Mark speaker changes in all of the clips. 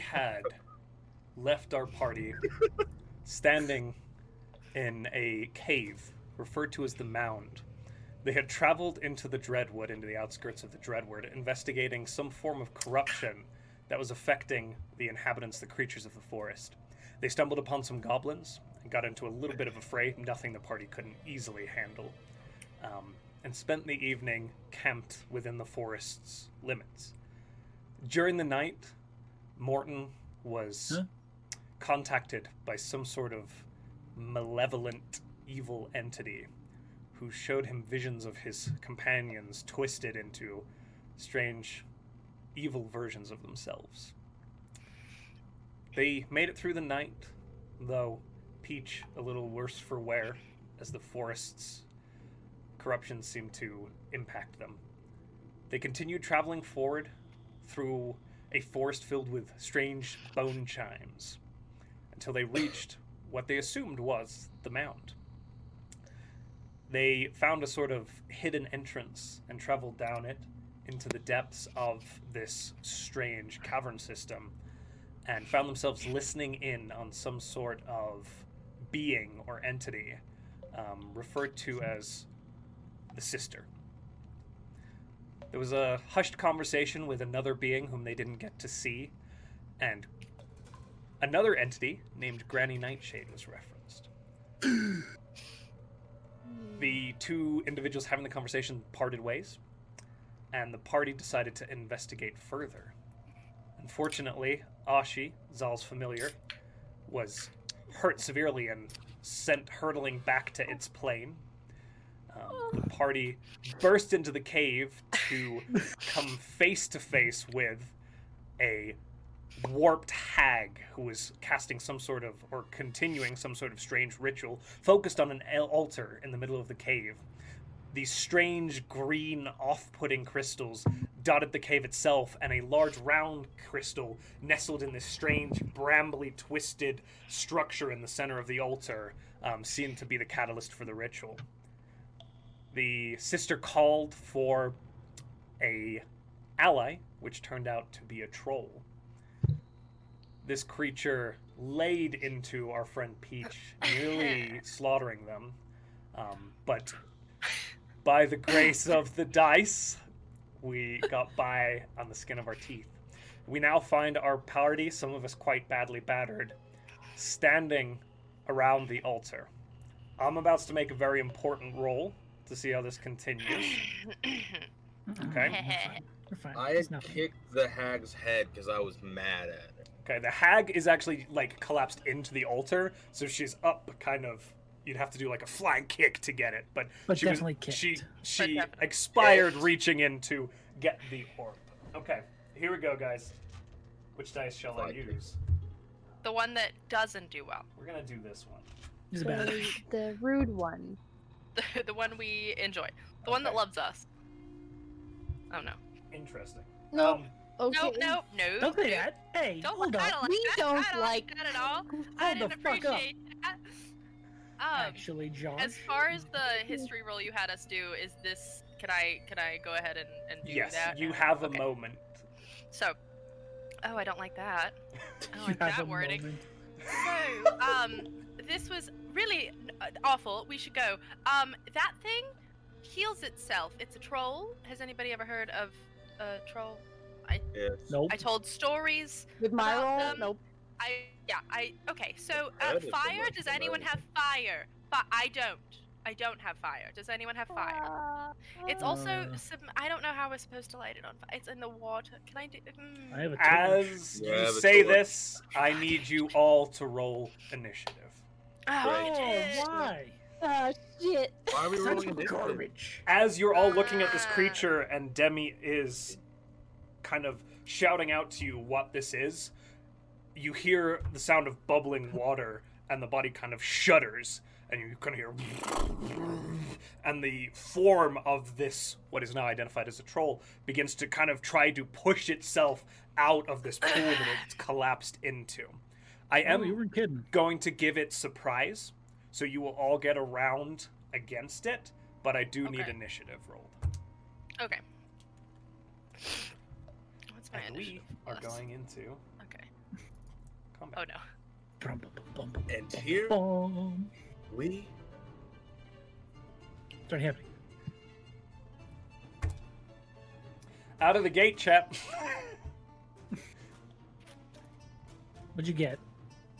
Speaker 1: had left our party standing in a cave referred to as the Mound. They had traveled into the Dreadwood, into the outskirts of the Dreadwood, investigating some form of corruption that was affecting the inhabitants, the creatures of the forest. They stumbled upon some goblins and got into a little bit of a fray, nothing the party couldn't easily handle, um, and spent the evening camped within the forest's limits. During the night, Morton was
Speaker 2: Huh?
Speaker 1: contacted by some sort of malevolent evil entity who showed him visions of his companions twisted into strange evil versions of themselves. They made it through the night, though Peach a little worse for wear, as the forest's corruption seemed to impact them. They continued traveling forward through a forest filled with strange bone chimes until they reached what they assumed was the mound. They found a sort of hidden entrance and traveled down it into the depths of this strange cavern system and found themselves listening in on some sort of being or entity um, referred to as the sister. There was a hushed conversation with another being whom they didn't get to see, and another entity named Granny Nightshade was referenced. the two individuals having the conversation parted ways, and the party decided to investigate further. Unfortunately, Ashi, Zal's familiar, was hurt severely and sent hurtling back to its plane. Um, the party burst into the cave to come face to face with a warped hag who was casting some sort of or continuing some sort of strange ritual focused on an al- altar in the middle of the cave. These strange green off putting crystals dotted the cave itself, and a large round crystal nestled in this strange, brambly, twisted structure in the center of the altar um, seemed to be the catalyst for the ritual. The sister called for a ally, which turned out to be a troll this creature laid into our friend Peach, nearly slaughtering them. Um, but by the grace of the dice, we got by on the skin of our teeth. We now find our party, some of us quite badly battered, standing around the altar. I'm about to make a very important roll to see how this continues.
Speaker 2: Mm, We're fine. We're fine.
Speaker 3: I
Speaker 2: It's nothing.
Speaker 3: kicked the hag's head because I was mad at it.
Speaker 1: Okay, the hag is actually like collapsed into the altar, so she's up kind of you'd have to do like a flying kick to get it, but,
Speaker 2: But
Speaker 1: she
Speaker 2: definitely
Speaker 1: was, she
Speaker 2: kicked.
Speaker 1: she
Speaker 4: But definitely
Speaker 1: expired reaching in to get the orb. Okay, here we go guys. Which dice shall I
Speaker 3: Flying kick.
Speaker 1: use?
Speaker 4: The one that doesn't do well.
Speaker 1: We're gonna do this one.
Speaker 2: It's
Speaker 5: The,
Speaker 2: bad.
Speaker 5: the rude one.
Speaker 4: The, the one we enjoy. The one that
Speaker 1: Okay.
Speaker 4: loves us. Oh no.
Speaker 1: Interesting.
Speaker 5: No.
Speaker 1: Um,
Speaker 5: okay.
Speaker 4: No, no, no.
Speaker 2: Don't say
Speaker 4: no.
Speaker 2: that. Hey,
Speaker 4: Don't
Speaker 2: hold
Speaker 4: look- I
Speaker 2: up.
Speaker 4: don't like
Speaker 5: We
Speaker 4: that.
Speaker 5: don't
Speaker 4: I don't
Speaker 5: like
Speaker 4: that at all. I didn't
Speaker 2: Hold the fuck up.
Speaker 4: appreciate that. Um,
Speaker 2: Actually, Josh.
Speaker 4: as far as the history roll you had us do, is this? Can I can I go ahead and, and do
Speaker 1: yes,
Speaker 4: that?
Speaker 1: you have
Speaker 4: Okay.
Speaker 1: a moment.
Speaker 4: So, oh, I don't like that. I don't
Speaker 2: You
Speaker 4: like
Speaker 2: have a
Speaker 4: that wording.
Speaker 2: moment.
Speaker 4: So, um, this was really uh, awful. We should go. Um, that thing heals itself. It's a troll. Has anybody ever heard of a troll?
Speaker 3: It's
Speaker 2: Nope.
Speaker 4: I told stories.
Speaker 5: With my
Speaker 4: about
Speaker 5: roll,
Speaker 4: them.
Speaker 5: nope.
Speaker 4: I yeah. I okay. So,
Speaker 3: I've
Speaker 4: uh,
Speaker 3: heard of them,
Speaker 4: fire.
Speaker 3: I've
Speaker 4: Does
Speaker 3: heard
Speaker 4: anyone
Speaker 3: of
Speaker 4: have fire? But I don't. I don't have fire. Does anyone have fire?
Speaker 5: Ah.
Speaker 4: It's also
Speaker 2: Uh.
Speaker 4: some. I don't know how we're supposed to light it on fire. It's in the water. Can I do? Mm.
Speaker 2: I have a torch.
Speaker 1: As
Speaker 3: Yeah,
Speaker 1: you
Speaker 3: the
Speaker 1: say
Speaker 3: torch.
Speaker 1: this, I need you all to roll initiative.
Speaker 4: Oh,
Speaker 2: Oh,
Speaker 4: shit.
Speaker 2: why?
Speaker 5: Ah, shit.
Speaker 3: Why are we
Speaker 2: Such
Speaker 3: rolling initiative?
Speaker 2: garbage.
Speaker 1: as you're all looking at this
Speaker 4: Ah.
Speaker 1: creature and Demi is kind of shouting out to you what this is, you hear the sound of bubbling water and the body kind of shudders and you kind of hear and the form of this what is now identified as a troll begins to kind of try to push itself out of this pool that it's collapsed into. I
Speaker 2: Oh,
Speaker 1: am
Speaker 2: you weren't kidding.
Speaker 1: going to give it surprise, so you will all get a round against it, but I do need
Speaker 4: Okay.
Speaker 1: initiative rolled.
Speaker 4: Okay. What's my
Speaker 1: And we
Speaker 4: initiative
Speaker 1: are
Speaker 4: plus?
Speaker 1: going into
Speaker 4: Okay.
Speaker 1: Combat.
Speaker 4: Oh no.
Speaker 2: Brum, bum, bum, bum,
Speaker 3: And here
Speaker 2: bum.
Speaker 3: we
Speaker 2: Don't hit me.
Speaker 4: Oh,
Speaker 1: Out of the gate, chap.
Speaker 2: What'd you get?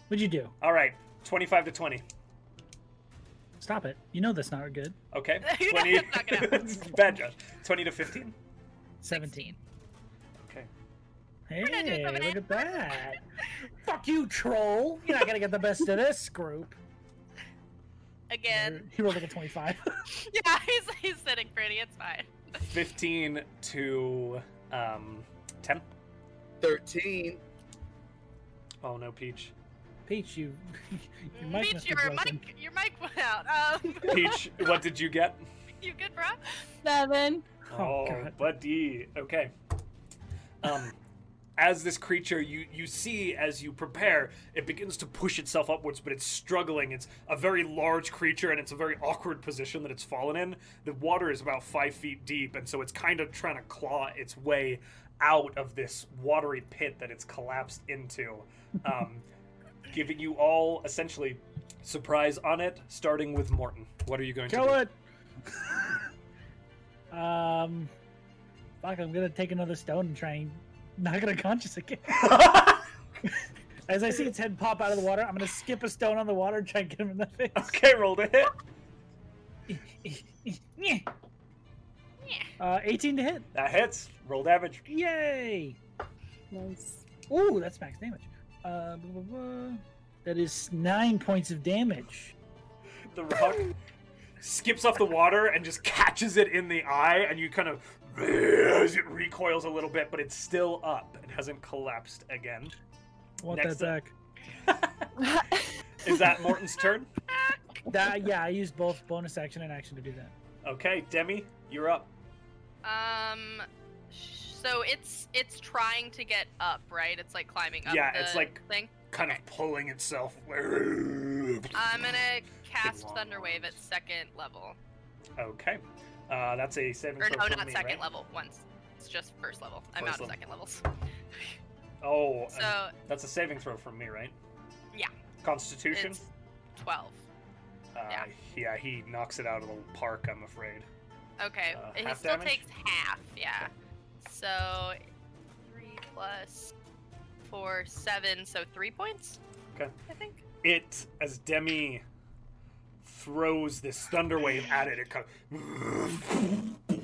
Speaker 2: What'd you do?
Speaker 1: All right, 25 to 20.
Speaker 2: Stop it. You know that's not good.
Speaker 1: Okay.
Speaker 4: You're
Speaker 1: 20.
Speaker 4: not knocking
Speaker 1: Bad job. 20 to 15.
Speaker 2: 17.
Speaker 1: Okay.
Speaker 2: Hey,
Speaker 4: not doing so
Speaker 2: look
Speaker 4: bad.
Speaker 2: at that. Fuck you, troll. You're not going to get the best of this group.
Speaker 4: Again.
Speaker 2: He rolled like a 25.
Speaker 4: Yeah, he's, he's sitting pretty. It's fine.
Speaker 1: 15 to um 10.
Speaker 3: 13.
Speaker 1: Oh no, Peach.
Speaker 2: Peach, you. Your mic
Speaker 4: Meet
Speaker 2: must be
Speaker 4: your
Speaker 2: broken.
Speaker 4: mic. Your mic went out. Um,
Speaker 1: Peach, what did you get?
Speaker 4: you good, bro?
Speaker 5: Seven.
Speaker 2: Oh, God.
Speaker 1: buddy. Okay. Um, as this creature, you you see as you prepare, it begins to push itself upwards, but it's struggling. It's a very large creature, and it's a very awkward position that it's fallen in. The water is about five feet deep, and so it's kind of trying to claw its way out of this watery pit that it's collapsed into, um, giving you all essentially surprise on it. Starting with Morton, what are you going to do?
Speaker 2: Kill it! um. Fuck, I'm going to take another stone and try and knock it unconscious again. As I see its head pop out of the water, I'm going to skip a stone on the water and try and get him in the face.
Speaker 1: Okay, roll to hit.
Speaker 2: Yeah. Uh, 18 to hit.
Speaker 1: That hits. Roll damage.
Speaker 2: Yay!
Speaker 5: Nice.
Speaker 2: Ooh, that's max damage. Uh, blah, blah, blah. That is nine points of damage.
Speaker 1: The rock skips off the water and just catches it in the eye, and you kind of as it recoils a little bit, but it's still up. It hasn't collapsed again.
Speaker 2: Want
Speaker 1: Next
Speaker 2: that back?
Speaker 1: Is that Morton's turn?
Speaker 2: That, yeah, I used both bonus action and action to do that.
Speaker 1: Okay, Demi, you're up.
Speaker 4: Um. sh- So it's it's trying to get up, right? It's like climbing up.
Speaker 1: Yeah,
Speaker 4: the
Speaker 1: it's like-
Speaker 4: thing.
Speaker 1: Kind of pulling itself.
Speaker 4: I'm gonna cast
Speaker 1: long
Speaker 4: Thunder Wave at
Speaker 1: arms.
Speaker 4: second level.
Speaker 1: Okay, uh, that's a seven.
Speaker 4: Or no, not second level. Once. It's just first level. I'm
Speaker 1: First
Speaker 4: out of
Speaker 1: level.
Speaker 4: second levels.
Speaker 1: Oh,
Speaker 4: So
Speaker 1: uh, that's a saving throw from me, right?
Speaker 4: Yeah.
Speaker 1: Constitution.
Speaker 4: it's twelve.
Speaker 1: Uh,
Speaker 4: yeah.
Speaker 1: yeah, he knocks it out of the park. I'm afraid.
Speaker 4: Okay.
Speaker 1: Uh,
Speaker 4: he
Speaker 1: half
Speaker 4: still
Speaker 1: damage?
Speaker 4: takes half. Yeah. So three plus four, seven. So three points.
Speaker 1: Okay.
Speaker 4: I think.
Speaker 1: it as Demi throws this thunder wave at it. It kind of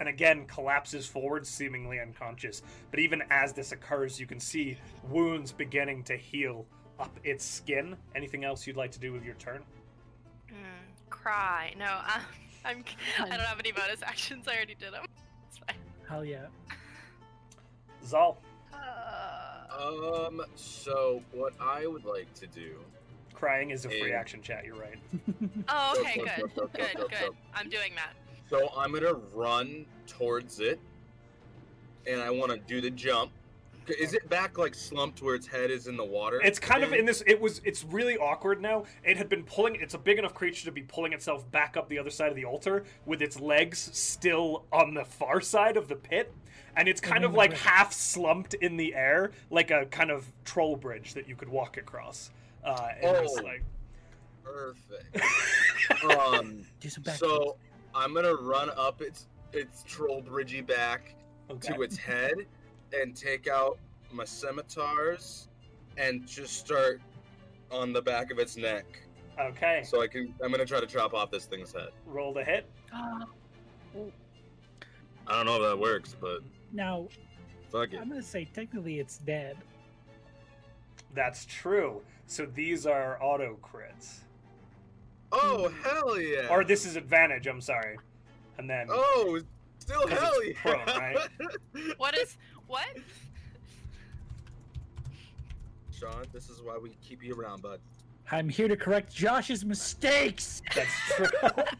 Speaker 1: and again collapses forward, seemingly unconscious. But even as this occurs, you can see wounds beginning to heal up its skin. Anything else you'd like to do with your turn?
Speaker 4: Mm, cry. No. Um, I'm. I don't have any bonus actions. I already did them. It's fine.
Speaker 2: Hell yeah.
Speaker 1: Zal.
Speaker 4: Uh,
Speaker 3: Um, so what I would like to do.
Speaker 1: Crying is a free
Speaker 3: Eh.
Speaker 1: action chat, you're right.
Speaker 4: oh,
Speaker 3: Go,
Speaker 4: okay,
Speaker 3: go,
Speaker 4: good,
Speaker 3: go, go, go,
Speaker 4: good,
Speaker 3: go,
Speaker 4: good.
Speaker 3: go.
Speaker 4: I'm doing that.
Speaker 3: So I'm gonna run towards it, and I want to do the jump. Is it back like slumped where its head is in the water?
Speaker 1: It's kind of
Speaker 3: again?
Speaker 1: in this. It was. It's really awkward now. It had been pulling. It's a big enough creature to be pulling itself back up the other side of the altar with its legs still on the far side of the pit, and it's kind
Speaker 2: Holding
Speaker 1: of
Speaker 2: the
Speaker 1: like
Speaker 2: bridge.
Speaker 1: half slumped in the air, like a kind of troll bridge that you could walk across. Uh, and it's
Speaker 3: Oh.
Speaker 1: like
Speaker 3: perfect. um,
Speaker 2: Do some back.
Speaker 3: so I'm gonna run up its its troll bridgy back
Speaker 1: okay.
Speaker 3: to its head and take out my scimitars and just start on the back of its neck.
Speaker 1: Okay.
Speaker 3: So I can. I'm gonna try to chop off this thing's head.
Speaker 1: Roll the hit.
Speaker 5: Ah,
Speaker 3: I don't know if that works, but
Speaker 2: now,
Speaker 3: fuck it.
Speaker 2: I'm going to say technically it's dead.
Speaker 1: That's true. So these are auto crits,
Speaker 3: Oh hell yeah!
Speaker 1: or this is advantage. I'm sorry. And then
Speaker 3: Oh, still
Speaker 1: 'Cause it's
Speaker 3: hell yeah!
Speaker 1: prone, right?
Speaker 4: What is what?
Speaker 3: Sean, this is why we keep you around, bud.
Speaker 2: I'm here to correct Josh's mistakes.
Speaker 1: that's true.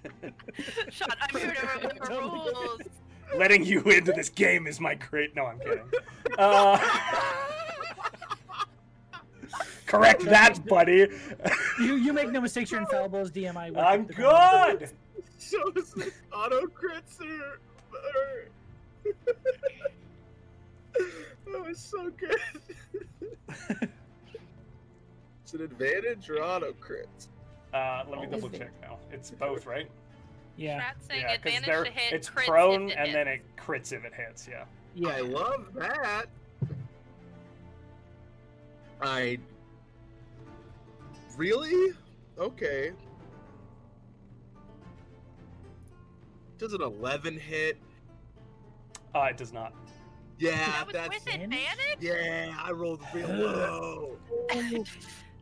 Speaker 4: Sean, I'm here to remember
Speaker 2: Totally.
Speaker 4: rules.
Speaker 1: letting you into this game is my great. No, I'm kidding. Uh, correct that, buddy.
Speaker 2: You you make no mistakes. You're infallible as DM. I work
Speaker 1: I'm
Speaker 2: with the rules.
Speaker 1: good.
Speaker 3: So is this auto crits or? or... that was so good. It's an advantage or auto crits.
Speaker 1: Uh, let me double check now. It's both, right?
Speaker 2: Yeah.
Speaker 4: Chat's saying
Speaker 1: yeah, 'cause
Speaker 4: advantage
Speaker 1: they're-
Speaker 4: to hit.
Speaker 1: it's
Speaker 4: crits if
Speaker 1: prone
Speaker 4: it
Speaker 1: and then it
Speaker 4: hits.
Speaker 1: crits if it hits. Yeah.
Speaker 2: Yeah.
Speaker 3: I love that. I really okay. Does an eleven hit?
Speaker 1: Uh, it does not.
Speaker 3: Yeah,
Speaker 4: That was
Speaker 3: that's
Speaker 4: with advantage.
Speaker 3: yeah. I rolled real low.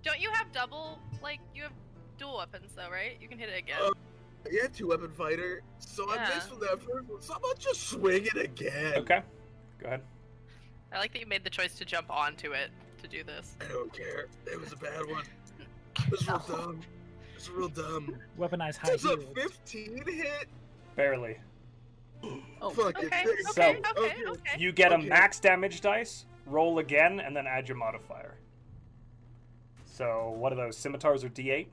Speaker 4: Don't you have double? Like you have dual weapons though, right? You can hit it again.
Speaker 3: Oh. Yeah, two weapon fighter. So I
Speaker 4: Yeah.
Speaker 3: missed with that first one. So I'm gonna just swing it again.
Speaker 1: Okay. Go ahead.
Speaker 4: I like that you made the choice to jump onto it to do this.
Speaker 3: I don't care. It was a bad one. It was real dumb. It was real dumb.
Speaker 2: Weaponized high
Speaker 3: Does a
Speaker 2: heels.
Speaker 3: 15 hit?
Speaker 1: Barely.
Speaker 5: Oh.
Speaker 3: Fucking
Speaker 4: Okay,
Speaker 3: thing.
Speaker 4: okay,
Speaker 1: So-
Speaker 4: okay,
Speaker 3: Oh,
Speaker 4: okay.
Speaker 1: You get
Speaker 3: Okay.
Speaker 1: a max damage dice, roll again, and then add your modifier. So what are those? Scimitars are D8,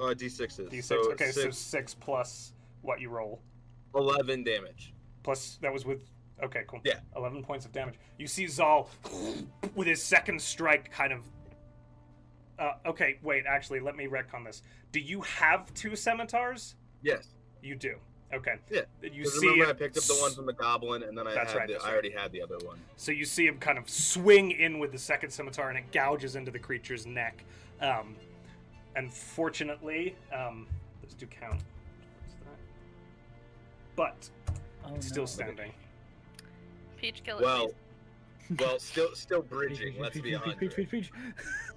Speaker 3: Uh, D6s.
Speaker 1: D6.
Speaker 3: So
Speaker 1: okay, so
Speaker 3: six-
Speaker 1: six plus what you roll.
Speaker 3: 11 damage.
Speaker 1: Plus that was with. Okay, cool.
Speaker 3: Yeah.
Speaker 1: Eleven points of damage. You see Zal with his second strike, kind of. Uh, okay, wait. Actually, let me retcon this. Do you have two scimitars?
Speaker 3: Yes.
Speaker 1: You do. Okay.
Speaker 3: Yeah,
Speaker 1: You
Speaker 3: 'cause
Speaker 1: see.
Speaker 3: remember I
Speaker 1: it
Speaker 3: picked up the one from the goblin, and then I,
Speaker 1: That's
Speaker 3: had
Speaker 1: right,
Speaker 3: the,
Speaker 1: that's
Speaker 3: I
Speaker 1: right.
Speaker 3: already had the other one.
Speaker 1: So you see him kind of swing in with the second scimitar, and it gouges into the creature's neck. Um, and fortunately, um, those do count. What's that? But
Speaker 2: Oh,
Speaker 1: it's still
Speaker 2: no.
Speaker 1: standing.
Speaker 4: Peach killer.
Speaker 3: Well, well, still still bridging, let's be
Speaker 2: Preach, preach,
Speaker 3: honest.
Speaker 2: preach, preach, preach,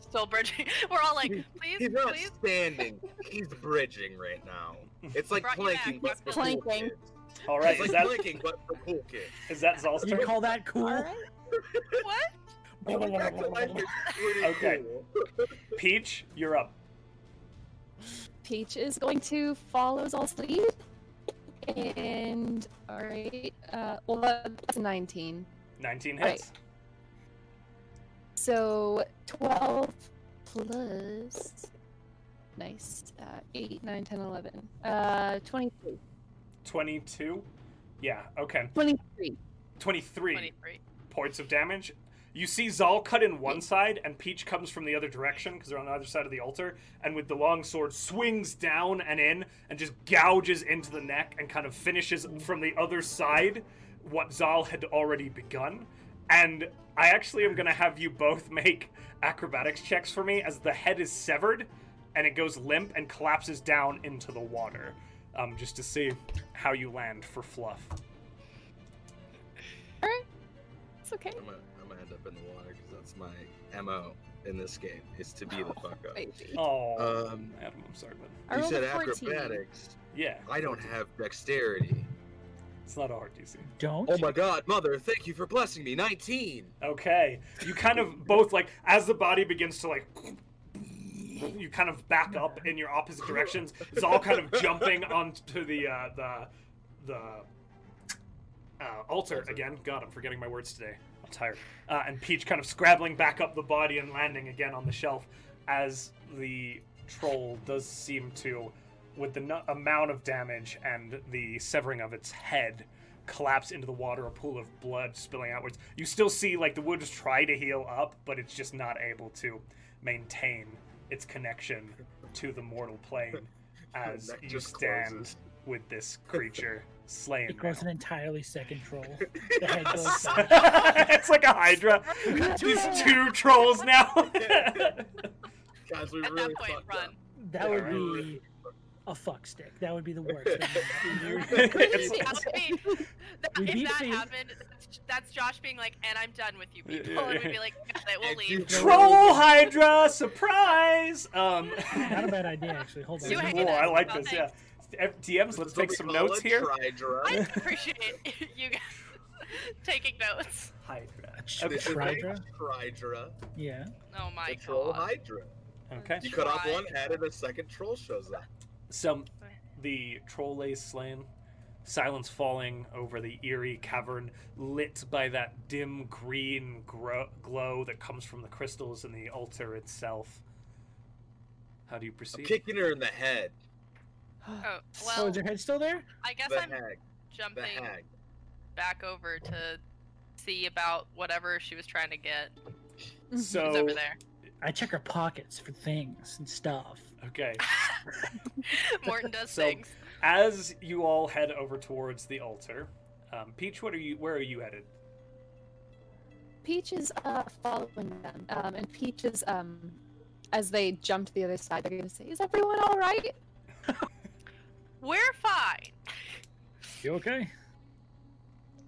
Speaker 4: still bridging. We're all like, please,
Speaker 3: He's not
Speaker 4: please.
Speaker 3: standing, he's bridging right now. It's like
Speaker 4: Brought you
Speaker 3: planking,
Speaker 4: back.
Speaker 3: but for cool
Speaker 5: Planking.
Speaker 3: kids.
Speaker 1: All
Speaker 3: It's
Speaker 1: right,
Speaker 3: like
Speaker 1: is that
Speaker 3: planking, but for cool kids.
Speaker 1: is that Zal's
Speaker 2: preach. You
Speaker 1: turn?
Speaker 2: call that cool?
Speaker 5: Alright.
Speaker 4: What?
Speaker 3: Going back to life is pretty
Speaker 1: Okay.
Speaker 3: cool.
Speaker 1: Peach, you're up.
Speaker 5: Peach is going to follow Zol's lead. And alright, uh, well that- that's 19.
Speaker 1: Nineteen
Speaker 5: Right.
Speaker 1: hits.
Speaker 5: So 12 plus. Nice. Uh, 8, 9, 10, 11. Uh, 23.
Speaker 1: Twenty-two. Yeah. Okay.
Speaker 5: 23.
Speaker 1: Twenty-three
Speaker 4: Twenty-three.
Speaker 1: points of damage. You see Zal cut in one side, and Peach comes from the other direction because they're on either side of the altar, and with the long sword swings down and in, and just gouges into the neck, and kind of finishes from the other side what Zal had already begun. And I actually am going to have you both make acrobatics checks for me as the head is severed, and it goes limp and collapses down into the water, um, just to see how you land for fluff.
Speaker 5: It's okay.
Speaker 3: I'm gonna, I'm gonna end up in the water because that's my mo in this game is to be the fuck up.
Speaker 5: Baby.
Speaker 1: Oh,
Speaker 3: Um,
Speaker 1: Adam, I'm sorry, bud.
Speaker 5: I
Speaker 3: you
Speaker 5: rolled a
Speaker 3: said
Speaker 5: 14.
Speaker 3: acrobatics.
Speaker 1: Yeah.
Speaker 3: I don't have dexterity.
Speaker 1: It's not a hard DC.
Speaker 2: Don't.
Speaker 3: Oh my god, mother! Thank you for blessing me. Nineteen.
Speaker 1: Okay. You kind of both like as the body begins to like you kind of back up in your opposite directions. It's all kind of jumping onto the uh, the the uh, altar
Speaker 3: Altar.
Speaker 1: again. God, I'm forgetting my words today. I'm tired. Uh, and Peach kind of scrabbling back up the body and landing again on the shelf as the troll does seem to, with the nu- amount of damage and the severing of its head, collapse into the water, a pool of blood spilling outwards. You still see like the wood is trying to heal up, but it's just not able to maintain its connection to the mortal plane as
Speaker 3: Neck
Speaker 1: you
Speaker 3: just
Speaker 1: stand
Speaker 3: closes.
Speaker 1: with this creature slain.
Speaker 2: It grows an
Speaker 1: now.
Speaker 2: entirely second troll. The head goes back.
Speaker 1: it's like a hydra. These two trolls now.
Speaker 3: Guys, we
Speaker 4: At
Speaker 3: really
Speaker 4: that point,
Speaker 3: fucked
Speaker 4: run.
Speaker 2: That would
Speaker 3: Alright.
Speaker 2: be a fuck stick. That would be the worst. thing.
Speaker 1: It's-
Speaker 5: Yeah.
Speaker 4: That would be, that,
Speaker 2: We
Speaker 4: if
Speaker 2: beat
Speaker 4: that
Speaker 2: Faith.
Speaker 4: happened, that's- that's Josh being like, and I'm done with you
Speaker 1: Yeah,
Speaker 4: people.
Speaker 1: yeah,
Speaker 4: And we'd
Speaker 1: yeah.
Speaker 4: be like, "Got it, we'll
Speaker 3: And you
Speaker 4: leave.
Speaker 3: know-
Speaker 1: Troll hydra surprise. Um,
Speaker 2: Not a bad idea, actually. Hold on.
Speaker 4: See what
Speaker 1: Whoa,
Speaker 4: happens.
Speaker 1: I like
Speaker 4: Well,
Speaker 1: this. Yeah, F- DMs, let's
Speaker 3: up. Is what
Speaker 1: take
Speaker 3: we
Speaker 1: some
Speaker 3: call
Speaker 1: notes
Speaker 3: a
Speaker 1: here.
Speaker 3: Tridra.
Speaker 4: I appreciate you guys taking notes.
Speaker 1: Hydra.
Speaker 2: A
Speaker 3: This is a
Speaker 2: Tridra?
Speaker 3: Tridra.
Speaker 2: Yeah.
Speaker 4: Oh my
Speaker 3: The
Speaker 4: god.
Speaker 3: troll Hydra.
Speaker 1: Okay.
Speaker 3: You cut off one
Speaker 4: Tridra.
Speaker 3: head, and a second troll shows up.
Speaker 1: So the troll lays slain, silence falling over the eerie cavern, lit by that dim green gro- glow that comes from the crystals in the altar itself. How do you
Speaker 3: I'm
Speaker 1: proceed?
Speaker 3: kicking her in the head.
Speaker 4: Oh,
Speaker 2: oh,
Speaker 4: well,
Speaker 2: is your head still there?
Speaker 4: I guess
Speaker 3: The
Speaker 4: I'm
Speaker 3: hag. The
Speaker 4: jumping
Speaker 3: hag.
Speaker 4: back over to see about whatever she was trying to get.
Speaker 5: Mhm.
Speaker 4: It's
Speaker 1: So
Speaker 4: over there.
Speaker 2: I check her pockets for things and stuff.
Speaker 1: Okay.
Speaker 4: Morton does
Speaker 1: So-
Speaker 4: things.
Speaker 1: As you all head over towards the altar, um, Peach, what are you? Where are you headed?
Speaker 5: Peach is uh, following them, um, and Peach is um, as they jump to the other side, they're gonna say, "Is everyone all right?"
Speaker 4: We're fine.
Speaker 2: You okay?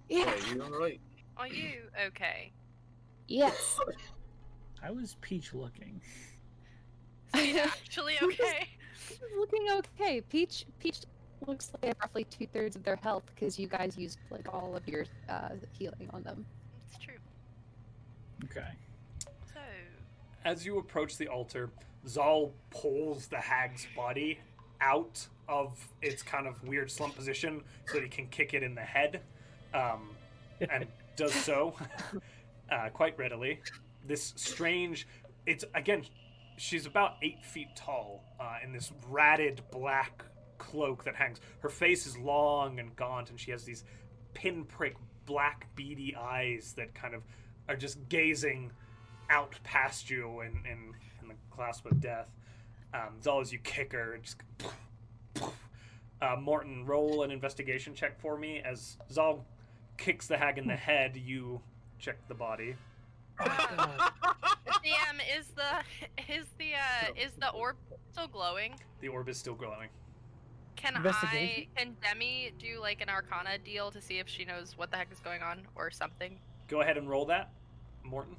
Speaker 5: Yeah.
Speaker 3: Yeah, you're right.
Speaker 4: Are you okay?
Speaker 5: Yes.
Speaker 2: How is Peach looking?
Speaker 4: She's actually
Speaker 5: Who just-
Speaker 4: okay.
Speaker 5: Looking okay. Peach. Peach looks like they have roughly two thirds of their health because you guys used like all of your uh, healing on them.
Speaker 4: It's true.
Speaker 2: Okay.
Speaker 4: So,
Speaker 1: As you approach the altar, Zal pulls the hag's body out of its kind of weird slump position so that he can kick it in the head, um, and does so uh, quite readily. This strange, it's again, she's about eight feet tall uh, in this ratted black cloak that hangs. Her face is long and gaunt, and she has these pinprick black beady eyes that kind of are just gazing out past you in, in, in the clasp of death. Um, Zal, as you kick her, it just uh, Morton, roll an investigation check for me. As Zal kicks the hag in the head, you check the body.
Speaker 2: God.
Speaker 4: the DM is the is the uh, is the orb still glowing?
Speaker 1: The orb is still glowing.
Speaker 4: Can I
Speaker 2: Investigation?
Speaker 4: can Demi do like an Arcana deal to see if she knows what the heck is going on or something?
Speaker 1: Go ahead and roll that, Morton.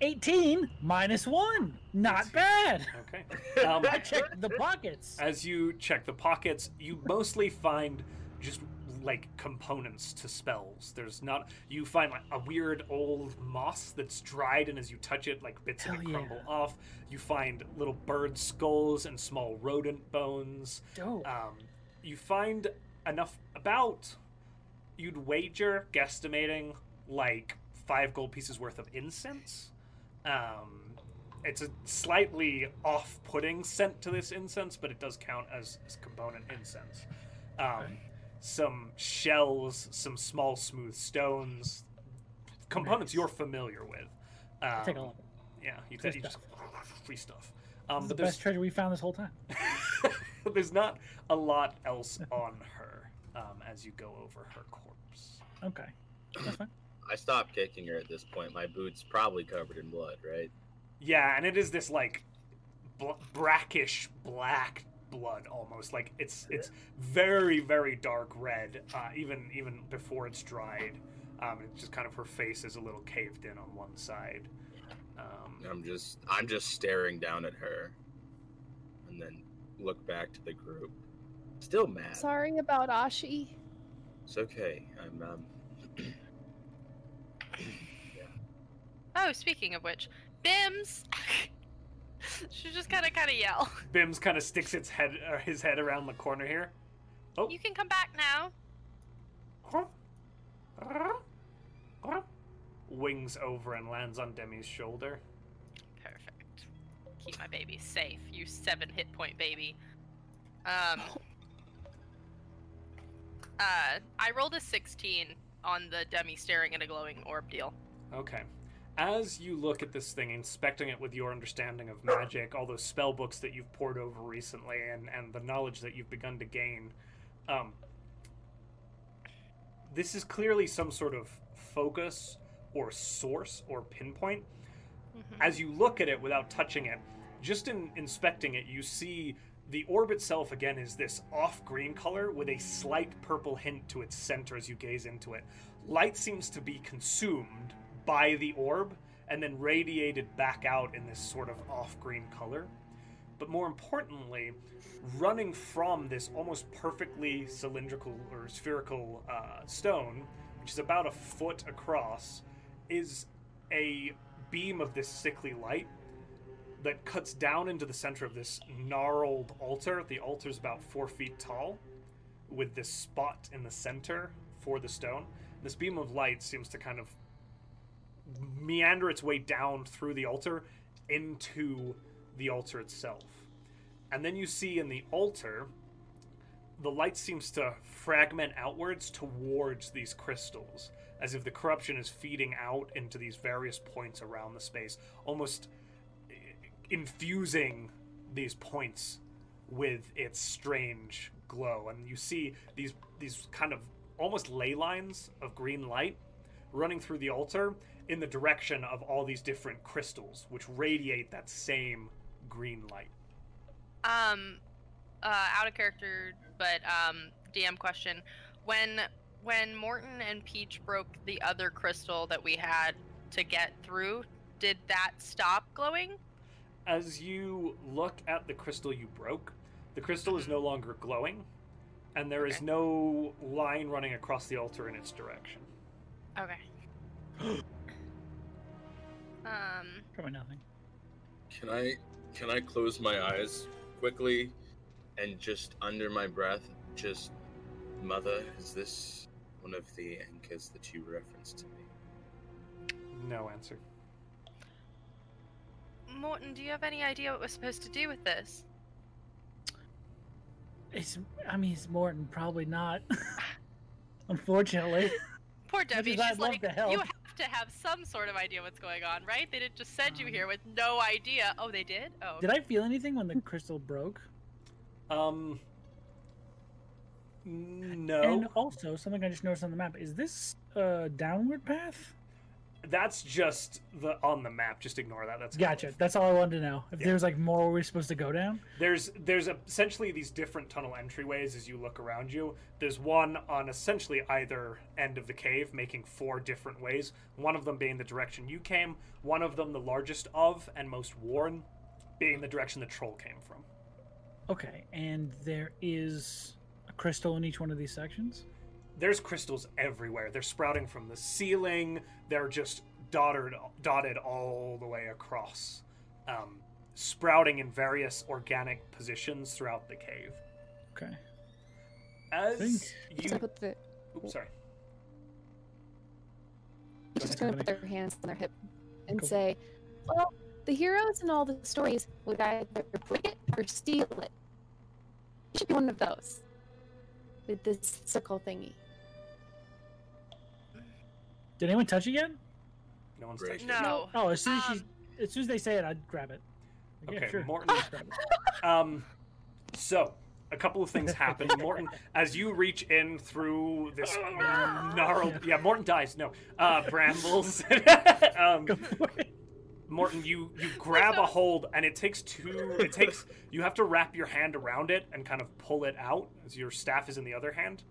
Speaker 2: 18 minus 1. Not
Speaker 1: 18.
Speaker 2: bad.
Speaker 1: Okay. Um,
Speaker 2: I checked the pockets.
Speaker 1: As you check the pockets, you mostly find just like components to spells. There's not you find like a weird old moss that's dried and as you touch it like bits of
Speaker 2: Hell
Speaker 1: it
Speaker 2: yeah.
Speaker 1: crumble off. You find little bird skulls and small rodent bones.
Speaker 2: Dope.
Speaker 1: Um, you find enough about you'd wager guesstimating like five gold pieces worth of incense. Um, it's a slightly off-putting scent to this incense, but it does count as, as component incense. Um,
Speaker 2: Okay.
Speaker 1: Some shells, some small smooth stones, components
Speaker 2: Nice.
Speaker 1: you're familiar with. Um,
Speaker 2: I take all of it.
Speaker 1: Yeah, you,
Speaker 2: Free
Speaker 1: take you just free stuff.
Speaker 2: This
Speaker 1: Um,
Speaker 2: is
Speaker 1: but
Speaker 2: the
Speaker 1: there's
Speaker 2: best treasure we found this whole time.
Speaker 1: there's not a lot else on her um, as you go over her corpse.
Speaker 2: Okay. That's fine.
Speaker 3: I stopped kicking her at this point. My boot's probably covered in blood, right?
Speaker 1: Yeah, and it is this like bl- brackish black blood almost like it's it's very very dark red uh, even even before it's dried um, it's just kind of her face is a little caved in on one side um,
Speaker 3: I'm just I'm just staring down at her, and then look back to the group. Still mad.
Speaker 5: Sorry about Ashi.
Speaker 3: It's okay. I'm um.
Speaker 4: Oh, speaking of which, Bims. She's just gonna kind of yell.
Speaker 1: bims kind of sticks its head uh, his head around the corner here Oh.
Speaker 4: You can come back now.
Speaker 1: wings over and lands on demi's shoulder
Speaker 4: Perfect. Keep my baby safe, you seven hit point baby. Um. Uh, I rolled a 16 on the demi staring at a glowing orb deal.
Speaker 1: Okay. As you look at this thing, inspecting it with your understanding of magic, all those spell books that you've poured over recently, and, and the knowledge that you've begun to gain, um, this is clearly some sort of focus or source or pinpoint
Speaker 4: Mm-hmm.
Speaker 1: as you look at it without touching it, just in inspecting it, you see the orb itself again is this off green color with a slight purple hint to its center as you gaze into it. Light seems to be consumed by the orb and then radiated back out in this sort of off green color. But more importantly, running from this almost perfectly cylindrical or spherical uh, stone, which is about a foot across, is a beam of this sickly light that cuts down into the center of this gnarled altar. The altar's about four feet tall, with this spot in the center for the stone. This beam of light seems to kind of meander its way down through the altar into the altar itself. And then you see in the altar, the light seems to fragment outwards towards these crystals as if the corruption is feeding out into these various points around the space. Almost, eh, infusing these points with its strange glow, and you see these these kind of almost ley lines of green light running through the altar in the direction of all these different crystals, which radiate that same green light.
Speaker 4: Um, uh, out of character, but um, DM question: When when Morton and Peach broke the other crystal that we had to get through, did that stop glowing?
Speaker 1: As you look at the crystal you broke, the crystal is no longer glowing, and there is
Speaker 4: Okay.
Speaker 1: no line running across the altar in its direction.
Speaker 4: Okay. um.
Speaker 2: Probably nothing.
Speaker 3: Can I can I close my eyes quickly and just under my breath just mother is this one of the anchors that you referenced to me?
Speaker 1: No answer.
Speaker 4: Morton, do you have any idea what we're supposed to do with this?
Speaker 2: It's. I mean, it's Morton. Probably not. Unfortunately.
Speaker 4: Poor
Speaker 2: as
Speaker 4: Debbie, she's
Speaker 2: I'd love
Speaker 4: like,
Speaker 2: to help."
Speaker 4: you have to have some sort of idea what's going on, right? They didn't just send you here with no idea. Oh, they did? Oh.
Speaker 2: Did I feel anything when the crystal broke?
Speaker 1: Um. No.
Speaker 2: And also, something I just noticed on the map is this a downward path?
Speaker 1: That's just the on the map. Just ignore that. That's
Speaker 2: Gotcha. That's all I wanted to know. If
Speaker 1: Yeah.
Speaker 2: there's like more we're supposed to go down.
Speaker 1: There's there's essentially these different tunnel entryways as you look around you. There's one on essentially either end of the cave, making four different ways. One of them being the direction you came. One of them, the largest of and most worn, being the direction the troll came from.
Speaker 2: Okay, and there is a crystal in each one of these sections.
Speaker 1: There's crystals everywhere. They're sprouting from the ceiling. They're just dotted dotted all the way across, um, sprouting in various organic positions throughout the cave.
Speaker 2: Okay.
Speaker 1: As
Speaker 2: Think.
Speaker 1: you,
Speaker 5: Just put the,
Speaker 1: oops, sorry.
Speaker 5: just
Speaker 2: ahead,
Speaker 5: gonna
Speaker 2: Dominic.
Speaker 5: put their hands on their hip and
Speaker 2: Cool.
Speaker 5: say, "Well, the heroes in all the stories would either break it or steal it. You should be one of those with this circle thingy."
Speaker 2: Did anyone touch it yet?
Speaker 1: No one's touched
Speaker 3: Break
Speaker 4: no.
Speaker 1: it.
Speaker 2: Oh, as soon as
Speaker 4: Um,
Speaker 2: she, as soon as they say it, I'd grab it. Like, yeah,
Speaker 1: Okay,
Speaker 2: sure.
Speaker 1: Morton.
Speaker 2: Just grab it.
Speaker 1: Um, so a couple of things happen, Morton. As you reach in through this gnarled, yeah, Morton dies. No, uh, brambles. um,
Speaker 2: Go for it.
Speaker 1: Morton, you you grab a hold, and it takes two. It takes you have to wrap your hand around it and kind of pull it out as your staff is in the other hand,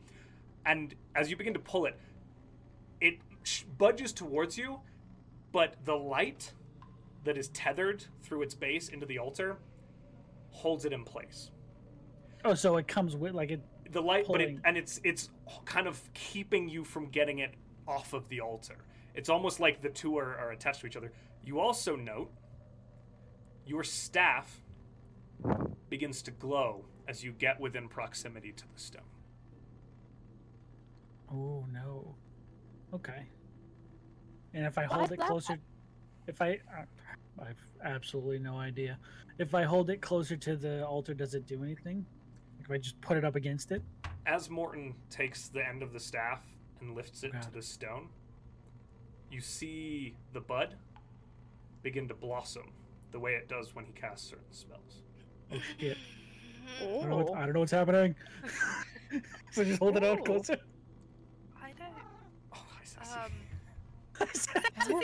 Speaker 1: and as you begin to pull it, it sh- budges towards you, but the light that is tethered through its base into the altar holds it in place.
Speaker 2: Oh, so it comes with like it.
Speaker 1: The light, but it,
Speaker 2: Pulling.
Speaker 1: and it's it's kind of keeping you from getting it off of the altar. It's almost like the two are, are attached to each other. You also note your staff begins to glow as you get within proximity to the stone.
Speaker 2: Oh no. Okay. And if I
Speaker 5: Why
Speaker 2: hold
Speaker 5: is
Speaker 2: it
Speaker 5: that?
Speaker 2: closer, if I, uh, I've absolutely no idea. If I hold it closer to the altar, does it do anything? Like if I just put it up against it?
Speaker 1: As Morton takes the end of the staff and lifts it to
Speaker 2: God.
Speaker 1: the stone, you see the bud begin to blossom the way it does when he casts certain spells.
Speaker 2: Oh shit.
Speaker 4: hmm.
Speaker 2: I don't know, what, I don't know what's happening. so just hold it out
Speaker 5: Oh.
Speaker 2: closer.
Speaker 4: I don't.
Speaker 1: Oh, I see.
Speaker 4: Um.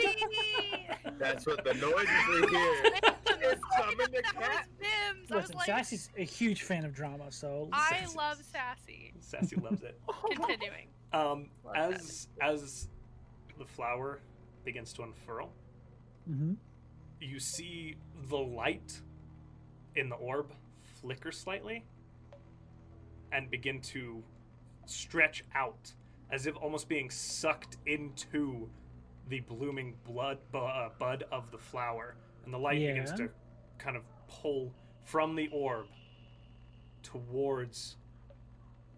Speaker 3: That's what the noise is we hear. It's coming to cat.
Speaker 4: Mims. I was
Speaker 2: Listen,
Speaker 4: like,
Speaker 2: Sassy's a huge fan of drama, so
Speaker 4: I
Speaker 1: Sassy.
Speaker 4: love Sassy.
Speaker 1: Sassy loves it.
Speaker 2: Oh,
Speaker 4: Continuing.
Speaker 1: Um,
Speaker 4: Love that.
Speaker 1: as as the flower begins to unfurl,
Speaker 2: Mhm.
Speaker 1: you see the light in the orb flicker slightly and begin to stretch out as if almost being sucked into the blooming blood bu- uh, bud of the flower and the light begins
Speaker 2: Yeah.
Speaker 1: to kind of pull from the orb towards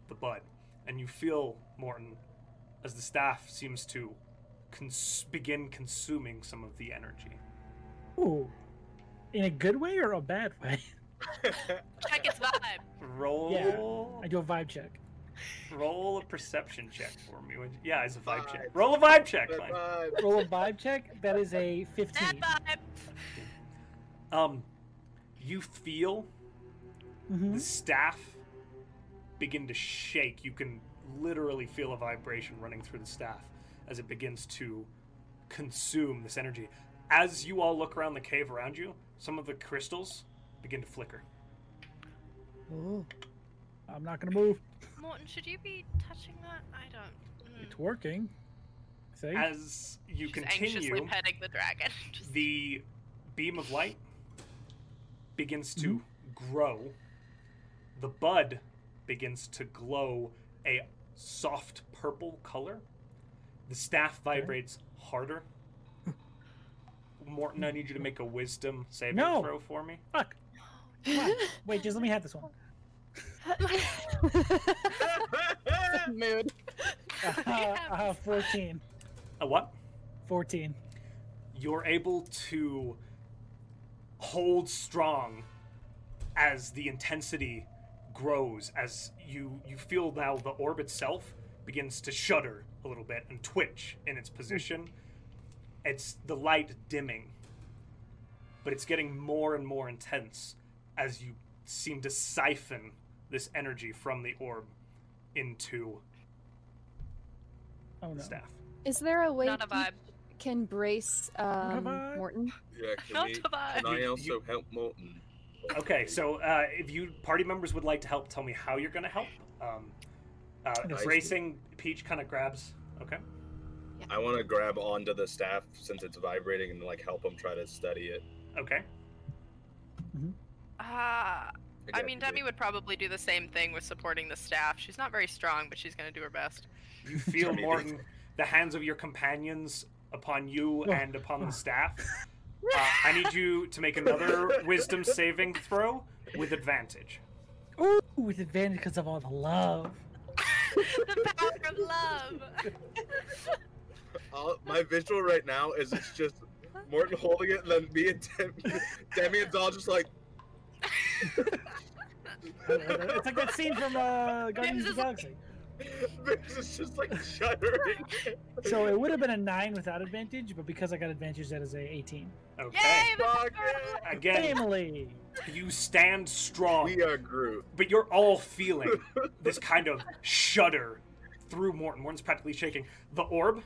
Speaker 1: the bud and you feel morton as the staff seems to cons- begin consuming some of the energy
Speaker 2: Ooh. In a good way or a bad way?
Speaker 4: Check its vibe.
Speaker 1: Roll,
Speaker 2: I do a vibe check.
Speaker 1: roll a perception check for me. would you- Yeah, it's a vibe check.
Speaker 3: Vibe.
Speaker 1: Roll a vibe check,
Speaker 3: Bye
Speaker 1: fine.
Speaker 3: bye.
Speaker 2: Roll a vibe check. That is a 15.
Speaker 4: That vibe.
Speaker 1: Um, you feel
Speaker 2: Mhm.
Speaker 1: the staff begin to shake. You can literally feel a vibration running through the staff as it begins to consume this energy. As you all look around the cave around you, some of the crystals begin to flicker.
Speaker 2: I'm not gonna move.
Speaker 4: Morton, should you be touching that? I don't. mm.
Speaker 2: It's working. See?
Speaker 1: As you
Speaker 4: She's anxiously
Speaker 1: continue,
Speaker 4: petting the dragon. Just,
Speaker 1: the beam of light begins to grow. The bud begins to glow a soft purple color. The staff vibrates harder. Morton, I need you to make a wisdom saving
Speaker 2: No.
Speaker 1: throw for me.
Speaker 2: Fuck. Fuck. Wait, just let me have this one.
Speaker 5: Mood.
Speaker 2: Uh, uh, 14.
Speaker 1: A what?
Speaker 2: 14.
Speaker 1: You're able to hold strong as the intensity grows as you you feel now the orb itself begins to shudder a little bit and twitch in its position it's the light dimming but it's getting more and more intense as you seem to siphon this energy from the orb into
Speaker 2: Oh
Speaker 1: the
Speaker 2: no.
Speaker 1: staff
Speaker 5: Is there a way
Speaker 4: Oh, not a vibe.
Speaker 5: you can brace um,
Speaker 2: vibe.
Speaker 5: Morton?
Speaker 3: Yeah, can,
Speaker 4: Not
Speaker 3: we,
Speaker 4: a vibe.
Speaker 3: can I
Speaker 1: You-
Speaker 3: also
Speaker 1: you-
Speaker 3: help Morton?
Speaker 1: Okay, so uh, if you party members would like to help, tell me how you're going to help. Um, uh,
Speaker 2: Yes.
Speaker 1: Racing Peach kind of grabs. Okay.
Speaker 3: I want to grab onto the staff since it's vibrating and like help him try to study it.
Speaker 1: Okay.
Speaker 4: Ah, I
Speaker 3: guess
Speaker 4: mean,
Speaker 3: we did.
Speaker 4: Demi would probably do the same thing with supporting the staff. She's not very strong, but she's gonna do her best.
Speaker 1: You feel
Speaker 3: Maybe.
Speaker 1: Morton, the hands of your companions upon you
Speaker 2: Oh.
Speaker 1: and upon the staff. Uh, I need you to make another wisdom saving throw with advantage.
Speaker 2: Ooh, with advantage because of all the love.
Speaker 4: the power of love.
Speaker 3: All- my visual right now is it's just Morton holding it, and then me and Demi, Demi and Zal just like.
Speaker 2: It's like that scene from uh, Guardians
Speaker 4: is
Speaker 2: of the Galaxy.
Speaker 3: Vince is just like shuddering.
Speaker 2: So it would have been a 9 without advantage, but because I got advantage, that is a 18.
Speaker 1: Okay.
Speaker 4: Yay! The power
Speaker 3: Fuck
Speaker 4: of love.
Speaker 3: it.
Speaker 1: Again,
Speaker 2: Family!
Speaker 1: you stand strong.
Speaker 3: We are Groot.
Speaker 1: but you're all feeling this kind of shudder through Morton. Morton's practically shaking. The orb,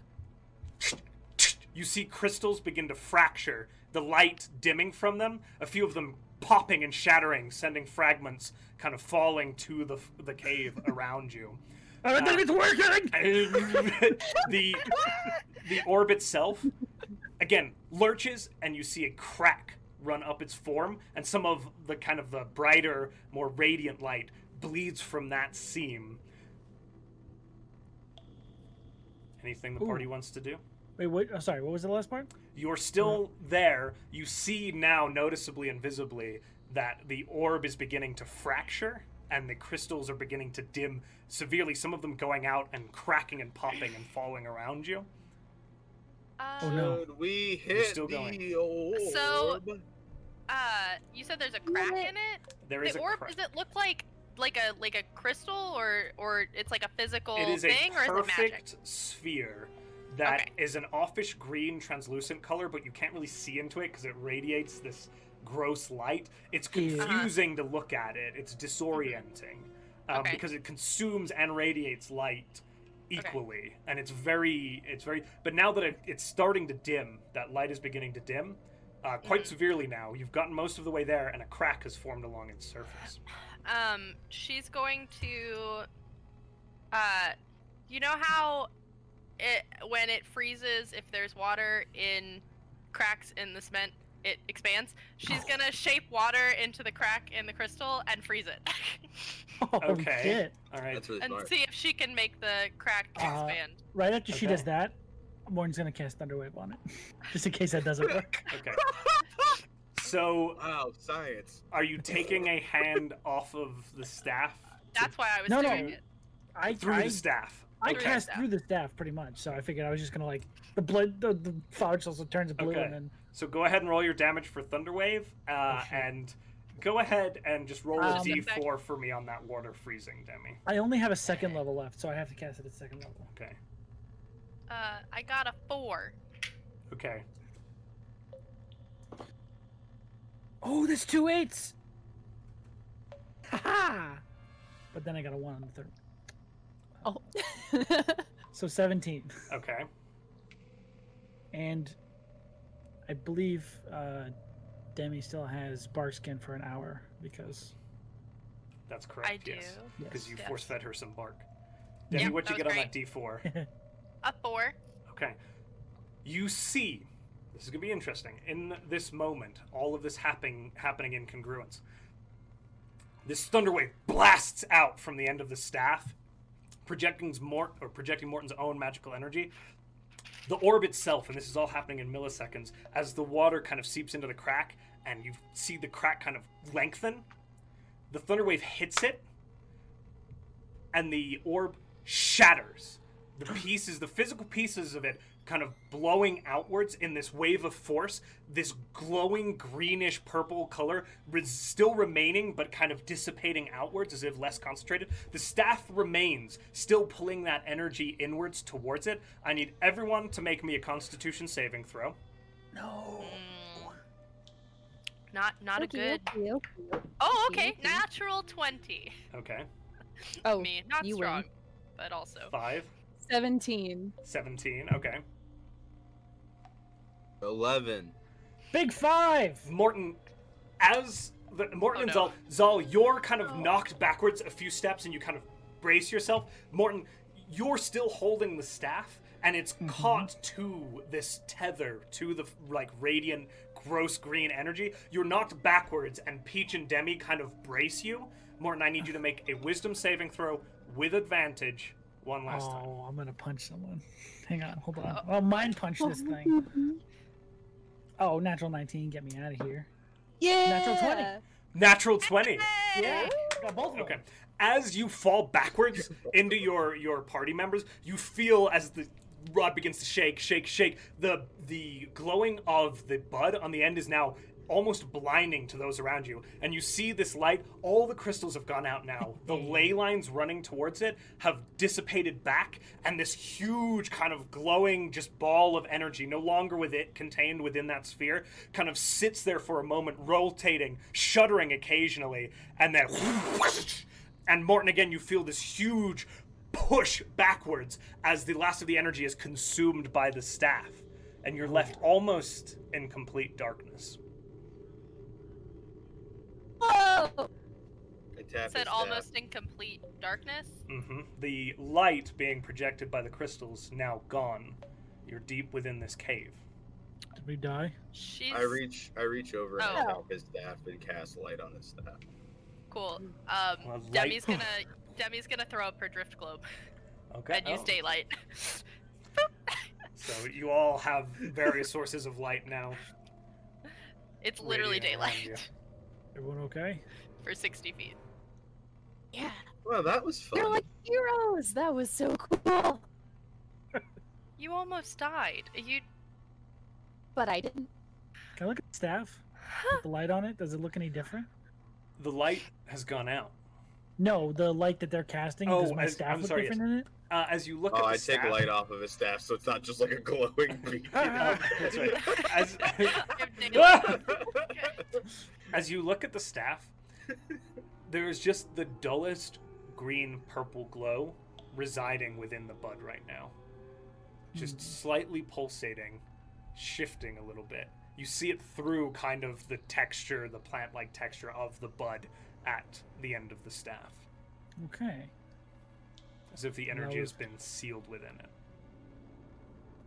Speaker 1: you see crystals begin to fracture, the light dimming from them, a few of them popping and shattering, sending fragments kind of falling to the, the cave around you.
Speaker 2: I don't think it's working!
Speaker 1: the the orb itself again lurches and you see a crack run up its form and some of the kind of the brighter more radiant light bleeds from that seam anything the party
Speaker 2: Ooh.
Speaker 1: wants to do
Speaker 2: Wait, what? Oh, sorry, what was the last part?
Speaker 1: you're still there you see now noticeably and visibly that the orb is beginning to fracture and the crystals are beginning to dim severely some of them going out and cracking and popping and falling around you
Speaker 2: Oh, no.
Speaker 3: Should we
Speaker 1: You're
Speaker 3: hit
Speaker 1: still going.
Speaker 3: the orb?
Speaker 4: So- Uh, you said there's a crack
Speaker 5: Lit.
Speaker 4: in it.
Speaker 1: There is
Speaker 4: the
Speaker 1: a
Speaker 4: orb.
Speaker 1: crack.
Speaker 4: Does it look like like a like a crystal or or it's like a physical
Speaker 1: It is a
Speaker 4: thing or is it magic?
Speaker 1: perfect sphere that is
Speaker 4: Okay.
Speaker 1: an offish green translucent color, but you can't really see into it because it radiates this gross light. It's
Speaker 2: Ew. Uh-huh.
Speaker 1: confusing to look at it. It's disorienting um,
Speaker 4: Okay.
Speaker 1: because it consumes and radiates light equally, and it's very, it's very. But now that it, it's starting to dim, that light is beginning to dim. Uh, quite
Speaker 4: Mhm.
Speaker 1: severely now. You've gotten most of the way there, and a crack has formed along its surface.
Speaker 4: Um, she's going to. Uh, you know how it when it freezes, if there's water in cracks in the cement, it expands. She's
Speaker 1: Oh.
Speaker 4: gonna shape water into the crack in the crystal and freeze it,
Speaker 2: Oh,
Speaker 1: Okay.
Speaker 2: shit.
Speaker 1: All right.
Speaker 3: That's really
Speaker 4: and
Speaker 3: smart.
Speaker 4: see if she can make the crack
Speaker 2: Uh,
Speaker 4: expand.
Speaker 2: Right after she
Speaker 1: Okay.
Speaker 2: does that, Morton's gonna cast Thunderwave on it. Just in case that doesn't work.
Speaker 1: Okay. So
Speaker 3: Wow, science.
Speaker 1: Are you taking a hand off of the staff? to-
Speaker 4: That's why I was
Speaker 2: No, no.
Speaker 4: doing it.
Speaker 2: I,
Speaker 1: through
Speaker 2: I,
Speaker 1: the staff.
Speaker 2: I
Speaker 4: through the
Speaker 2: cast
Speaker 4: staff.
Speaker 2: through the staff pretty much, so I figured I was just gonna like the blood, the, the flower also turns blue,
Speaker 1: Okay.
Speaker 2: and then
Speaker 1: So go ahead and roll your damage for Thunderwave, uh,
Speaker 2: Oh, shit.
Speaker 1: and go ahead and just roll a
Speaker 2: Um,
Speaker 1: d4 for me on that water freezing, Demi.
Speaker 2: I only have a second level left, so I have to cast it at second level.
Speaker 1: Okay.
Speaker 4: Uh, I got a four.
Speaker 1: Okay.
Speaker 2: Oh, there's two eights. Ha ha! But then I got a one on the third.
Speaker 5: Oh.
Speaker 2: So 17.
Speaker 1: Okay.
Speaker 2: And I believe uh, Demi still has bark skin for an hour because
Speaker 1: That's correct.
Speaker 4: I do.
Speaker 1: Yes. Because
Speaker 2: yes.
Speaker 1: you
Speaker 4: Yes.
Speaker 1: force fed her some bark. Demi,
Speaker 4: Yeah,
Speaker 1: what'd you
Speaker 4: that
Speaker 1: get
Speaker 4: was
Speaker 1: on that D4?
Speaker 4: A four.
Speaker 1: Okay. You see, this is gonna be interesting. In this moment, all of this happening happening in congruence. This thunderwave blasts out from the end of the staff, projecting Mort or projecting Morton's own magical energy. The orb itself, and this is all happening in milliseconds, as the water kind of seeps into the crack, and you see the crack kind of lengthen. The thunderwave hits it, and the orb shatters. The pieces, the physical pieces of it, kind of blowing outwards in this wave of force, this glowing greenish purple color, re- still remaining but kind of dissipating outwards as if less concentrated. The staff remains, still pulling that energy inwards towards it. I need everyone to make me a constitution saving throw.
Speaker 2: no.
Speaker 4: Mm. Not not a
Speaker 5: Okey
Speaker 4: good.
Speaker 5: dokey, okey dokey.
Speaker 4: Oh,
Speaker 5: Okey
Speaker 4: okay.
Speaker 5: dokey.
Speaker 4: Natural twenty.
Speaker 1: Okay.
Speaker 5: Oh,
Speaker 4: Me, not
Speaker 5: you
Speaker 4: strong,
Speaker 5: win.
Speaker 4: but also.
Speaker 1: 5,
Speaker 5: 17.
Speaker 1: 17. Okay.
Speaker 3: Eleven.
Speaker 2: Big five.
Speaker 1: Morton, as the, Morton
Speaker 4: Oh,
Speaker 1: and
Speaker 4: no.
Speaker 1: Zal, Zal, you're kind of
Speaker 5: Oh.
Speaker 1: knocked backwards a few steps, and you kind of brace yourself. Morton, you're still holding the staff, and it's
Speaker 2: Mhm.
Speaker 1: caught to this tether to the like radiant, gross green energy. You're knocked backwards, and Peach and Demi kind of brace you. Morton, I need you to make a Wisdom saving throw with advantage one last
Speaker 2: oh,
Speaker 1: time.
Speaker 2: I'm gonna punch someone. Hang on, hold on. I'll mind punch this thing.
Speaker 5: Mhm.
Speaker 2: Oh, natural 19, get me out of here.
Speaker 5: Yeah.
Speaker 2: Natural 20.
Speaker 1: Natural twenty.
Speaker 4: Yay!
Speaker 2: Got both of them.
Speaker 1: Okay. As you fall backwards into your your party members, you feel as the rod begins to shake, shake, shake. The the glowing of the bud on the end is now almost blinding to those around you, and you see this light. All the crystals have gone out now. The ley lines running towards it have dissipated back, and this huge kind of glowing just ball of energy, no longer with it contained within that sphere, kind of sits there for a moment, rotating, shuddering occasionally, and then and Morton again, you feel this huge push backwards as the last of the energy is consumed by the staff, and you're left almost in complete darkness.
Speaker 5: Whoa.
Speaker 3: I tap
Speaker 4: Said
Speaker 3: his
Speaker 4: almost in complete darkness.
Speaker 1: hmm The light being projected by the crystals now gone. You're deep within this cave.
Speaker 2: Did we die?
Speaker 4: She's
Speaker 3: staff. I reach. I reach over and I
Speaker 5: Oh.
Speaker 3: tap his staff and cast light on his staff.
Speaker 4: cool.
Speaker 1: Well,
Speaker 4: Um,
Speaker 1: light-
Speaker 4: Demi's gonna Demi's gonna throw up her drift globe
Speaker 1: Okay.
Speaker 4: and use daylight.
Speaker 1: So you all have various sources of light now.
Speaker 4: It's literally
Speaker 1: Radiant around
Speaker 4: daylight
Speaker 2: Everyone okay?
Speaker 4: for sixty feet.
Speaker 5: Yeah.
Speaker 3: Well, that was fun.
Speaker 5: They're like heroes. That was so cool.
Speaker 4: You almost died. You.
Speaker 5: But I didn't.
Speaker 2: Can I look at the staff? With the light on it? Does it look any different?
Speaker 1: The light has gone out.
Speaker 2: No, the light that they're casting.
Speaker 1: Oh,
Speaker 2: does my
Speaker 1: as-
Speaker 2: staff
Speaker 1: I'm
Speaker 2: look
Speaker 1: sorry,
Speaker 2: different in it?
Speaker 1: Uh, as you look
Speaker 3: Oh,
Speaker 1: at the
Speaker 3: I take
Speaker 1: staff,
Speaker 3: light off of his staff, so it's not just like a glowing beacon.
Speaker 1: Yeah, that's right. As-
Speaker 4: Give daylight.
Speaker 1: Ah! As you look at the staff, there is just the dullest green purple glow residing within the bud right now. Just
Speaker 2: Hmm.
Speaker 1: slightly pulsating, shifting a little bit. You see it through kind of the texture, the plant like texture of the bud at the end of the staff,
Speaker 2: Okay.
Speaker 1: as if the
Speaker 2: And that
Speaker 1: energy has
Speaker 2: was-
Speaker 1: been sealed within it.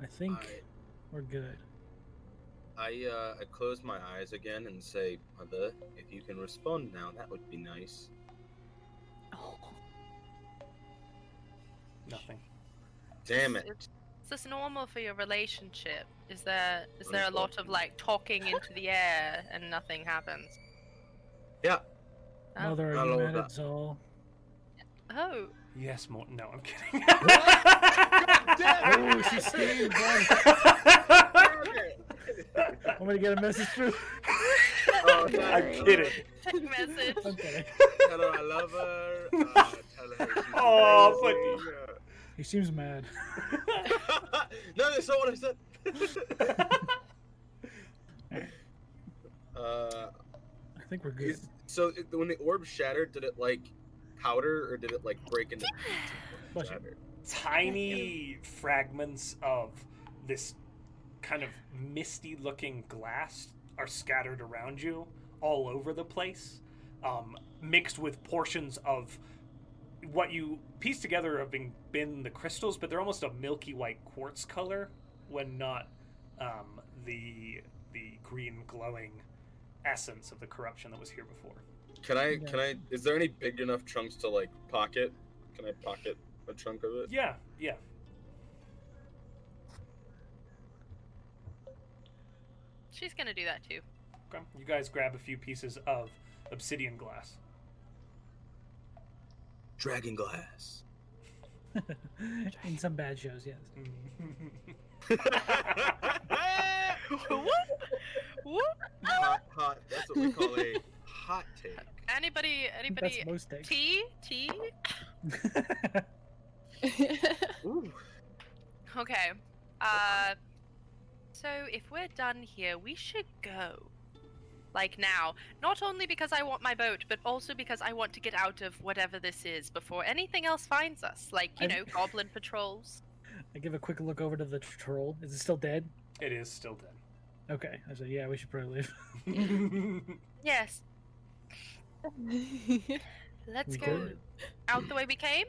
Speaker 2: I think we're good.
Speaker 3: I uh, I close my eyes again and say, Mother, if you can respond now, that would be nice.
Speaker 1: Nothing.
Speaker 3: Damn it.
Speaker 4: Is this normal for your relationship? Is there is there a
Speaker 3: Wonderful.
Speaker 4: lot of like talking into the air and nothing happens?
Speaker 3: Yeah.
Speaker 4: Oh,
Speaker 2: Mother, are
Speaker 3: Not
Speaker 2: you
Speaker 3: all
Speaker 2: mad
Speaker 3: that.
Speaker 2: at Zol?
Speaker 4: oh.
Speaker 1: Yes, Morton. No, I'm kidding.
Speaker 2: Oh, she's staying blind. I'm gonna get a message through.
Speaker 3: Oh, no.
Speaker 1: I'm kidding.
Speaker 4: message.
Speaker 2: I'm kidding.
Speaker 3: Tell her I love her. Uh, tell her she's
Speaker 1: Aw,
Speaker 3: amazing.
Speaker 2: He seems mad.
Speaker 3: no, that's not what I said.
Speaker 2: Alright.
Speaker 3: uh,
Speaker 2: think we're good.
Speaker 3: Is, so it- when the orb shattered, did it like powder or did it like break into
Speaker 2: Bless you.
Speaker 3: shatter?
Speaker 1: tiny fragments of this kind of misty looking glass are scattered around you all over the place um, mixed with portions of what you piece together have been, been the crystals but they're almost a milky white quartz color when not um, the the green glowing essence of the corruption that was here before
Speaker 3: Can I? Can I? Is there any big enough chunks to like pocket? Can I pocket a chunk of it?
Speaker 1: yeah yeah
Speaker 4: She's gonna do that too.
Speaker 1: Okay. You guys grab a few pieces of obsidian glass.
Speaker 3: Dragon glass.
Speaker 2: In some bad shows, yes.
Speaker 4: Whoop, whoop.
Speaker 3: hot, hot. That's what we call a hot take.
Speaker 4: Anybody, anybody,
Speaker 2: That's most days.
Speaker 4: tea, tea.
Speaker 3: Ooh.
Speaker 4: Okay. Uh, so if we're done here, we should go. Like now. Not only because I want my boat, but also because I want to get out of whatever this is before anything else finds us. Like, you
Speaker 2: I've-
Speaker 4: know, goblin patrols.
Speaker 2: I give a quick look over to the troll. Is it still dead?
Speaker 1: it is still
Speaker 2: Okay. I said, yeah, we should probably leave.
Speaker 1: dead.
Speaker 4: Yes. Let's
Speaker 2: We
Speaker 4: go
Speaker 2: good?
Speaker 4: out the way we came.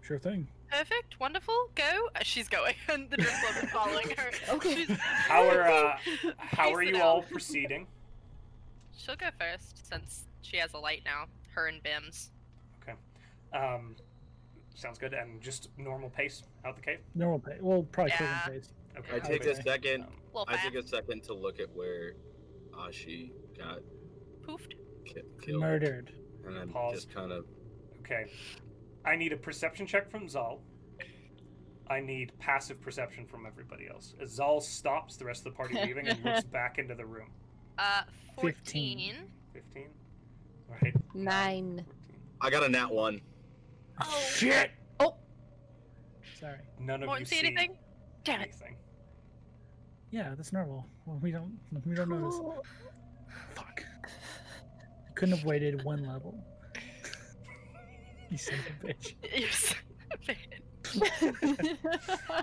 Speaker 2: Sure thing.
Speaker 4: Perfect. Wonderful. Go. Uh, She's going. And the drift club is following her.
Speaker 5: Okay.
Speaker 4: She's-
Speaker 1: how are uh, how
Speaker 4: Pace
Speaker 1: are
Speaker 4: it
Speaker 1: you
Speaker 4: out.
Speaker 1: all proceeding?
Speaker 4: She'll go first since she has a light now. Her and Bims.
Speaker 1: Um, sounds good. And just normal pace out the cave.
Speaker 2: Normal pace. Well, probably
Speaker 4: Yeah.
Speaker 2: prison pace.
Speaker 1: Okay.
Speaker 3: I take
Speaker 1: this.
Speaker 3: a second.
Speaker 1: Um,
Speaker 4: Well,
Speaker 3: I
Speaker 4: fast.
Speaker 3: take a second to look at where Ashi got
Speaker 4: Poofed.
Speaker 3: ki- killed,
Speaker 2: Murdered.
Speaker 3: and I'm
Speaker 1: Pause.
Speaker 3: just kind of
Speaker 1: okay. I need a perception check from Zal. I need passive perception from everybody else. As Zal stops, the rest of the party leaving and looks back into the room.
Speaker 4: Uh, 14.
Speaker 2: 15.
Speaker 1: Fifteen. All right.
Speaker 5: Nine.
Speaker 1: 14.
Speaker 3: I got a nat one.
Speaker 4: Oh.
Speaker 1: Shit!
Speaker 2: Sorry.
Speaker 1: None of
Speaker 4: Morton,
Speaker 1: you
Speaker 4: see anything? Damn it.
Speaker 1: anything.
Speaker 2: Yeah, that's normal. Well, we don't. We don't notice. Fuck. Couldn't have waited one level. you son of a bitch.
Speaker 4: You're so bad.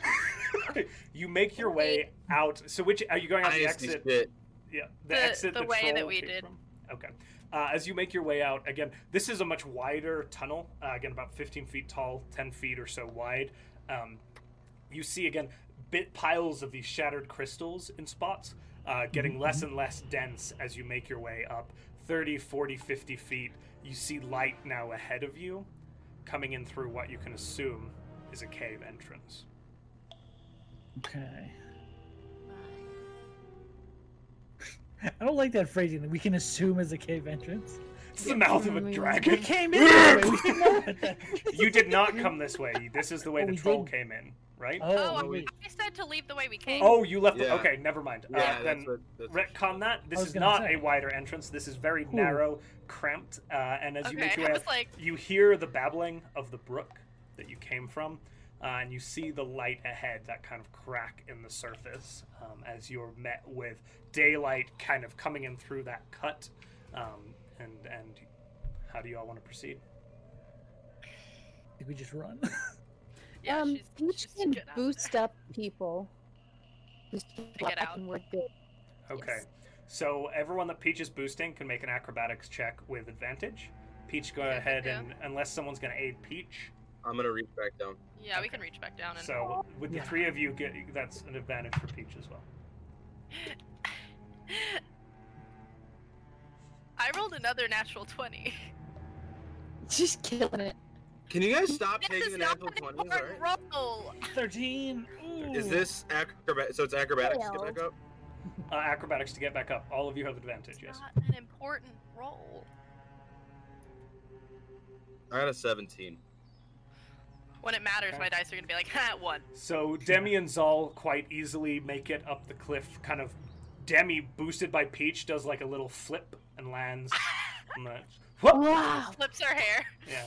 Speaker 1: you make your way out. So, which are you going out the
Speaker 3: I see
Speaker 1: exit? Uh,
Speaker 3: shit.
Speaker 1: Yeah, the,
Speaker 4: The-
Speaker 1: exit.
Speaker 4: the way that
Speaker 1: troll
Speaker 4: we
Speaker 1: came
Speaker 4: did.
Speaker 1: from? Okay. Uh, as you make your way out, again, this is a much wider tunnel. Uh, again, about 15 feet tall, 10 feet or so wide. Um, you see again bit piles of these shattered crystals in spots, uh, getting less and less dense as you make your way up 30, 40, 50 feet. You see light now ahead of you, coming in through what you can assume is a cave entrance.
Speaker 2: Okay. I don't like that phrasing. That we can assume is a cave entrance.
Speaker 1: It's the mouth of a
Speaker 5: Mm.
Speaker 2: We
Speaker 1: dragon.
Speaker 2: came in. this way, we should know about that.
Speaker 1: You did not come this way. This is the way
Speaker 2: Oh,
Speaker 1: the
Speaker 2: we
Speaker 1: troll
Speaker 2: didn't.
Speaker 1: came in, right?
Speaker 2: Oh,
Speaker 4: Oh,
Speaker 3: no,
Speaker 4: I,
Speaker 3: we-
Speaker 4: I said to leave the way we came.
Speaker 1: Oh, you left.
Speaker 3: Yeah.
Speaker 1: The, okay, never mind.
Speaker 3: Yeah,
Speaker 1: uh,
Speaker 3: that's
Speaker 1: then
Speaker 3: what. That's what she
Speaker 1: retcon that. This
Speaker 2: was
Speaker 1: is
Speaker 2: gonna
Speaker 1: not
Speaker 2: say.
Speaker 1: a wider entrance. This is very
Speaker 2: Cool.
Speaker 1: narrow, cramped. Uh, and as you
Speaker 4: okay.
Speaker 1: make your
Speaker 4: I
Speaker 1: way
Speaker 4: was
Speaker 1: up,
Speaker 4: like,
Speaker 1: you hear the babbling of the brook that you came from, uh, and you see the light ahead, that kind of crack in the surface, um, as you're met with daylight kind of coming in through that cut. Um, and and how do you all want to proceed?
Speaker 2: Did we just run?
Speaker 4: yeah,
Speaker 5: um,
Speaker 4: she's,
Speaker 5: Peach
Speaker 4: she's
Speaker 5: can
Speaker 4: good at-
Speaker 5: boost up people. Just
Speaker 4: it out.
Speaker 5: and we're good.
Speaker 1: Okay.
Speaker 5: Yes.
Speaker 1: So everyone that Peach is boosting can make an acrobatics check with advantage. Peach, go
Speaker 4: Okay,
Speaker 1: ahead
Speaker 4: yeah.
Speaker 1: and unless someone's going to aid Peach.
Speaker 3: did. I'm gonna reach back down.
Speaker 4: Yeah, we can reach back down and.
Speaker 1: So with the
Speaker 2: Yeah.
Speaker 1: three of you, get that's an advantage for Peach as well.
Speaker 4: I rolled another natural 20.
Speaker 5: Just killing it.
Speaker 3: Can you guys stop
Speaker 4: this
Speaker 3: taking
Speaker 4: is
Speaker 3: an
Speaker 4: not
Speaker 3: apple
Speaker 4: an
Speaker 3: twenties?
Speaker 4: important roll.
Speaker 2: Thirteen.
Speaker 3: Is
Speaker 2: Ooh.
Speaker 3: this acrobat? So it's acrobatics to get
Speaker 5: Failed.
Speaker 3: back up.
Speaker 1: Uh, acrobatics to get back up. All of you have advantage.
Speaker 4: It's
Speaker 1: Yes.
Speaker 4: not an important roll.
Speaker 3: I got a 17.
Speaker 4: When it matters,
Speaker 1: Okay.
Speaker 4: my dice are gonna be like, ha, one.
Speaker 1: So Demi and Zal quite easily make it up the cliff. Kind of Demi boosted by Peach does like a little flip and lands. on the-
Speaker 2: Oh!
Speaker 1: Whoop!
Speaker 5: Wow.
Speaker 4: Flips her hair.
Speaker 1: Yeah.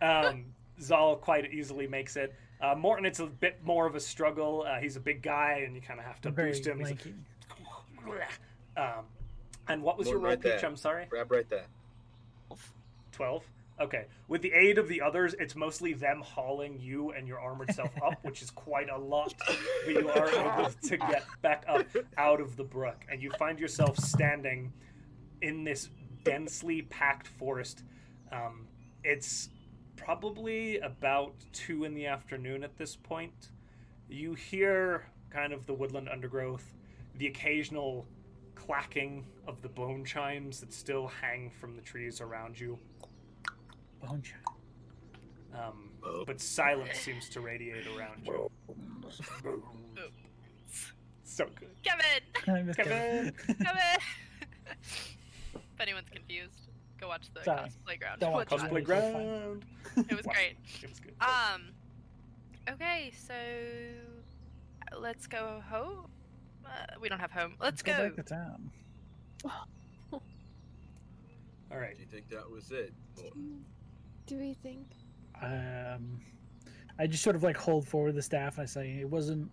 Speaker 1: Um, Zal quite easily makes it. Uh, Morton, it's a bit more of a struggle. Uh, he's a big guy, and you kind of have to
Speaker 2: Very
Speaker 1: boost him. He's
Speaker 2: lanky.
Speaker 1: like, um, And what was
Speaker 3: More
Speaker 1: your roll,
Speaker 3: right
Speaker 1: Peach?
Speaker 3: there.
Speaker 1: I'm sorry.
Speaker 3: Grab right there.
Speaker 1: 12 okay with the aid of the others it's mostly them hauling you and your armored self up which is quite a lot but you are able to get back up out of the brook and you find yourself standing in this densely packed forest um, it's probably about two in the afternoon at this point you hear kind of the woodland undergrowth the occasional clacking of the bone chimes that still hang from the trees around you
Speaker 2: Bone chime.
Speaker 1: um,
Speaker 3: Oh.
Speaker 1: but silence seems to radiate around you. so good.
Speaker 4: Kevin!
Speaker 2: I missed
Speaker 1: Kevin.
Speaker 2: it.
Speaker 4: Kevin! if anyone's confused, go watch the
Speaker 2: Sorry.
Speaker 4: cosplay ground.
Speaker 2: Don't
Speaker 4: Watch
Speaker 2: want
Speaker 4: that.
Speaker 1: Cosplay
Speaker 2: It's fine.
Speaker 1: ground.
Speaker 4: It was great.
Speaker 1: It was good.
Speaker 4: Um. Okay, so uh, let's go home. Uh, we don't have home. Let's go.
Speaker 2: back to town.
Speaker 1: All right.
Speaker 3: Do you think that was it? Or-
Speaker 5: Do we think?
Speaker 2: Um, I just sort of like hold forward the staff and I say it wasn't,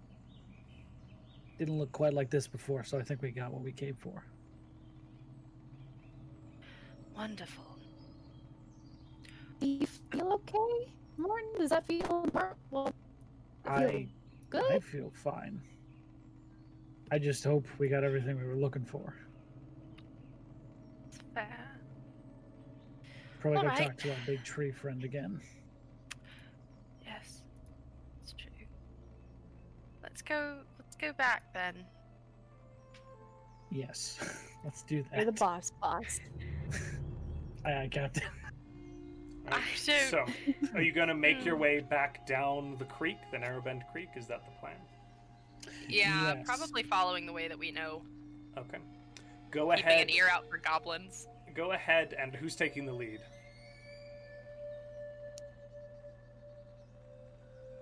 Speaker 2: didn't look quite like this before, so I think we got what we came for.
Speaker 4: Wonderful.
Speaker 5: Do you feel okay, Morton? Does that feel mer- well? that
Speaker 2: I
Speaker 5: feel
Speaker 2: I
Speaker 5: good.
Speaker 2: feel fine. I just hope we got everything we were looking for.
Speaker 4: It's fair.
Speaker 2: Probably go
Speaker 4: Alright.
Speaker 2: talk to our big tree friend again.
Speaker 4: Yes, it's true. Let's go. Let's go back then.
Speaker 2: Yes, let's do that.
Speaker 5: You're the boss, boss.
Speaker 2: Aye, aye, Captain.
Speaker 1: All right.
Speaker 4: I Hmm. don't-
Speaker 1: So, are you gonna make your way back down the creek, the Narrowbend Creek? Is that the plan?
Speaker 4: Yeah,
Speaker 2: Yes.
Speaker 4: probably following the way that we know.
Speaker 1: Okay. Go
Speaker 4: Keeping
Speaker 1: ahead.
Speaker 4: an ear out for goblins.
Speaker 1: Go ahead. And who's taking the lead?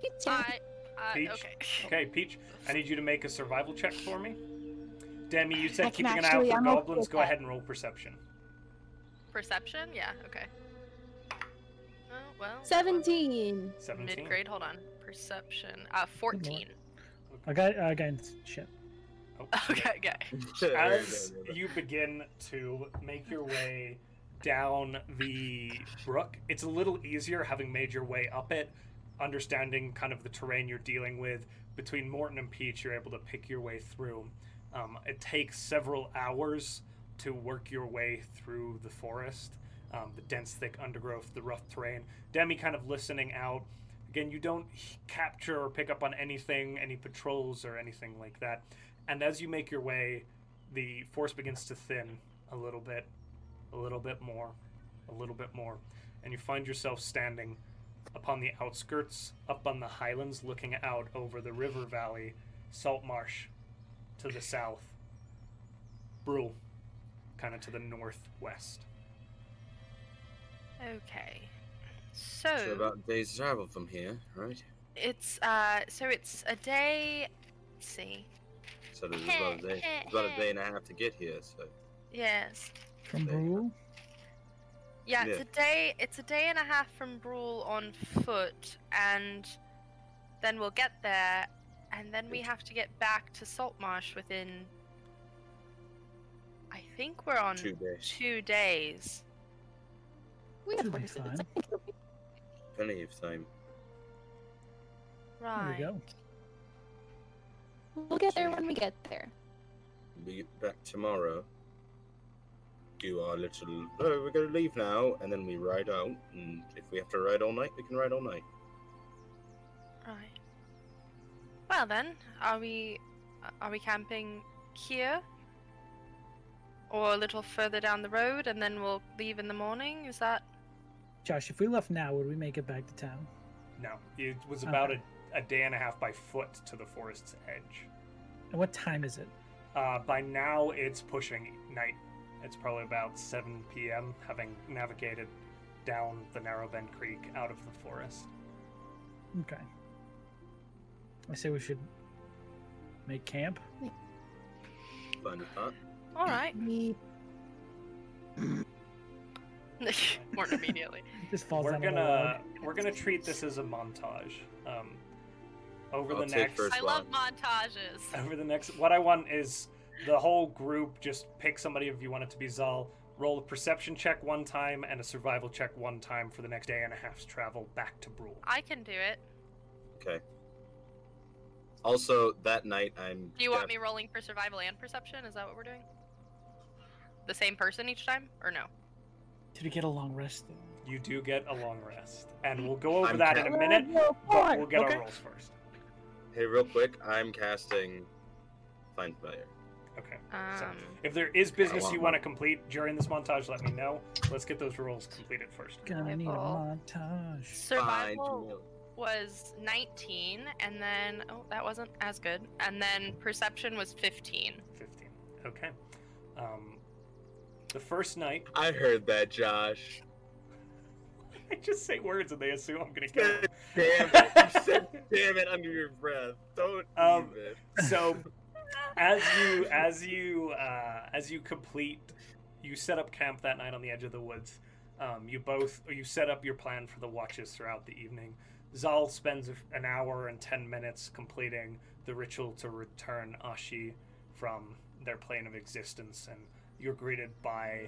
Speaker 5: You too.
Speaker 4: I, I
Speaker 1: Peach?
Speaker 4: Uh, okay.
Speaker 1: Okay, Peach. I need you to make a survival check for me. Demi, you said
Speaker 5: I can
Speaker 1: keeping an eye out
Speaker 5: actually-
Speaker 1: for
Speaker 5: I'm okay
Speaker 1: goblins.
Speaker 5: with
Speaker 1: Go
Speaker 5: that.
Speaker 1: ahead and roll perception.
Speaker 4: Perception? Yeah. Okay. Oh well.
Speaker 5: Seventeen.
Speaker 1: Seventeen.
Speaker 4: Mid grade. Hold on. Perception. Uh, fourteen.
Speaker 2: A guy uh, against shit.
Speaker 1: Oh,
Speaker 4: Okay. Okay.
Speaker 1: as you begin to make your way down the brook, it's a little easier having made your way up it, understanding kind of the terrain you're dealing with. Between Morton and Peach, you're able to pick your way through. Um, it takes several hours to work your way through the forest, um, the dense, thick undergrowth, the rough terrain. Demi kind of listening out. Again, you don't h- capture or pick up on anything, any patrols or anything like that. And as you make your way, the force begins to thin a little bit, a little bit more, a little bit more, and you find yourself standing upon the outskirts, up on the highlands, looking out over the river valley, salt marsh to the south, Brule kind of to the northwest.
Speaker 4: Okay. So.
Speaker 3: So about a day's travel from here, right?
Speaker 4: It's uh, so it's a day. Let's see,
Speaker 3: So it was about a day, it was about a day and a half to get here. So
Speaker 4: yes,
Speaker 2: From
Speaker 3: There you
Speaker 2: Brule?
Speaker 4: yeah, it's
Speaker 3: Yeah.
Speaker 4: a day. It's a day and a half from Brawl on foot, and then we'll get there, and then we have to get back to Saltmarsh within. I think we're on
Speaker 3: two days.
Speaker 4: two days.
Speaker 5: We have
Speaker 2: Should be
Speaker 5: horses.
Speaker 2: fine.
Speaker 5: I think it'll be-
Speaker 3: Plenty of time.
Speaker 4: Right.
Speaker 2: There we go.
Speaker 5: We'll get there when we get there.
Speaker 3: We get back tomorrow. Do our little. Oh, we're gonna leave now, and then we ride out. And if we have to ride all night, we can ride all night.
Speaker 4: Right. Well then, are we are we camping here? Or a little further down the road and then we'll leave in the morning? Is that
Speaker 2: Josh, if we left now, would we make it back to town?
Speaker 1: No, it was about
Speaker 2: Okay.
Speaker 1: a, a day and a half by foot to the forest's edge.
Speaker 2: And what time is it?
Speaker 1: Uh, by now, it's pushing night. It's probably about 7 p.m., having navigated down the narrow bend creek out of the forest.
Speaker 2: Okay. I say we should make camp.
Speaker 3: Fun part.
Speaker 4: all right?
Speaker 5: We
Speaker 4: Morton immediately.
Speaker 2: Just falls
Speaker 1: we're
Speaker 2: down
Speaker 1: gonna we're gonna treat this as a montage. Um, over
Speaker 3: I'll
Speaker 1: the
Speaker 3: take
Speaker 1: next
Speaker 3: first-
Speaker 4: I love montages.
Speaker 1: over the next what I want is the whole group just pick somebody if you want it to be Zal. Roll a perception check one time and a survival check one time for the next day and a half's travel back to Brule.
Speaker 4: I can do it.
Speaker 3: Okay. Also, that night I'm.
Speaker 4: Do you want
Speaker 3: def-
Speaker 4: me rolling for survival and perception? Is that what we're doing? The same person each time, or no?
Speaker 2: Did we get a long rest? though?
Speaker 1: You do get a long rest, and we'll go over
Speaker 3: I'm
Speaker 1: that in a
Speaker 3: counting.
Speaker 1: minute.
Speaker 2: Level
Speaker 1: But
Speaker 2: four!
Speaker 1: we'll get
Speaker 2: Okay.
Speaker 1: our rolls first.
Speaker 3: Hey, real quick, I'm casting Find Familiar.
Speaker 1: Okay. So,
Speaker 4: Um,
Speaker 1: if there is business
Speaker 3: want
Speaker 1: you
Speaker 3: one.
Speaker 1: want to complete during this montage, let me know. Let's get those rolls completed first.
Speaker 2: Gonna need a
Speaker 4: Survival.
Speaker 2: montage.
Speaker 3: Find
Speaker 4: survival
Speaker 3: Familiar.
Speaker 4: was 19, and then oh, that wasn't as good. And then perception was 15.
Speaker 1: 15. Okay. Um, the first night,
Speaker 3: I heard that, Josh.
Speaker 1: I just say words and they assume I'm going to kill them.
Speaker 3: Damn it! You said damn it under your breath. Don't
Speaker 1: Um,
Speaker 3: do it.
Speaker 1: so as you as you uh, as you complete you set up camp that night on the edge of the woods um, you both or you set up your plan for the watches throughout the evening zal spends an hour and 10 minutes completing the ritual to return ashi from their plane of existence and you're greeted by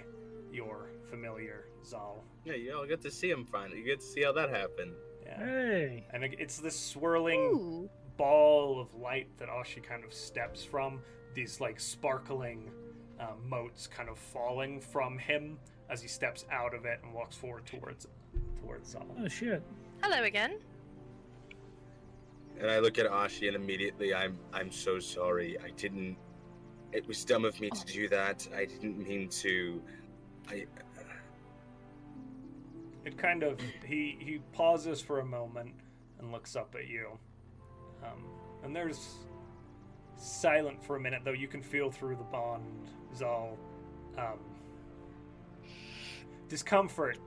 Speaker 1: your familiar zal
Speaker 3: Yeah, you all get to see him finally. You get to see how that happened.
Speaker 1: yeah.
Speaker 2: Hey.
Speaker 1: and it- it's this swirling
Speaker 5: Ooh.
Speaker 1: ball of light that Ashi kind of steps from, these like sparkling uh, motes kind of falling from him as he steps out of it and walks forward towards towards Zal.
Speaker 2: Oh shit.
Speaker 4: Hello again.
Speaker 3: And I look at Ashi and immediately I'm I'm so sorry. I didn't it was dumb of me to do that. I didn't mean to I
Speaker 1: It kind of he he pauses for a moment and looks up at you, um, and there's silent for a minute though you can feel through the bond Zal um, discomfort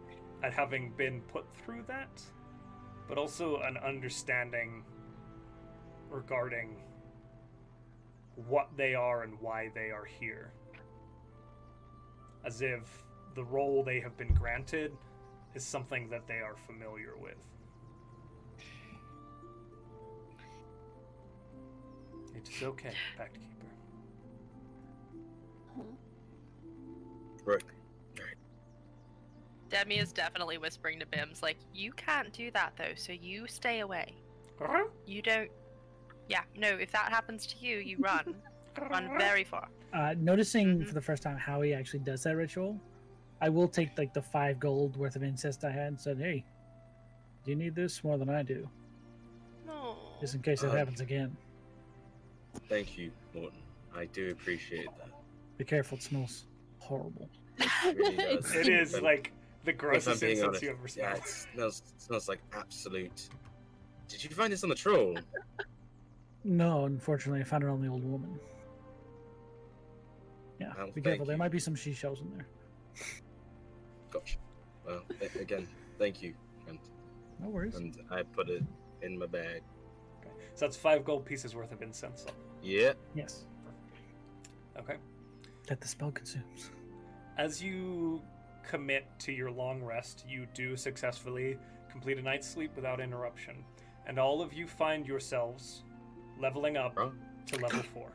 Speaker 1: at having been put through that, but also an understanding regarding what they are and why they are here, as if the role they have been granted is something that they are familiar with. It is okay, Pact Keeper.
Speaker 5: Hmm.
Speaker 3: Right.
Speaker 4: Demi is definitely whispering to Bims, like, you can't do that though, so you stay away. You don't. Yeah, no, if that happens to you, you run. run very far.
Speaker 2: Uh, noticing
Speaker 4: Mhm.
Speaker 2: for the first time how he actually does that ritual, I will take like the five gold worth of incest I had and said, "Hey, you need this more than I do,
Speaker 4: No.
Speaker 2: just in case that
Speaker 3: Um,
Speaker 2: happens again.
Speaker 3: Thank you, Morton. I do appreciate that.
Speaker 2: Be careful, it smells horrible."
Speaker 3: It really does.
Speaker 1: It is
Speaker 3: If I'm-
Speaker 1: like the
Speaker 3: if I'm
Speaker 1: grossest
Speaker 3: being
Speaker 1: incense
Speaker 3: honest.
Speaker 1: you ever
Speaker 3: Yeah,
Speaker 1: smelled.
Speaker 3: it smells it smells like absolute Did you find this on the troll?
Speaker 2: No, unfortunately, I found it on the old woman. Yeah,
Speaker 3: Well,
Speaker 2: be careful.
Speaker 3: thank
Speaker 2: There
Speaker 3: you.
Speaker 2: might be some she shells in there.
Speaker 3: Gosh. Well, a- again, thank you, friend.
Speaker 2: No worries.
Speaker 3: And I put it in my bag.
Speaker 1: Okay. So that's five gold pieces worth of incense.
Speaker 3: Yeah.
Speaker 2: Yes,
Speaker 1: Okay.
Speaker 2: that the spell consumes.
Speaker 1: As you commit to your long rest, you do successfully complete a night's sleep without interruption, and all of you find yourselves leveling up
Speaker 3: Huh?
Speaker 1: to level four.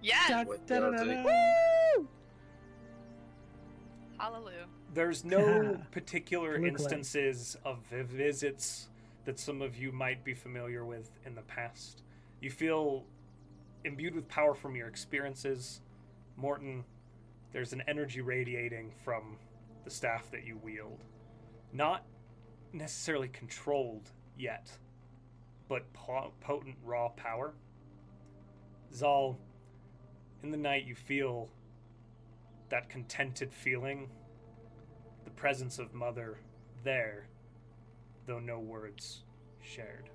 Speaker 4: Yes!
Speaker 2: Da-
Speaker 3: What
Speaker 2: da- da- da-
Speaker 3: the-
Speaker 2: da.
Speaker 4: Hallelujah.
Speaker 1: There's no
Speaker 2: Yeah.
Speaker 1: particular
Speaker 2: Blue glare.
Speaker 1: instances of vi- visits that some of you might be familiar with in the past. You feel imbued with power from your experiences. Morton, there's an energy radiating from the staff that you wield. Not necessarily controlled yet, but po- potent raw power. Zal, in the night you feel that contented feeling the presence of Mother there, though no words shared.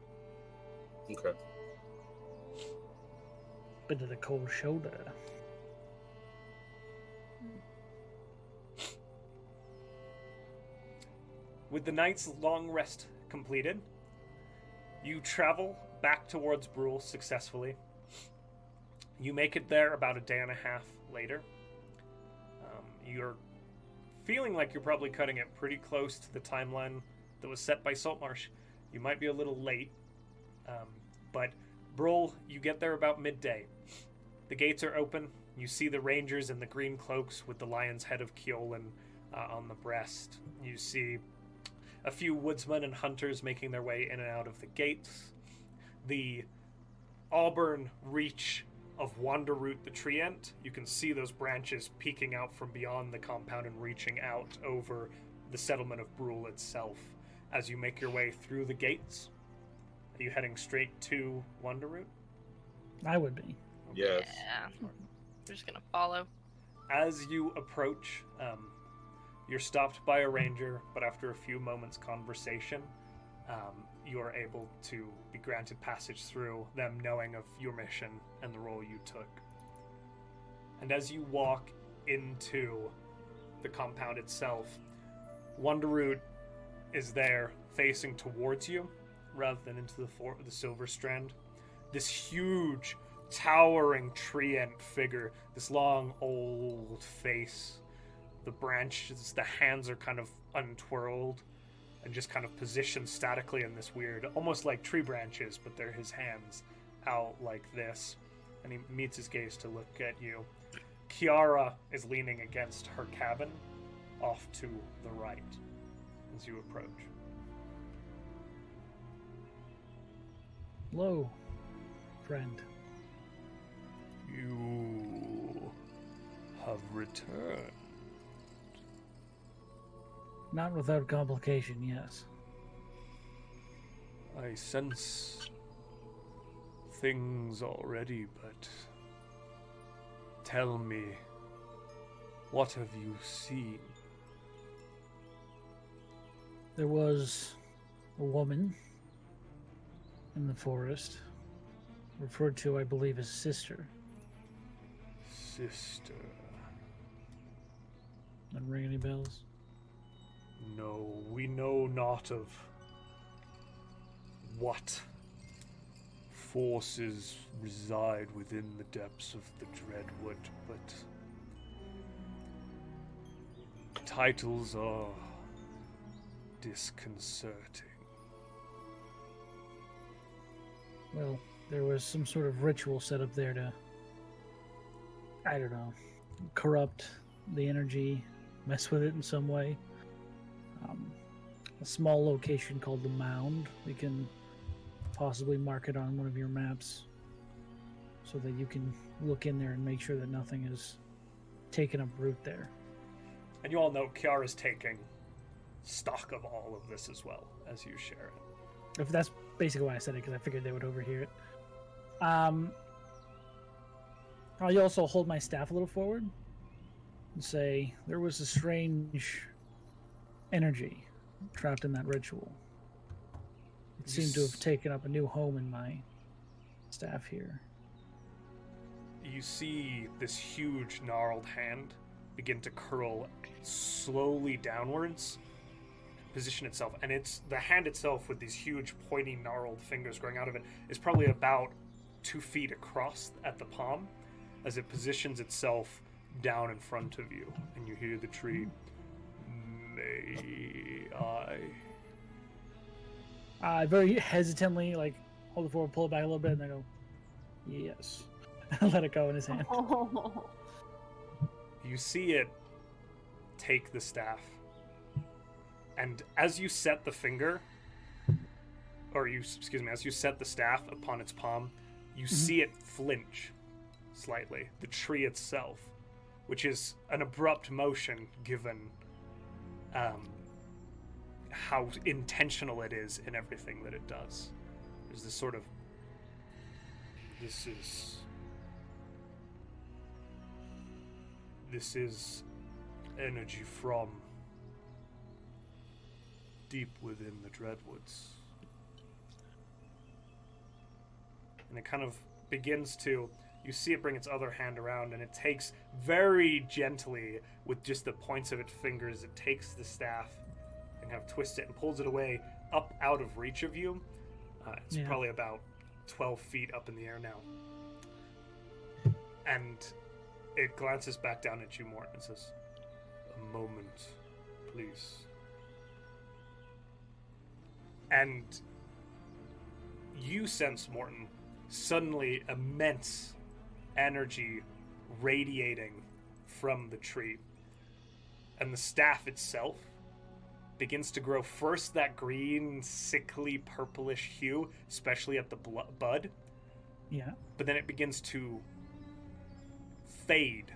Speaker 3: Okay.
Speaker 2: Bit of the cold shoulder.
Speaker 1: With the night's long rest completed, you travel back towards Brule successfully. You make it there about a day and a half later. Um, you're feeling like you're probably cutting it pretty close to the timeline that was set by Saltmarsh. You might be a little late, um, but Brule, you get there about midday. The gates are open, You see the rangers in the green cloaks with the lion's head of Keolan uh, on the breast. You see a few woodsmen and hunters making their way in and out of the gates. The auburn reach of Wanderroot the Tree Ant. You can see those branches peeking out from beyond the compound and reaching out over the settlement of Brule itself. As you make your way through the gates, are you heading straight to Wanderroot?
Speaker 2: I would be.
Speaker 3: Yes.
Speaker 4: Yeah. We're just gonna follow.
Speaker 1: As you approach, um, you're stopped by a ranger, but after a few moments' conversation, um, you are able to be granted passage through them knowing of your mission and the role you took. And as you walk into the compound itself, Wonderroot is there facing towards you rather than into the, for- the Silver Strand. This huge, towering tree ant figure, this long, old face the branches, the hands are kind of untwirled and just kind of positioned statically in this weird, almost like tree branches, but they're his hands out like this. And he meets his gaze to look at you. Kiara is leaning against her cabin off to the right as you approach.
Speaker 2: Hello, friend.
Speaker 1: You have returned.
Speaker 2: Not without complication, yes.
Speaker 1: I sense things already, but tell me, what have you seen?
Speaker 2: There was a woman in the forest, referred to, I believe, as sister.
Speaker 1: Sister,
Speaker 2: Not ring any bells?
Speaker 1: no, we know not of what forces reside within the depths of the Dreadwood, but titles are disconcerting.
Speaker 2: Well, there was some sort of ritual set up there to, I don't know, corrupt the energy, mess with it in some way. Um, a small location called the Mound. We can possibly mark it on one of your maps so that you can look in there and make sure that nothing is taking up root there.
Speaker 1: And you all know Kiara's taking stock of all of this as well as you share it.
Speaker 2: If that's basically why I said it, because I figured they would overhear it. Um, I'll also hold my staff a little forward and say there was a strange energy trapped in that ritual. It seemed to have
Speaker 1: Yes.
Speaker 2: taken up a new home in my staff here.
Speaker 1: You see this huge gnarled hand begin to curl slowly downwards, position itself, and it's the hand itself with these huge pointy gnarled fingers growing out of it is probably about two feet across at the palm as it positions itself down in front of you, and you hear the tree. May I
Speaker 2: I very hesitantly like hold it forward, pull it back a little bit, and I go, "Yes," let it go in his hand.
Speaker 5: Oh.
Speaker 1: You see it take the staff. And as you set the finger, or you, excuse me, as you set the staff upon its palm, you see it flinch slightly, the tree itself, which is an abrupt motion given um, how intentional it is in everything that it does. There's this sort of. This is. This is energy from deep within the Dreadwoods. And it kind of begins to. You see it bring its other hand around, and it takes very gently, with just the points of its fingers, it takes the staff and kind of twists it and pulls it away up out of reach of you. Uh, it's
Speaker 2: Yeah.
Speaker 1: probably about 12 feet up in the air now. And it glances back down at you, Morton, and says, A moment, please. And you sense, Morton, suddenly immense energy radiating from the tree. And the staff itself begins to grow first that green, sickly, purplish hue, especially at the bl- bud,
Speaker 2: Yeah.
Speaker 1: but then it begins to fade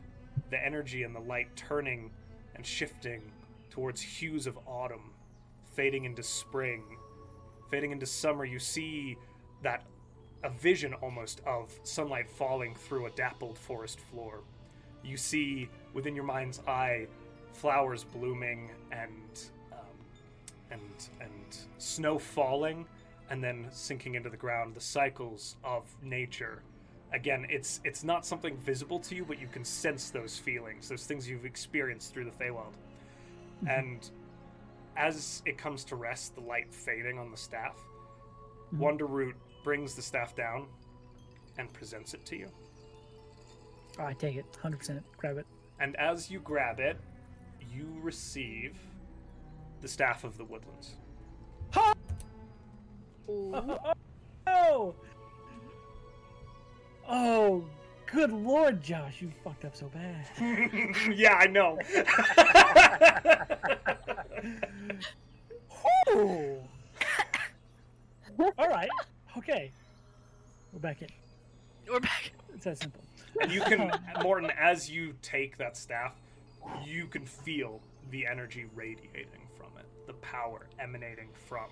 Speaker 1: the energy and the light turning and shifting towards hues of autumn fading into spring fading into summer you see that a vision almost of sunlight falling through a dappled forest floor you see within your mind's eye flowers blooming and um, and and snow falling and then sinking into the ground the cycles of nature again it's it's not something visible to you but you can sense those feelings those things you've experienced through the Feywild and as it comes to rest the light fading on the staff
Speaker 2: Mhm.
Speaker 1: Wonderroot brings the staff down and presents it to you
Speaker 2: I take it. 100%. Grab it.
Speaker 1: and as you grab it you receive the staff of the woodlands
Speaker 4: Ooh.
Speaker 2: Oh! Oh, good lord, Josh. You fucked up so bad.
Speaker 1: yeah i know
Speaker 2: Ooh. All right. Okay. We're back in.
Speaker 4: We're back.
Speaker 2: It's that simple.
Speaker 1: And you can, Morton, as you take that staff, you can feel the energy radiating from it, the power emanating from.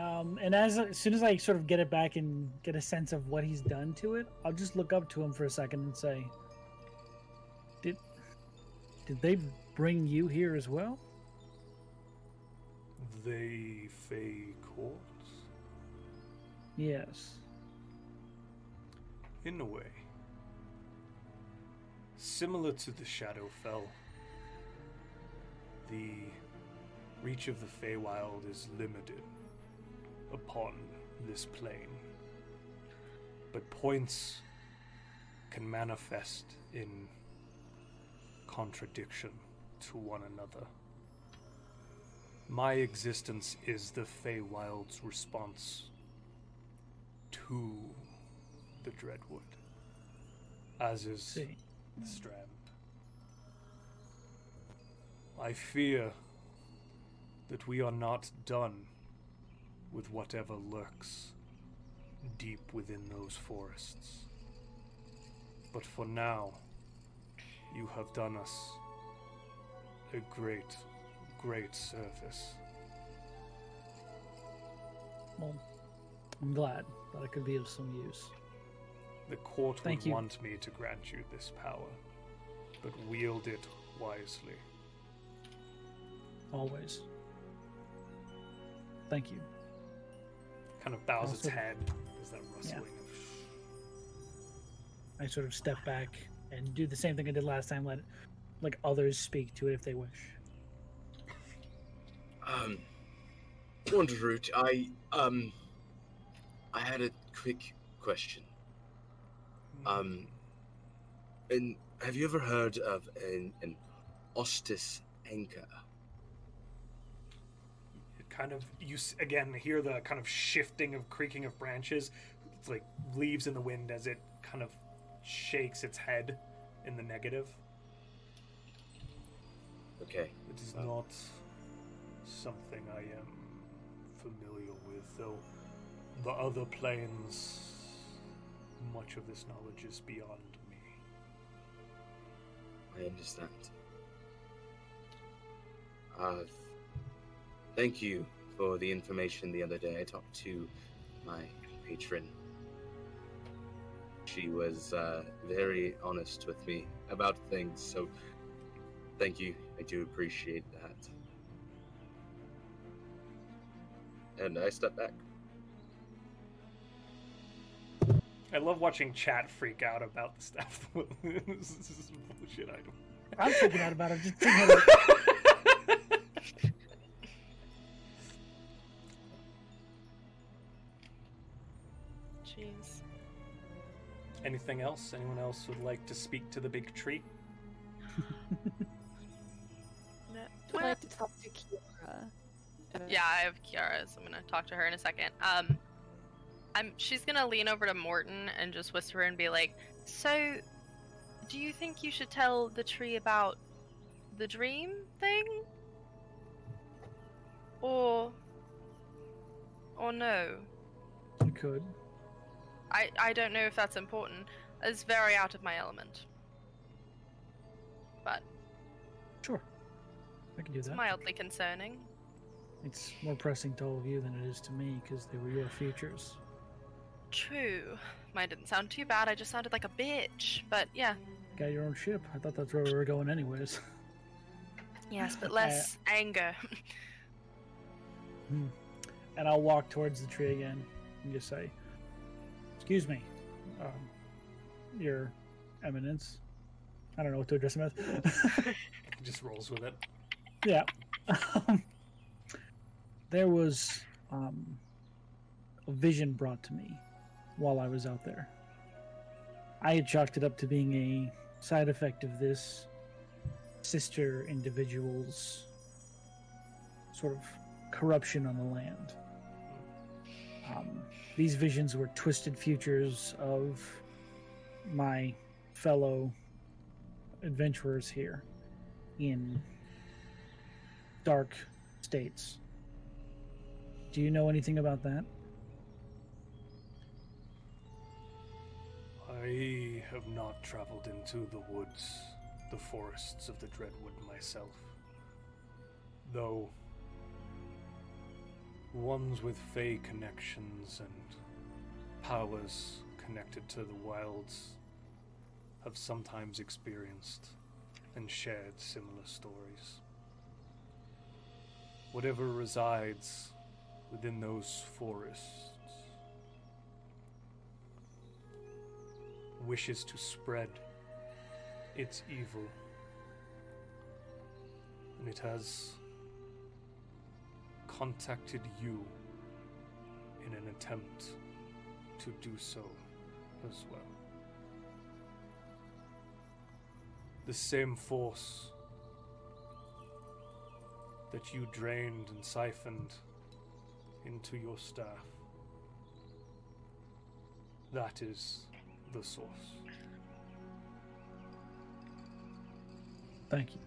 Speaker 2: Um, and as, as soon as I sort of get it back and get a sense of what he's done to it, I'll just look up to him for a second and say, "Did did they bring you here as well?"
Speaker 1: The Fey Court,
Speaker 2: Yes.
Speaker 1: in a way, similar to the Shadowfell, the reach of the Feywild is limited upon this plane, but points can manifest in contradiction to one another. My existence is the Feywild's response to the Dreadwood, as is
Speaker 2: See.
Speaker 1: the Strand. I fear that we are not done with whatever lurks deep within those forests. But for now, you have done us a great, great service.
Speaker 2: Well, I'm glad that it could be of some use.
Speaker 1: The court
Speaker 2: Thank
Speaker 1: would
Speaker 2: you.
Speaker 1: want me to grant you this power, but wield it wisely.
Speaker 2: Always. Thank you.
Speaker 1: Kind of bows its
Speaker 2: Also-
Speaker 1: head. Is that rustling? of-
Speaker 2: I sort of step back and do the same thing I did last time. Let like others speak to it if they wish.
Speaker 3: Um, Wanderroot, I um, I had a quick question. Um, and have you ever heard of an, an ostis anchor?
Speaker 1: It kind of you s- again hear the kind of shifting of creaking of branches it's like leaves in the wind as it kind of shakes its head in the negative
Speaker 3: Okay,
Speaker 1: it is
Speaker 3: Oh.
Speaker 1: not something i am familiar with though the other planes much of this knowledge is beyond me
Speaker 3: I understand. Uh, thank you for the information the other day. I talked to my patron. She was uh, very honest with me about things, so thank you. I do appreciate that. And I step back.
Speaker 1: i love watching chat freak out about the stuff this is a bullshit item
Speaker 2: I'm freaking out about it. Just thinking about it.
Speaker 4: Jeez.
Speaker 1: Anything else? Anyone else would like to speak to the big tree?
Speaker 5: I'd like to talk to Kiara. Uh,
Speaker 4: Yeah, I have Kiara, so I'm gonna talk to her in a second. Um, I'm, she's gonna lean over to Morton and just whisper and be like, "So, do you think you should tell the tree about the dream thing, or, or no?
Speaker 2: You could.
Speaker 4: I I don't know if that's important. It's very out of my element.
Speaker 2: Sure. I can do
Speaker 4: It's
Speaker 2: that.
Speaker 4: mildly concerning.
Speaker 2: It's more pressing to all of you than it is to me because they were your futures.
Speaker 4: True. Mine didn't sound too bad. I just sounded like a bitch. But yeah,
Speaker 2: Got your own ship. I thought that's where we were going, anyways.
Speaker 4: yes, but less anger.
Speaker 2: and I'll walk towards the tree again and just say, "Excuse me, um, Your Eminence." I don't know what to address him as.
Speaker 1: He just rolls with it.
Speaker 2: yeah. Um, there was um, a vision brought to me while I was out there. I had chalked it up to being a side effect of this sister individual's sort of corruption on the land. Um, these visions were twisted futures of my fellow adventurers here in dark states. Do you know anything about that?
Speaker 1: I have not traveled into the woods, the forests of the Dreadwood myself. Though ones with fey connections and powers connected to the wilds have sometimes experienced and shared similar stories. Whatever resides within those forests wishes to spread its evil. And it has contacted you in an attempt to do so as well. The same force that you drained and siphoned into your staff. That is the source.
Speaker 2: Thank you.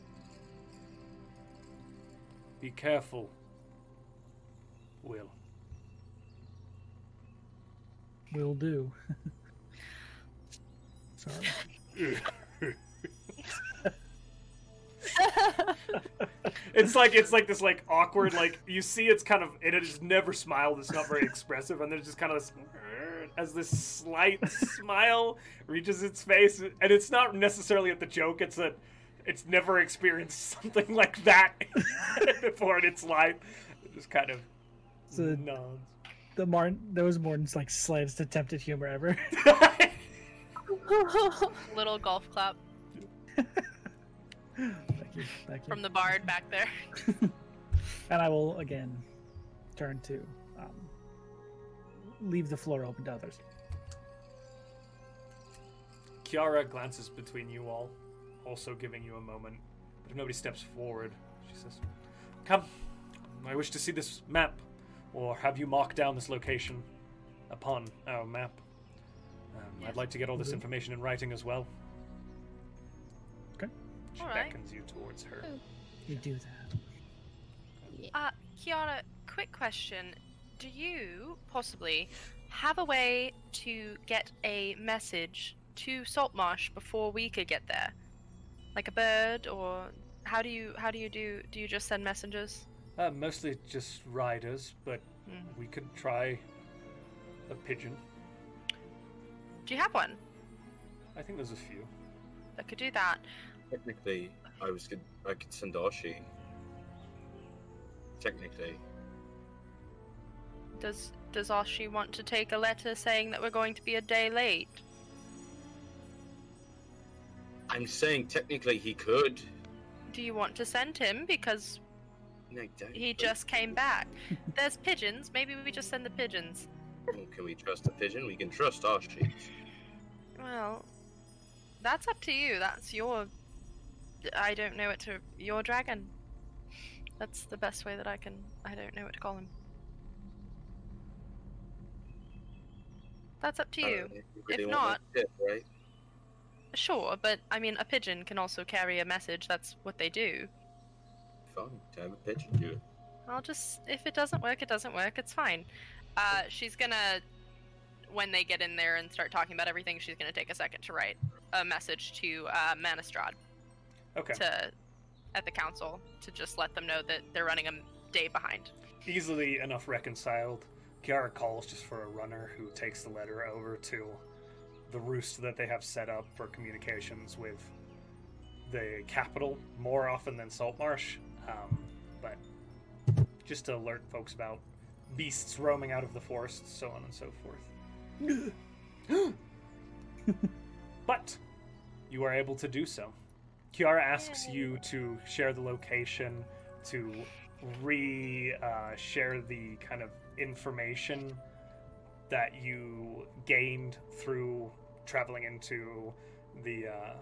Speaker 1: Be careful, Will.
Speaker 2: Will do. Sorry.
Speaker 1: It's like it's like this like awkward like you see it's kind of and it has never smiled. It's not very expressive, and there's just kind of this as this slight smile reaches its face, and it's not necessarily at the joke. It's that it's never experienced something like that before in its life. It just kind of
Speaker 2: So-
Speaker 1: nods.
Speaker 2: The Martin, that was Morton's like slightest attempt at humor ever.
Speaker 4: Little golf clap
Speaker 2: thank you, thank you.
Speaker 4: from the bard back there.
Speaker 2: and I will again turn to um, leave the floor open to others.
Speaker 1: Kiara glances between you all, also giving you a moment. But if nobody steps forward, she says, Come, I wish to see this map, or have you mark down this location upon our map. Um, I'd like to get all this
Speaker 2: Mhm.
Speaker 1: information in writing as well.
Speaker 2: Okay.
Speaker 1: She
Speaker 4: All right.
Speaker 1: beckons you towards her.
Speaker 2: You do that.
Speaker 4: Uh, Kiara, quick question. Do you possibly have a way to get a message to Saltmarsh before we could get there? Like a bird or how do you how do you do do you just send messengers?
Speaker 1: Uh, mostly just riders, but
Speaker 4: Mm.
Speaker 1: we could try a pigeon.
Speaker 4: Do you have one
Speaker 1: I think there's a few.
Speaker 4: that could do that?
Speaker 3: Technically, I was good. I could send Oshi. Technically,
Speaker 4: Does does Oshi want to take a letter saying that we're going to be a day late?
Speaker 3: I'm saying technically he could.
Speaker 4: Do you want to send him because
Speaker 3: No, don't.
Speaker 4: he just came back? There's pigeons. Maybe we just send the pigeons.
Speaker 3: Well, Can we trust the pigeon? We can trust Oshi.
Speaker 4: Well, that's up to you. That's your. I don't know what to. Your dragon. That's the best way that I can. I don't know what to call him. That's up to
Speaker 3: I don't
Speaker 4: you.
Speaker 3: know, you really
Speaker 4: If
Speaker 3: want
Speaker 4: not-
Speaker 3: that tip, right?
Speaker 4: Sure, but I mean, a pigeon can also carry a message. That's what they do.
Speaker 3: Fine. Have a pitch and do it.
Speaker 4: I'll just if it doesn't work, it doesn't work. It's fine. Uh, she's gonna when they get in there and start talking about everything, she's gonna take a second to write a message to uh, Manistrad
Speaker 1: Okay.
Speaker 4: to at the council to just let them know that they're running a m- day behind.
Speaker 1: easily enough reconciled. Kiara calls just for a runner who takes the letter over to the roost that they have set up for communications with the capital more often than Saltmarsh. Um, but just to alert folks about beasts roaming out of the forests, so on and so forth. but you are able to do so. Kiara asks
Speaker 4: Yay.
Speaker 1: you to share the location, to re uh, share the kind of information that you gained through traveling into the, uh,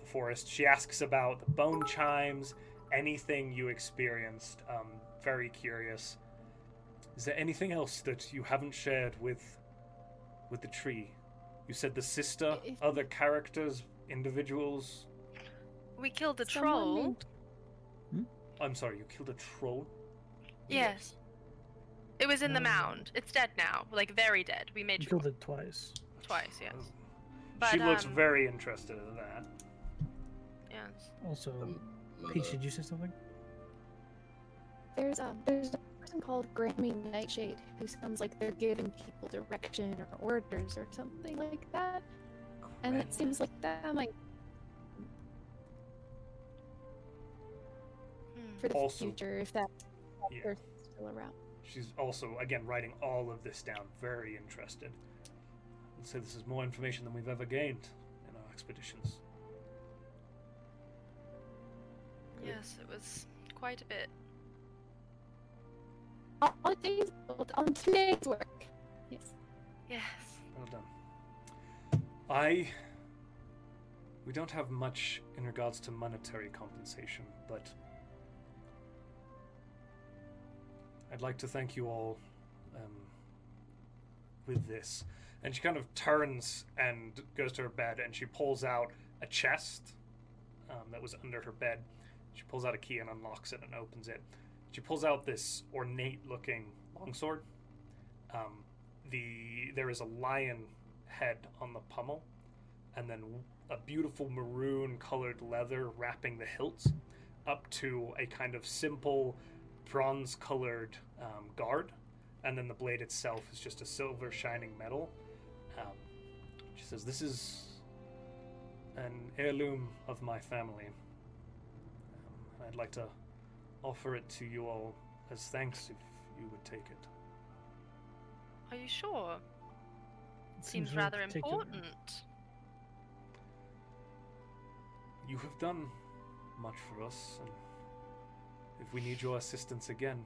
Speaker 1: the forest. She asks about the bone chimes, anything you experienced. Um, very curious. Is there anything else that you haven't shared with with the tree? You said the sister,
Speaker 5: If-
Speaker 1: other characters, individuals.
Speaker 4: We killed a
Speaker 5: Someone
Speaker 4: troll.
Speaker 5: named-
Speaker 1: I'm sorry, you killed a troll.
Speaker 4: Yes. It was in the
Speaker 2: Um,
Speaker 4: mound. It's dead now, like very dead. We made
Speaker 2: You
Speaker 4: sure.
Speaker 2: killed it twice.
Speaker 4: Twice, yes.
Speaker 1: Oh. she
Speaker 4: But,
Speaker 1: looks
Speaker 4: um,
Speaker 1: very interested in that.
Speaker 4: Yes.
Speaker 2: Also,
Speaker 3: Um,
Speaker 2: Peach,
Speaker 3: Mother.
Speaker 2: did you say something?
Speaker 5: There's a there's a person called Grammy Nightshade who sounds like they're giving people direction or orders or something like that. And it seems like that might
Speaker 4: Hmm.
Speaker 5: for the
Speaker 1: Also-
Speaker 5: future if that
Speaker 1: Yeah.
Speaker 5: person's still around.
Speaker 1: She's also, again, writing all of this down, very interested. And so this is more information than we've ever gained in our expeditions.
Speaker 4: Yes, it was quite a bit.
Speaker 5: All, all days on two days work. Yes.
Speaker 4: Yes.
Speaker 1: Well done. I. We don't have much in regards to monetary compensation, but. I'd like to thank you all um, with this. And she kind of turns and goes to her bed and she pulls out a chest um, that was under her bed. She pulls out a key and unlocks it and opens it. She pulls out this ornate looking longsword. Um, the there is a lion head on the pommel and then a beautiful maroon colored leather wrapping the hilts up to a kind of simple bronze colored um, guard and then the blade itself is just a silver shining metal um, she says this is an heirloom of my family um, and i'd like to offer it to you all as thanks if you would take it
Speaker 4: Are you sure?
Speaker 2: It
Speaker 4: Seems,
Speaker 2: very
Speaker 4: rather
Speaker 2: particular.
Speaker 4: important.
Speaker 1: You have done much for us, and if we need your assistance again,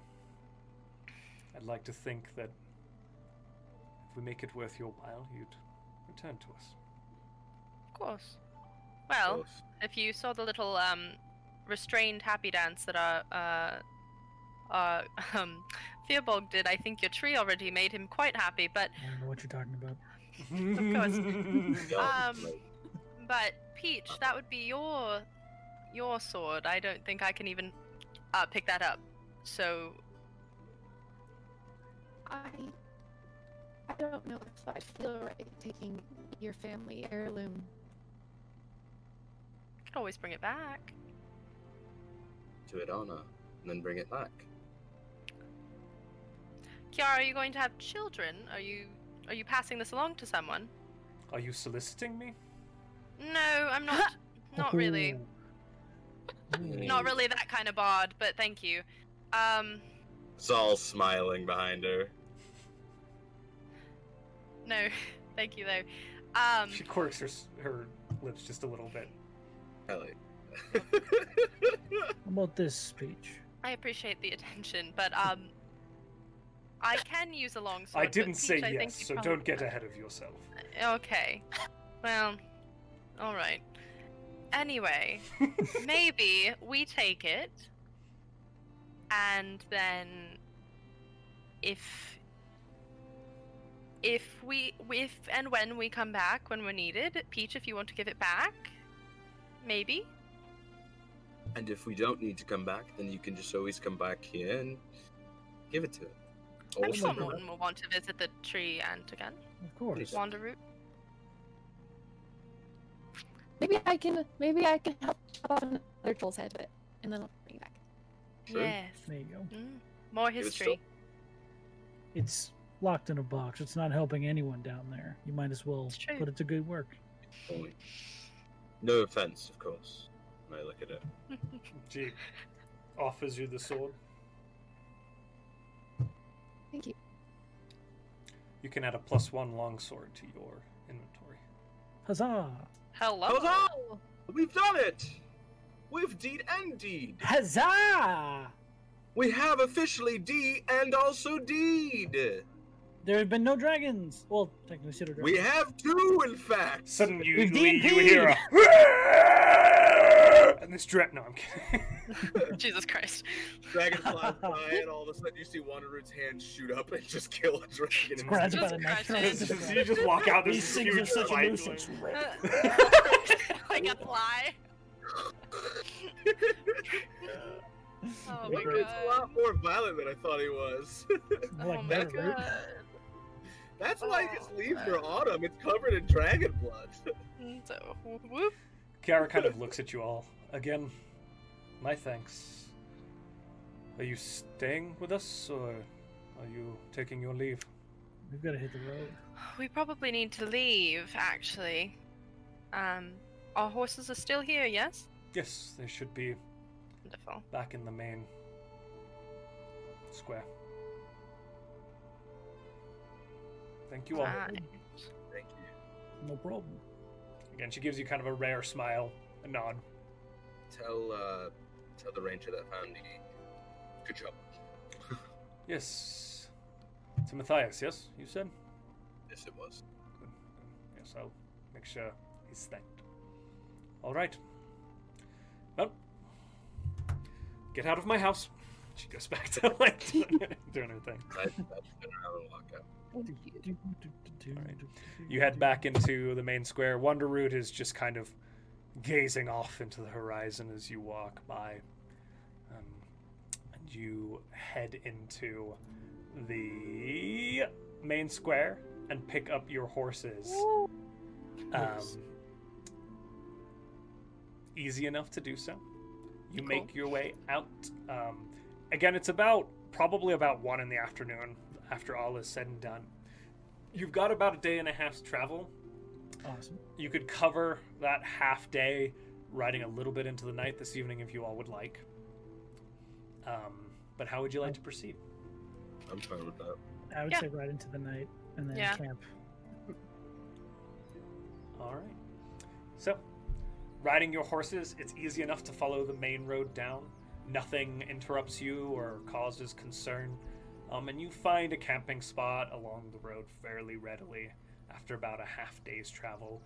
Speaker 1: I'd like to think that if we make it worth your while, you'd return to us.
Speaker 4: Of course. Well,
Speaker 3: Close.
Speaker 4: if you saw the little um, restrained happy dance that our uh, our um, Fearbog did, I think your tree already made him quite happy. But
Speaker 2: I don't know what you're talking about.
Speaker 1: course.
Speaker 3: Yeah,
Speaker 4: um,
Speaker 3: like,
Speaker 4: but Peach, that would be your your sword. I don't think I can even uh, pick that up. So
Speaker 5: I I don't know if I feel right taking your family heirloom.
Speaker 4: you could always bring it back.
Speaker 3: to it honor, and then bring it back.
Speaker 4: Kiara, are you going to have children? Are you are you passing this along to someone?
Speaker 1: Are you soliciting me?
Speaker 4: No, I'm not. not really.
Speaker 2: Oh. Ooh.
Speaker 4: Not really that kind of bard, but thank you. Um,
Speaker 3: It's all smiling behind her.
Speaker 4: no, thank you though. Um,
Speaker 1: She quirks her, s- her lips just a little bit.
Speaker 3: Ellie.
Speaker 2: How about this speech?
Speaker 4: I appreciate the attention, but um, I can use a long sword.
Speaker 1: I
Speaker 4: but
Speaker 1: didn't
Speaker 4: Peach,
Speaker 1: say
Speaker 4: I think
Speaker 1: yes,
Speaker 4: you
Speaker 1: so
Speaker 4: probably-
Speaker 1: don't get ahead of yourself.
Speaker 4: Okay. Well, all right. Anyway, maybe we take it, and then if if we if and when we come back when we're needed, Peach, if you want to give it back, maybe.
Speaker 3: And if we don't need to come back, then you can just always come back here and give it to it.
Speaker 4: I'm
Speaker 2: Also-
Speaker 4: sure Morton will want to visit the tree and again
Speaker 2: Of course.
Speaker 4: wander route.
Speaker 5: Maybe I can maybe I can help chop off another troll's head of it, and then I'll bring it back.
Speaker 3: Sure.
Speaker 4: Yes.
Speaker 2: There you go.
Speaker 4: Mm, more
Speaker 3: Give it to-
Speaker 4: history.
Speaker 2: It's locked in a box. It's not helping anyone down there. You might as well
Speaker 4: It's true.
Speaker 2: put it to good work.
Speaker 3: Only. No offense, of course. When I look at it.
Speaker 1: She offers you the sword.
Speaker 5: Thank you.
Speaker 1: You can add a plus one longsword to your inventory.
Speaker 2: Huzzah!
Speaker 4: Hello.
Speaker 3: Hello! We've done it! We've deed and deed.
Speaker 2: Huzzah!
Speaker 3: We have officially D and also deed.
Speaker 2: There have been no dragons. Well, technically, pseudo dragons.
Speaker 3: We have two, in fact.
Speaker 1: Suddenly, you,
Speaker 2: We've
Speaker 1: you hear a. and this dra- No, I'm kidding.
Speaker 4: Jesus Christ.
Speaker 3: Dragonflies fly, and all of a sudden you see Wanderroot's hand shoot up and just kill a dragon. in
Speaker 2: Grabbed
Speaker 3: the-
Speaker 2: by
Speaker 4: Jesus
Speaker 2: the
Speaker 4: Christ,
Speaker 2: nostrils.
Speaker 4: Jesus
Speaker 1: you just walk out. There's
Speaker 2: These
Speaker 1: this
Speaker 2: things are
Speaker 1: huge
Speaker 2: such a
Speaker 1: fight.
Speaker 2: nuisance.
Speaker 4: like a fly. oh my
Speaker 3: Wanderroot's a
Speaker 4: god.
Speaker 3: lot more violent than I thought he was.
Speaker 4: Oh
Speaker 2: Like
Speaker 4: my
Speaker 2: that, right?
Speaker 4: god.
Speaker 3: That's why his leaves are autumn. It's covered in dragon blood.
Speaker 4: So, whoop.
Speaker 1: Kiara kind of looks at you all. Again, my thanks. Are you staying with us, or are you taking your leave?
Speaker 2: We've got to hit the road.
Speaker 4: We probably need to leave, actually. Um, our horses are still here, yes?
Speaker 1: Yes, they should be
Speaker 4: Wonderful.
Speaker 1: back in the main square. Thank you all.
Speaker 2: Ah.
Speaker 4: Right.
Speaker 3: Thank you.
Speaker 2: No problem.
Speaker 1: Again, she gives you kind of a rare smile, a nod.
Speaker 3: Tell, uh, tell the ranger that found you. Good job.
Speaker 1: Yes. To Matthias, yes, you said?
Speaker 3: Yes, it was.
Speaker 1: Good. Yes, I'll make sure he's thanked. All right. Well, get out of my house. She goes back to like doing her thing.
Speaker 3: I, I just turn around and walk out.
Speaker 1: Alright. You head back into the main square. Wonderroot is just kind of gazing off into the horizon as you walk by. Um, and you head into the main square and pick up your horses. Um,
Speaker 2: Yes.
Speaker 1: easy enough to do so. You
Speaker 4: Cool.
Speaker 1: make your way out. Um, again, it's about probably about one in the afternoon after all is said and done. You've got about a day and a half's travel.
Speaker 2: Awesome.
Speaker 1: You could cover that half day riding a little bit into the night this evening if you all would like. Um, but how would you like to proceed?
Speaker 3: I'm fine with that.
Speaker 2: I would
Speaker 4: Yeah.
Speaker 2: say right into the night and then
Speaker 4: Yeah.
Speaker 2: camp.
Speaker 1: All right. So, riding your horses, it's easy enough to follow the main road down. Nothing interrupts you or causes concern. Um, and you find a camping spot along the road fairly readily after about a half day's travel.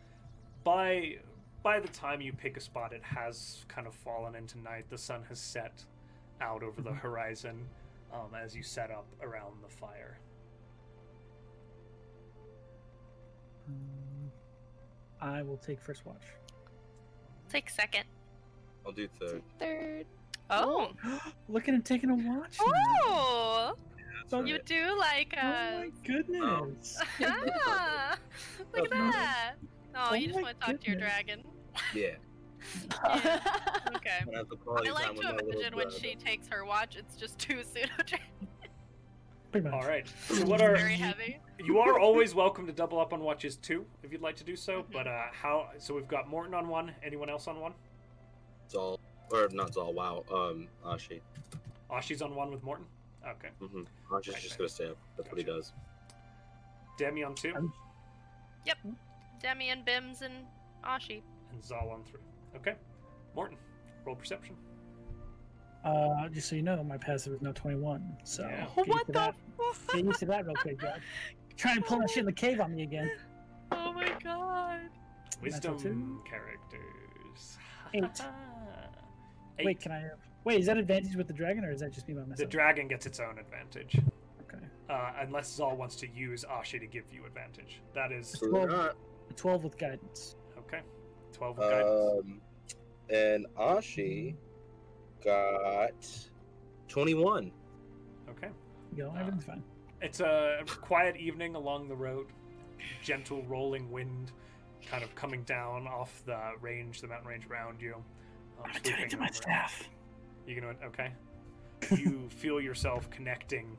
Speaker 1: By by the time you pick a spot, it has kind of fallen into night. The sun has set out over the
Speaker 2: Mhm.
Speaker 1: horizon um, as you set up around the fire.
Speaker 2: Um, I will take first watch.
Speaker 4: Take second.
Speaker 3: I'll do third.
Speaker 5: Third.
Speaker 4: Oh.
Speaker 2: Look at him taking a watch. now.
Speaker 4: Oh,
Speaker 3: That's
Speaker 2: Don't
Speaker 4: you
Speaker 3: right.
Speaker 4: do like uh,
Speaker 2: Oh
Speaker 4: us.
Speaker 2: my goodness.
Speaker 4: Ah, Look at
Speaker 3: That's nice.
Speaker 4: that. Oh,
Speaker 2: Oh
Speaker 4: you just
Speaker 2: my
Speaker 4: want to talk to your
Speaker 2: goodness.
Speaker 4: dragon.
Speaker 3: Yeah.
Speaker 4: Yeah, okay.
Speaker 3: I have the
Speaker 4: I
Speaker 3: quality time
Speaker 4: like
Speaker 3: with
Speaker 4: to
Speaker 3: my little
Speaker 4: imagine when
Speaker 3: brother.
Speaker 4: she takes her watch, it's just two pseudo dragons.
Speaker 2: Pretty much.
Speaker 1: All right. So, what are
Speaker 4: Very heavy.
Speaker 1: You are always welcome to double up on watches too, if you'd like to do so.
Speaker 2: Mm-hmm.
Speaker 4: Mhm.
Speaker 1: But uh, how? So we've got Morton on one. Anyone else on one?
Speaker 3: Zal, or not Zal. Wow. Um, Ashi.
Speaker 1: Ashi's Oh, on one with Morton. Okay.
Speaker 3: Mm-hmm. Ashi's
Speaker 1: Right,
Speaker 3: just
Speaker 1: right.
Speaker 3: gonna stay up. That's what he
Speaker 1: Gotcha.
Speaker 3: does.
Speaker 1: Demi on two,
Speaker 2: Um,
Speaker 4: Demi and Bims and Ashi.
Speaker 1: and Zal on three. Okay. Morton, roll perception.
Speaker 2: Uh, just so you know, my passive is now 21. So
Speaker 1: Yeah.
Speaker 2: get used to that. Get used to that real quick, guys. Try and pull that shit in the cave on me again.
Speaker 4: Oh my god.
Speaker 2: Natural
Speaker 1: Wisdom
Speaker 2: two.
Speaker 1: characters.
Speaker 2: Eight.
Speaker 1: Eight.
Speaker 2: Wait, can I? Wait, is that advantage with the dragon, or is that just me by myself?
Speaker 1: the dragon gets its own advantage.
Speaker 2: Okay.
Speaker 1: uh, unless Zal wants to use Ashi to give you advantage. That is
Speaker 3: Absolutely
Speaker 2: Well,
Speaker 3: not.
Speaker 2: A 12 with guidance.
Speaker 1: okay. Twelve with guidance.
Speaker 3: Um, and Ashi got 21.
Speaker 1: Okay.
Speaker 2: You know,
Speaker 1: Uh,
Speaker 2: everything's fine.
Speaker 1: It's a quiet evening along the road. Gentle rolling wind, kind of coming down off the range, the mountain range around you. Um, sweeping over. You gonna okay? You feel yourself connecting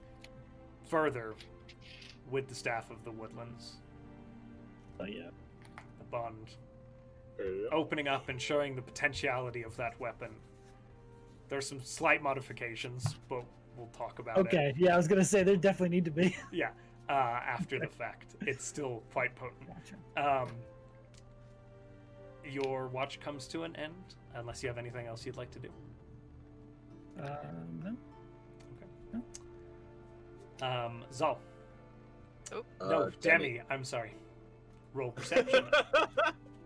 Speaker 1: further with the staff of the woodlands.
Speaker 2: Oh, yeah.
Speaker 1: The bond opening up and showing the potentiality of that weapon. There's some slight modifications, but we'll talk about it.
Speaker 2: Okay. Yeah, I was going to say there definitely need to be.
Speaker 1: Yeah, uh, after the fact, it's still quite potent.
Speaker 2: Gotcha.
Speaker 1: Um, your watch comes to an end, unless you have anything else you'd like to do.
Speaker 2: Um, no.
Speaker 1: Um, Zal, no,
Speaker 3: Uh,
Speaker 1: Demi. I'm sorry. Roll perception.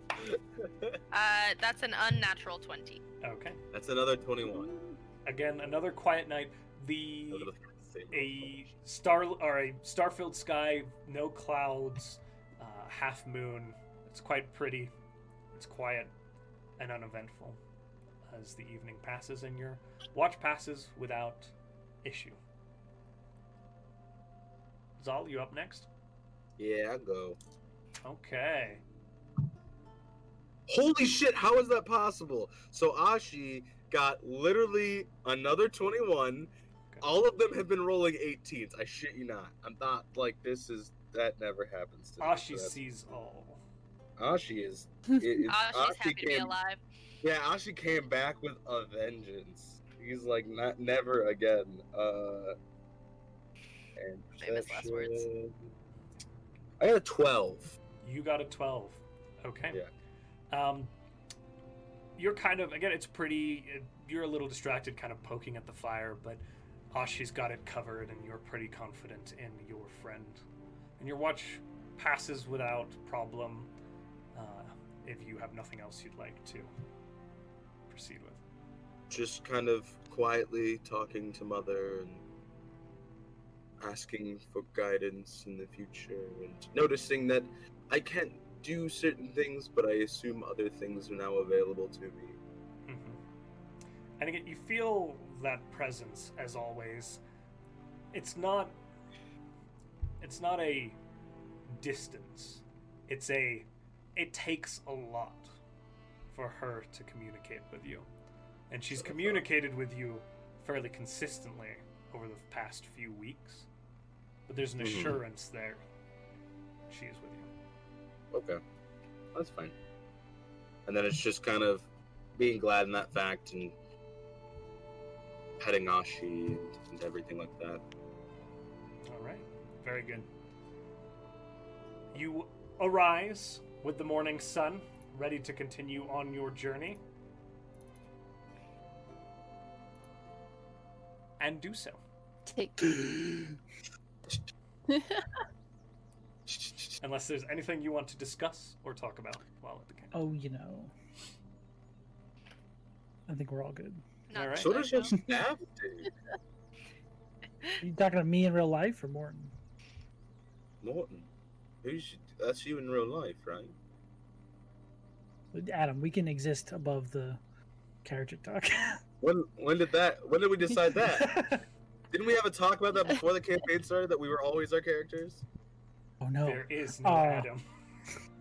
Speaker 4: Uh, that's an unnatural 20.
Speaker 1: okay.
Speaker 3: That's another 21.
Speaker 1: Again, another quiet night. The
Speaker 3: Those are the same
Speaker 1: a star or a star-filled sky, no clouds, uh, half moon. It's quite pretty. It's quiet and uneventful as the evening passes, and your watch passes without issue. Zal, you up next?
Speaker 3: Yeah, I'll go.
Speaker 1: Okay.
Speaker 3: Holy shit, how is that possible? So Ashi got literally another 21. All of them have been rolling 18s. I shit you not. I'm not like this is that never happens to me.
Speaker 1: Ashi
Speaker 3: So
Speaker 1: sees all.
Speaker 3: that's- Ashi is it- it's-
Speaker 4: Ah, she's
Speaker 3: Ashi
Speaker 4: happy to be
Speaker 3: came-
Speaker 4: alive.
Speaker 3: Yeah, Ashi came back with a vengeance. He's like not never again. Uh and
Speaker 4: Famous last words.
Speaker 3: perception. I got a 12.
Speaker 1: You got a 12. Okay.
Speaker 3: Yeah.
Speaker 1: Um, you're kind of, again, it's pretty, you're a little distracted, kind of poking at the fire, but Ashi's got it covered, and you're pretty confident in your friend. And your watch passes without problem uh, if you have nothing else you'd like to proceed with.
Speaker 3: just kind of quietly talking to mother and asking for guidance in the future and noticing that I can't do certain things, but I assume other things are now available to me.
Speaker 1: hmm Mm-hmm. And again, you feel that presence as always. It's not. It's not a distance. It's a. It takes a lot for her to communicate with you, and she's
Speaker 3: Sure.
Speaker 1: communicated with you fairly consistently over the past few weeks. But there's an
Speaker 3: Mhm.
Speaker 1: assurance there. She is with you.
Speaker 3: Okay. That's fine. And then it's just kind of being glad in that fact and petting Ashi and, and everything like that.
Speaker 1: All right. Very good. You arise with the morning sun, ready to continue on your journey. And do so.
Speaker 5: Take.
Speaker 1: Unless there's anything you want to discuss or talk about while at the camp.
Speaker 2: Oh, you know. I think we're all good.
Speaker 4: Not
Speaker 1: Alright.
Speaker 4: that
Speaker 3: So
Speaker 4: I
Speaker 3: does your
Speaker 4: know.
Speaker 3: staff do?
Speaker 2: you talking to me in real life or Morton?
Speaker 3: Morton. Who's that's you in real life, right?
Speaker 2: Adam, we can exist above the character talk.
Speaker 3: When when did that? When did we decide that? Didn't we have a talk about that before the campaign started? That we were always our characters.
Speaker 2: oh no.
Speaker 1: There is no
Speaker 2: Oh.
Speaker 1: Adam.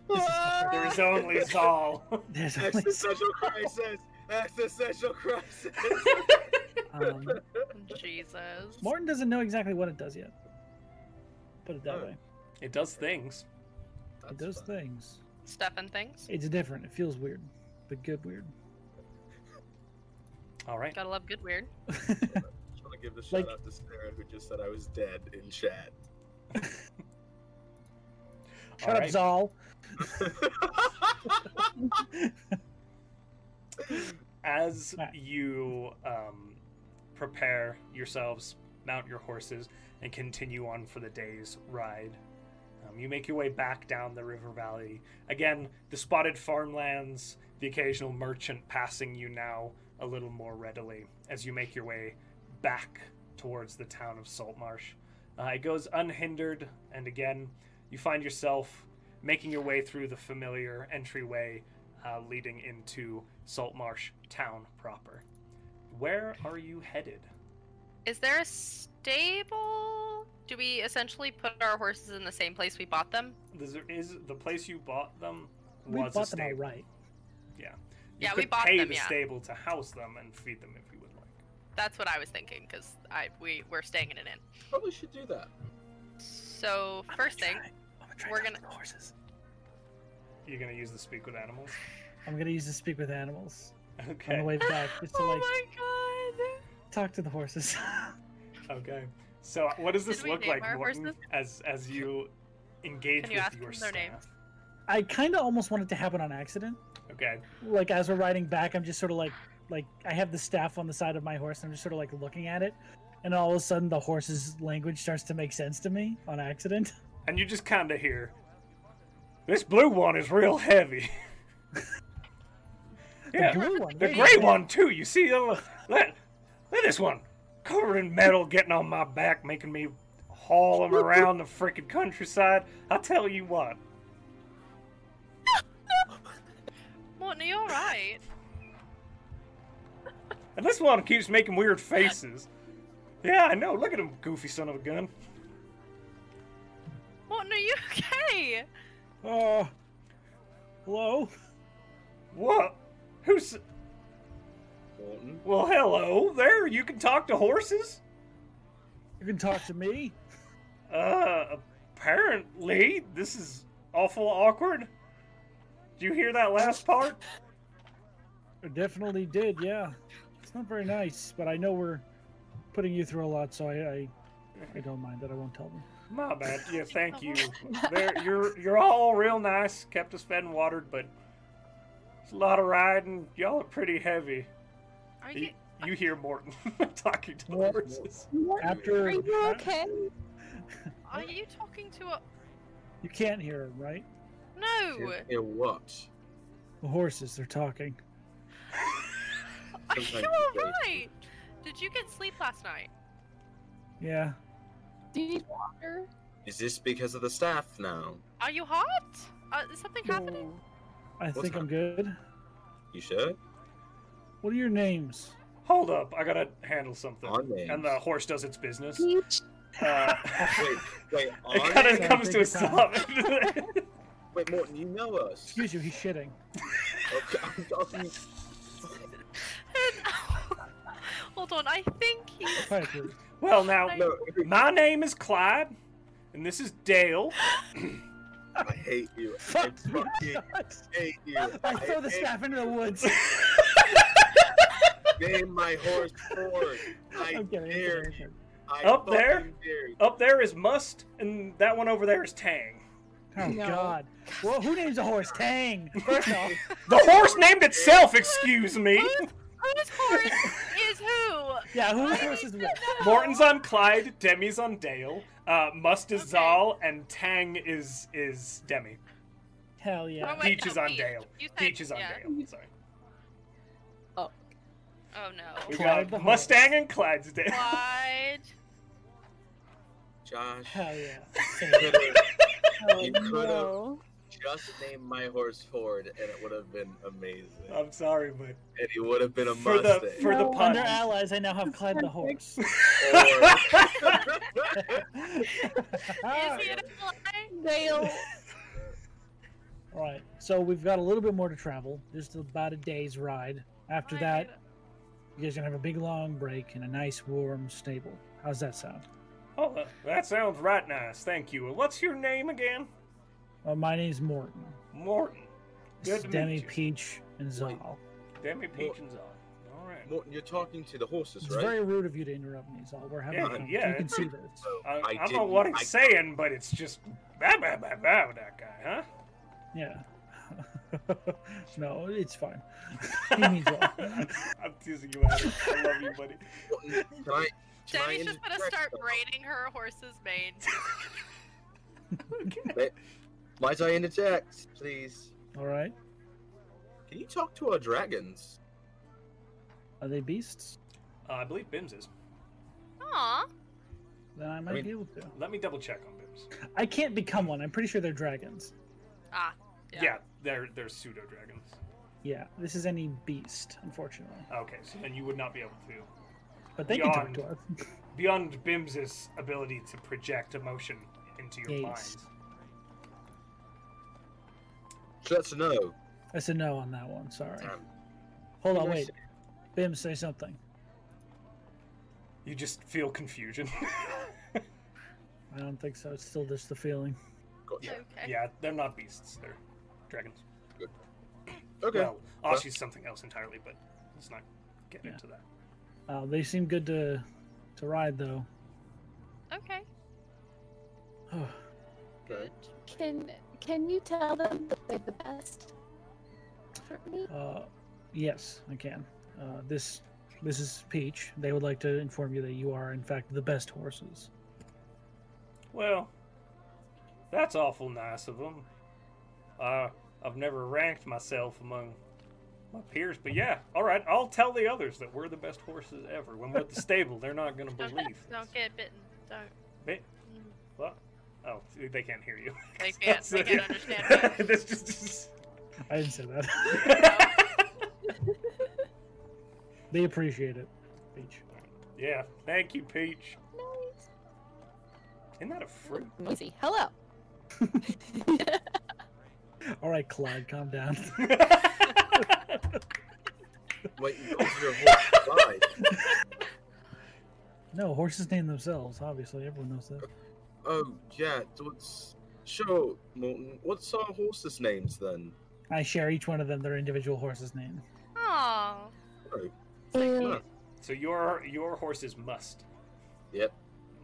Speaker 1: There
Speaker 3: Ah!
Speaker 1: is only Zal.
Speaker 2: There's only
Speaker 3: existential crisis. Existential crisis.
Speaker 2: um,
Speaker 4: Jesus.
Speaker 2: Morton doesn't know exactly what it does yet. Put it that
Speaker 3: Oh,
Speaker 2: way.
Speaker 1: it does things.
Speaker 2: It does things.
Speaker 4: Stuff and things.
Speaker 2: It's different. It feels weird, but good weird.
Speaker 1: All right.
Speaker 4: Gotta love good weird.
Speaker 3: Just want to give the shout
Speaker 2: Like-
Speaker 3: out to Sarah who just said I was dead in chat.
Speaker 2: Shut
Speaker 1: All
Speaker 2: up,
Speaker 1: right.
Speaker 2: Zal.
Speaker 1: as
Speaker 2: Right.
Speaker 1: you um, prepare yourselves, mount your horses, and continue on for the day's ride, um, you make your way back down the river valley. Again, the spotted farmlands, the occasional merchant passing you now a little more readily as you make your way back towards the town of Saltmarsh. Uh, it goes unhindered, and again, you find yourself making your way through the familiar entryway uh, leading into Saltmarsh town proper. Where are you headed?
Speaker 4: Is there a stable? Do we essentially put our horses in the same place we bought them?
Speaker 1: This is the place you bought them
Speaker 2: We
Speaker 1: was a
Speaker 2: bought them
Speaker 1: stable.
Speaker 2: outright.
Speaker 1: You
Speaker 4: Yeah,
Speaker 1: could
Speaker 4: we bought
Speaker 1: pay
Speaker 4: them,
Speaker 1: the
Speaker 4: yeah.
Speaker 1: stable to house them and feed them if you would like.
Speaker 4: That's what I was thinking because I we we're staying in an inn.
Speaker 3: Probably should do that.
Speaker 4: So first thing, we're gonna-
Speaker 2: horses.
Speaker 1: You're gonna use the speak with animals.
Speaker 2: I'm gonna use to speak with animals on
Speaker 1: Okay.
Speaker 2: the way back, just to
Speaker 4: oh
Speaker 2: like
Speaker 4: my god.
Speaker 2: talk to the horses.
Speaker 1: Okay. So uh, what does this
Speaker 4: Did we
Speaker 1: look
Speaker 4: name
Speaker 1: like,
Speaker 4: our
Speaker 1: Morton,
Speaker 4: horses?
Speaker 1: as as you engage
Speaker 4: Can
Speaker 1: with
Speaker 4: you ask
Speaker 1: your
Speaker 4: them their
Speaker 1: staff?
Speaker 4: names?
Speaker 2: I kind of almost want it to happen on accident.
Speaker 1: Okay.
Speaker 2: Like as we're riding back, I'm just sort of like like I have the staff on the side of my horse, and I'm just sort of like looking at it, and all of a sudden the horse's language starts to make sense to me on accident.
Speaker 1: And you just kind of hear, "This blue one is real heavy." yeah.
Speaker 2: The blue one.
Speaker 1: The
Speaker 2: there you
Speaker 1: gray
Speaker 2: go.
Speaker 1: one too. You see, look, look look at this one, covered in metal, getting on my back, making me haul him around the freaking countryside. I tell you what,
Speaker 4: Morton, are you alright?
Speaker 1: and this one keeps making weird faces. Yeah, I know. Look at him, goofy son of a gun.
Speaker 4: Morton, are you okay?
Speaker 2: Uh, hello.
Speaker 1: What? Who's?
Speaker 3: Morton.
Speaker 1: Well, hello there. You can talk to horses.
Speaker 2: You can talk to me.
Speaker 1: Uh, apparently this is awful awkward. Do you hear that last part?
Speaker 2: I definitely did. Yeah, it's not very nice, but I know we're putting you through a lot, so I I, I don't mind that. I won't tell them.
Speaker 1: My bad. Yeah, thank you. There, you're you're all real nice. Kept us fed and watered, but it's a lot of riding. Y'all are pretty heavy.
Speaker 4: Are
Speaker 1: You,
Speaker 4: you
Speaker 1: you hear Morton talking to the
Speaker 2: What?
Speaker 1: horses.
Speaker 5: Morton,
Speaker 2: After
Speaker 5: Are you okay?
Speaker 4: are you talking to a
Speaker 2: you can't hear them, right?
Speaker 4: No!
Speaker 3: Can't hear what?
Speaker 2: The horses, they're talking.
Speaker 4: Are
Speaker 3: Sometimes
Speaker 4: you
Speaker 3: you go
Speaker 4: alright? Did you get sleep last night?
Speaker 2: Yeah,
Speaker 5: Do you need water?
Speaker 3: Is this because of the staff now?
Speaker 4: Are you hot? Uh, is something happening?
Speaker 2: I
Speaker 3: What's
Speaker 2: think
Speaker 3: up?
Speaker 2: I'm good.
Speaker 3: You sure?
Speaker 2: What are your names?
Speaker 1: Hold up, I gotta handle something.
Speaker 3: Our names.
Speaker 1: And the horse does its business.
Speaker 5: Peach.
Speaker 1: Uh,
Speaker 3: Wait, wait, our
Speaker 1: it kind
Speaker 3: names?
Speaker 1: of comes to a
Speaker 2: Take your
Speaker 1: stop.
Speaker 3: Wait, Morton, you know us.
Speaker 2: Excuse you, he's shitting.
Speaker 3: Okay, I'm talking-
Speaker 4: Hold on, I think he.
Speaker 2: Quiet, please.
Speaker 1: well, now
Speaker 3: no,
Speaker 1: my name is Clyde, and this is Dale.
Speaker 3: I hate you.
Speaker 2: Fuck
Speaker 3: I fucking hate you.
Speaker 2: I throw the
Speaker 3: hate-
Speaker 2: staff into the woods.
Speaker 3: Name my horse Ford. I
Speaker 2: I'm kidding, I'm
Speaker 3: dare
Speaker 2: kidding,
Speaker 3: you.
Speaker 2: I'm
Speaker 3: I
Speaker 1: Up there?
Speaker 3: fucking dare you.
Speaker 1: Up there is Must, and that one over there is Tang.
Speaker 2: kidding.
Speaker 5: No.
Speaker 2: Oh God! Well, who names a horse Tang? First off,
Speaker 1: The horse named itself, excuse me.
Speaker 4: Whose horse is who?
Speaker 2: yeah, whose
Speaker 4: I
Speaker 2: horse is
Speaker 4: need
Speaker 2: what?
Speaker 4: to know.
Speaker 1: Morton's on Clyde, Demi's on Dale, uh, Must is
Speaker 4: Okay.
Speaker 1: Zal, and Tang is is Demi.
Speaker 2: Hell
Speaker 4: Oh,
Speaker 2: yeah!
Speaker 4: wait,
Speaker 1: Peach
Speaker 4: no,
Speaker 1: is on
Speaker 4: Peach.
Speaker 1: Dale.
Speaker 4: You said-
Speaker 1: Peach is on
Speaker 4: yeah.
Speaker 1: Dale. Sorry,
Speaker 4: Oh
Speaker 1: we
Speaker 4: no.
Speaker 2: Clyde the
Speaker 1: got
Speaker 2: horse.
Speaker 1: Mustang and Clyde's Dale.
Speaker 4: Clyde.
Speaker 3: Josh,
Speaker 2: Hell yeah! Same.
Speaker 3: you could've You
Speaker 5: Oh,
Speaker 3: could've-
Speaker 5: no.
Speaker 3: just named my horse Ford, and it would have been amazing.
Speaker 1: I'm sorry, but
Speaker 3: and it would have been a
Speaker 1: For the-
Speaker 3: Mustang.
Speaker 1: for the
Speaker 2: No,
Speaker 1: pun.
Speaker 2: Under allies, I now have Clyde the horse.
Speaker 4: Is he
Speaker 2: All
Speaker 4: an ally?
Speaker 5: Dale.
Speaker 2: right, so we've got a little bit more to travel. Just about a day's ride.
Speaker 4: Oh,
Speaker 2: After that, you guys are gonna have a big long break in a nice warm stable. How's that sound?
Speaker 1: oh, uh, that sounds right nice. Thank you. And What's your name again?
Speaker 2: Well, my name's Morton.
Speaker 1: Morton. Good
Speaker 2: This is
Speaker 1: to meet
Speaker 2: Demi,
Speaker 1: you.
Speaker 2: Peach, and
Speaker 3: Wait,
Speaker 2: Zal.
Speaker 1: Demi Peach
Speaker 3: Mor-
Speaker 1: and Zal. All right.
Speaker 3: Morton, you're talking to the horses,
Speaker 2: It's
Speaker 3: right?
Speaker 2: very rude of you to interrupt me, Zal. We're having
Speaker 1: Yeah,
Speaker 2: fun.
Speaker 1: yeah.
Speaker 2: You can see this.
Speaker 3: So
Speaker 1: I, I, don't know
Speaker 3: didn't-
Speaker 1: what he's
Speaker 3: I-
Speaker 1: saying, but it's just bah, bah, bah, bah, with that guy, huh?
Speaker 2: Yeah. no, it's fine. He means well.
Speaker 1: I'm teasing you out. I love you, buddy.
Speaker 3: Morton, Can I? Can I
Speaker 4: Demi's just gonna
Speaker 3: interject,
Speaker 4: start
Speaker 3: though?
Speaker 4: braiding her horse's mane.
Speaker 3: Might I interject, please?
Speaker 2: All right.
Speaker 3: Can you talk to our dragons?
Speaker 2: Are they beasts?
Speaker 1: Uh, I believe Bims is.
Speaker 4: Aw.
Speaker 2: then I might
Speaker 3: mean-
Speaker 2: be able to.
Speaker 1: Let me double check on Bims.
Speaker 2: I can't become one. I'm pretty sure they're dragons.
Speaker 4: Ah.
Speaker 1: Yeah, they're they're pseudo dragons.
Speaker 2: Yeah, this is any beast, unfortunately.
Speaker 1: Okay, so then you would not be able to.
Speaker 2: But they can talk to us.
Speaker 1: Beyond Bims's ability to project emotion into your
Speaker 2: Yes.
Speaker 1: mind.
Speaker 3: So that's a no.
Speaker 2: I said no on that one. Sorry.
Speaker 3: Um,
Speaker 2: Hold on,
Speaker 3: did I
Speaker 2: wait.
Speaker 3: say-
Speaker 2: Bim, say something.
Speaker 1: You just feel confusion.
Speaker 2: I don't think so. It's still just the feeling.
Speaker 3: Gotcha.
Speaker 4: Okay.
Speaker 1: yeah, they're not beasts, they're dragons.
Speaker 3: Okay.
Speaker 1: Well, Ashi's something else entirely, but let's not get
Speaker 2: Yeah.
Speaker 1: into that.
Speaker 2: Uh, they seem good to to ride though.
Speaker 4: Okay.
Speaker 3: okay.
Speaker 5: Can can you tell them that they're the best for me?
Speaker 2: uh, yes, I can. Uh, this this is Peach. They would like to inform you that you are in fact the best horses.
Speaker 1: Well, that's awful nice of them. Uh, I've never ranked myself among my peers, but yeah, all right, I'll tell the others that we're the best horses ever. When we're at the stable, they're not going to
Speaker 4: Don't,
Speaker 1: believe.
Speaker 4: don't get bitten. Don't.
Speaker 1: They,
Speaker 4: Mm.
Speaker 1: what? Oh, they can't hear you.
Speaker 4: They can't. They
Speaker 1: That's-
Speaker 4: can't understand. me.
Speaker 1: That's just- just-
Speaker 2: I didn't say that. they appreciate it, Peach.
Speaker 1: yeah, thank you, Peach.
Speaker 5: Nice.
Speaker 1: Isn't that a fruit?
Speaker 5: Noisy. Hello.
Speaker 2: All right, Clyde, calm down.
Speaker 3: Wait, you altered your whole side.
Speaker 2: No, horses name themselves. Obviously, everyone knows that.
Speaker 3: Oh yeah. So it's sure, Morton. What's our horses' names then?
Speaker 2: I share each one of them their individual horse's name.
Speaker 4: Aw.
Speaker 5: Blue.
Speaker 1: so your your horses must.
Speaker 3: Yep.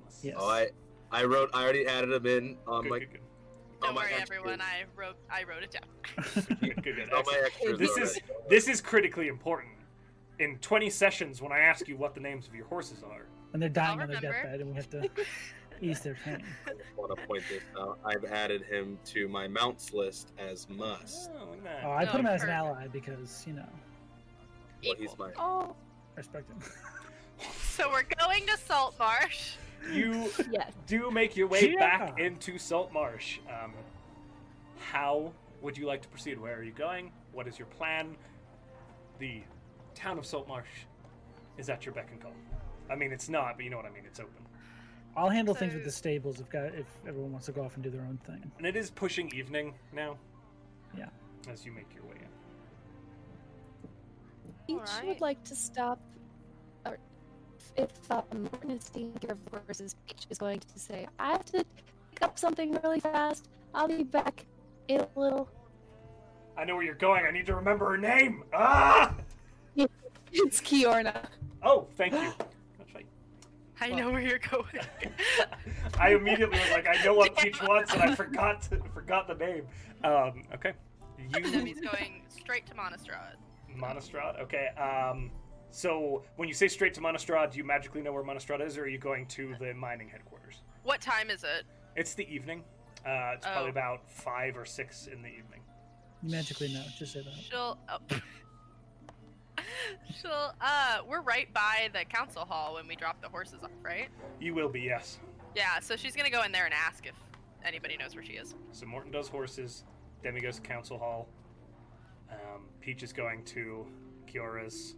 Speaker 1: Must.
Speaker 2: Yes.
Speaker 3: Oh, I I wrote. I already added them in on
Speaker 1: Good,
Speaker 3: my.
Speaker 1: good, good.
Speaker 3: on
Speaker 4: Don't
Speaker 3: my
Speaker 4: worry,
Speaker 3: extras.
Speaker 4: everyone. I wrote. I wrote it down.
Speaker 1: Good, good, good.
Speaker 3: On my
Speaker 1: Excellent.
Speaker 3: extras
Speaker 1: This is
Speaker 3: already.
Speaker 1: this is critically important. In 20 sessions, when I ask you what the names of your horses are,
Speaker 2: And they're dying on their
Speaker 4: remember.
Speaker 2: deathbed, and we have to ease their pain.
Speaker 3: I want to point this out. I've added him to my mounts list as must.
Speaker 1: oh, look at that.
Speaker 2: Oh, I
Speaker 4: No,
Speaker 2: put him as an
Speaker 4: perfect.
Speaker 2: ally because, you know,
Speaker 3: Well, he's
Speaker 4: Equal.
Speaker 3: my.
Speaker 5: Oh
Speaker 2: respect him.
Speaker 4: So we're going to Salt Marsh.
Speaker 1: you
Speaker 5: yes.
Speaker 1: do make your way
Speaker 2: Yeah.
Speaker 1: back into Salt Marsh. Um, how would you like to proceed? Where are you going? What is your plan? The town of Salt Marsh is at your beck and call. I mean, it's not, but you know what I mean. It's open,
Speaker 2: I'll handle things with
Speaker 4: So-
Speaker 2: the stables if, guy, if everyone wants to go off and do their own thing.
Speaker 1: and it is pushing evening now.
Speaker 2: Yeah.
Speaker 1: As you make your way in.
Speaker 5: Each
Speaker 4: Alright.
Speaker 5: would like to stop. Or if uh, Martin is taking care of the horses, Peach is going to say, "I have to pick up something really fast. I'll be back in a little."
Speaker 1: I know where you're going. I need to remember her name. Ah!
Speaker 5: It's Kiorna.
Speaker 1: Oh, thank you. That's right.
Speaker 4: I
Speaker 1: Well-
Speaker 4: know where you're going.
Speaker 1: I immediately was like, I know what Peach wants, and I forgot forgot the name. Um, okay, you
Speaker 4: He's going straight to Monastrad.
Speaker 1: Monastrad. Okay. Um, so when you say straight to Monastrad, do you magically know where Monastrad is, or are you going to the mining headquarters?
Speaker 4: What time is it?
Speaker 1: It's the evening. Uh, it's
Speaker 4: Oh.
Speaker 1: probably about five or six in the evening.
Speaker 2: You magically know. Just say that.
Speaker 4: She'll. Oh. She'll. Uh, we're right by the council hall when we drop the horses off, right?
Speaker 1: You will be yes.
Speaker 4: Yeah. So she's gonna go in there and ask if anybody knows where she is.
Speaker 1: So Morton does horses. Demi goes to council hall. Um, Peach is going to Kiora's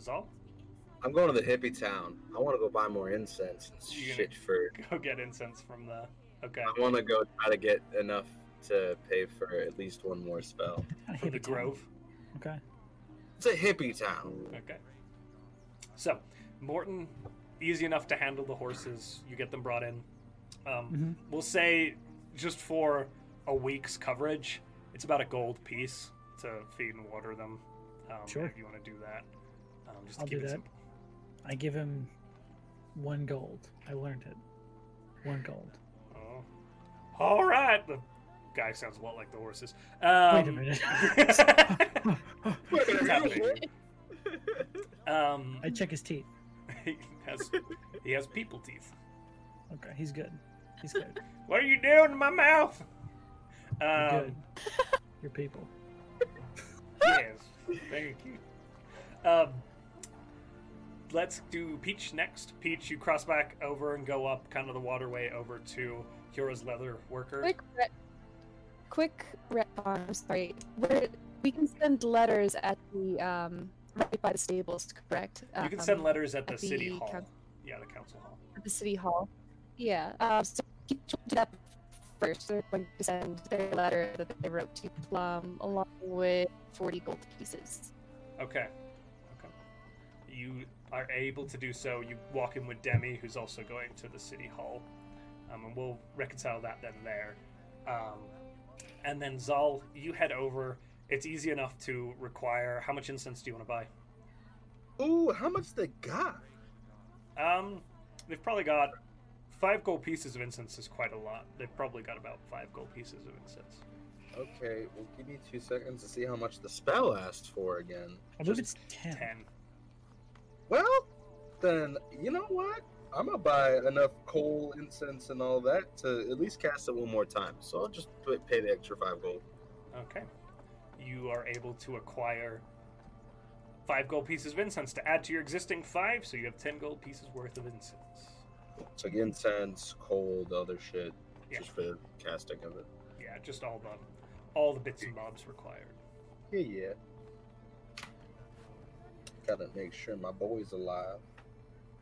Speaker 1: Zal.
Speaker 3: I'm going to the hippie town. I want to go buy more incense and
Speaker 1: You gonna-
Speaker 3: shit for.
Speaker 1: Go get incense from the. Okay.
Speaker 3: I want to go try to get enough to pay for at least one more spell.
Speaker 2: I
Speaker 1: For
Speaker 2: hate
Speaker 1: the
Speaker 2: it, Tom.
Speaker 1: grove.
Speaker 2: Okay.
Speaker 3: It's a hippie town.
Speaker 1: Okay. So, Morton, easy enough to handle the horses. You get them brought in. Um,
Speaker 2: Mhm.
Speaker 1: We'll say, just for a week's coverage, it's about a gold piece to feed and water them. Um,
Speaker 2: Sure.
Speaker 1: If you want to do that. Um, just to
Speaker 2: I'll
Speaker 1: keep
Speaker 2: do
Speaker 1: it
Speaker 2: that.
Speaker 1: simple.
Speaker 2: I give him one gold. I learned it. One gold.
Speaker 1: Oh. All right. The guy sounds a lot like the horses.
Speaker 2: Wait a
Speaker 1: Um,
Speaker 2: minute.
Speaker 1: It's happening. um,
Speaker 2: I check his teeth.
Speaker 1: he has he has people teeth.
Speaker 2: Okay, he's good. He's good.
Speaker 1: What are you doing to my mouth?
Speaker 2: You're
Speaker 1: Um,
Speaker 2: good. Your people.
Speaker 1: yes, thank you. Um, let's do Peach next. Peach, you cross back over and go up kind of the waterway over to Kira's leather worker.
Speaker 5: Quick, re- quick retcon. I'm sorry. We're, we can send letters at the um, right by the stables, correct?
Speaker 1: you can
Speaker 5: Um,
Speaker 1: send letters at the
Speaker 5: at
Speaker 1: city
Speaker 5: the
Speaker 1: hall.
Speaker 5: coun-
Speaker 1: yeah, the council hall.
Speaker 5: at the city hall. Yeah. Um, so you should do that first. They're going to send their letter that they wrote to Plum along with 40 gold pieces.
Speaker 1: Okay. Okay. You are able to do so. You walk in with Demi, who's also going to the city hall. Um, and we'll reconcile that then there. Um, and then Zal, you head over. It's easy enough to require. How much incense do you want to buy?
Speaker 6: Ooh, how much they got?
Speaker 1: Um, they've probably got five gold pieces of incense is quite a lot. They've probably got about five gold pieces of incense.
Speaker 3: Okay, well, give me two seconds to see how much the spell asked for again.
Speaker 2: I believe
Speaker 1: Just
Speaker 2: it's ten.
Speaker 1: Ten.
Speaker 3: Well, then you know what? I'm gonna buy enough coal, incense, and all that to at least cast it one more time. So I'll just put, pay the extra five gold.
Speaker 1: Okay. You are able to acquire five gold pieces of incense to add to your existing five, so you have ten gold pieces worth of incense.
Speaker 3: It's like incense, coal, the other shit,
Speaker 1: Yeah.
Speaker 3: just for the casting of it.
Speaker 1: Yeah, just all the all the bits and bobs required.
Speaker 3: Yeah, yeah. Gotta make sure my boy's alive.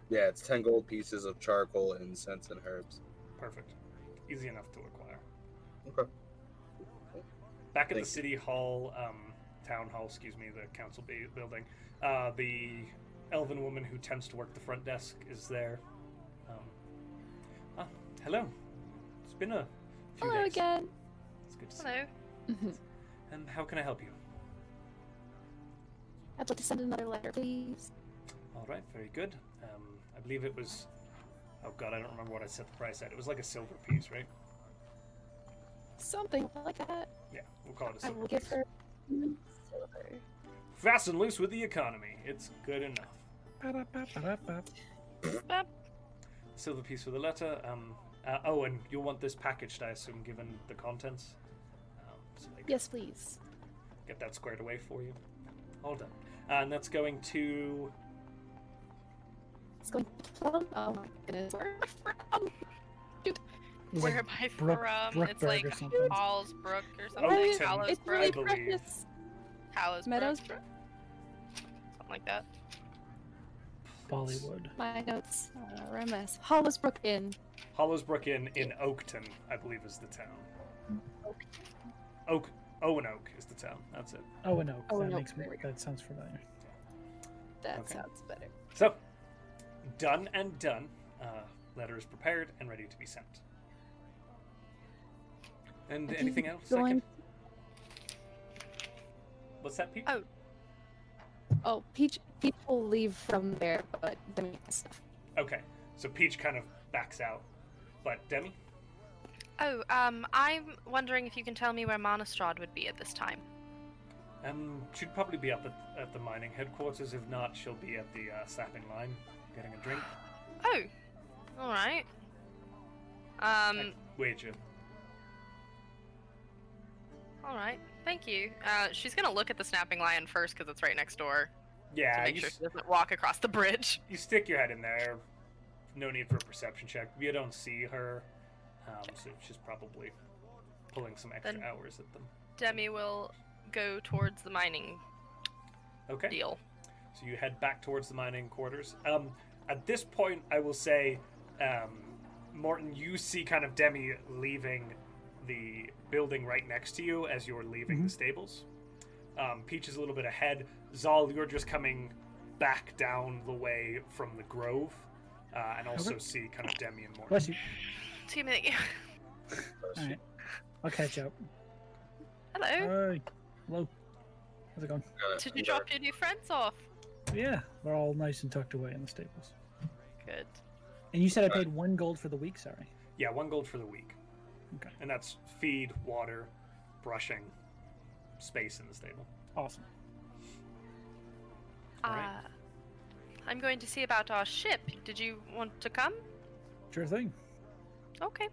Speaker 3: Yeah, it's ten gold pieces of charcoal, incense, and herbs.
Speaker 1: Perfect. Easy enough to acquire.
Speaker 3: Okay.
Speaker 1: Back at the
Speaker 3: Thank you.
Speaker 1: city hall, um, town hall, excuse me, the council bu- building, uh, the elven woman who tends to work the front desk is there. Um, ah, hello. It's been a few
Speaker 5: Hello
Speaker 1: days.
Speaker 5: again.
Speaker 1: It's good to see you.
Speaker 4: Hello.
Speaker 5: Mhm.
Speaker 1: Um, how can I help you?
Speaker 5: I'd like to send another letter, please.
Speaker 1: All right, very good. Um, I believe it was. Oh god, I don't remember what I set the price at. It was like a silver piece, right?
Speaker 5: Something like that.
Speaker 1: Yeah, we'll call it a
Speaker 5: I
Speaker 1: silver
Speaker 5: will give
Speaker 1: piece.
Speaker 5: her silver.
Speaker 1: Fast and loose with the economy. It's good enough.
Speaker 2: Ba-da-ba-ba-da-ba.
Speaker 1: Silver piece with a letter. Um, uh, oh, and you'll want this packaged, I assume, given the contents. Um, so they
Speaker 5: Yes, please.
Speaker 1: get that squared away for you. All done. Uh, And that's going to.
Speaker 5: It's going to Plum. Oh my goodness. Where am
Speaker 4: Where am I
Speaker 2: It's like
Speaker 5: I from?
Speaker 2: Brook-
Speaker 4: from? It's
Speaker 2: Brookberg
Speaker 4: like
Speaker 2: or something.
Speaker 4: Hallsbrook or
Speaker 1: Oakton. Oh,
Speaker 4: something.
Speaker 1: It's
Speaker 5: It's
Speaker 4: Hallowsbrook.
Speaker 5: really
Speaker 1: I believe.
Speaker 5: precious.
Speaker 4: Hallowsbrook.
Speaker 5: Meadowsbrook?
Speaker 4: Something like that.
Speaker 2: Bollywood.
Speaker 5: My notes Uh, are a mess. Hollisbrook Inn.
Speaker 1: Hollowsbrook Inn in Oakton, I believe, is the town. Oak. Owen Oak is the town. That's it.
Speaker 2: Oh and oak.
Speaker 5: Oh,
Speaker 2: that
Speaker 5: and oak,
Speaker 2: makes
Speaker 5: there
Speaker 2: more,
Speaker 5: we
Speaker 2: that sounds familiar.
Speaker 5: That
Speaker 1: Okay.
Speaker 5: sounds better.
Speaker 1: So, done and done. Uh, letter is prepared and ready to be sent. And
Speaker 5: Okay,
Speaker 1: anything else? I
Speaker 5: going-
Speaker 1: can... What's that, Pete?
Speaker 4: Oh.
Speaker 5: Oh, Peach, Peach will leave from there, but then we have stuff.
Speaker 1: Okay, so Peach kind of backs out, but Demi,
Speaker 4: Oh, um, I'm wondering if you can tell me where Monastrad would be at this time.
Speaker 1: um, she'd probably be up at, at the mining headquarters. If not, she'll be at the uh, sapping line getting a drink.
Speaker 4: Oh, all right. Um,
Speaker 1: I wager.
Speaker 4: all right. Thank you. Uh, she's gonna look at the snapping lion first because it's right next door to
Speaker 1: Yeah,
Speaker 4: make
Speaker 1: you,
Speaker 4: sure
Speaker 1: s-
Speaker 4: she doesn't walk across the bridge.
Speaker 1: you stick your head in there. No need for a perception check. You don't see her, um, so she's probably pulling some extra
Speaker 4: Then-
Speaker 1: hours at them.
Speaker 4: Demi will go towards the mining
Speaker 1: Okay.
Speaker 4: deal.
Speaker 1: So you head back towards the mining quarters. Um, at this point, I will say, um, Morton, you see kind of Demi leaving the building right next to you as you're leaving the
Speaker 2: Mhm.
Speaker 1: stables. Um, Peach is a little bit ahead. Zal, you're just coming back down the way from the grove, uh, and also
Speaker 2: Okay.
Speaker 1: see kind of Demi and Morton.
Speaker 2: Bless you.
Speaker 4: Two minute.
Speaker 2: Alright. I'll catch up.
Speaker 4: Hello.
Speaker 2: Hey. Hello. How's it going?
Speaker 3: Gotta-
Speaker 4: Did you drop your new friends off?
Speaker 2: Yeah. They're all nice and tucked away in the stables.
Speaker 4: Good.
Speaker 2: And you said I paid one gold for the week, sorry.
Speaker 1: Yeah, one gold for the week.
Speaker 2: Okay.
Speaker 1: And that's feed, water, brushing, space in the stable.
Speaker 2: Awesome.
Speaker 4: Uh,
Speaker 1: All right.
Speaker 4: I'm going to see about our ship. Did you want to come?
Speaker 2: Sure thing.
Speaker 4: Okay.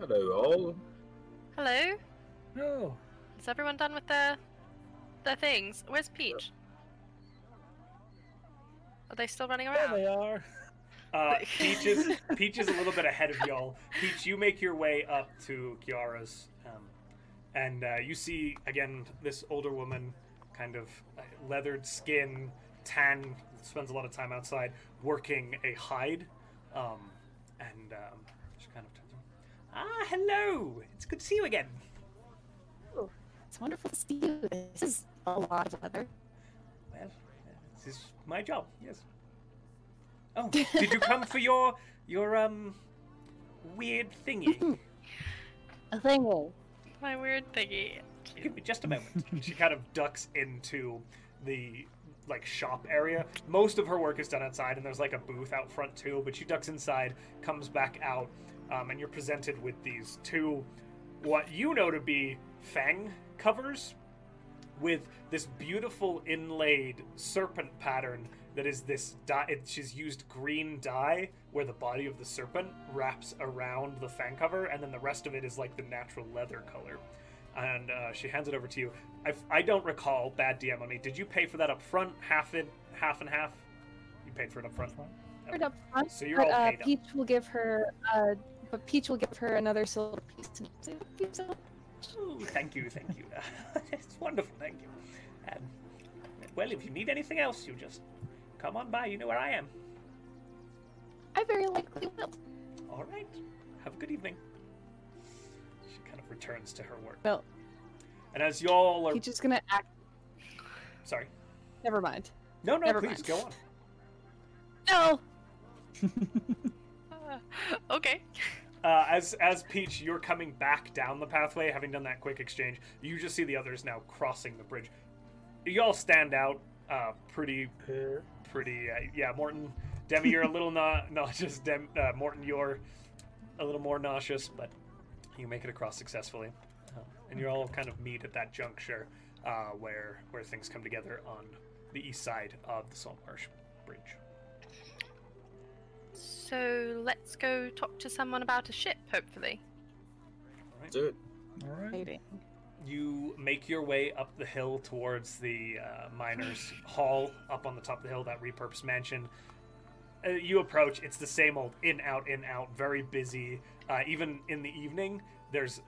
Speaker 3: Hello, all.
Speaker 4: Hello.
Speaker 2: Oh.
Speaker 4: Is everyone done with their their things? Where's Peach? Are they still running
Speaker 2: There
Speaker 4: around?
Speaker 2: they are.
Speaker 1: Uh, Peach is Peach is a little bit ahead of y'all. Peach, you make your way up to Kiara's, um, and uh, you see again this older woman, kind of uh, leathered skin, tan, spends a lot of time outside working a hide, um, and um, she kind of turns around. Ah, hello! It's good to see you again.
Speaker 5: It's wonderful to see you. This is a lot of leather.
Speaker 1: Well, this is my job. Yes. Oh, did you come for your your um weird thingy?
Speaker 5: A thing.
Speaker 4: My weird thingy.
Speaker 1: Give me just a moment. she kind of ducks into the like shop area. Most of her work is done outside, and there's like a booth out front too. But she ducks inside, comes back out, um, and you're presented with these two, what you know to be fang covers, with this beautiful inlaid serpent pattern that is this dye. It, she's used green dye where the body of the serpent wraps around the fang cover, and then the rest of it is like the natural leather color and uh, she hands it over to you. I, I don't recall. Bad DM on me. Did you pay for that up front? Half in, half and half. You paid for it up front.
Speaker 5: Right up front,
Speaker 1: So you're
Speaker 5: but
Speaker 1: all
Speaker 5: uh,
Speaker 1: paid up.
Speaker 5: Peach will give her. Uh, but Peach will give her another silver piece. And say, "Thank you so much."
Speaker 1: Ooh, thank you, thank you. it's wonderful. Thank you. Um, well, if you need anything else, you just come on by. You know where I am.
Speaker 5: I very likely will.
Speaker 1: All right. Have a good evening. She kind of returns to her work.
Speaker 5: Well-
Speaker 1: and as y'all are
Speaker 5: Peach is gonna act.
Speaker 1: sorry.
Speaker 5: Never mind.
Speaker 1: No, no,
Speaker 5: Never
Speaker 1: please
Speaker 5: mind.
Speaker 1: go on.
Speaker 5: No.
Speaker 4: Uh, okay.
Speaker 1: Uh, as as Peach, you're coming back down the pathway, having done that quick exchange. You just see the others now crossing the bridge. You all stand out uh, pretty,
Speaker 2: Here.
Speaker 1: pretty. Uh, yeah, Morton, Demi, you're a little na- nauseous. Dem- uh, Morton, you're a little more nauseous, but you make it across successfully, uh, and you all kind of meet at that juncture uh, where where things come together on the east side of the Saltmarsh Bridge.
Speaker 4: So let's go talk to someone about a ship, hopefully.
Speaker 1: All right.
Speaker 3: Dude,
Speaker 2: All right.
Speaker 5: Waiting.
Speaker 1: you make your way up the hill towards the uh, miners' hall up on the top of the hill, that repurposed mansion. Uh, you approach, it's the same old in, out, in, out, very busy. Uh, even in the evening, there's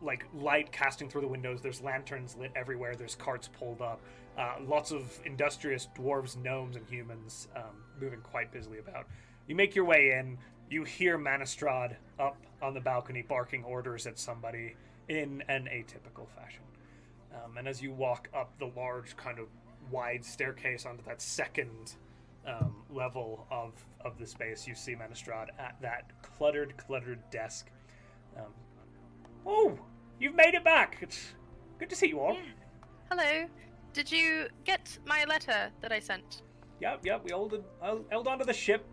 Speaker 1: like light casting through the windows, there's lanterns lit everywhere, there's carts pulled up, uh, lots of industrious dwarves, gnomes, and humans um, moving quite busily about. You make your way in, you hear Manistrad up on the balcony barking orders at somebody in an atypical fashion. Um, and as you walk up the large, kind of wide staircase onto that second um, level of, of the space, you see Manistrad at that cluttered, cluttered desk. Um, oh, you've made it back! It's good to see you all.
Speaker 4: Yeah. Hello. Did you get my letter that I sent?
Speaker 1: Yep, yep, we held, held held onto the ship.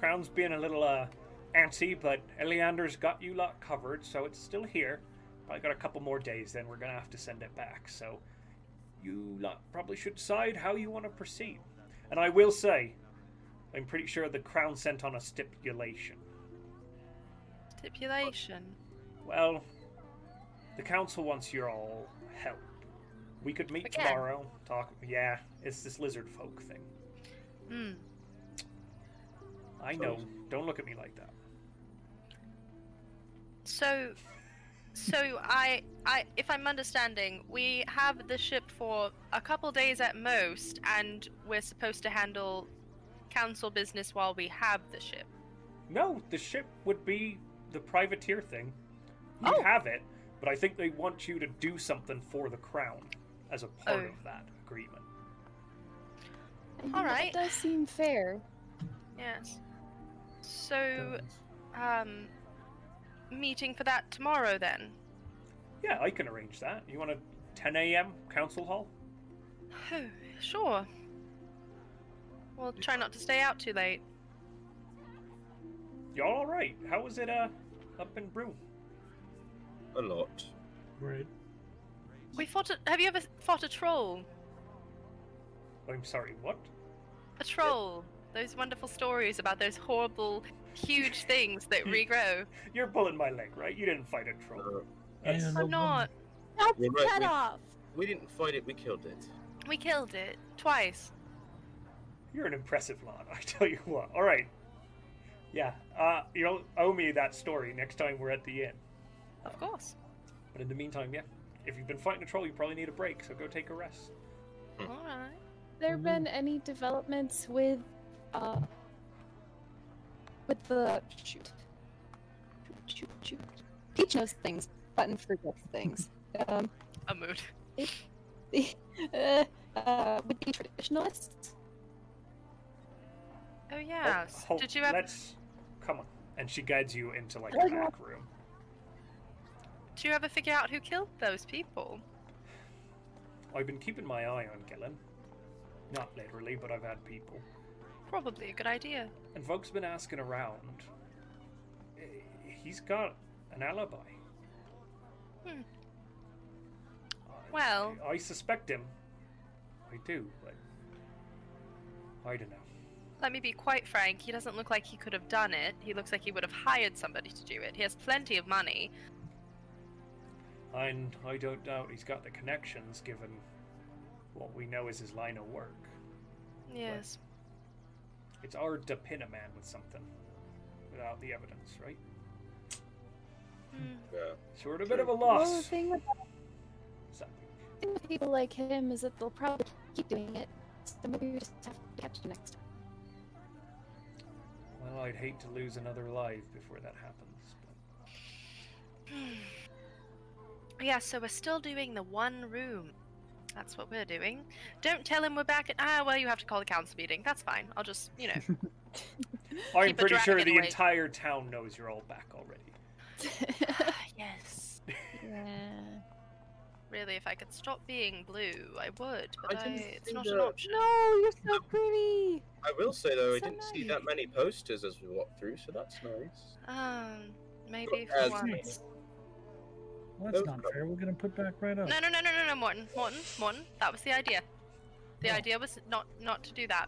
Speaker 1: Crown's being a little uh, antsy, but Eleander's got you lot covered, so it's still here. Probably got a couple more days, then we're gonna have to send it back. So you lot probably should decide how you want to proceed. And I will say, I'm pretty sure the Crown sent on a stipulation.
Speaker 4: Stipulation.
Speaker 1: Well, the council wants your all help. We could meet
Speaker 4: Again?
Speaker 1: tomorrow. Talk. Yeah, it's this lizard folk thing.
Speaker 4: Hmm.
Speaker 1: I know. Don't look at me like that.
Speaker 4: So, so I, I, if I'm understanding, we have the ship for a couple days at most, and we're supposed to handle council business while we have the ship.
Speaker 1: No, the ship would be the privateer thing. You
Speaker 4: Oh.
Speaker 1: have it, but I think they want you to do something for the crown as a part
Speaker 4: Oh.
Speaker 1: of that agreement.
Speaker 5: And
Speaker 4: All
Speaker 5: that
Speaker 4: right.
Speaker 5: does seem fair.
Speaker 4: Yes. So, um, meeting for that tomorrow then.
Speaker 1: Yeah, I can arrange that. You want a 10 a.m. council hall?
Speaker 4: Oh, sure. We'll try not to stay out too late.
Speaker 1: Y'all all right? How was it uh, up in Broome?
Speaker 3: a lot.
Speaker 2: Great.
Speaker 4: We fought. A, have you ever fought a troll?
Speaker 1: I'm sorry, what?
Speaker 4: A troll. Those wonderful stories about those horrible, huge things that regrow.
Speaker 1: You're pulling my leg, right? You didn't fight a troll.
Speaker 3: No,
Speaker 1: That's-
Speaker 2: And a
Speaker 4: I'm not.
Speaker 5: Chop
Speaker 3: You're
Speaker 5: its
Speaker 3: right,
Speaker 5: head
Speaker 3: we-
Speaker 5: off.
Speaker 3: we didn't fight it, we killed it.
Speaker 4: We killed it twice.
Speaker 1: You're an impressive lad, I tell you what. All right. Yeah, uh, you'll owe me that story next time we're at the inn.
Speaker 4: Of course.
Speaker 1: But in the meantime, yeah, if you've been fighting a troll, you probably need a break, so go take a rest.
Speaker 3: Hmm.
Speaker 4: All right.
Speaker 5: there been any developments with uh with the shoot shoot shoot peach knows things button forgets things um
Speaker 4: A mood.
Speaker 5: the uh, uh with the traditionalists
Speaker 4: Oh
Speaker 1: Oh,
Speaker 4: yeah. S-
Speaker 1: hold-
Speaker 4: Did you have
Speaker 1: Let's come on, and she guides you into like
Speaker 5: Oh,
Speaker 1: the
Speaker 5: yeah.
Speaker 1: back room.
Speaker 4: Do you ever figure out who killed those people?
Speaker 1: I've been keeping my eye on Gillen. Not literally, but I've had people.
Speaker 4: Probably a good idea.
Speaker 1: And folks been asking around. Eh, He's got an alibi.
Speaker 4: Hmm.
Speaker 1: I-
Speaker 4: Well-
Speaker 1: I, suspect him. I do, but I don't know.
Speaker 4: Let me be quite frank. He doesn't look like he could have done it. He looks like he would have hired somebody to do it. He has plenty of money.
Speaker 1: And I don't doubt he's got the connections, given what we know is his line of work.
Speaker 4: Yes.
Speaker 1: It's hard to pin a man with something without the evidence, right?
Speaker 4: Hmm.
Speaker 3: Yeah.
Speaker 1: So we're at a bit of a
Speaker 5: well, the
Speaker 1: loss.
Speaker 5: thing with,
Speaker 1: Something.
Speaker 5: thing with people like him is that they'll probably keep doing it so maybe we just have to catch them next time
Speaker 1: Well, I'd hate to lose another life before that happens. But...
Speaker 4: yeah, so we're still doing the one room. That's what we're doing. Don't tell him we're back at. Ah, well, you have to call the council meeting. That's fine. I'll just, you know.
Speaker 1: I'm
Speaker 4: Keep a
Speaker 1: pretty sure
Speaker 4: dragon
Speaker 1: the
Speaker 4: awake.
Speaker 1: entire town knows you're all back already.
Speaker 4: yes.
Speaker 5: yeah
Speaker 4: Really, if I could stop being blue, I would, but
Speaker 3: I
Speaker 4: I
Speaker 3: didn't
Speaker 4: it's
Speaker 3: see
Speaker 4: not an
Speaker 3: the-
Speaker 4: option.
Speaker 5: no Oh, you're so pretty
Speaker 3: I will say though, I
Speaker 5: So
Speaker 3: didn't see that many posters as we walked through, so that's nice.
Speaker 4: Um, maybe
Speaker 3: Well,
Speaker 4: for
Speaker 3: as-
Speaker 4: once.
Speaker 2: Well, that's
Speaker 3: Oh,
Speaker 2: not fair. We're gonna put back right up.
Speaker 4: No, no, no, no, no, no, Morton, Morton, Morton. That was the idea. The
Speaker 2: Oh.
Speaker 4: idea was not not to do that.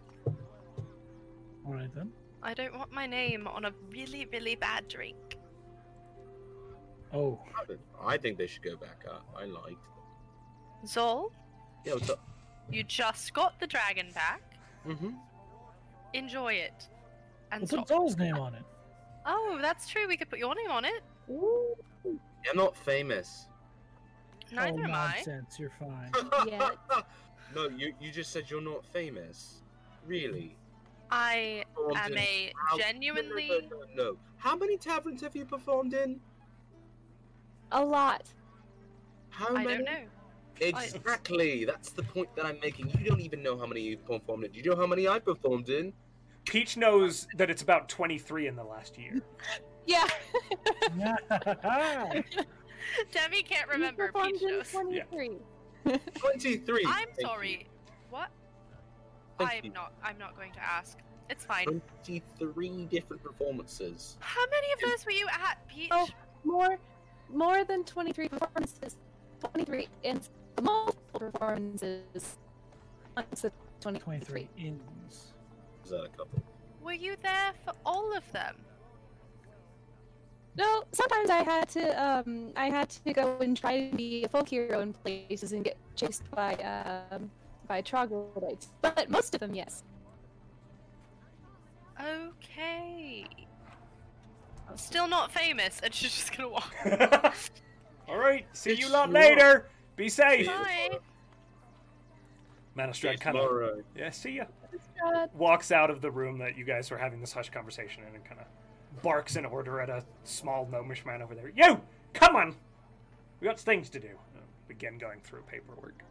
Speaker 2: All right then.
Speaker 4: I don't want my name on a really, really bad drink.
Speaker 2: Oh,
Speaker 3: I don't- I think they should go back up. I liked them.
Speaker 4: Zol,
Speaker 3: Yeah, what's up?
Speaker 4: you just got the dragon back.
Speaker 3: Mm-hmm.
Speaker 4: Enjoy it. And
Speaker 2: we'll
Speaker 4: stop.
Speaker 2: put Zol's name on it.
Speaker 4: Oh, that's true. We could put your name on it.
Speaker 3: You're not famous.
Speaker 4: Neither
Speaker 2: oh,
Speaker 4: am I.
Speaker 2: nonsense. You're fine.
Speaker 5: Yeah.
Speaker 3: no, you you just said you're not famous. Really?
Speaker 4: I am
Speaker 3: Performed in-
Speaker 4: a
Speaker 3: How- no, no, no,
Speaker 4: genuinely.
Speaker 3: no, no. How many taverns have you performed in?
Speaker 5: a lot
Speaker 3: How
Speaker 4: I
Speaker 3: many?
Speaker 4: don't know.
Speaker 3: Exactly. That's the point that I'm making. You don't even know how many you've performed in. Do you know how many I performed in?
Speaker 1: Peach knows that it's about 23 in the last year.
Speaker 5: yeah
Speaker 4: Demi can't remember.
Speaker 5: performed
Speaker 4: Peach
Speaker 5: in
Speaker 4: knows.
Speaker 5: 23
Speaker 3: Twenty-three.
Speaker 4: I'm
Speaker 3: Thank you.
Speaker 4: sorry. What?
Speaker 3: Thank
Speaker 4: I'm
Speaker 3: you. Oh.
Speaker 4: not. I'm not going to ask. It's fine.
Speaker 3: Twenty-three different performances.
Speaker 4: How many of those were you at, Peach?
Speaker 5: Oh. more more than 23 performances 23 and multiple performances Once of 20
Speaker 2: Twenty-three ins.
Speaker 3: Is that a couple?
Speaker 4: Were you there for all of them?
Speaker 5: no sometimes i had to um i had to go and try to be a folk hero in places and get chased by um by troglodytes but most of them yes
Speaker 4: Okay. Still not famous, and she's just gonna walk.
Speaker 1: all right, see you
Speaker 3: It's
Speaker 1: lot
Speaker 3: not.
Speaker 1: later. Be safe.
Speaker 3: Yeah.
Speaker 4: Bye.
Speaker 1: Manistrad kind of
Speaker 3: Tomorrow.
Speaker 1: yeah, see ya.
Speaker 5: Uh,
Speaker 1: Walks out of the room that you guys were having this hush conversation in and kind of barks an order at a small gnomish man over there. You, come on, we got things to do. Begin going through paperwork.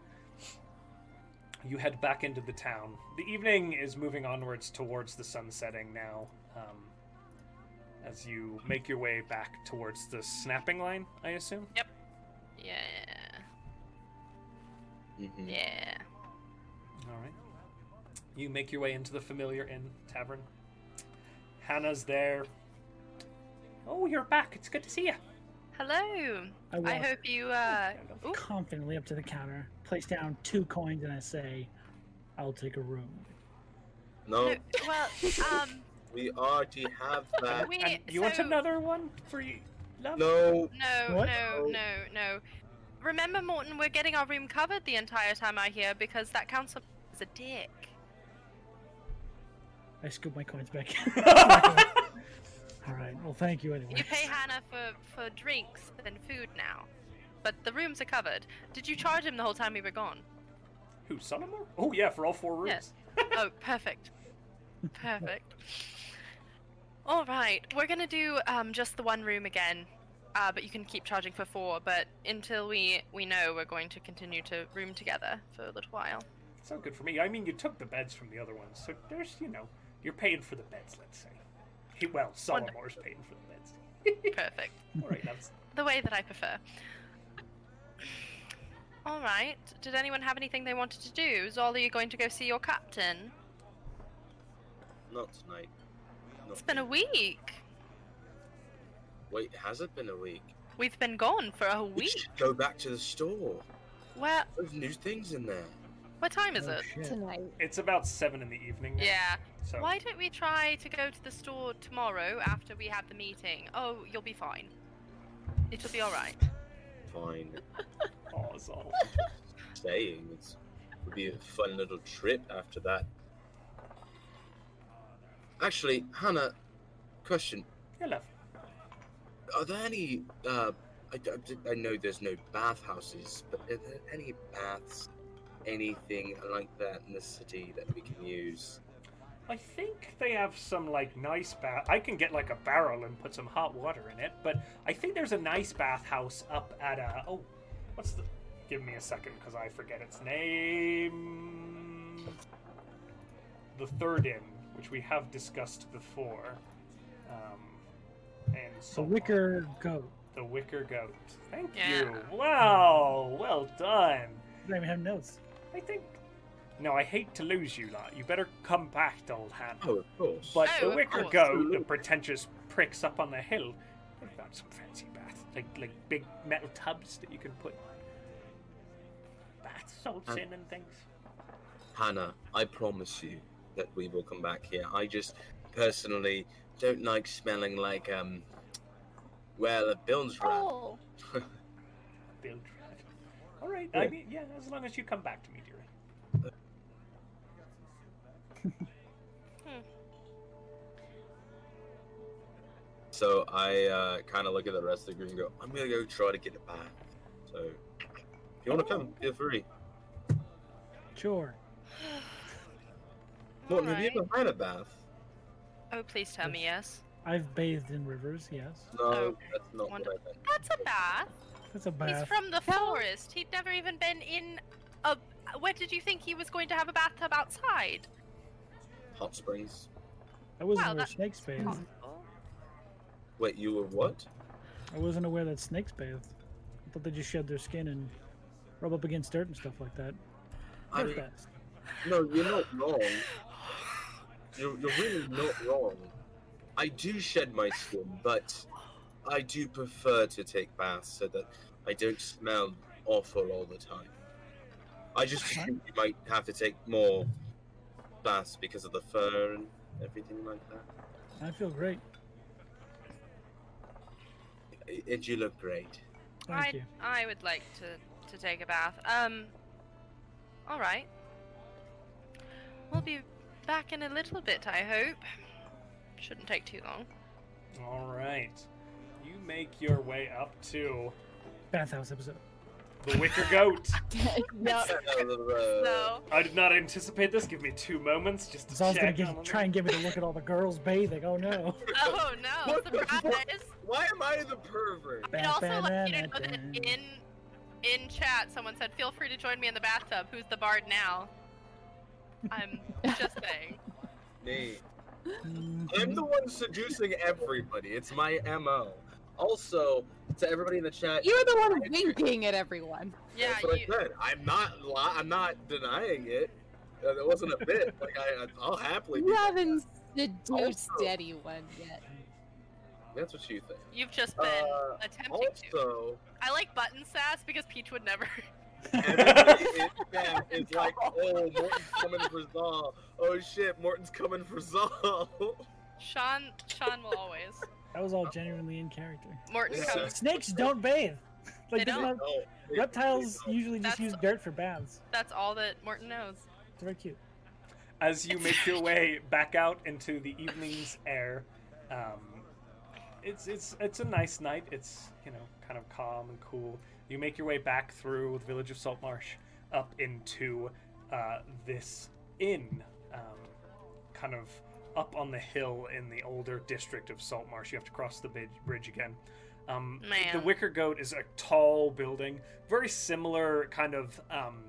Speaker 1: You head back into the town. The evening is moving onwards towards the sun setting now. Um, as you make your way back towards the snapping line, I assume.
Speaker 4: Yeah.
Speaker 3: Mhm.
Speaker 4: Yeah.
Speaker 1: All right. You make your way into the familiar inn tavern. Hannah's there. Oh, you're back. It's good to see you.
Speaker 4: Hello.
Speaker 2: I
Speaker 4: I
Speaker 2: walk
Speaker 4: hope you. uh... Ooh.
Speaker 2: confidently up to the counter, place down two coins, and I say, "I'll take a room."
Speaker 3: No,
Speaker 4: Well, um,
Speaker 3: we already have that.
Speaker 4: we.
Speaker 1: And you want
Speaker 4: so-
Speaker 1: another one for you? Love?
Speaker 3: No.
Speaker 4: No,
Speaker 2: What?
Speaker 4: no, no, no. Remember, Morton, we're getting our room covered the entire time I here because that council is a dick.
Speaker 2: I scoop my coins back in. All right. Well, thank you anyway.
Speaker 4: You pay Hannah for, for drinks and food now, but the rooms are covered. Did you charge him the whole time we were gone?
Speaker 1: Who, Sunnamore? Oh, yeah, for all four rooms.
Speaker 4: Yes. oh, perfect. Perfect. All right, we're gonna do um, just the one room again, uh, but you can keep charging for four. But until we we know, we're going to continue to room together for a little while.
Speaker 1: So good for me. I mean, you took the beds from the other ones, so there's, you know, you're paying for the beds, let's say. He, well, Solomore's paying for the beds.
Speaker 4: Perfect,
Speaker 1: All right, that's
Speaker 4: the way that I prefer. All right. Did anyone have anything they wanted to do? Zol, are you going to go see your captain?
Speaker 3: Not tonight. Not
Speaker 4: It's been a week.
Speaker 3: Wait, has it been a week?
Speaker 4: We've been gone for a
Speaker 3: We
Speaker 4: week.
Speaker 3: should go back to the store.
Speaker 4: Where?
Speaker 3: There's new things in there.
Speaker 4: What time is
Speaker 2: Oh,
Speaker 4: it?
Speaker 2: shit.
Speaker 5: tonight.
Speaker 1: it's about seven in the evening. now,
Speaker 4: Yeah.
Speaker 1: So
Speaker 4: Why don't we try to go to the store tomorrow after we have the meeting? Oh, you'll be fine. It'll be all right.
Speaker 3: Fine.
Speaker 1: Aw, Zol.
Speaker 3: Saying it's would be a fun little trip after that. Actually, Hannah, question:
Speaker 1: Yeah, love.
Speaker 3: Are there any? Uh, I, I- I know there's no bathhouses, but are there any baths, anything like that in the city that we can use?
Speaker 1: I think they have some like nice bath. I can get like a barrel and put some hot water in it, but I think there's a nice bathhouse up at uh oh, what's the? Give me a second because I forget its name. The third inn, which we have discussed before, um, and
Speaker 2: The
Speaker 1: so
Speaker 2: wicker goat.
Speaker 1: the wicker goat. Thank
Speaker 4: Yeah.
Speaker 1: you. Wow, well done.
Speaker 2: I don't even have notes.
Speaker 1: I think. No, I hate to lose you lot. You better come back, old hand.
Speaker 3: Oh, of course.
Speaker 1: But
Speaker 4: Oh,
Speaker 1: the
Speaker 4: of
Speaker 1: wicker
Speaker 4: course.
Speaker 1: goat, the pretentious pricks up on the hill, they've got some fancy baths, like like big metal tubs that you can put bath salts
Speaker 2: Uh.
Speaker 3: Um,
Speaker 1: in and things.
Speaker 3: Hannah, I promise you that we will come back here. I just personally don't like smelling like um, well, a Bill's rat.
Speaker 5: Oh,
Speaker 1: Build right. All right. I
Speaker 3: Yeah.
Speaker 1: mean, yeah, as long as you come back to me, dearie.
Speaker 3: So I uh, kind of look at the rest of the group and go, I'm gonna go try to get a bath. So if you want to come, feel free.
Speaker 2: Sure.
Speaker 3: Morton,
Speaker 4: All
Speaker 3: have you
Speaker 4: right.
Speaker 3: ever had a bath?
Speaker 4: Oh, please tell me yes.
Speaker 2: I've bathed in rivers. Yes.
Speaker 3: No,
Speaker 4: Oh,
Speaker 3: that's not what
Speaker 4: wonderful.
Speaker 3: I meant.
Speaker 4: That's a bath.
Speaker 2: That's a
Speaker 4: He's
Speaker 2: bath.
Speaker 4: from the forest. He'd never even been in a. Where did you think he was going to have a bathtub outside?
Speaker 3: Hot springs.
Speaker 2: I wasn't
Speaker 4: Wow,
Speaker 2: aware
Speaker 4: that- Oh,
Speaker 2: snakes bathed.
Speaker 4: Possible.
Speaker 3: Wait, you were what?
Speaker 2: I wasn't aware that snakes bathed. I thought they just shed their skin and rub up against dirt and stuff like that.
Speaker 3: I
Speaker 2: Dirt
Speaker 3: mean,
Speaker 2: baths.
Speaker 3: no, you're not wrong. You're, you're really not wrong. I do shed my skin, but I do prefer to take baths so that I don't smell awful all the time. I just assume you might have to take more baths because of the fur and everything like that.
Speaker 2: I feel great.
Speaker 3: I- And you look great.
Speaker 2: Thank
Speaker 4: I
Speaker 2: you.
Speaker 4: I would like to to take a bath. Um. All right. We'll be back in a little bit. I hope. Shouldn't take too long.
Speaker 1: All right. You make your way up to
Speaker 2: Bathhouse episode.
Speaker 1: the wicker goat.
Speaker 5: yeah.
Speaker 4: So
Speaker 1: I did not anticipate this. Give me two moments just to
Speaker 2: Zal's gonna
Speaker 1: check.
Speaker 2: get,
Speaker 1: on
Speaker 2: try and get me to look at all the girls bathing. Oh no.
Speaker 4: Oh no!
Speaker 3: What the fuck?
Speaker 4: Surprise!
Speaker 3: Why am I the pervert?
Speaker 4: I'd also like you to know that in in chat, someone said, "Feel free to join me in the bathtub." Who's the bard now? I'm just saying.
Speaker 3: Me. I'm
Speaker 2: Mhm.
Speaker 3: the one seducing everybody. It's my MO. Also, to everybody in the chat,
Speaker 5: You're the one winking at everyone.
Speaker 4: Yeah,
Speaker 3: That's what
Speaker 4: you,
Speaker 3: I said. I'm not. Li- I'm not denying it. Uh, that wasn't a bit. Like I, I- I'll happily.
Speaker 5: You
Speaker 3: Do that.
Speaker 5: haven't seduced
Speaker 3: Also-
Speaker 5: anyone yet.
Speaker 3: That's what you think.
Speaker 4: you've just been
Speaker 3: Uh,
Speaker 4: attempting to.
Speaker 3: also,
Speaker 4: I like button sass because Peach would never.
Speaker 3: everybody in chat is like, "Oh, Morton's coming for Zal. Oh shit, Morton's coming for Zal." Oh,
Speaker 4: Sean Sean will always.
Speaker 2: That was all genuinely in character.
Speaker 4: Morton
Speaker 3: Yeah.
Speaker 4: comes.
Speaker 2: Snakes don't bathe. Like
Speaker 4: They
Speaker 2: there's
Speaker 4: don't.
Speaker 2: not-
Speaker 3: No, they-
Speaker 2: reptiles
Speaker 3: they don't.
Speaker 2: usually just
Speaker 4: That's-
Speaker 2: use dirt for baths.
Speaker 4: That's all that Morton knows.
Speaker 2: It's very cute.
Speaker 1: As you make your way back out into the evening's air, um, it's it's it's a nice night. It's you know kind of calm and cool. You make your way back through the village of Saltmarsh up into uh, this inn, um, kind of up on the hill in the older district of Saltmarsh. You have to cross the bid- bridge again. Um, the
Speaker 4: Man.
Speaker 1: Wicker Goat is a tall building, very similar kind of um,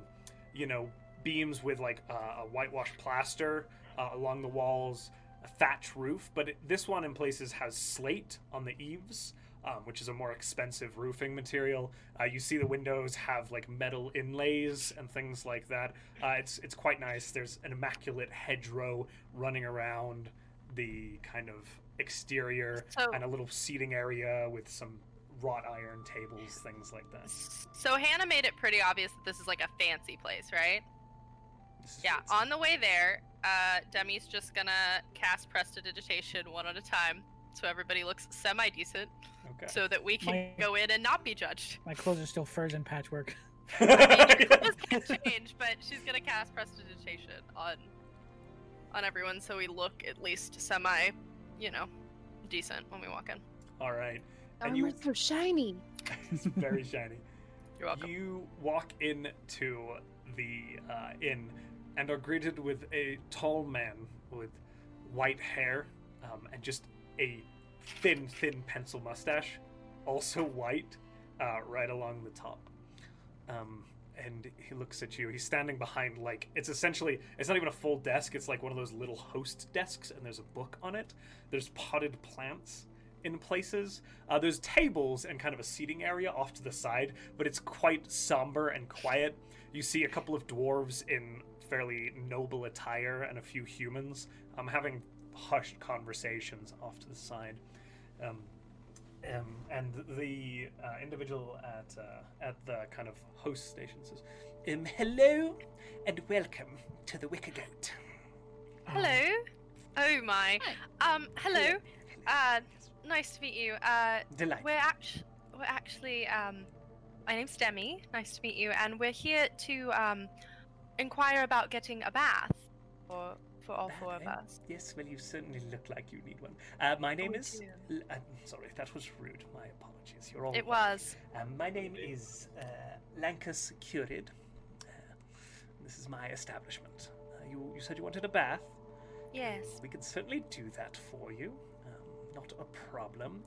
Speaker 1: you know beams with like uh, a whitewashed plaster uh, along the walls, a thatch roof. But it, this one in places has slate on the eaves, um, which is a more expensive roofing material. Uh, you see the windows have like metal inlays and things like that. Uh, it's it's quite nice. There's an immaculate hedgerow running around the kind of exterior
Speaker 4: So,
Speaker 1: and a little seating area with some wrought iron tables, things like that.
Speaker 4: so Hannah made it pretty obvious that this is like a fancy place, right?
Speaker 1: This is
Speaker 4: Yeah.
Speaker 1: fancy.
Speaker 4: On the way there, uh, Demi's just gonna cast prestidigitation one at a time, so everybody looks semi decent,
Speaker 1: Okay.
Speaker 4: so that we can
Speaker 2: My-
Speaker 4: go in and not be judged.
Speaker 2: My clothes are still furs and patchwork.
Speaker 4: This can change, but she's gonna cast prestidigitation on on everyone, so we look at least semi, you know, decent when we walk in.
Speaker 1: All right. And you-
Speaker 5: Armor's so shiny.
Speaker 1: It's very shiny.
Speaker 4: You're welcome.
Speaker 1: You walk into the uh, inn and are greeted with a tall man with white hair um, and just a thin, thin pencil mustache, also white, uh, right along the top. Um, and he looks at you. He's standing behind, like, it's essentially, it's not even a full desk. It's like one of those little host desks, and there's a book on it. There's potted plants in places. Uh, there's tables and kind of a seating area off to the side, but it's quite somber and quiet. You see a couple of dwarves in fairly noble attire and a few humans um, having hushed conversations off to the side. Um, um, and the uh, individual at uh, at the kind of host station says, um, "Hello, and welcome to the Wicker Goat."
Speaker 4: Hello. Oh my. Um. Hello. Uh. Nice to meet you. Uh.
Speaker 1: Delight.
Speaker 4: We're actually, we're actually, um, my name's Demi. Nice to meet you, and we're here to um, inquire about getting a bath for for all four of
Speaker 1: Bath, eh?
Speaker 4: us.
Speaker 1: Yes, well, you certainly look like you need one. Uh, my name
Speaker 4: we
Speaker 1: is.
Speaker 4: do.
Speaker 1: L- I'm sorry, that was rude. My apologies. You're all.
Speaker 4: It
Speaker 1: welcome.
Speaker 4: was.
Speaker 1: Um, my name is uh, Lankus Curid. Uh, this is my establishment. Uh, you, you said you wanted a bath.
Speaker 4: Yes.
Speaker 1: We can certainly do that for you. Um, not a problem.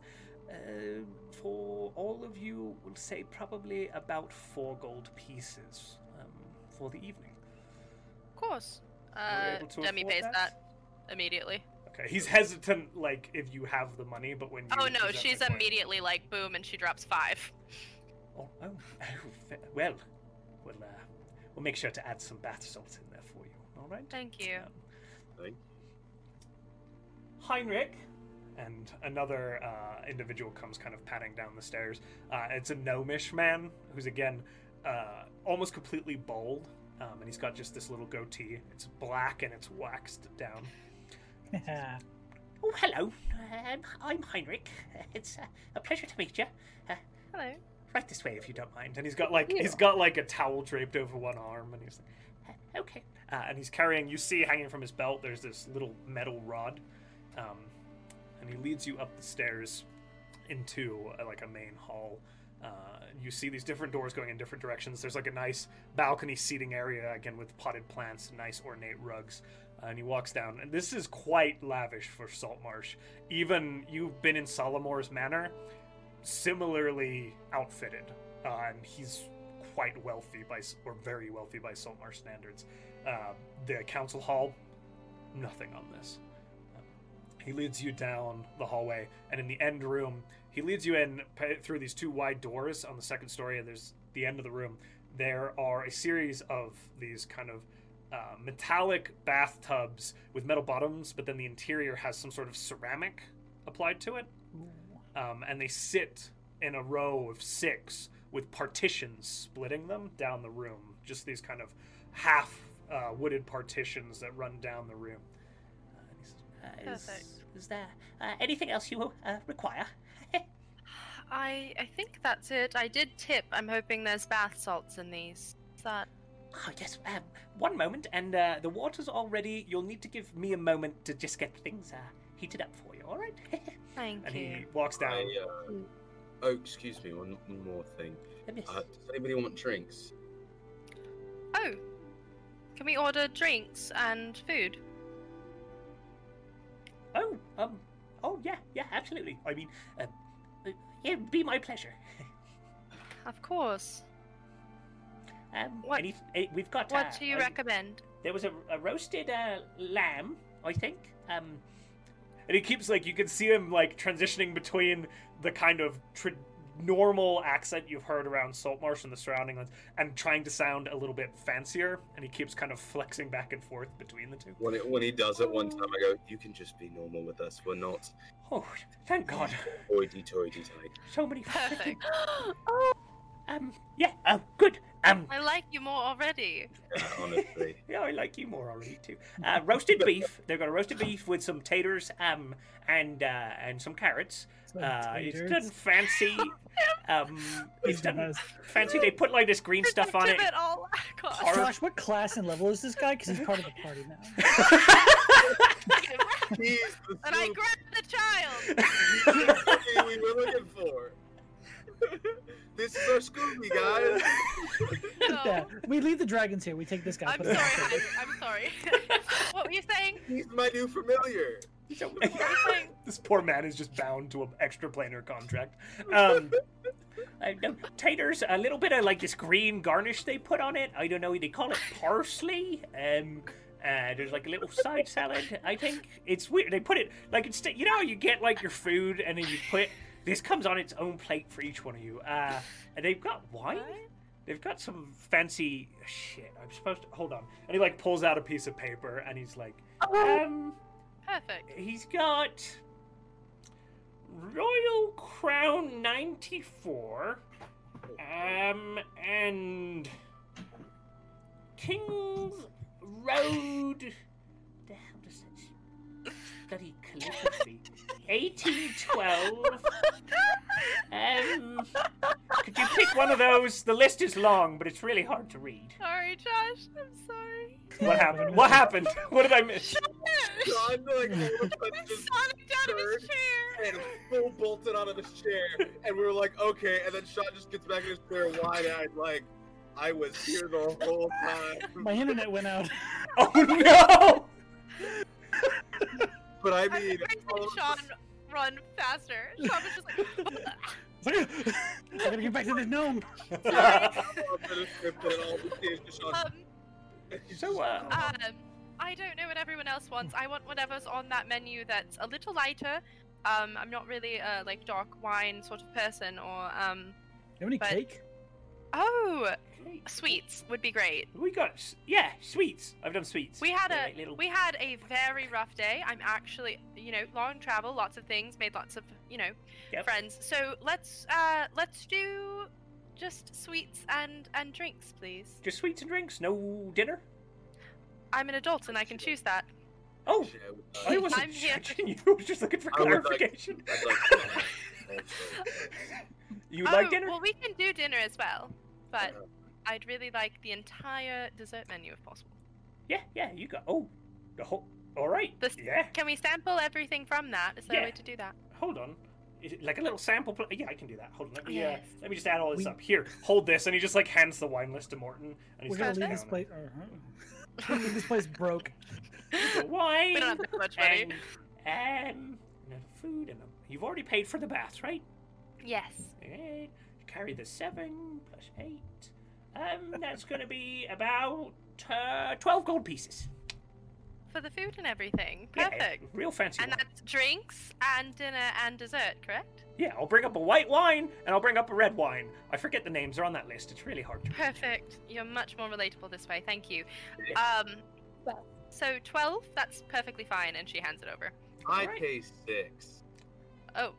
Speaker 1: Uh, for all of you, we'll say probably about four gold pieces um, for the evening.
Speaker 4: Of course.
Speaker 1: Are you
Speaker 4: Uh,
Speaker 1: able to
Speaker 4: Demi
Speaker 1: afford
Speaker 4: pays that immediately.
Speaker 1: Okay, he's hesitant, like if you have the money, but when you
Speaker 4: Oh no,
Speaker 1: present
Speaker 4: she's
Speaker 1: the coin-
Speaker 4: immediately like boom, and she drops five.
Speaker 1: Oh, oh, oh, fa- well, we'll uh, we'll make sure to add some bath salts in there for you. All right. Um,
Speaker 4: Thank you.
Speaker 3: Thank
Speaker 1: Heinrich. And another uh, individual comes kind of patting down the stairs. Uh, it's a gnomish man who's again uh, almost completely bald, um, and he's got just this little goatee. It's black and it's waxed down. Oh, hello. Um, I'm Heinrich. It's uh, a pleasure to meet you.
Speaker 4: Hello.
Speaker 1: right this way if you don't mind and he's got like
Speaker 5: Yeah.
Speaker 1: he's got like a towel draped over one arm and he's like "Uh, okay uh, and he's carrying you see hanging from his belt there's this little metal rod um, and he leads you up the stairs into uh, like a main hall uh, you see these different doors going in different directions there's like a nice balcony seating area again with potted plants nice ornate rugs uh, and he walks down and this is quite lavish for saltmarsh even you've been in solomore's manor similarly outfitted. Uh, and he's quite wealthy by, s- or very wealthy by Saltmar standards. Uh, the council hall, nothing on this. He leads you down the hallway, and in the end room, he leads you in pa- through these two wide doors on the second story. And there's the end of the room. There are a series of these kind of uh, metallic bathtubs with metal bottoms, but then the interior has some sort of ceramic applied to it um, and they sit in a row of six with partitions splitting them down the room. Just these kind of half uh, wooded partitions that run down the room. Uh, and he says, "Uh, is-
Speaker 4: Perfect.
Speaker 1: Is there uh, anything else you uh, require?
Speaker 4: I I think that's it. I did tip. I'm hoping there's bath salts in these. Is that
Speaker 1: Oh, yes, um, one moment, and uh, the water's all ready. You'll need to give me a moment to just get things uh, heated up for you, all right?
Speaker 4: Thank
Speaker 1: and
Speaker 4: you.
Speaker 1: he walks down.
Speaker 3: I, uh, oh, excuse me, one, one more thing.
Speaker 1: Yes.
Speaker 3: Uh, does anybody want drinks?
Speaker 4: Oh, can we order drinks and food?
Speaker 1: Oh, um, oh yeah, yeah, absolutely. I mean, um, uh, yeah, it'd be my pleasure.
Speaker 4: Of course.
Speaker 1: Um,
Speaker 4: What-
Speaker 1: any, eh, we've got. uh,
Speaker 4: What do you
Speaker 1: I-
Speaker 4: recommend?
Speaker 1: There was a, a roasted uh, lamb, I think. Um, and he keeps like you can see him like transitioning between the kind of tr normal accent you've heard around Saltmarsh and the surrounding lands, and trying to sound a little bit fancier. And he keeps kind of flexing back and forth between the two.
Speaker 3: When, it, when he does it one time, I go, you can just be normal with us. We're not
Speaker 1: Oh, thank God!
Speaker 3: hoity-toity type.
Speaker 1: So many.
Speaker 4: Perfect.
Speaker 5: Oh,
Speaker 1: Um, yeah. Oh, good. Um,
Speaker 4: I like you more already.
Speaker 3: Yeah, honestly.
Speaker 1: Yeah, I like you more already too. Uh, roasted beef. They've got a roasted beef with some taters, um, and uh, and some carrots. Uh, it's done fancy. Um, it's done fancy. They put like this green stuff on it.
Speaker 4: Give all I got.
Speaker 1: Hard-
Speaker 2: Josh, what class and level is this guy? Because he's part of the party now.
Speaker 3: He's the
Speaker 4: and I
Speaker 3: sort
Speaker 4: grabbed the child.
Speaker 3: of thing we were looking for. this is our Scooby, guys.
Speaker 4: No,
Speaker 2: Yeah, we leave the dragons here. We take this guy.
Speaker 4: I'm
Speaker 2: put
Speaker 4: sorry.
Speaker 2: him in the
Speaker 4: Heidi, I'm sorry. what were you saying?
Speaker 3: He's my new familiar.
Speaker 4: What were you saying?
Speaker 1: this poor man is just bound to an extra planar contract. Um, I don't- taters, a little bit of like this green garnish they put on it. I don't know. They call it parsley. Um, uh, there's like a little side salad. I think it's weird. They put it like it's you know how you get like your food and then you put this comes on its own plate for each one of you. Uh, and they've got wine. They've got some fancy shit. I'm supposed to hold on. And he like pulls out a piece of paper and he's like, um
Speaker 4: Perfect.
Speaker 1: he's got Royal Crown 94 um and King's Road the hell does that bloody calligraphy 1812 um could you pick one of those the list is long but it's really hard to read
Speaker 4: Sorry, Josh. I'm sorry.
Speaker 1: what happened what happened what did i miss
Speaker 3: John, like, all of a sudden just
Speaker 4: Sonic down of
Speaker 3: Bird.
Speaker 4: his chair.
Speaker 3: and full bolted out of his chair, and we were like, okay. And then Sean just gets back in his chair, wide eyed, like, I was here the whole
Speaker 2: My
Speaker 3: time.
Speaker 2: internet went out.
Speaker 1: oh no
Speaker 3: But I
Speaker 4: I
Speaker 3: mean, all
Speaker 4: made
Speaker 3: of a
Speaker 4: Sean
Speaker 3: sudden-
Speaker 4: run faster. Sean was just like,
Speaker 2: I gotta get back to the gnome.
Speaker 4: sorry.
Speaker 3: all of a sudden, and all we see is just Sean.
Speaker 4: um,
Speaker 1: so uh
Speaker 4: um, I don't know what everyone else wants. I want whatever's on that menu that's a little lighter. Um, I'm not really a like dark wine sort of person, or um,
Speaker 2: You have any
Speaker 4: But-
Speaker 2: cake?
Speaker 4: oh, sweets would be great.
Speaker 1: We got s- yeah sweets. I've done sweets.
Speaker 4: We had
Speaker 1: They're
Speaker 4: a
Speaker 1: like little-
Speaker 4: we had a very rough day. I'm actually, you know, long travel, lots of things, made lots of, you know,
Speaker 1: Yep.
Speaker 4: friends. So let's uh let's do just sweets and and drinks, please.
Speaker 1: just sweets and drinks. No dinner.
Speaker 4: I'm an adult and I can choose that.
Speaker 1: Oh, I
Speaker 3: Uh,
Speaker 1: wasn't
Speaker 4: I'm here.
Speaker 1: judging you. I was just looking for
Speaker 3: I would like-
Speaker 1: clarification.
Speaker 3: I'd like
Speaker 1: You like
Speaker 4: Oh,
Speaker 1: dinner? Uh-huh.
Speaker 4: Well, we can do dinner as well, but
Speaker 3: Uh,
Speaker 4: I'd really like the entire dessert menu if possible.
Speaker 1: Yeah, yeah. You got oh, the whole. All right.
Speaker 4: This-
Speaker 1: Yeah.
Speaker 4: Can we sample everything from that? Is there a
Speaker 1: Yeah.
Speaker 4: way to do that?
Speaker 1: Hold on. Is it like a little sample. Pl- yeah, I can do that. Hold on. Let me. Uh,
Speaker 4: Yes.
Speaker 1: let me just add all this
Speaker 2: We-
Speaker 1: up. Here, hold this, and he just like hands the wine list to Morton, and
Speaker 2: We're
Speaker 1: he's
Speaker 2: gonna
Speaker 4: got
Speaker 2: leave this place. Uh-huh. Leave this place broke.
Speaker 1: The wine.
Speaker 4: We don't have that much money.
Speaker 1: and, um, and the food, and the- you've already paid for the bath, right?
Speaker 4: Yes.
Speaker 1: Eight. Carry the seven plus eight. Um, that's going to be about uh, twelve gold pieces.
Speaker 4: For the food and everything.
Speaker 1: Yeah,
Speaker 4: Perfect.
Speaker 1: real fancy.
Speaker 4: And
Speaker 1: wine.
Speaker 4: that's drinks and dinner and dessert, correct?
Speaker 1: Yeah, I'll bring up a white wine and I'll bring up a red wine. I forget the names; they're on that list. It's really hard to. read.
Speaker 4: Perfect. You're much more relatable this way. Thank you. Um,
Speaker 5: Well.
Speaker 4: so 12, that's perfectly fine. And she hands it over.
Speaker 3: I
Speaker 1: Alright.
Speaker 3: pay six.
Speaker 4: Oh,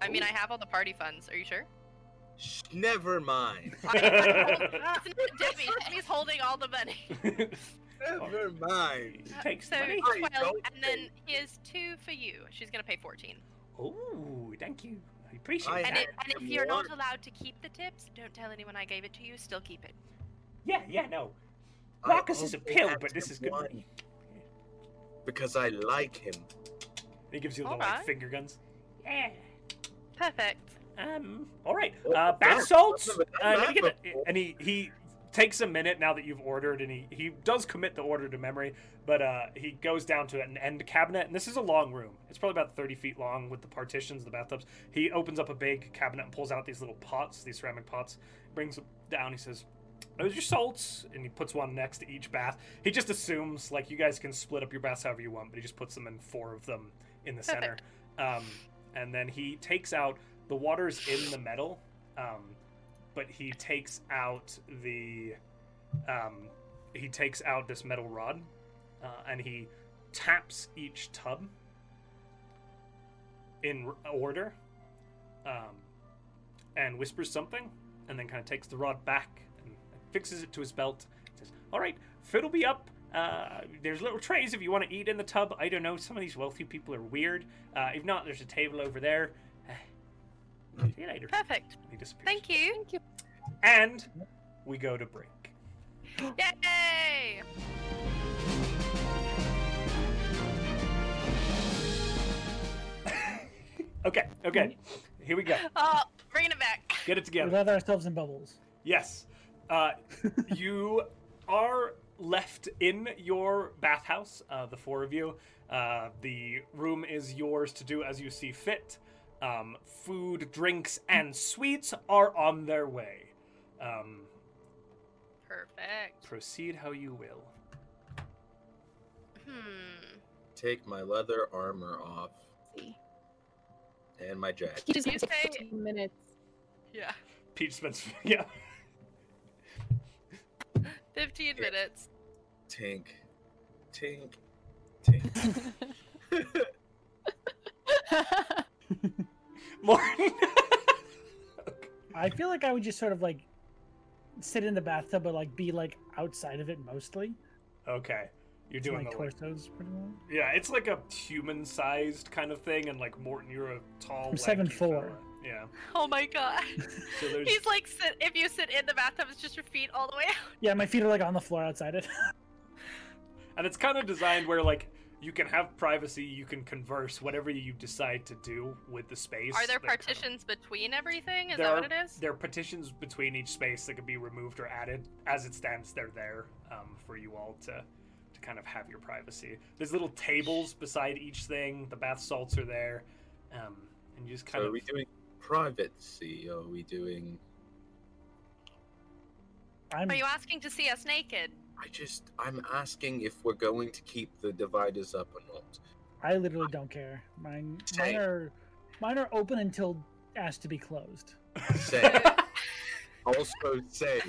Speaker 4: I mean,
Speaker 1: Ooh.
Speaker 4: I have all the party funds. Are you sure?
Speaker 3: Sh- Never mind.
Speaker 4: I, I hold- it's not Debbie. Debbie's holding all the money.
Speaker 3: Never mind.
Speaker 1: It takes
Speaker 4: Uh, So
Speaker 1: the money.
Speaker 3: Hi,
Speaker 4: 12,
Speaker 3: don't
Speaker 4: and then here's two for you. She's going to pay 14.
Speaker 1: Oh, thank you. I appreciate
Speaker 3: I
Speaker 1: that.
Speaker 4: And,
Speaker 3: had
Speaker 4: it, and if
Speaker 3: some
Speaker 4: you're not
Speaker 3: water.
Speaker 4: allowed to keep the tips, don't tell anyone I gave it to you. Still keep it.
Speaker 1: Yeah, yeah, no.
Speaker 3: I
Speaker 1: Marcus is a
Speaker 3: only
Speaker 1: pill,
Speaker 3: had
Speaker 1: but this
Speaker 3: him
Speaker 1: is good.
Speaker 3: once
Speaker 1: And
Speaker 3: Because I like him.
Speaker 1: he gives you the
Speaker 4: All
Speaker 1: like,
Speaker 4: right.
Speaker 1: finger guns. Yeah.
Speaker 4: Perfect.
Speaker 1: Um. All right.
Speaker 3: Well,
Speaker 1: Uh,
Speaker 3: yeah,
Speaker 1: bath salts.
Speaker 3: I've never
Speaker 1: Uh,
Speaker 3: done
Speaker 1: let me
Speaker 3: that
Speaker 1: get a,
Speaker 3: before.
Speaker 1: and he he takes a minute now that you've ordered, and he he does commit the order to memory. But uh, he goes down to an end cabinet, and this is a long room. It's probably about thirty feet long with the partitions, the bathtubs. He opens up a big cabinet and pulls out these little pots, these ceramic pots. Brings them down. He says, "Those are your salts," and he puts one next to each bath. He just assumes like you guys can split up your baths however you want, but he just puts them in four of them in the center. Um, and then he takes out the water's in the metal, um, but he takes out the um, he takes out this metal rod, uh, and he taps each tub in r- order, um, and whispers something, and then kind of takes the rod back and fixes it to his belt. Says, "All right, food'll be up." Uh, there's little trays if you want to eat in the tub. I don't know. Some of these wealthy people are weird. Uh, if not, there's a table over there. See you later.
Speaker 4: Perfect.
Speaker 1: He disappears.
Speaker 4: Thank you.
Speaker 5: Thank you.
Speaker 1: And we go to break.
Speaker 4: Yay!
Speaker 1: Okay, okay. Here we go.
Speaker 4: Oh, bringing it back.
Speaker 1: Get it together.
Speaker 2: Without ourselves in bubbles.
Speaker 1: Yes. Uh, you are left in your bathhouse, uh, the four of you. Uh, the room is yours to do as you see fit. Um, food, drinks, and sweets are on their way. Um,
Speaker 4: Perfect.
Speaker 1: proceed how you will.
Speaker 4: Hmm.
Speaker 3: Take my leather armor off
Speaker 5: See.
Speaker 3: and my jacket.
Speaker 5: He just
Speaker 4: You
Speaker 5: gives like
Speaker 4: say-
Speaker 5: 15 minutes.
Speaker 4: Yeah.
Speaker 1: Peach Spence, yeah.
Speaker 4: 15
Speaker 3: Yeah.
Speaker 4: minutes.
Speaker 3: Tink, tink, tink.
Speaker 1: Morton.
Speaker 2: I feel like I would just sort of like sit in the bathtub, but like be like outside of it mostly.
Speaker 1: okay. You're
Speaker 2: To my
Speaker 1: doing the like,
Speaker 2: torsos pretty well.
Speaker 1: Yeah, it's like a human sized kind of thing, and like Morton, you're a tall.
Speaker 2: I'm 7'4".
Speaker 1: 4 Yeah.
Speaker 4: Oh my god.
Speaker 1: So there's.
Speaker 4: He's like, sit, if you sit in the bathtub, it's just your feet all the way out.
Speaker 2: Yeah, my feet are like on the floor outside it.
Speaker 1: and it's kind of designed where like you can have privacy, you can converse, whatever you decide to do with the space.
Speaker 4: Are there
Speaker 1: that kind of-
Speaker 4: partitions between everything? Is
Speaker 1: There
Speaker 4: that
Speaker 1: are-
Speaker 4: what it is?
Speaker 1: there are partitions between each space that can be removed or added. As it stands, they're there um, for you all to to kind of have your privacy. There's little tables beside each thing. The bath salts are there, um, and you just kind
Speaker 3: So are
Speaker 1: of
Speaker 3: we doing privacy? Or are we doing?
Speaker 2: I'm
Speaker 4: Are you asking to see us naked?
Speaker 3: I just I'm asking if we're going to keep the dividers up or not.
Speaker 2: I literally don't care. Mine mine
Speaker 3: Same.
Speaker 2: are mine are open until asked to be closed.
Speaker 3: Say also say.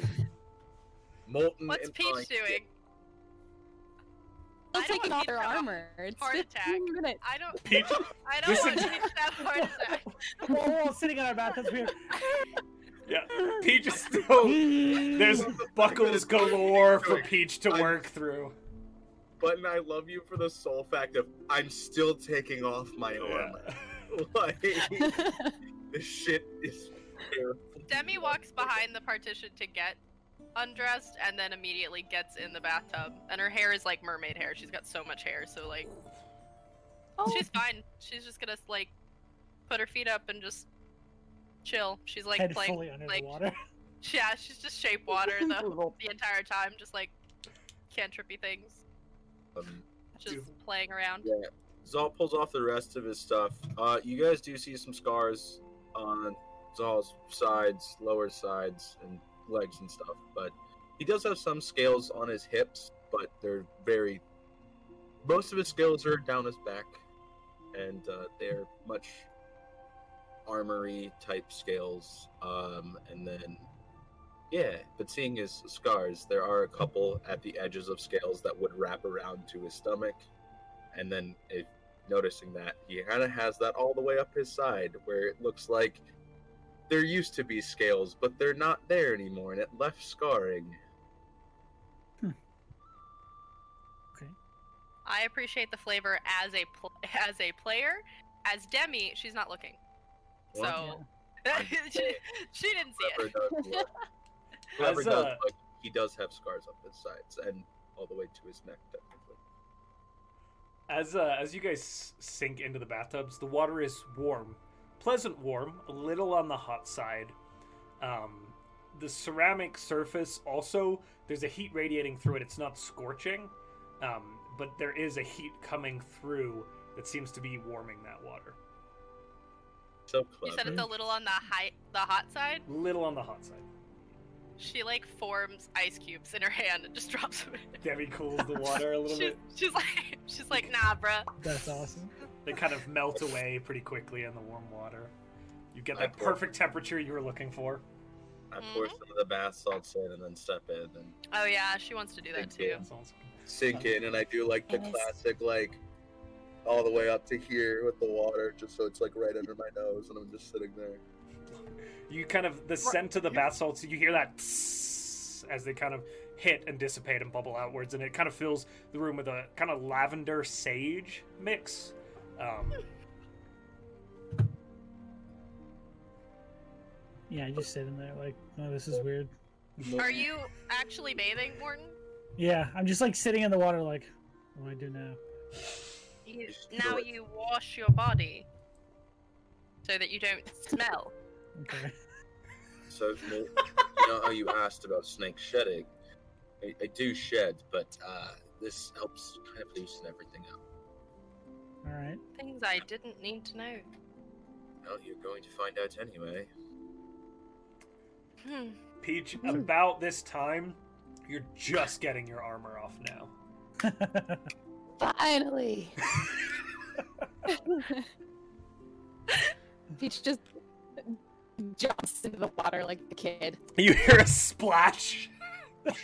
Speaker 3: Morton
Speaker 4: What's
Speaker 3: and
Speaker 4: Peach
Speaker 3: I-
Speaker 4: doing? I
Speaker 5: Still
Speaker 4: don't
Speaker 5: taking
Speaker 4: want
Speaker 5: off
Speaker 4: Peach
Speaker 5: her
Speaker 4: to have a
Speaker 5: armor. It's
Speaker 4: heart attack.
Speaker 5: 15 minutes.
Speaker 4: I don't.
Speaker 1: Peach.
Speaker 4: I don't
Speaker 1: Listen-
Speaker 4: want Peach to have a heart attack.
Speaker 2: We're all sitting on our bathtubs. We're
Speaker 1: Yeah, Peach is still. There's buckles galore for Peach to
Speaker 3: I'm-
Speaker 1: work through.
Speaker 3: Button, I love you for the sole fact of I'm still taking off my
Speaker 1: Uh,
Speaker 3: armor. Like this shit is terrible.
Speaker 4: Demi walks behind the partition to get undressed, and then immediately gets in the bathtub. And her hair is like mermaid hair. She's got so much hair, so like
Speaker 5: oh,
Speaker 4: she's fine. She's just gonna like put her feet up and just chill. She's like
Speaker 2: head
Speaker 4: playing.
Speaker 2: fully under
Speaker 4: like-
Speaker 2: the water.
Speaker 4: Yeah, she's just shape water the the entire time, just like cantrippy things,
Speaker 3: Um,
Speaker 4: just
Speaker 1: Dude.
Speaker 4: playing around.
Speaker 3: Zal pulls off the rest of his stuff. Uh, you guys do see some scars on Zal's sides, lower sides, and legs and stuff, but he does have some scales on his hips, but they're very. Most of his scales are down his back, and uh, they're much armory type scales. Um, and then, yeah, but seeing his scars, there are a couple at the edges of scales that would wrap around to his stomach and then if noticing that he kind of has that all the way up his side where it looks like there used to be scales but they're not there anymore and it left scarring
Speaker 4: I appreciate the flavor as a pl- as a player. As Demi, she's not looking,
Speaker 3: What?
Speaker 4: so she, she didn't see it.
Speaker 3: Whoever does what- whoever
Speaker 1: As,
Speaker 3: does
Speaker 1: uh,
Speaker 3: like he does have scars up his sides and all the way to his neck, technically.
Speaker 1: As uh, as you guys s- sink into the bathtubs, the water is warm, pleasant warm, a little on the hot side. Um, the ceramic surface also there's a heat radiating through it. It's not scorching, um, but there is a heat coming through that seems to be warming that water.
Speaker 3: So
Speaker 4: You said
Speaker 3: clever.
Speaker 4: it's a little on the high, the hot side.
Speaker 1: Little on the hot side.
Speaker 4: She like forms ice cubes in her hand and just drops them. in.
Speaker 1: Debbie cools the water a little
Speaker 4: She's,
Speaker 1: bit.
Speaker 4: she's like, she's like, nah, bruh.
Speaker 2: That's awesome.
Speaker 1: They kind of melt away pretty quickly in the warm water. You get
Speaker 3: I
Speaker 1: that
Speaker 3: pour-
Speaker 1: perfect temperature you were looking for.
Speaker 3: I
Speaker 4: Mm-hmm.
Speaker 3: pour some of the bath salts in and then step in and
Speaker 4: Oh yeah, she wants to do that
Speaker 3: Thank
Speaker 4: too.
Speaker 3: you.
Speaker 1: That sounds
Speaker 3: sink in, and I do like the
Speaker 5: And it's-
Speaker 3: classic like all the way up to here with the water, just so it's like right under my nose, and I'm just sitting there.
Speaker 1: You kind of the scent of the bath salts. You hear that tss as they kind of hit and dissipate and bubble outwards, and it kind of fills the room with a kind of lavender sage mix. Um,
Speaker 2: Yeah, I just sit in there like, oh, this is weird.
Speaker 4: Are you actually bathing, Morton?
Speaker 2: Yeah, I'm just like sitting in the water like, what do I do now?
Speaker 4: You,
Speaker 3: Just do
Speaker 4: now
Speaker 3: it.
Speaker 4: you wash your body so that you don't smell.
Speaker 2: Okay.
Speaker 3: So, you know how you asked about snake shedding. I, I do shed, but uh, this helps kind of loosen everything up.
Speaker 2: All right.
Speaker 4: Things I didn't need to know.
Speaker 3: Well, you're going to find out anyway.
Speaker 4: Hmm.
Speaker 1: Peach, about this time, you're just getting your armor off now.
Speaker 5: Finally. Peach just jumps into the water like the kid.
Speaker 1: You hear a splash.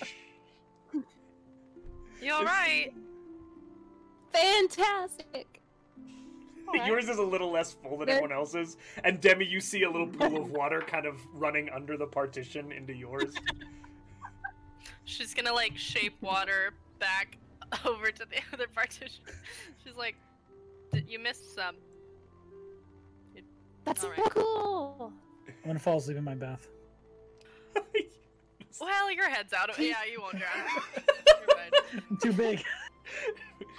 Speaker 4: You alright?
Speaker 5: Fantastic. Alright.
Speaker 1: Yours is a little less full than
Speaker 5: There-
Speaker 1: everyone else's, and Demi, you see a little pool of water kind of running under the partition into yours.
Speaker 4: She's gonna like shape water back over to the other partition. She's like, D- you missed some.
Speaker 5: That's
Speaker 4: Alright.
Speaker 5: so cool.
Speaker 2: I'm gonna fall asleep in my bath.
Speaker 4: Well, your head's out. of- Yeah, you won't drown. You're fine.
Speaker 2: I'm too big.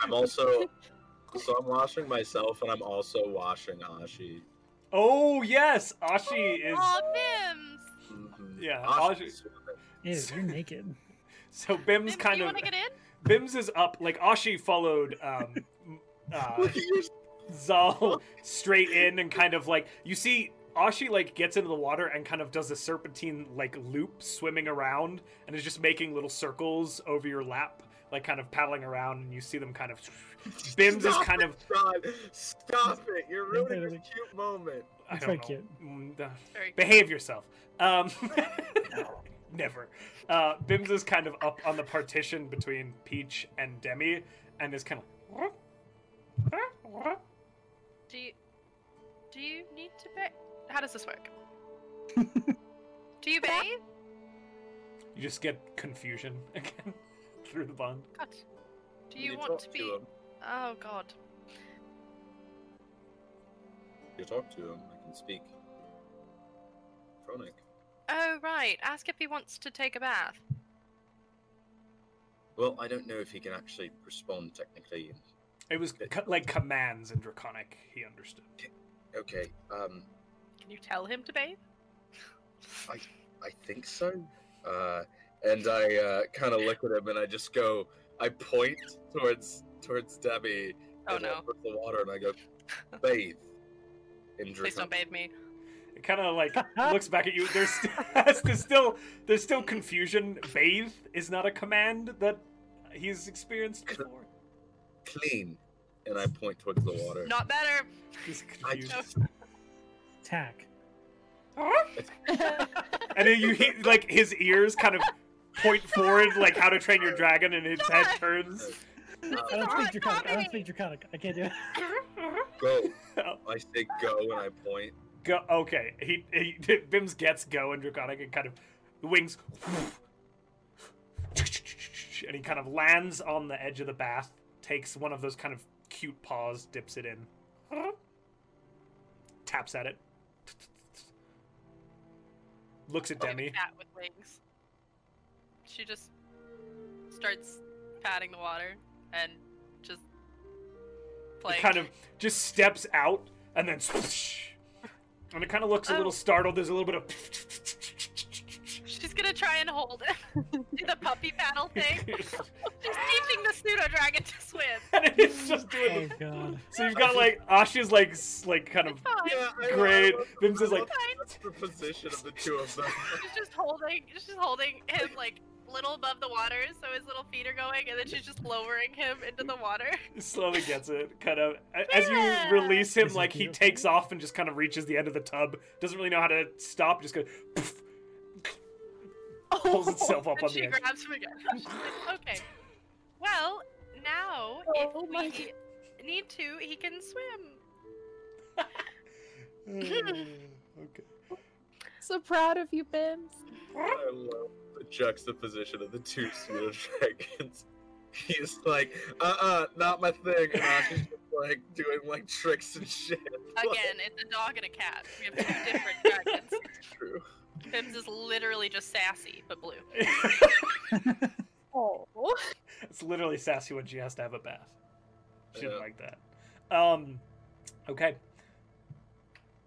Speaker 3: I'm also. So I'm washing myself, and I'm also washing Ashi.
Speaker 1: oh yes, Ashi is.
Speaker 4: Aw, Mims!
Speaker 3: Mhm.
Speaker 1: Yeah,
Speaker 3: Ashi's-
Speaker 2: Ew, you're naked.
Speaker 1: So Bim's
Speaker 4: Mims, do
Speaker 1: kind
Speaker 4: you
Speaker 1: of
Speaker 4: wanna get in?
Speaker 1: Bims is up. Like Ashi followed um, uh,
Speaker 3: Look at you
Speaker 1: Zal straight in and kind of like you see Ashi like gets into the water and kind of does a serpentine like loop swimming around and is just making little circles over your lap, like kind of paddling around, and you see them kind of. Bims is
Speaker 3: Stop
Speaker 1: kind
Speaker 3: it,
Speaker 1: of-
Speaker 3: Sean. Stop it! You're ruining this
Speaker 2: Literally.
Speaker 3: cute moment.
Speaker 1: I
Speaker 2: That's
Speaker 1: don't
Speaker 2: very
Speaker 1: know. Mm, uh,
Speaker 4: Sorry.
Speaker 1: behave yourself. Um, never. Uh, Bims is kind of up on the partition between Peach and Demi, and is kind of.
Speaker 4: Do you, do you need to bathe? How does this work? do you bathe?
Speaker 1: You just get confusion again through the bond.
Speaker 4: God. Do
Speaker 3: When
Speaker 4: you
Speaker 3: talk
Speaker 4: want to be?
Speaker 3: him,
Speaker 4: oh God.
Speaker 3: you talk to him. I can speak. Chronic.
Speaker 4: Oh right. Ask if he wants to take a bath.
Speaker 3: Well, I don't know if he can actually respond technically.
Speaker 1: It was co- like commands in Draconic. He understood.
Speaker 3: Okay, um,
Speaker 4: Can you tell him to bathe?
Speaker 3: I think so. Uh, and I uh, kind of look at him and I just go, I point towards towards Debbie
Speaker 4: Oh
Speaker 3: and I
Speaker 4: no.
Speaker 3: put the water and I go, bathe. In
Speaker 4: Please don't
Speaker 3: Draconic."
Speaker 4: bathe me.
Speaker 1: It kind of like looks back at you. There's, st- there's still there's still confusion. Bathe is not a command that he's experienced before.
Speaker 3: Clean. And I point towards the water.
Speaker 4: Not better.
Speaker 1: He's
Speaker 3: I
Speaker 1: confused.
Speaker 3: just,
Speaker 2: Tack.
Speaker 1: And then you hear like his ears kind of point forward, like How to Train Your Dragon, and its head turns.
Speaker 2: I don't
Speaker 4: hard
Speaker 2: speak draconic. I don't
Speaker 4: comedy.
Speaker 2: speak draconic. I can't do it.
Speaker 3: go. I say go and I point.
Speaker 1: Go. Okay. He, he Bims gets go and Draconic and kind of the wings, and he kind of lands on the edge of the bath. Takes one of those kind of cute paws, dips it in, taps at it, looks at
Speaker 4: Like a
Speaker 1: Demi,
Speaker 4: Cat with wings. she just starts patting the water and just
Speaker 1: It
Speaker 4: playing.
Speaker 1: kind of just steps out and then swoosh. and it kind of looks a little
Speaker 4: Oh.
Speaker 1: startled. There's a little bit of
Speaker 4: She's gonna try and hold it. Do the puppy paddle thing. She's teaching the pseudo dragon to swim.
Speaker 1: and it's just doing.
Speaker 2: Oh god.
Speaker 1: So you've got like Asha's like s- like kind of
Speaker 4: It's fine.
Speaker 3: Yeah, I know, I
Speaker 1: great.
Speaker 3: love-
Speaker 1: Vim's is
Speaker 3: I
Speaker 1: like
Speaker 3: love
Speaker 4: Fine.
Speaker 3: the position of the two of them.
Speaker 4: She's just holding. She's just holding him like little above the water, so his little feet are going, and then she's just lowering him into the water.
Speaker 1: slowly gets it. Kind of a- as
Speaker 4: Yeah.
Speaker 1: you release him,
Speaker 2: Is it
Speaker 1: like he
Speaker 2: beautiful?
Speaker 1: takes off and just kind of reaches the end of the tub. Doesn't really know how to stop. Just goes. poof,
Speaker 5: Oh,
Speaker 1: Pulls itself up
Speaker 4: and
Speaker 1: on
Speaker 4: she
Speaker 1: the edge.
Speaker 4: grabs him again. She's like, okay. Well, now
Speaker 5: Oh
Speaker 4: if
Speaker 5: my
Speaker 4: we need to, he can swim.
Speaker 1: okay.
Speaker 5: So proud of you, Bims.
Speaker 3: I love the juxtaposition of the two pseudo dragons. He's like, uh uh not my thing. And Ashi's just like doing like tricks and shit.
Speaker 4: Again, it's a dog and a cat. We have two different dragons.
Speaker 3: True.
Speaker 4: Pims is literally just sassy, but blue.
Speaker 5: Oh.
Speaker 1: It's literally sassy when she has to have a bath. She didn't
Speaker 3: Yeah.
Speaker 1: like that. Um, okay.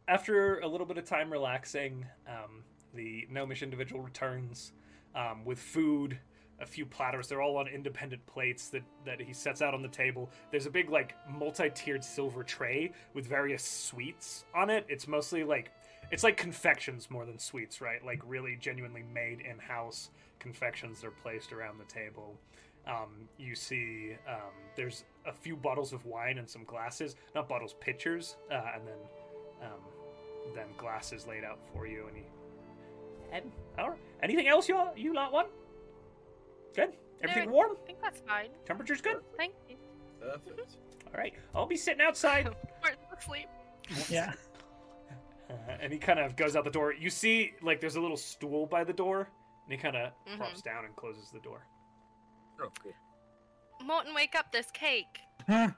Speaker 1: After a little bit of time relaxing, um, the gnomish individual returns um, with food, a few platters. They're all on independent plates that, that he sets out on the table. There's a big, like, multi tiered silver tray with various sweets on it. It's mostly like, it's like confections more than sweets, right? Like, really genuinely made in house confections that are placed around the table um, you see um, there's a few bottles of wine and some glasses not bottles pitchers uh, and then um, then glasses laid out for you and he and all right. anything else you you lot want good everything
Speaker 4: No.
Speaker 1: warm
Speaker 4: I think that's fine.
Speaker 1: temperature's good
Speaker 4: Thank you.
Speaker 3: Perfect.
Speaker 1: all right i'll be sitting outside
Speaker 4: We're asleep.
Speaker 2: Yeah.
Speaker 1: Uh, and he kind of goes out the door. You see, like, there's a little stool by the door, and he kind of
Speaker 4: Mhm.
Speaker 1: props down and closes the door.
Speaker 3: Oh, cool.
Speaker 4: Morton, wake up! There's cake.
Speaker 2: Huh?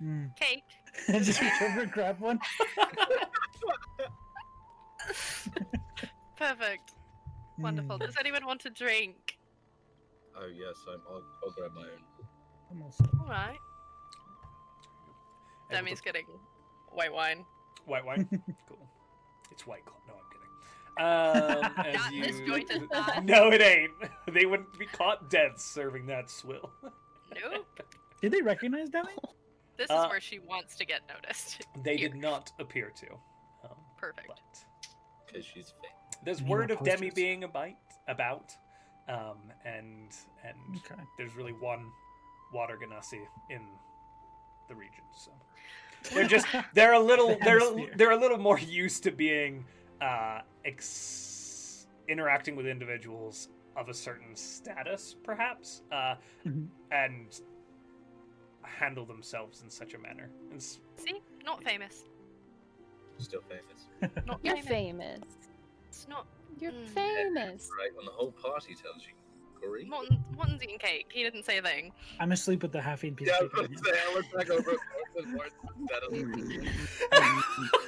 Speaker 2: Hmm.
Speaker 4: Cake.
Speaker 2: And just reach over and grab one.
Speaker 4: Perfect.
Speaker 5: Hmm.
Speaker 2: Mm.
Speaker 4: Wonderful. Does anyone want a drink?
Speaker 3: Oh yes, I'm, I'll, I'll grab my own.
Speaker 2: Hmm. Almost.
Speaker 4: All right.
Speaker 1: And
Speaker 4: Demi's getting white wine.
Speaker 1: White wine. cool. It's white claw. No, I'm kidding. Um, as
Speaker 4: Not
Speaker 1: you...
Speaker 4: this joint is not.
Speaker 1: No, it ain't. They wouldn't be caught dead serving that swill.
Speaker 4: Nope.
Speaker 2: Did they recognize Demi?
Speaker 4: This is
Speaker 1: Uh,
Speaker 4: where she wants to get noticed.
Speaker 1: They
Speaker 4: Here.
Speaker 1: did not appear to. Um,
Speaker 4: Perfect.
Speaker 1: but
Speaker 3: Cause she's fake.
Speaker 1: there's
Speaker 2: Any more
Speaker 1: word of Demi
Speaker 2: posters?
Speaker 1: being a bite about, um, and and
Speaker 2: Okay.
Speaker 1: there's really one water ganassi in the region. So they're just they're a little they're
Speaker 2: Hemisphere.
Speaker 1: they're a little more used to being uh, ex- interacting with individuals of a certain status, perhaps, uh,
Speaker 2: Mhm.
Speaker 1: and handle themselves in such a manner. It's,
Speaker 4: See, not famous.
Speaker 3: Still famous.
Speaker 4: Not
Speaker 5: You're
Speaker 4: famous.
Speaker 5: famous.
Speaker 4: It's not.
Speaker 5: You're
Speaker 4: Mm.
Speaker 5: famous.
Speaker 3: Right when the whole party tells you. Corey?
Speaker 4: Morton, Morton's eating cake. He didn't say a thing.
Speaker 2: I'm asleep with the half eaten piece
Speaker 3: Yeah, I
Speaker 2: of
Speaker 3: was
Speaker 2: cake.
Speaker 3: gonna
Speaker 2: in my
Speaker 3: say I look back over at Morton, Morton's dead asleep.
Speaker 2: hand.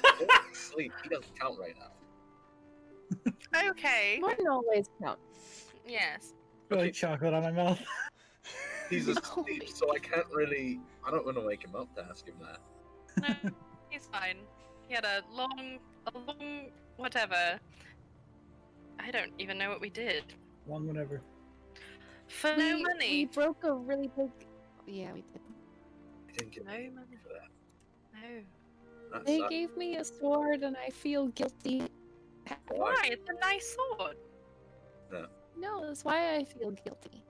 Speaker 3: Morton's asleep. He doesn't count right now.
Speaker 4: Okay.
Speaker 5: Morton always counts.
Speaker 4: Yes.
Speaker 2: Put
Speaker 3: Okay.
Speaker 2: chocolate on my mouth.
Speaker 3: He's
Speaker 5: No.
Speaker 3: asleep, so I can't really. I don't want to wake him up to ask him that.
Speaker 4: No, he's fine. He had a long, a long, whatever. I don't even know what we did.
Speaker 2: Long whatever.
Speaker 4: For
Speaker 5: we,
Speaker 4: no
Speaker 5: We
Speaker 4: money.
Speaker 5: broke a really big. Yeah, we did.
Speaker 3: I didn't get
Speaker 4: No
Speaker 3: paid
Speaker 4: money.
Speaker 3: for that.
Speaker 4: No.
Speaker 3: That
Speaker 5: They
Speaker 3: sucks.
Speaker 5: gave me a sword, and I feel guilty.
Speaker 3: Why?
Speaker 4: Why? It's a nice sword.
Speaker 5: No, that's why I feel guilty.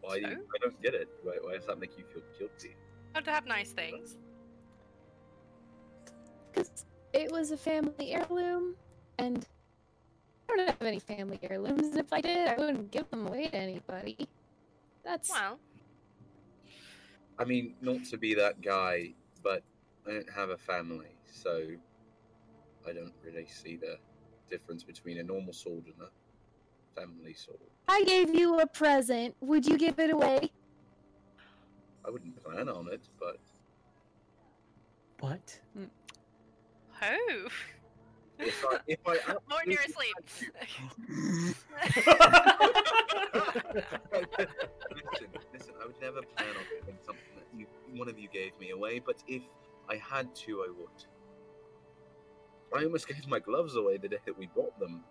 Speaker 3: Why? do you, I don't get it. Why, why does that make you feel guilty?
Speaker 4: How to have nice things.
Speaker 5: Because it was a family heirloom, and I don't have any family heirlooms. If I did, I wouldn't give them away to anybody. That's
Speaker 4: Well,
Speaker 3: I mean, not to be that guy, but I don't have a family, so I don't really see the difference between a normal sword and a family sword.
Speaker 5: I gave you a present. Would you give it away?
Speaker 3: I wouldn't plan on it, but
Speaker 2: What?
Speaker 4: ho.
Speaker 3: If I, if I up
Speaker 4: Morton, you're
Speaker 3: this-
Speaker 4: asleep.
Speaker 3: listen, listen, I would never plan on giving something that you, one of you gave me away, but if I had to, I would. I almost gave my gloves away the day that we bought them.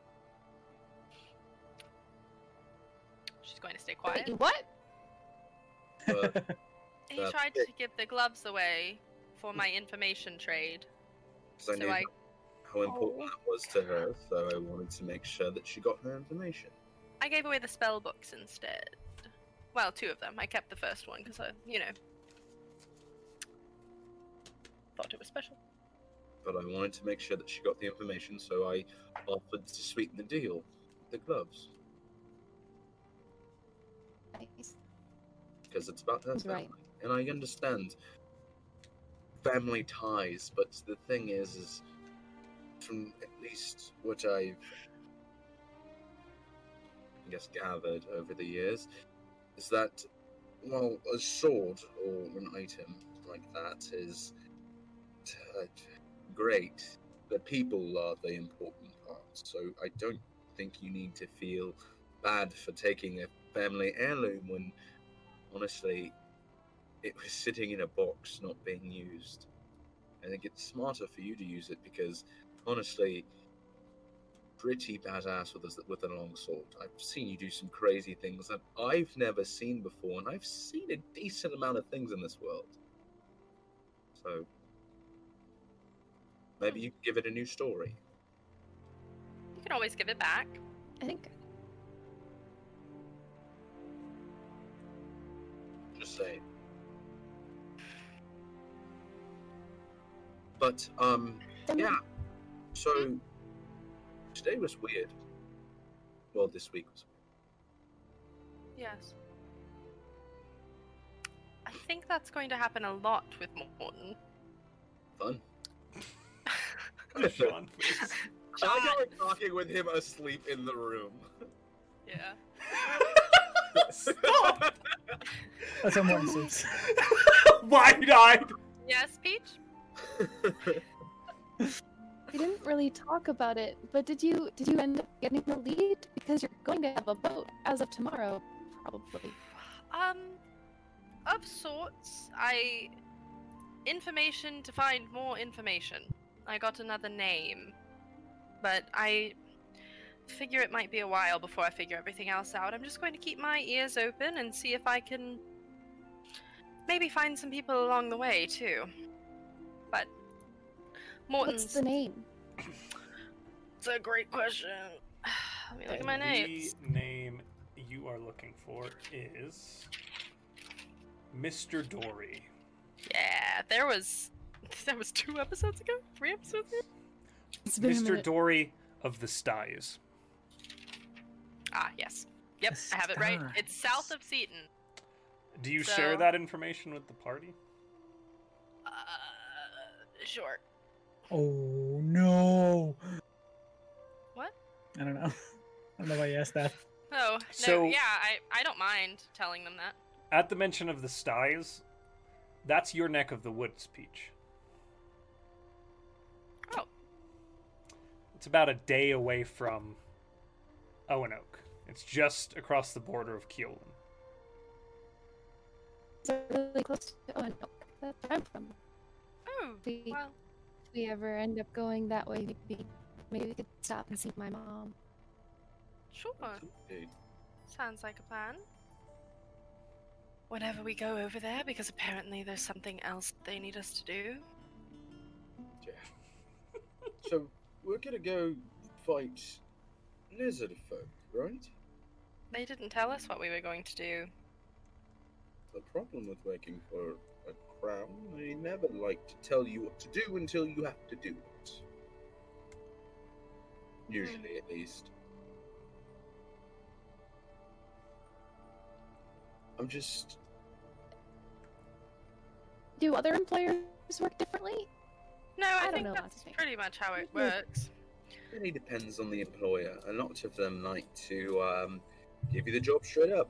Speaker 4: She's going to stay
Speaker 5: Wait,
Speaker 4: quiet.
Speaker 5: what?
Speaker 3: Uh,
Speaker 4: He
Speaker 3: Uh,
Speaker 4: tried to give the gloves away for my information trade.
Speaker 3: because I
Speaker 4: So
Speaker 3: knew
Speaker 4: I-
Speaker 3: how important
Speaker 5: Oh.
Speaker 3: that was to her, so I wanted to make sure that she got her information.
Speaker 4: I gave away the spell books instead. Well, two of them. I kept the first one because I, you know, thought it was special.
Speaker 3: But I wanted to make sure that she got the information, so I offered to sweeten the deal, the gloves,
Speaker 5: Nice.
Speaker 3: because it's about her
Speaker 5: That's
Speaker 3: family.
Speaker 5: right.
Speaker 3: And I understand family ties, but the thing is, is from at least what I've, I guess, gathered over the years, is that well, a sword or an item like that is uh, great. The people are the important part, so I don't think you need to feel bad for taking a family heirloom when, honestly, it was sitting in a box not being used. I think it's smarter for you to use it because, honestly, pretty badass with a, with a long sword. I've seen you do some crazy things that I've never seen before, and I've seen a decent amount of things in this world. So maybe you can give it a new story.
Speaker 4: You can always give it back.
Speaker 5: I think
Speaker 3: Just saying. But um,
Speaker 5: Then-
Speaker 3: yeah. So today was weird. Well, this week was.
Speaker 4: Yes. I think that's going to happen a lot with Morton.
Speaker 3: Fun.
Speaker 1: Sean, please.
Speaker 3: I got like talking with him asleep in the room.
Speaker 4: Yeah.
Speaker 1: Stop!
Speaker 2: That's how Morton sleeps.
Speaker 1: Wide eyed!
Speaker 4: Yes, Peach?
Speaker 5: we didn't really talk about it, but did you did you end up getting the lead because you're going to have a boat as of tomorrow, probably?
Speaker 4: Um, of sorts. I. Information to find more information. I got another name. But I figure it might be a while before I figure everything else out. I'm just going to keep my ears open and see if I can maybe find some people along the way, too. But.
Speaker 5: What's
Speaker 4: Morton's.
Speaker 5: the name?
Speaker 4: It's a great question. Let me look at my notes.
Speaker 1: The name you are looking for is Mr. Dory.
Speaker 4: Yeah, there was. That was two episodes ago? Three episodes ago?
Speaker 5: It's been a
Speaker 1: Mr.
Speaker 5: minute.
Speaker 1: Dory of the Styes.
Speaker 4: Ah, yes. Yep, I have it right. It's south of Seton.
Speaker 1: Do you
Speaker 4: So-
Speaker 1: share that information with the party?
Speaker 4: Uh, sure.
Speaker 2: Oh no!
Speaker 4: What?
Speaker 2: I don't know. I don't know why you asked that.
Speaker 4: Oh, no,
Speaker 1: So-
Speaker 4: yeah, I, I don't mind telling them that.
Speaker 1: At the mention of the Styes, that's your neck of the woods, Peach.
Speaker 4: Oh.
Speaker 1: It's about a day away from Owen Oak. It's just across the border of Keelan.
Speaker 5: It's really close to Owen Oak. That's where I'm from.
Speaker 4: Oh,
Speaker 5: The-
Speaker 4: well,
Speaker 5: If we ever end up going that way, maybe maybe we could stop and see my mom.
Speaker 4: sure.
Speaker 3: Dude,
Speaker 4: Sounds like a plan. Whenever we go over there, because apparently there's something else they need us to do.
Speaker 3: yeah. so we're gonna go fight lizard folk, right?
Speaker 4: They didn't tell us what we were going to do.
Speaker 3: The problem with working for a crown, they never like to tell you what to do until you have to do it. Usually, at least. I'm just.
Speaker 5: Do other employers work differently?
Speaker 4: No, I,
Speaker 5: don't
Speaker 4: think
Speaker 5: know what
Speaker 4: that's
Speaker 5: to think.
Speaker 4: pretty much how it
Speaker 5: Mhm.
Speaker 4: works.
Speaker 3: It really depends on the employer. A lot of them like to um, give you the job straight up.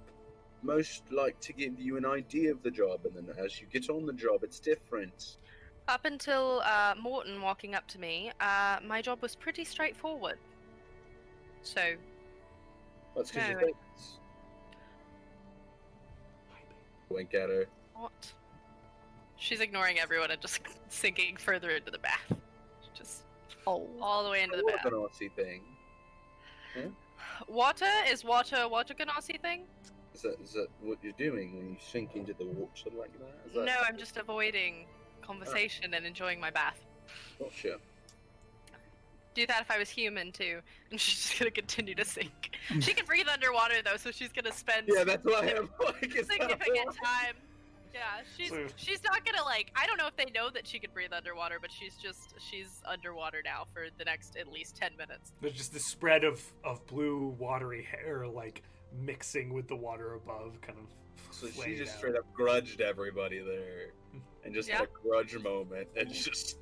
Speaker 3: Most like to give you an idea of the job, and then as you get on the job, it's different.
Speaker 4: Up until uh, Morton walking up to me, uh, my job was pretty straightforward. So,
Speaker 3: That's because you
Speaker 4: Anyway.
Speaker 3: think. Wink at her.
Speaker 4: what? She's ignoring everyone and just sinking further into the bath. Just
Speaker 5: Oh.
Speaker 4: all the way into the
Speaker 3: What
Speaker 4: bath.
Speaker 3: an Aussie thing.
Speaker 4: Water is water. Water ganassi thing?
Speaker 3: Is that is that what you're doing when you sink into the water like that? Is that
Speaker 4: No, I'm just avoiding conversation and enjoying my bath.
Speaker 3: Gotcha.
Speaker 4: Do that if I was human too, and she's just gonna continue to sink. she can breathe underwater though, so she's gonna spend
Speaker 3: Yeah, that's why I'm like, is that a
Speaker 4: significant
Speaker 3: lot?
Speaker 4: time. Yeah, she's
Speaker 1: So-
Speaker 4: she's not gonna like. I don't know if they know that she can breathe underwater, but she's just she's underwater now for the next at least ten minutes.
Speaker 1: There's just this spread of, of blue, watery hair, like mixing with the water above, kind of.
Speaker 3: So she
Speaker 1: flayed
Speaker 3: just
Speaker 1: out.
Speaker 3: straight up grudged everybody there, and just had a
Speaker 4: Yeah.
Speaker 3: grudge moment, and just,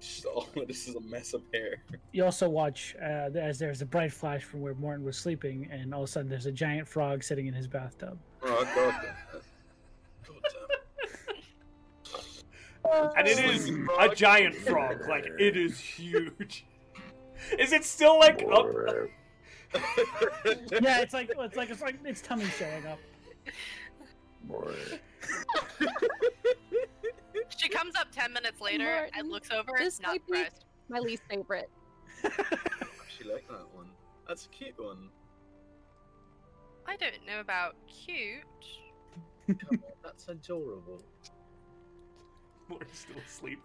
Speaker 3: just oh, this is a mess of hair.
Speaker 2: You also watch uh, as there's a bright flash from where Morton was sleeping, and all of a sudden there's a giant frog sitting in his bathtub.
Speaker 3: Oh god. damn it. God damn
Speaker 1: And it is
Speaker 3: Sleeping
Speaker 1: a
Speaker 3: frog.
Speaker 1: giant frog. Like, it is huge. Is it still like up?
Speaker 3: it.
Speaker 2: Yeah, it's like it's like it's like its tummy showing up.
Speaker 4: She comes up ten minutes later and
Speaker 5: Martin,
Speaker 4: looks over.
Speaker 5: this
Speaker 4: not
Speaker 5: might be-
Speaker 4: surprised.
Speaker 5: My least favorite.
Speaker 3: She liked that one. That's a cute one.
Speaker 4: I don't know about cute.
Speaker 3: Come on, that's adorable.
Speaker 1: Or still asleep?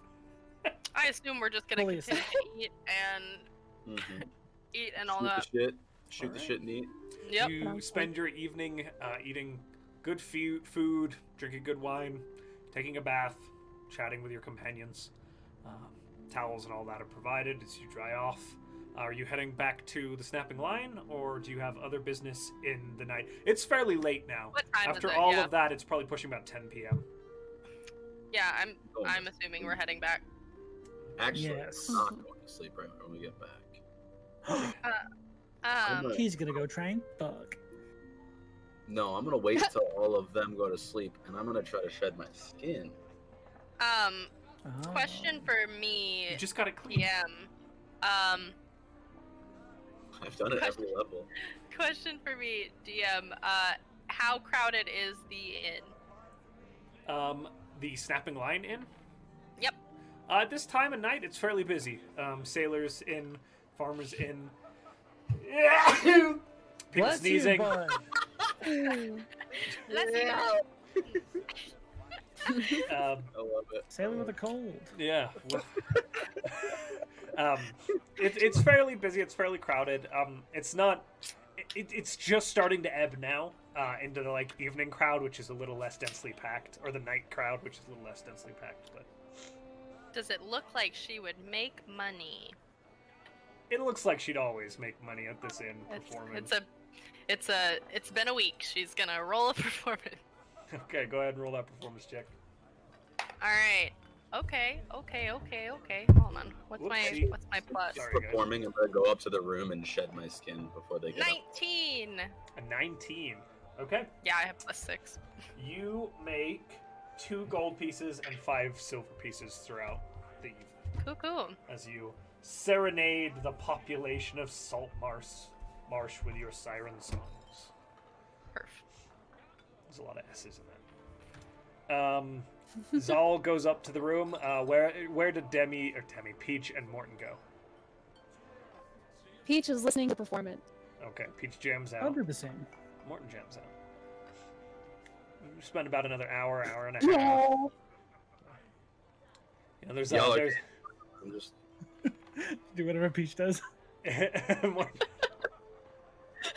Speaker 4: I assume we're just gonna
Speaker 2: Fully
Speaker 4: continue to eat and
Speaker 3: hmm
Speaker 4: eat and all
Speaker 3: Shoot
Speaker 4: that.
Speaker 3: the shit. Shoot the
Speaker 1: Alright.
Speaker 3: shit and eat.
Speaker 4: Yep.
Speaker 1: You spend your evening uh, eating good fu- food, drinking good wine, taking a bath, chatting with your companions. Um, towels and all that are provided as you dry off. are you heading back to the snapping line, or do you have other business in the night? It's fairly late now.
Speaker 4: What time
Speaker 1: After
Speaker 4: is it?
Speaker 1: all
Speaker 4: yeah.
Speaker 1: of that, it's probably pushing about 10 p.m.
Speaker 4: yeah, I'm
Speaker 3: Oh,
Speaker 4: I'm assuming we're heading back.
Speaker 3: Actually,
Speaker 2: Yes.
Speaker 3: I'm not going to sleep right when we get back. I'm
Speaker 4: Um,
Speaker 3: gonna-
Speaker 2: He's gonna go try and fuck.
Speaker 3: No, I'm gonna wait till all of them go to sleep, and I'm gonna try to shed my skin.
Speaker 4: um,
Speaker 2: Oh.
Speaker 4: question for me,
Speaker 1: You just got it clean.
Speaker 4: PM. Um,
Speaker 3: I've done it every level.
Speaker 4: question for me, DM. Uh, how crowded is the inn?
Speaker 1: Um, the snapping line in.
Speaker 4: Yep.
Speaker 1: Uh, at this time of night, it's fairly busy. Um, sailors in, farmers in. People
Speaker 2: Bless you,
Speaker 1: sneezing.
Speaker 2: bud.
Speaker 4: Let's see.
Speaker 1: um,
Speaker 3: I love it.
Speaker 2: Sailing with a cold.
Speaker 1: yeah. well- um, it, it's fairly busy. It's fairly crowded. Um, it's not. It, it's just starting to ebb now uh, into the like evening crowd, which is a little less densely packed, or the night crowd, which is a little less densely packed. But
Speaker 4: Does it look like she would make money?
Speaker 1: it looks like she'd always make money at this inn
Speaker 4: It's,
Speaker 1: performing.
Speaker 4: it's a, it's a, it's been a week. She's gonna roll a performance.
Speaker 1: Okay, go ahead and roll that performance check.
Speaker 4: All right. Okay. Okay. Okay. Okay. Hold on. What's my
Speaker 1: Whoopsie.
Speaker 4: what's my plus?
Speaker 1: Sorry, guys.
Speaker 3: Performing, I'm gonna go up to the room and shed my skin before they get up.
Speaker 4: Nineteen.
Speaker 1: A 19. Okay.
Speaker 4: Yeah, I have plus six.
Speaker 1: You make two gold pieces and five silver pieces throughout the evening
Speaker 4: Cool. Cool.
Speaker 1: as you serenade the population of Salt Marsh, Marsh with your siren songs.
Speaker 4: Perf.
Speaker 1: There's a lot of S's in that. Um, Zal goes up to the room. Uh, where where did Demi or Demi Peach and Morton go?
Speaker 5: Peach is listening to performance.
Speaker 1: Okay, Peach jams out.
Speaker 2: I'll do the same.
Speaker 1: Morton jams out. You spend about another hour, hour and a half.
Speaker 5: No.
Speaker 1: You know, there's,
Speaker 3: Yeah,
Speaker 1: uh,
Speaker 3: like-
Speaker 1: there's
Speaker 3: I'm just
Speaker 2: Do whatever Peach does.
Speaker 1: Morton-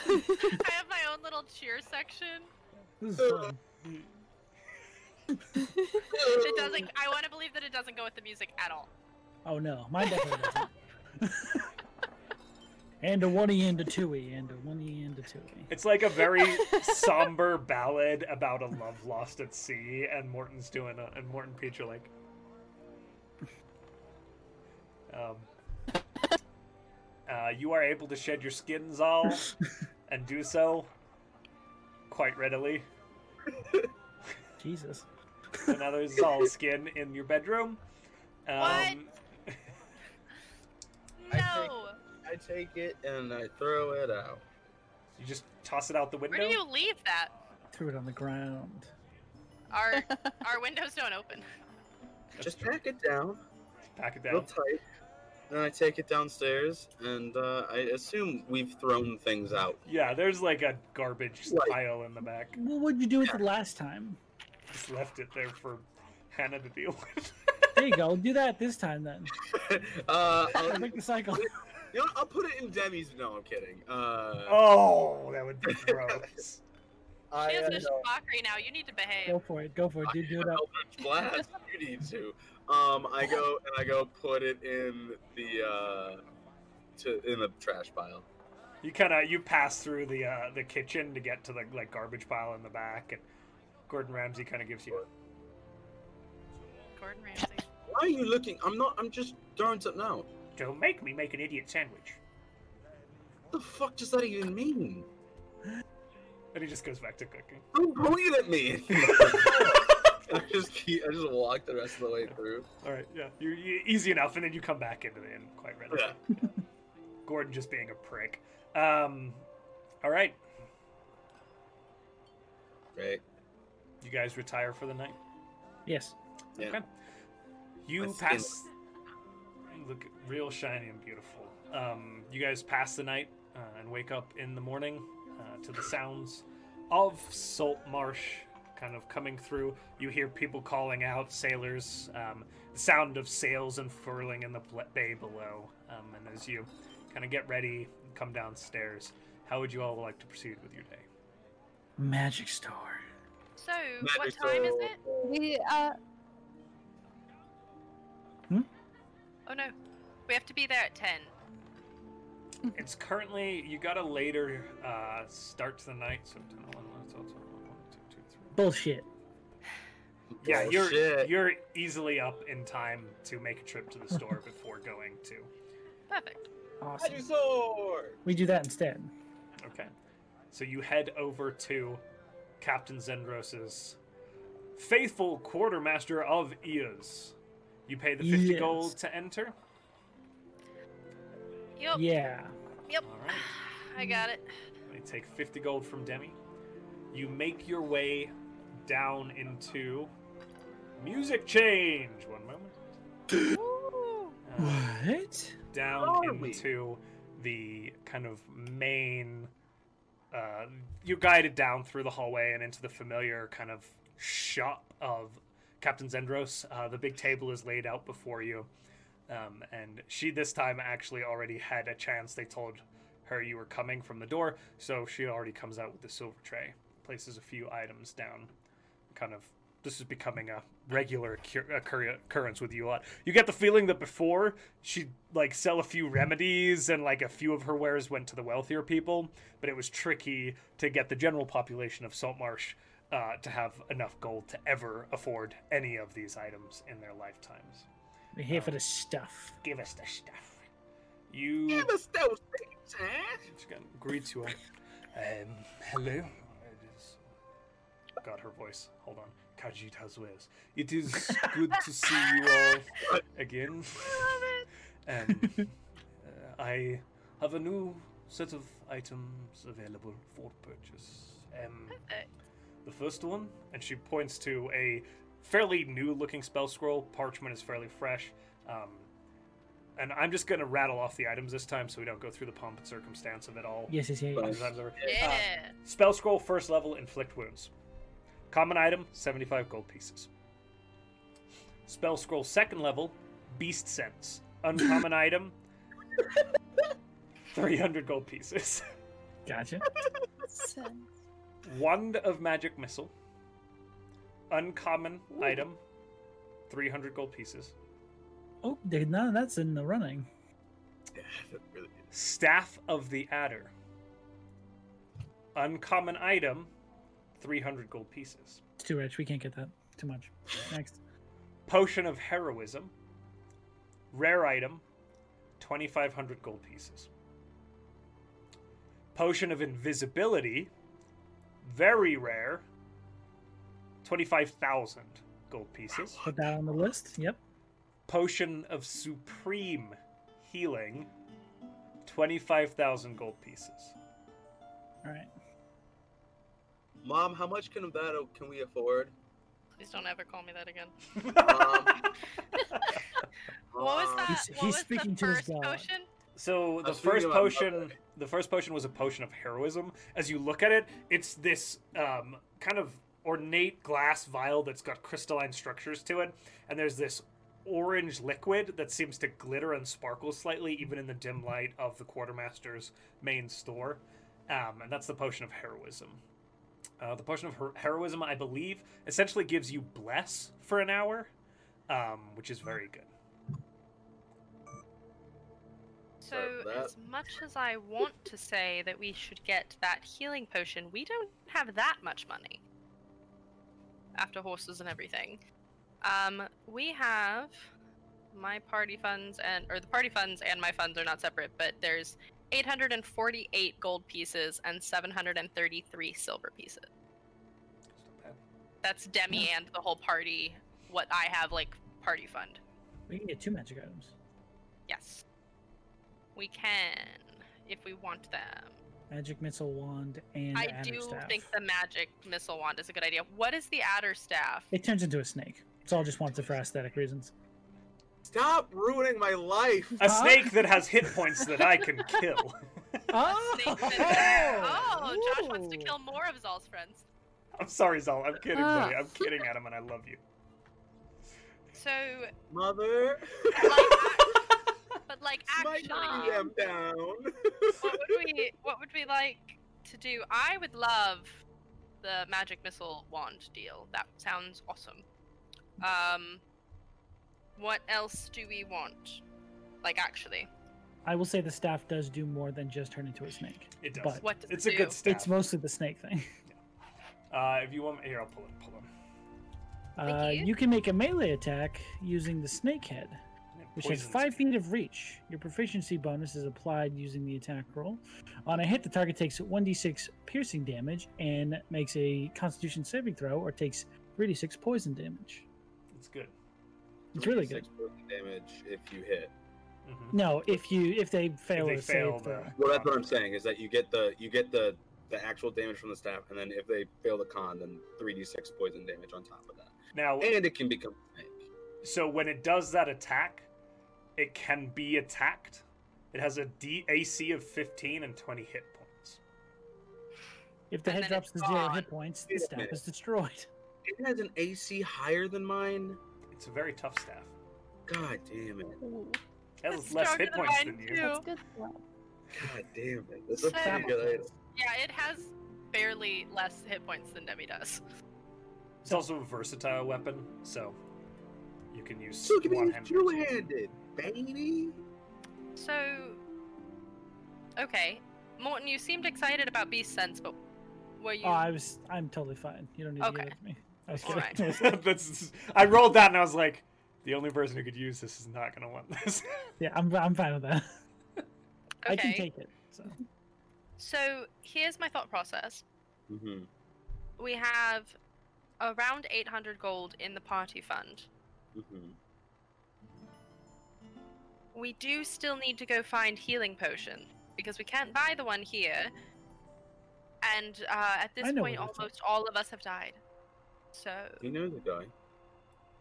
Speaker 4: I have my own little cheer section.
Speaker 2: This is fun.
Speaker 4: It doesn't. I want to believe that it doesn't go with the music at all.
Speaker 2: Oh no, mine definitely doesn't. and a one e and a two e and a one e and a two e.
Speaker 1: It's like a very somber ballad about a love lost at sea, and Morton's doing a, and Morton Peach are like. Um, uh, you are able to shed your skins all, and do so quite readily.
Speaker 2: Jesus.
Speaker 1: So now there's all skin in your bedroom.
Speaker 4: What?
Speaker 1: Um,
Speaker 3: I
Speaker 4: No.
Speaker 3: I take it and I throw it out.
Speaker 1: you just toss it out the window.
Speaker 4: Where do you leave that?
Speaker 2: Threw it on the ground.
Speaker 4: Our our windows don't open.
Speaker 1: That's
Speaker 3: Just
Speaker 1: true.
Speaker 3: pack it down,
Speaker 1: pack it
Speaker 3: real
Speaker 1: down.
Speaker 3: tight. Then I take it downstairs, and uh, I assume we've thrown things out.
Speaker 1: Yeah, there's like a garbage
Speaker 3: Right.
Speaker 1: pile in the back.
Speaker 2: Well, what'd you do with it last time?
Speaker 1: Just left it there for Hannah to deal with.
Speaker 2: There you go. Do that this time then.
Speaker 3: uh, I'll, you
Speaker 2: Break the cycle.
Speaker 3: know, what, I'll put it in Demi's. No, I'm kidding. Uh,
Speaker 1: Oh, that would be gross.
Speaker 3: I,
Speaker 4: She has
Speaker 3: uh,
Speaker 4: no mockery now. You need to behave.
Speaker 2: Go for it. Go for it.
Speaker 3: I
Speaker 2: Dude, do it
Speaker 3: have
Speaker 2: up.
Speaker 3: Eldritch Blast. you need to. Um, I go and I go put it in the uh, to in the trash pile.
Speaker 1: you kind of you pass through the uh, the kitchen to get to the like garbage pile in the back, and Gordon Ramsay kind of gives you.
Speaker 4: Gordon Ramsay.
Speaker 3: Why are you looking? I'm not. I'm just throwing something out.
Speaker 1: Don't make me make an idiot sandwich.
Speaker 3: What the fuck does that even mean?
Speaker 1: And he just goes back to cooking.
Speaker 3: Don't breathe at me. I just keep, I just walk the rest of the way through.
Speaker 1: All right, yeah, you, you easy enough, and then you come back into the inn quite readily. Gordon just being a prick. Um, all right,
Speaker 3: Right.
Speaker 1: you guys retire for the night.
Speaker 2: Yes.
Speaker 3: Yeah.
Speaker 1: Okay. You
Speaker 3: My skin-
Speaker 1: pass. you Look real shiny and beautiful. Um, you guys pass the night uh, and wake up in the morning uh, to the sounds of salt marsh kind of coming through. You hear people calling out, sailors, um, the sound of sails and furling in the bl- bay below. Um, and as you kind of get ready, and come downstairs. How would you all like to proceed with your day?
Speaker 2: Magic star.
Speaker 4: So
Speaker 3: Magic
Speaker 4: what time is
Speaker 3: soul.
Speaker 4: it?
Speaker 5: We uh
Speaker 4: Oh no, we have to be there at ten.
Speaker 1: It's currently you got a later uh, start to the night, so 10, 11, 12, 13, 14, 15.
Speaker 2: Bullshit.
Speaker 1: Yeah,
Speaker 3: Oh,
Speaker 1: you're
Speaker 3: Bullshit.
Speaker 1: you're easily up in time to make a trip to the store before going to.
Speaker 4: Perfect.
Speaker 2: Awesome.
Speaker 3: Magic sword.
Speaker 2: We do that instead.
Speaker 1: Okay, so you head over to Captain Zendros's faithful quartermaster of Eos. You pay the fifty
Speaker 2: Yes.
Speaker 1: gold to enter.
Speaker 4: Yep.
Speaker 2: Yeah.
Speaker 4: Yep.
Speaker 1: All right.
Speaker 4: I got it.
Speaker 1: You take 50 gold from Demi. You make your way down into music change. One moment. Uh,
Speaker 2: What?
Speaker 1: down
Speaker 3: Where are we?
Speaker 1: into the kind of main. Uh, you're guided down through the hallway and into the familiar kind of shop of Captain Zendros. Uh, the big table is laid out before you. Um, and she this time actually already had a chance. They told her you were coming from the door, so she already comes out with the silver tray, places a few items down. Kind of, this is becoming a regular occur- occur- occurrence with you a lot. You get the feeling that before she'd like sell a few remedies and like a few of her wares went to the wealthier people, but it was tricky to get the general population of Saltmarsh uh, to have enough gold to ever afford any of these items in their lifetimes.
Speaker 2: We're here for the stuff.
Speaker 1: Give us the stuff. You
Speaker 3: Give us those things, huh?
Speaker 1: She kind of greets you all. Um, hello. It is. Got her voice. Hold on. Kajit has wares. It is good to see you all again. Um, uh, I have a new set of items available for purchase. Um,
Speaker 4: Perfect.
Speaker 1: the first one, and she points to a fairly new looking spell scroll. Parchment is fairly fresh. Um, and I'm just going to rattle off the items this time so we don't go through the pomp and circumstance of it all.
Speaker 2: Yes, yes, yes. yes.
Speaker 1: As I've never-
Speaker 4: Yeah.
Speaker 1: Uh, Spell scroll first level inflict wounds. Common item 75 gold pieces. Spell scroll second level beast sense. Uncommon item 300 gold pieces.
Speaker 2: Gotcha.
Speaker 5: send-
Speaker 1: Wand of magic missile. Uncommon item 300 gold pieces.
Speaker 2: Oh, there- none of that's in the running.
Speaker 3: Yeah, that really is.
Speaker 1: Staff of the Adder. Uncommon item 300 gold pieces.
Speaker 2: It's too rich. We can't get that. Too much. Next.
Speaker 1: Potion of Heroism. Rare item, 2,500 gold pieces. Potion of Invisibility. Very rare, 25,000 gold pieces.
Speaker 2: Put that on the list. Yep.
Speaker 1: potion of supreme healing, 25,000 gold pieces.
Speaker 2: All right.
Speaker 3: Mom, how much can of that can we afford?
Speaker 4: Please don't ever call me that again. What was
Speaker 3: Mom,
Speaker 4: that?
Speaker 2: He's-
Speaker 4: what
Speaker 2: he's
Speaker 4: was
Speaker 2: speaking
Speaker 4: the
Speaker 2: to his
Speaker 4: first
Speaker 2: God.
Speaker 4: potion?
Speaker 1: So the
Speaker 3: was
Speaker 1: first
Speaker 3: thinking about
Speaker 1: potion,
Speaker 3: another.
Speaker 1: the first potion was a potion of heroism. As you look at it, it's this um, kind of ornate glass vial that's got crystalline structures to it, and there's this orange liquid that seems to glitter and sparkle slightly, even in the dim light of the quartermaster's main store, um, and that's the potion of heroism. Uh, the potion of her- heroism, I believe, essentially gives you bless for an hour, um, which is very good.
Speaker 4: So,
Speaker 3: Sorry, that-
Speaker 4: as much as I want to say that we should get that healing potion, we don't have that much money. After horses and everything, um, we have my party funds and or the party funds and my funds are not separate, but there's 848 gold pieces and 733 silver pieces.
Speaker 1: It's not bad.
Speaker 4: That's Demi and the whole party. What I have like party fund.
Speaker 2: We can get two magic items.
Speaker 4: Yes, we can if we want them.
Speaker 2: Magic missile wand and
Speaker 4: I
Speaker 2: adder
Speaker 4: do
Speaker 2: staff.
Speaker 4: think the magic missile wand is a good idea. What is the adder staff?
Speaker 2: It turns into a snake. It's all just wanted for aesthetic reasons.
Speaker 3: Stop ruining my life.
Speaker 1: A
Speaker 2: Huh?
Speaker 1: snake that has hit points that I can kill.
Speaker 4: A snake that- oh, Josh wants to kill more of Zal's friends.
Speaker 1: I'm sorry, Zal. I'm kidding,
Speaker 5: Ah.
Speaker 1: buddy. I'm kidding, Adam, and I love you.
Speaker 4: So,
Speaker 3: Mother,
Speaker 4: but like
Speaker 3: smite
Speaker 4: actually,
Speaker 3: them down.
Speaker 4: what would we what would we like to do? I would love the magic missile wand deal. That sounds awesome. Um, what else do we want? Like actually,
Speaker 2: I will say the staff does do more than just turn into a snake.
Speaker 1: It does.
Speaker 2: But-
Speaker 4: what does
Speaker 1: it's
Speaker 4: it
Speaker 1: a
Speaker 4: do?
Speaker 1: good stab.
Speaker 2: It's mostly the snake thing.
Speaker 1: uh, if you want, here I'll pull it. Pull it.
Speaker 4: Thank
Speaker 2: Uh,
Speaker 4: you.
Speaker 2: you can make a melee attack using the snake head,
Speaker 1: It
Speaker 2: which has
Speaker 1: poisons
Speaker 2: five
Speaker 1: me.
Speaker 2: feet of reach. Your proficiency bonus is applied using the attack roll. On a hit, the target takes 1d6 piercing damage and makes a Constitution saving throw, or takes 3d6 poison damage.
Speaker 1: It's good.
Speaker 2: It's really good.
Speaker 3: Six poison damage if you hit.
Speaker 1: hmm
Speaker 2: No, if you if they fail,
Speaker 1: they
Speaker 2: to
Speaker 1: fail
Speaker 2: save the...
Speaker 1: the-
Speaker 3: Well, that's what I'm saying is that you get the you get the the actual damage from the staff, and then if they fail the con, then 3d6 poison damage on top of that,
Speaker 1: Now,
Speaker 3: and it can become.
Speaker 1: so when it does that attack, it can be attacked. It has a DAC of 15 and 20 hit points.
Speaker 2: if the
Speaker 4: And
Speaker 2: head
Speaker 4: then
Speaker 2: drops to
Speaker 4: it's
Speaker 2: zero
Speaker 4: gone.
Speaker 2: hit points, the
Speaker 3: Wait a
Speaker 2: staff
Speaker 3: minute.
Speaker 2: is destroyed.
Speaker 3: It has an AC higher than mine.
Speaker 1: It's a very tough staff.
Speaker 3: God damn it!
Speaker 5: Ooh,
Speaker 1: It has
Speaker 4: It's
Speaker 1: less
Speaker 4: stronger
Speaker 1: hit
Speaker 4: than
Speaker 1: points
Speaker 4: mine,
Speaker 1: than you.
Speaker 4: too.
Speaker 5: that's good. stuff.
Speaker 3: God damn it! This is a
Speaker 4: So-
Speaker 3: pretty good item.
Speaker 4: Yeah, it has barely less hit points than Demi does.
Speaker 1: It's also a versatile weapon, so you can use
Speaker 3: So it can
Speaker 1: one
Speaker 3: be
Speaker 1: hand. or two.
Speaker 3: two-handed, baby.
Speaker 4: So, okay, Morton, you seemed excited about Beast Sense, but were you?
Speaker 2: Oh, I was. I'm totally fine. You don't need to
Speaker 4: Okay.
Speaker 2: give it to me. I was
Speaker 4: All
Speaker 2: kidding.
Speaker 4: right.
Speaker 1: That's, I rolled that and I was like, the only person who could use this is not going to want this.
Speaker 2: Yeah, I'm. I'm fine with that.
Speaker 4: okay.
Speaker 2: I can take it. So
Speaker 4: So here's my thought process.
Speaker 3: Mm-hmm.
Speaker 4: We have around 800 gold in the party fund.
Speaker 3: Mm-hmm.
Speaker 4: We do still need to go find healing potion because we can't buy the one here. And uh, at this
Speaker 2: I know
Speaker 4: point,
Speaker 2: where that's at.
Speaker 4: almost all of us have died. So
Speaker 3: You know the guy.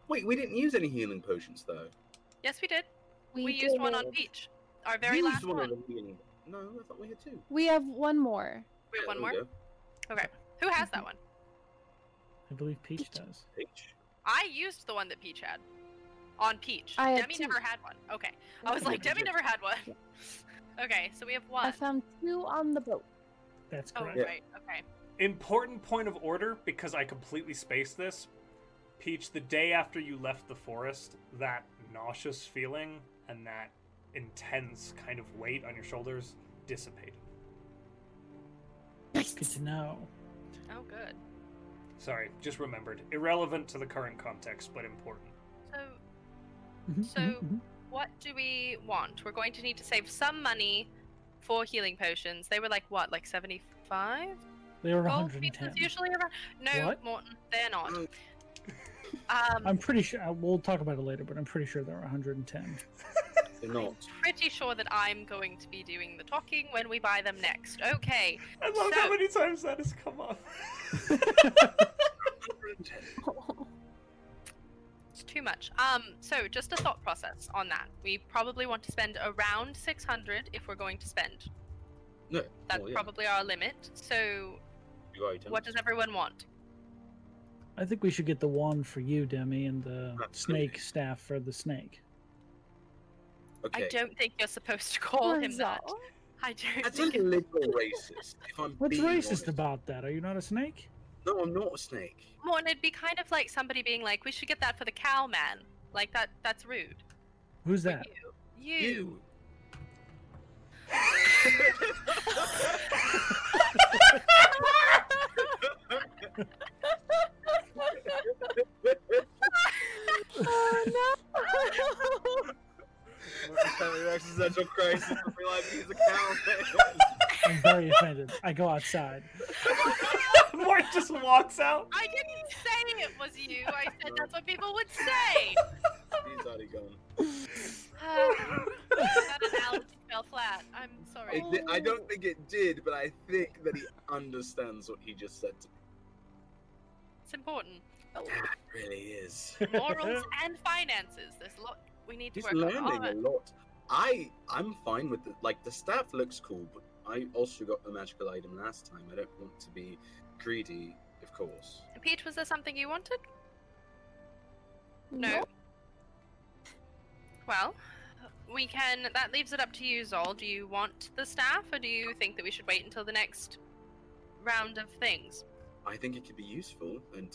Speaker 3: Wait, we didn't use any healing potions though.
Speaker 4: yes, we did. We,
Speaker 5: did
Speaker 4: used one on
Speaker 5: it.
Speaker 4: Peach. Our very
Speaker 3: used
Speaker 4: last one.
Speaker 3: one of the healing. No, I thought we had two.
Speaker 5: We have one more.
Speaker 4: Wait, one
Speaker 3: There
Speaker 4: more.
Speaker 3: we go.
Speaker 4: Who has that one?
Speaker 2: I believe Peach does.
Speaker 3: Peach.
Speaker 4: I used the one that Peach had. On Peach.
Speaker 5: I had
Speaker 4: Demi
Speaker 5: two.
Speaker 4: never had one. Okay. I was like, Demi never had one. Okay, so we have
Speaker 5: I
Speaker 4: one.
Speaker 5: found two on the boat.
Speaker 2: That's
Speaker 4: Oh,
Speaker 2: correct.
Speaker 4: right. Okay.
Speaker 1: Important point of order because I completely spaced this. Peach, the day after you left the forest, that nauseous feeling and that intense kind of weight on your shoulders dissipated.
Speaker 2: Good to know.
Speaker 4: Oh, good.
Speaker 1: Sorry, just remembered. Irrelevant to the current context, but important.
Speaker 4: So,
Speaker 2: Mhm,
Speaker 4: So-
Speaker 2: mhm, mhm.
Speaker 4: what do we want? We're going to need to save some money for healing potions. They were like, what, like 75?
Speaker 2: they were
Speaker 4: Gold
Speaker 2: 110.
Speaker 4: pieces usually around? No,
Speaker 2: What?
Speaker 4: Morton, they're not.
Speaker 3: Oh.
Speaker 4: Um,
Speaker 2: I'm pretty sure. uh, We'll talk about it later, but I'm pretty sure there are 110.
Speaker 3: No,
Speaker 4: pretty sure that I'm going to be doing the talking when we buy them next. Okay.
Speaker 1: I love how
Speaker 4: So-
Speaker 1: many times that has come up.
Speaker 4: It's too much. Um, so just a thought process on that. We probably want to spend around 600 if we're going to spend.
Speaker 3: no.
Speaker 4: That's
Speaker 3: well, Oh, yeah,
Speaker 4: probably our limit. So
Speaker 3: you are
Speaker 4: what does everyone want?
Speaker 2: I think we should get the wand for you, Demi, and the
Speaker 3: Absolutely.
Speaker 2: snake staff for the snake.
Speaker 3: Okay,
Speaker 4: I don't think you're supposed to call him that. I don't
Speaker 3: that's a
Speaker 4: think.
Speaker 3: little racist. If I'm
Speaker 2: What's
Speaker 3: being
Speaker 2: racist
Speaker 3: honest.
Speaker 2: about that? Are you not a snake?
Speaker 3: No, I'm not a snake.
Speaker 4: Well, and it'd be kind of like somebody being like, "We should get that for the cow man." Like that. That's rude.
Speaker 2: Who's
Speaker 4: For
Speaker 2: that?
Speaker 4: You. You.
Speaker 3: You.
Speaker 5: oh
Speaker 3: Reacts existential crisis of realizing he's a cow.
Speaker 2: I'm very offended. I go outside.
Speaker 1: Mort just walks out.
Speaker 4: I didn't say it was you. I said that's what people would say.
Speaker 3: He's already gone.
Speaker 4: Um, that analogy fell flat. I'm sorry.
Speaker 3: It di- I don't think it did, but I think that he understands what he just said. To
Speaker 4: It's important.
Speaker 3: me. Really is.
Speaker 4: Morals and finances. There's a lot we need to
Speaker 3: He's
Speaker 4: work on.
Speaker 3: learning
Speaker 4: Oh,
Speaker 3: a lot. I I'm fine with it. Like the staff looks cool, but I also got the magical item last time. I don't want to be greedy, of course.
Speaker 4: Pete, was there something you wanted? No.
Speaker 5: Nope.
Speaker 4: Well, we can. That leaves it up to you, Zol. Do you want the staff, or do you think that we should wait until the next round of things?
Speaker 3: I think it could be useful, and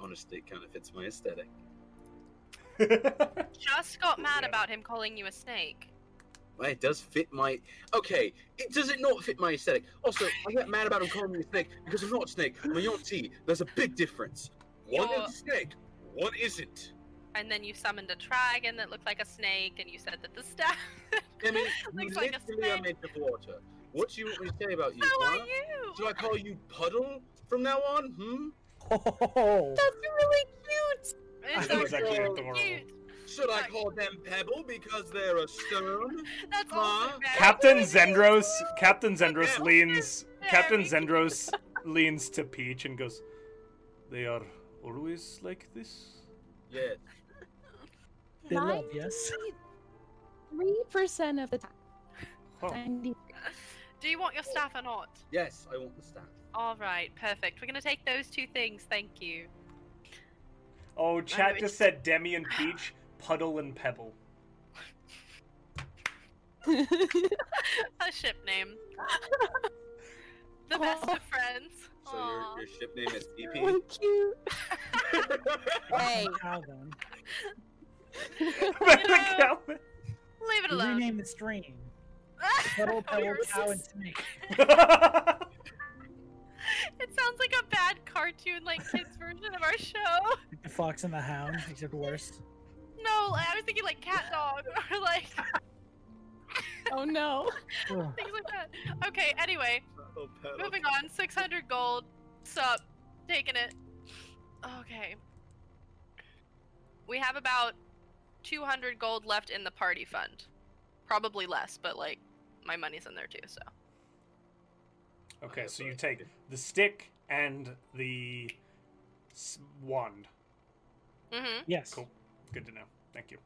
Speaker 3: honestly, it kind of fits my aesthetic.
Speaker 4: Just got mad
Speaker 1: Yeah.
Speaker 4: about him calling you a snake.
Speaker 3: Well, it does fit my. Okay, it does it not fit my aesthetic. Also, I get mad about him calling me a snake because I'm not a snake. I'm a Yonti. There's a big difference. One
Speaker 4: You're-
Speaker 3: is a snake. One isn't.
Speaker 4: And then you summoned a dragon that looked like a snake, and you said that the staff.
Speaker 3: I mean, you
Speaker 4: Looks like a
Speaker 3: literally are
Speaker 4: snake.
Speaker 3: made of water. What do you want me to say about you?
Speaker 4: How are
Speaker 3: huh?
Speaker 4: you?
Speaker 3: Do I call you Puddle from now on? Hmm?
Speaker 2: Oh,
Speaker 5: That's really cute.
Speaker 4: It's
Speaker 1: That's
Speaker 4: so
Speaker 1: actually
Speaker 3: Cute.
Speaker 1: adorable.
Speaker 4: cute.
Speaker 3: Should I call them Pebble because they're a stone?
Speaker 4: That's
Speaker 3: Huh?
Speaker 4: awesome. man.
Speaker 1: Captain Zendros. Captain Zendros
Speaker 3: Yeah.
Speaker 1: leans. Captain
Speaker 4: Very cute.
Speaker 1: Zendros leans to Peach and goes, "They are always like this."
Speaker 3: Yes.
Speaker 2: they love yes.
Speaker 5: Three percent of the time.
Speaker 1: Huh.
Speaker 5: Ninety-
Speaker 4: Do you want your staff or not?
Speaker 3: Yes, I want the staff.
Speaker 4: All right, perfect. We're gonna take those two things. Thank you.
Speaker 1: Oh, chat
Speaker 4: it's-
Speaker 1: just said Demi and Peach, Puddle and Pebble.
Speaker 4: a ship name. the best of friends.
Speaker 3: So
Speaker 4: Aw.
Speaker 3: your, your ship name is E
Speaker 5: really cute.
Speaker 3: EP.
Speaker 5: Hey.
Speaker 2: How then?
Speaker 1: But the
Speaker 4: know-
Speaker 1: Calvin-
Speaker 4: Leave it
Speaker 2: We
Speaker 4: alone.
Speaker 2: Rename the stream. Puddle, pebble, cow, and snake.
Speaker 4: it sounds like a bad cartoon, like kids version of our show.
Speaker 2: Like the fox and the hound, except worse.
Speaker 4: No, like, I was thinking like cat dog or like
Speaker 5: Oh no.
Speaker 2: Ugh.
Speaker 4: things like that. Okay, anyway,
Speaker 3: Oh, Pebble.
Speaker 4: moving on. Six hundred gold. Sup, taking it. Okay. We have about two hundred gold left in the party fund. Probably less, but like my money's in there too, so.
Speaker 1: okay, so you take the stick and the s- wand.
Speaker 4: Mm-hmm.
Speaker 2: Yes.
Speaker 1: Cool. Good to know. Thank you.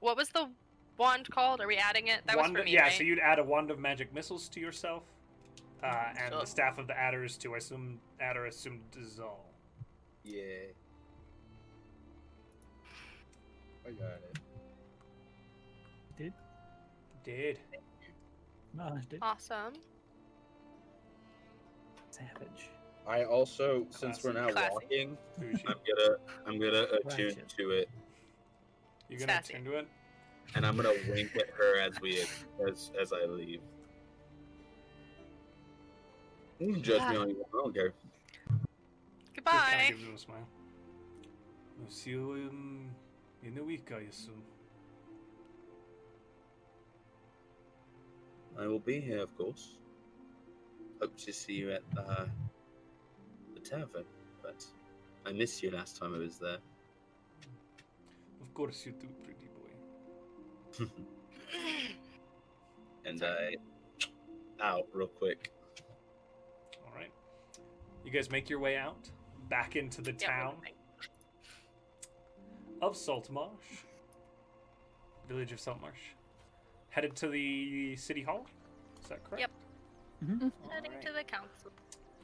Speaker 4: What was the wand called? Are we adding it? That
Speaker 1: wand,
Speaker 4: was for me,
Speaker 1: yeah,
Speaker 4: right?
Speaker 1: so you'd add a wand of magic missiles to yourself, uh, and
Speaker 4: So-
Speaker 1: the staff of the adders to I assume adder assumed dissolve.
Speaker 3: Yeah. I got it.
Speaker 1: Did
Speaker 2: No, it's
Speaker 4: Awesome.
Speaker 2: savage.
Speaker 3: I also, since we're now
Speaker 4: Classy. Classy.
Speaker 3: walking,
Speaker 1: Fuji.
Speaker 3: I'm gonna I'm gonna attune
Speaker 2: Ratchet.
Speaker 3: to it,
Speaker 1: you're gonna
Speaker 4: Sassy.
Speaker 1: attend to it.
Speaker 3: and I'm gonna wink at her as we as as I leave. You can judge me all you want. I don't care.
Speaker 1: She kinda
Speaker 4: Goodbye.
Speaker 1: gives him a smile. We'll see you in, in a week, I assume.
Speaker 3: I will be here, of course. Hope to see you at uh, the tavern, but I missed you last time I was there.
Speaker 1: Of course you do, pretty boy.
Speaker 3: and I out real quick.
Speaker 1: All right. You guys make your way out back into the
Speaker 4: Yeah,
Speaker 1: town
Speaker 4: we're fine.
Speaker 1: of Saltmarsh, village of Saltmarsh, headed to the city hall. Is that correct?
Speaker 4: Yep.
Speaker 2: Mhm.
Speaker 1: All
Speaker 4: Heading
Speaker 1: right.
Speaker 4: to the council.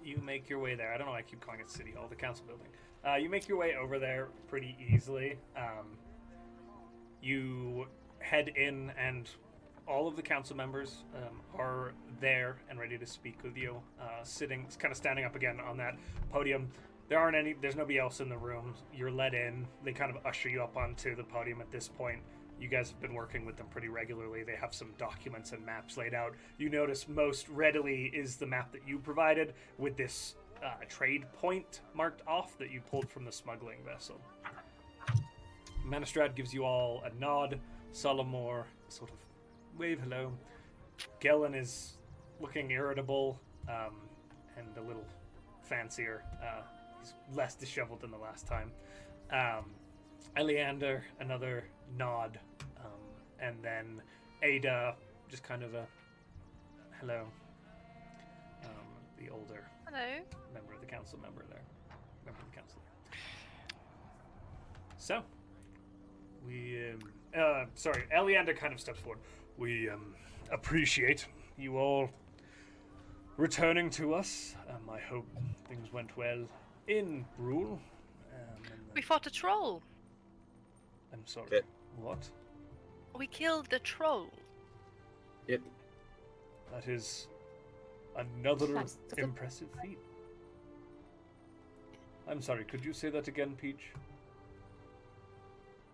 Speaker 1: you make your way there. I don't know why I keep calling it City Hall, the council building. Uh, you make your way over there pretty easily. Um, you head in, and all of the council members um, are there and ready to speak with you. Uh, sitting, kind of standing up again on that podium. There aren't any. There's nobody else in the room. You're let in. They kind of usher you up onto the podium at this point. You guys have been working with them pretty regularly. They have some documents and maps laid out. You notice most readily is the map that you provided with this uh, trade point marked off that you pulled from the smuggling vessel. Manistrad gives you all a nod. Solomor sort of wave hello. Gellin is looking irritable um, and a little fancier. Uh, he's less disheveled than the last time. Um, Eleander, another nod. Um, and then Ada, just kind of a hello. Um, the older
Speaker 4: Hello.
Speaker 1: member of the council member there. Member of the council. So, we, um, uh, sorry, Eleander kind of steps forward. We um, appreciate you all returning to us. Um, I hope things went well in Rule. Um, and
Speaker 4: We fought a troll.
Speaker 1: I'm sorry.
Speaker 3: Yeah.
Speaker 1: What?
Speaker 4: We killed the troll.
Speaker 1: That is another
Speaker 5: Nice.
Speaker 1: impressive feat. I'm sorry, could you say that again, Peach?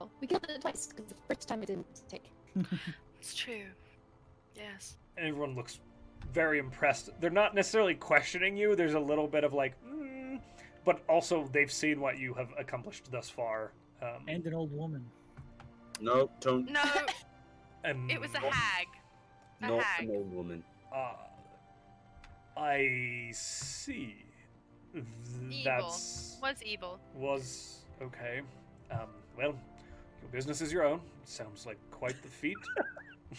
Speaker 5: Oh, We killed it twice because the first time it didn't take.
Speaker 4: It's true. Yes.
Speaker 1: everyone looks very impressed. They're not necessarily questioning you. There's a little bit of like, mm, but also they've seen what you have accomplished thus far. Um,
Speaker 2: And an old woman.
Speaker 3: No, don't.
Speaker 4: No,
Speaker 1: um,
Speaker 4: it was a hag. A
Speaker 3: Not
Speaker 4: hag.
Speaker 3: an old woman.
Speaker 1: Uh, I see. Th-
Speaker 4: Evil.
Speaker 1: That's
Speaker 4: Was evil.
Speaker 1: was okay. Um, well, your business is your own. Sounds like quite the feat.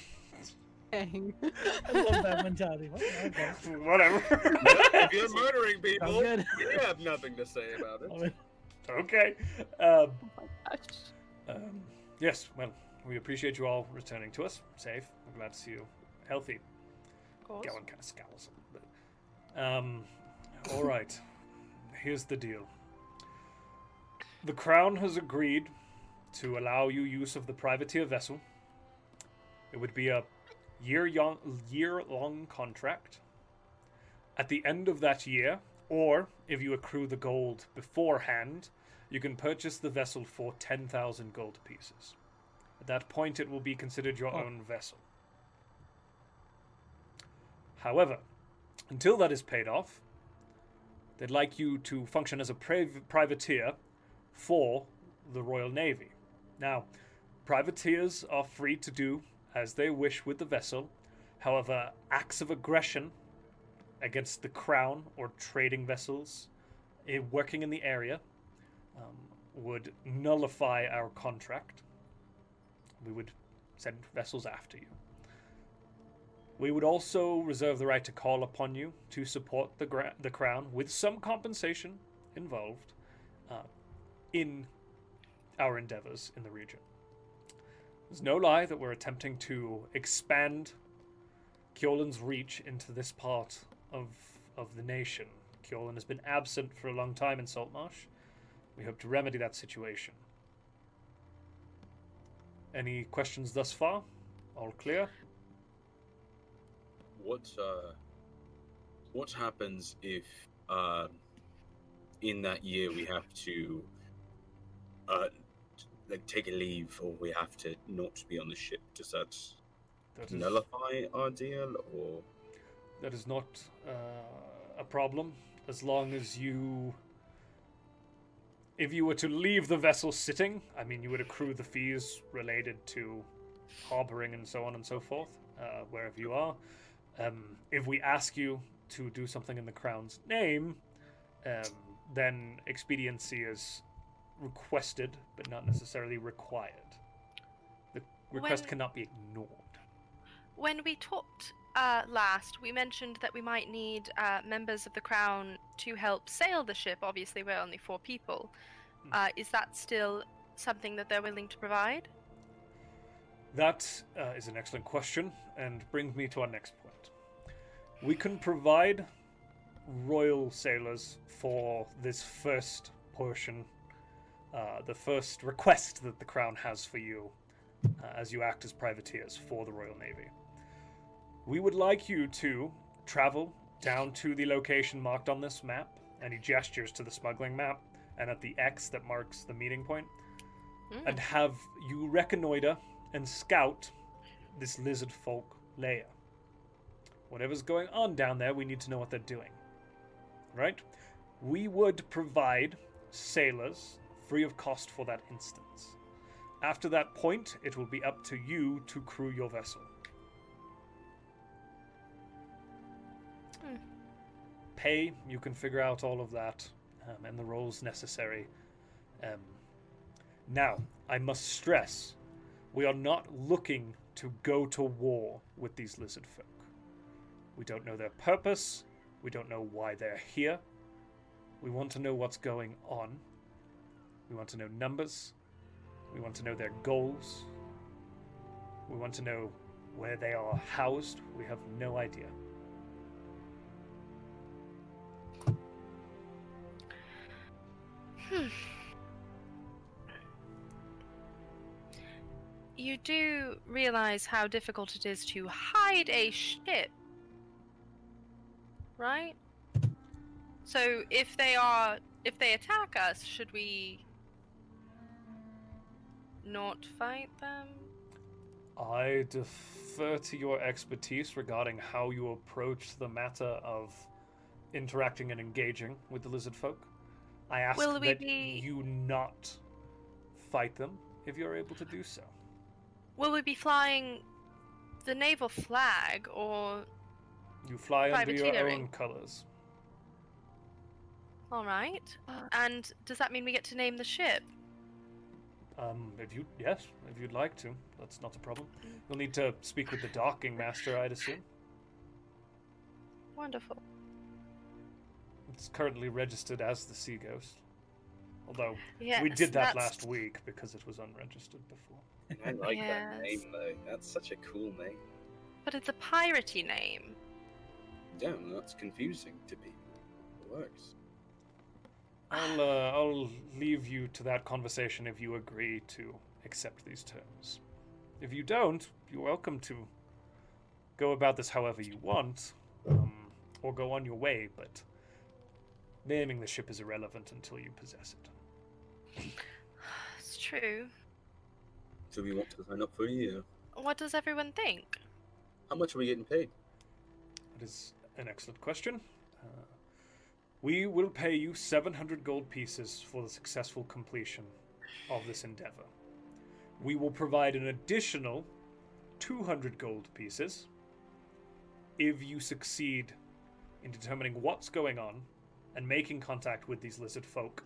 Speaker 5: Dang.
Speaker 2: I love that mentality. Well, okay.
Speaker 1: Whatever.
Speaker 3: if you're murdering
Speaker 2: Sounds
Speaker 3: people,
Speaker 2: good.
Speaker 3: you have nothing to say about
Speaker 2: I
Speaker 3: it.
Speaker 2: mean,
Speaker 1: okay. Um,
Speaker 5: Oh my gosh.
Speaker 1: Um, yes, well, we appreciate you all returning to us, safe. We're glad to see you healthy.
Speaker 4: Of course.
Speaker 1: Galen kind of scowls a little bit. Um, all right, here's the deal. The Crown has agreed to allow you use of the privateer vessel. It would be a year-long year-long contract. At the end of that year, or if you accrue the gold beforehand, you can purchase the vessel for 10,000 gold pieces. At that point, it will be considered your
Speaker 2: Oh.
Speaker 1: own vessel. However, until that is paid off, they'd like you to function as a priv- privateer for the Royal Navy. Now, privateers are free to do as they wish with the vessel. However, acts of aggression against the crown or trading vessels eh, working in the area um, would nullify our contract. We would send vessels after you. We would also reserve the right to call upon you to support the, gra- the crown with some compensation involved uh, in our endeavors in the region. There's no lie that we're attempting to expand Kjolan's reach into this part of of the nation. Kjolan has been absent for a long time in Saltmarsh. We hope to remedy that situation. Any questions thus far? All clear?
Speaker 3: What uh, what happens if uh, in that year we have to uh, t- like take a leave or we have to not be on the ship? Does that
Speaker 1: That is,
Speaker 3: nullify our deal or?
Speaker 1: that is not uh, a problem as long as you. If you were to leave the vessel sitting, I mean, you would accrue the fees related to harboring and so on and so forth, uh, wherever you are. Um, if we ask you to do something in the Crown's name, um, then expediency is requested, but not necessarily required. The request
Speaker 4: When-
Speaker 1: cannot be ignored.
Speaker 4: When we talked uh, last, we mentioned that we might need uh, members of the crown to help sail the ship. Obviously, we're only four people.
Speaker 1: Hmm.
Speaker 4: Uh, is that still something that they're willing to provide?
Speaker 1: That uh, is an excellent question, and brings me to our next point. We can provide royal sailors for this first portion, uh, the first request that the Crown has for you uh, as you act as privateers for the Royal Navy. We would like you to travel down to the location marked on this map, and he gestures to the smuggling map, and at the X that marks the meeting point
Speaker 4: Hmm.
Speaker 1: and have you reconnoiter and scout this lizard folk lair. Whatever's going on down there, we need to know what they're doing. Right? We would provide sailors free of cost for that instance. After that point, it will be up to you to crew your vessel.
Speaker 4: Hmm.
Speaker 1: Pay, you can figure out all of that um, and the roles necessary. Um, now, I must stress, we are not looking to go to war with these lizard folk. We don't know their purpose, we don't know why they're here. We want to know what's going on. We want to know numbers. We want to know their goals. We want to know where they are housed. We have no idea.
Speaker 4: Hmm. You do realize how difficult it is to hide a ship, right? So if they are, if they attack us, should we not fight them?
Speaker 1: I defer to your expertise regarding how you approach the matter of interacting and engaging with the lizard folk. I ask
Speaker 4: Will we
Speaker 1: that
Speaker 4: be-
Speaker 1: you not fight them if you're able to do so.
Speaker 4: Will we be flying the naval flag, or
Speaker 1: You fly under your
Speaker 4: Privateering.
Speaker 1: own colors.
Speaker 4: all right?
Speaker 5: Uh,
Speaker 4: And does that mean we get to name the ship?
Speaker 1: Um, if you yes, if you'd like to, that's not a problem. You'll need to speak with the docking master, I'd assume.
Speaker 4: Wonderful.
Speaker 1: It's currently registered as the Sea Ghost, although
Speaker 4: Yes,
Speaker 1: we did that
Speaker 4: that's-
Speaker 1: last week because it was unregistered before.
Speaker 3: I like
Speaker 4: Yes.
Speaker 3: that name though. That's such a cool name.
Speaker 4: But it's a piratey name.
Speaker 3: Yeah, well, that's confusing to people. It works.
Speaker 1: I'll uh, I'll leave you to that conversation if you agree to accept these terms. If you don't, you're welcome to go about this however you want, um, or go on your way. But naming the ship is irrelevant until you possess it.
Speaker 4: It's true.
Speaker 3: So we want to sign up for a year.
Speaker 4: What does everyone think?
Speaker 3: How much are we getting paid?
Speaker 1: That is an excellent question. Uh, we will pay you 700 gold pieces for the successful completion of this endeavor. We will provide an additional 200 gold pieces if you succeed in determining what's going on and making contact with these lizard folk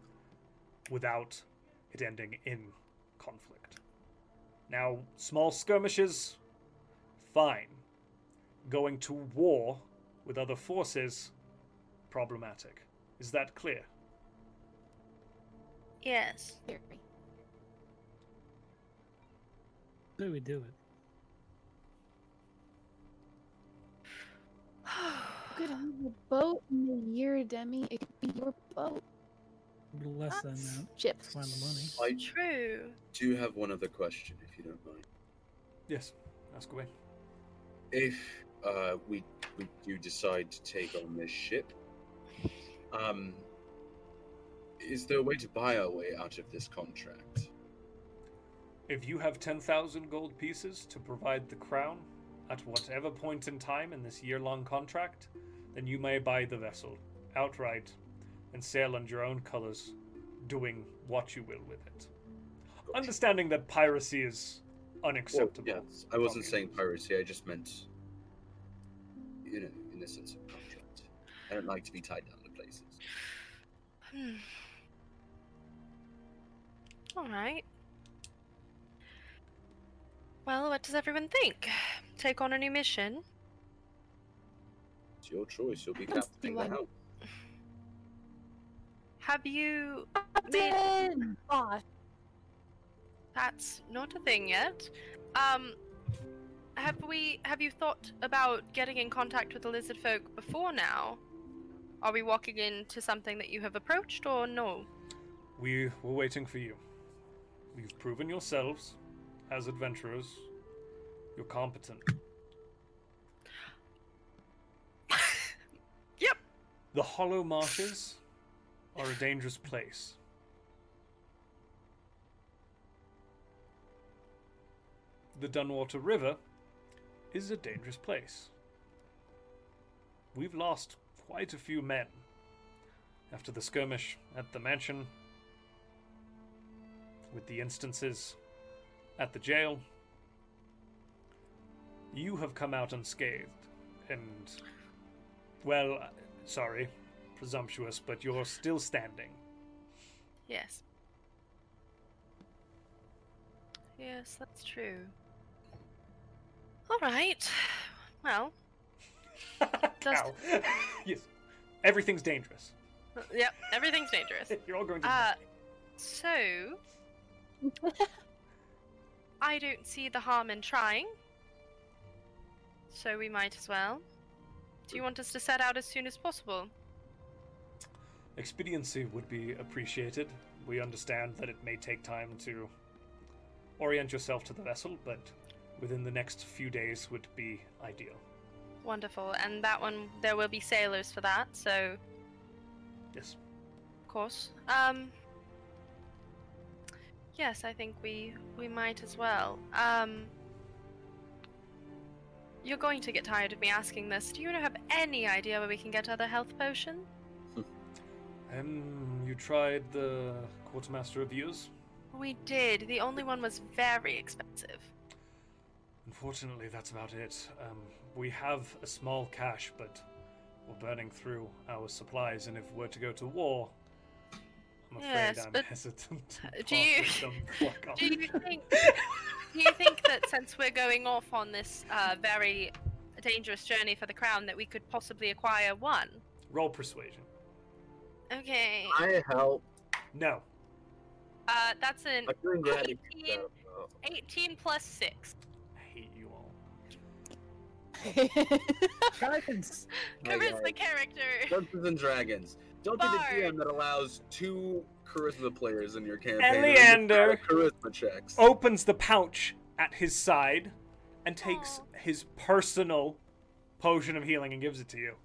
Speaker 1: without it ending in conflict. Now, small skirmishes, fine going to war with other forces problematic. Is that clear?
Speaker 4: Yes.
Speaker 5: theory.
Speaker 2: Do we do it?
Speaker 5: Good on the boat in the year, Demi. It could be your boat.
Speaker 2: A little less than that.
Speaker 5: Ship.
Speaker 2: Let's find the money.
Speaker 3: I
Speaker 4: True.
Speaker 3: do have one other question, if you don't mind.
Speaker 1: Yes. Ask away.
Speaker 3: If uh, we we do decide to take on this ship, um, is there a way to buy our way out of this contract?
Speaker 1: If you have 10,000 gold pieces to provide the crown at whatever point in time in this year long contract, then you may buy the vessel outright and sail under your own colors, doing what you will with it. Understanding that piracy is unacceptable.
Speaker 3: Well, yes, I wasn't
Speaker 1: Okay.
Speaker 3: saying piracy. I just meant, you know, in the sense of contract. I don't like to be tied down to places.
Speaker 4: Hmm. All right. Well, what does everyone think? Take on a new mission?
Speaker 3: It's your choice. You'll be
Speaker 5: Let's
Speaker 3: captaining
Speaker 5: do
Speaker 3: the
Speaker 5: one.
Speaker 3: helm.
Speaker 4: Have you
Speaker 5: Captain! Boss!
Speaker 4: That's not a thing yet. Um, have we have you thought about getting in contact with the lizard folk before now? Are we walking into something that you have approached or no?
Speaker 1: We were waiting for you. You've proven yourselves as adventurers. You're competent.
Speaker 4: Yep.
Speaker 1: The Hollow Marshes are a dangerous place. The Dunwater River is a dangerous place. We've lost quite a few men after the skirmish at the mansion with the instances at the jail. You have come out unscathed, and. Well, uh, sorry, presumptuous, but you're still standing.
Speaker 4: Yes. Yes, that's true. All right. Well, Just-
Speaker 1: Ow. yes. Everything's dangerous.
Speaker 4: yep. Everything's dangerous.
Speaker 1: You're all going to.
Speaker 4: Uh,
Speaker 1: die.
Speaker 4: So, I don't see the harm in trying. So we might as well. Do you want us to set out as soon as possible?
Speaker 1: Expediency would be appreciated. We understand that it may take time to orient yourself to the vessel, but within the next few days would be ideal.
Speaker 4: Wonderful. And that one, there will be sailors for that, so
Speaker 1: Yes.
Speaker 4: of course. Um. Yes, I think we we might as well. Um. You're going to get tired of me asking this. Do you have any idea where we can get other health potions?
Speaker 1: Um, you tried the quartermaster of yours?
Speaker 4: We did. The only one was very expensive.
Speaker 1: Unfortunately, that's about it. Um, we have a small cache, but we're burning through our supplies, and if we're to go to war, I'm afraid
Speaker 4: Yes,
Speaker 1: I'm
Speaker 4: but
Speaker 1: hesitant. To part
Speaker 4: do you-
Speaker 1: with them. Fuck off.
Speaker 4: Do you think? do you think that since we're going off on this uh, very dangerous journey for the crown, that we could possibly acquire one?
Speaker 1: Roll persuasion.
Speaker 4: Okay.
Speaker 3: I help.
Speaker 1: No.
Speaker 4: Uh, that's an
Speaker 3: I'm doing that. uh, if you
Speaker 4: Eighteen.
Speaker 3: don't know.
Speaker 4: 18 plus six.
Speaker 1: I hate you all.
Speaker 2: Guidance.
Speaker 3: My
Speaker 4: Covers
Speaker 3: God.
Speaker 4: the character.
Speaker 3: Dungeons and Dragons. Don't be
Speaker 4: Bard.
Speaker 3: the DM that allows two charisma players in your campaign.
Speaker 1: Eleander.
Speaker 3: They're just bad at Charisma checks.
Speaker 1: Opens the pouch at his side and takes
Speaker 4: Aw.
Speaker 1: his personal potion of healing and gives it to you.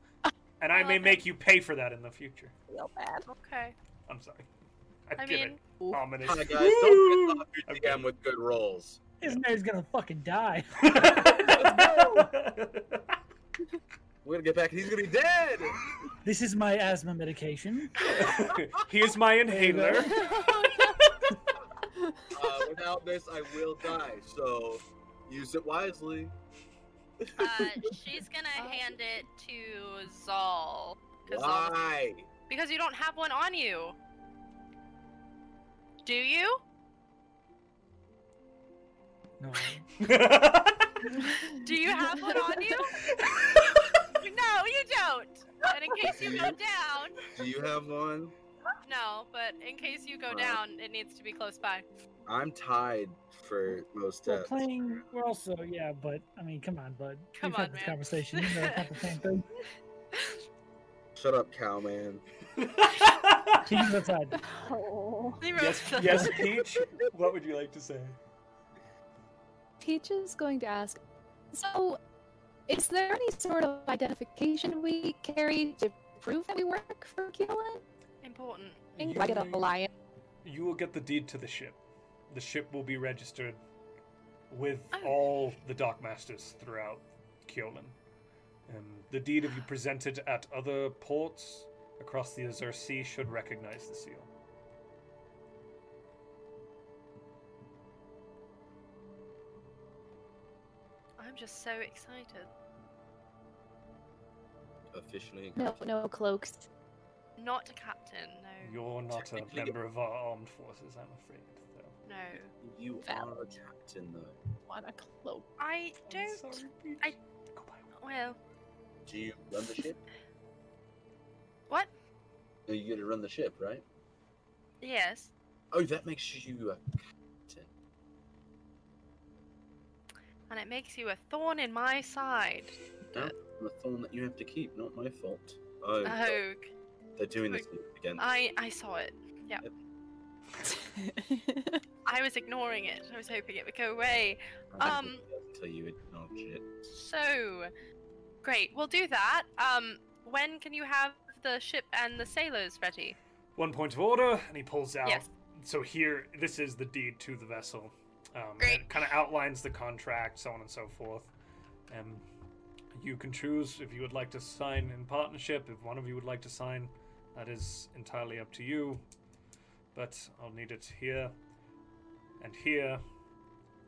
Speaker 1: And I,
Speaker 4: Oh, I
Speaker 1: may
Speaker 4: love it.
Speaker 1: make you pay for that in the future.
Speaker 5: Real bad.
Speaker 4: Okay.
Speaker 1: I'm sorry.
Speaker 4: I
Speaker 1: I've given
Speaker 4: mean,
Speaker 1: ominous.
Speaker 3: Hi, guys. Don't piss off your
Speaker 1: Okay.
Speaker 3: DM with good rolls.
Speaker 2: This man's gonna fucking die.
Speaker 3: We're gonna get back, and he's gonna be dead.
Speaker 2: This is my asthma medication.
Speaker 1: Here's my inhaler.
Speaker 3: Uh, without this, I will die. So use it wisely.
Speaker 4: uh, she's gonna
Speaker 5: Uh,
Speaker 4: hand it to Zal. 'cause uh, Zal was-
Speaker 3: Why?
Speaker 4: Because you don't have one on you. Do you?
Speaker 2: No.
Speaker 4: Do you have one on you? No, you don't. And in case you go down,
Speaker 3: Do you have one?
Speaker 4: no, but in case you go
Speaker 3: Well.
Speaker 4: down, it needs to be close by.
Speaker 3: I'm tied for most
Speaker 2: We're
Speaker 3: tests.
Speaker 2: playing. We're also yeah, but I mean, come on, bud.
Speaker 4: Come
Speaker 2: We've had
Speaker 4: on,
Speaker 2: this
Speaker 4: man.
Speaker 2: conversation. You know, it's not the same thing.
Speaker 3: Shut up, cowman.
Speaker 2: Teams outside.
Speaker 5: Oh.
Speaker 4: Zero.
Speaker 1: yes, yes, Peach. What would you like to say?
Speaker 5: Peach is going to ask, so is there any sort of identification we carry to prove that we work for Keelan?
Speaker 4: Important.
Speaker 5: Do I get a lion?
Speaker 1: You will get the deed to the ship. The ship will be registered with
Speaker 4: Oh.
Speaker 1: all the dockmasters throughout Kyolan. Um, the deed of you presented at other ports across the Azure Sea should recognize the seal.
Speaker 4: I'm just so excited.
Speaker 3: Officially.
Speaker 5: No, no cloaks.
Speaker 4: Not a captain, no.
Speaker 1: You're not a
Speaker 3: Technically-
Speaker 1: member of our armed forces, I'm afraid. Though.
Speaker 4: know.
Speaker 3: You
Speaker 5: Val.
Speaker 3: are a captain, though.
Speaker 5: want a cloak.
Speaker 1: I'm
Speaker 4: I don't.
Speaker 1: sorry, Peach.
Speaker 4: I-
Speaker 1: Go buy one.
Speaker 4: Well,
Speaker 3: Do you run the ship?
Speaker 4: what?
Speaker 3: You get to run the ship, right?
Speaker 4: Yes.
Speaker 3: Oh, that makes you a captain.
Speaker 4: And it makes you a thorn in my side.
Speaker 3: I'm a thorn that you have to keep, not my fault. Oh,
Speaker 4: Oh, Uh,
Speaker 3: they're doing this again.
Speaker 4: I I saw it. I was ignoring it. I was hoping it would go away.
Speaker 3: I
Speaker 4: um,
Speaker 3: didn't tell you acknowledge it.
Speaker 4: So, great. We'll do that. Um, when can you have the ship and the sailors ready?
Speaker 1: One point of order, and he pulls out.
Speaker 4: Yes.
Speaker 1: So here, this is the deed to the vessel. Um,
Speaker 4: Great.
Speaker 1: Kind of outlines the contract, so on and so forth. Um, you can choose if you would like to sign in partnership. If one of you would like to sign, that is entirely up to you. But I'll need it here, and here,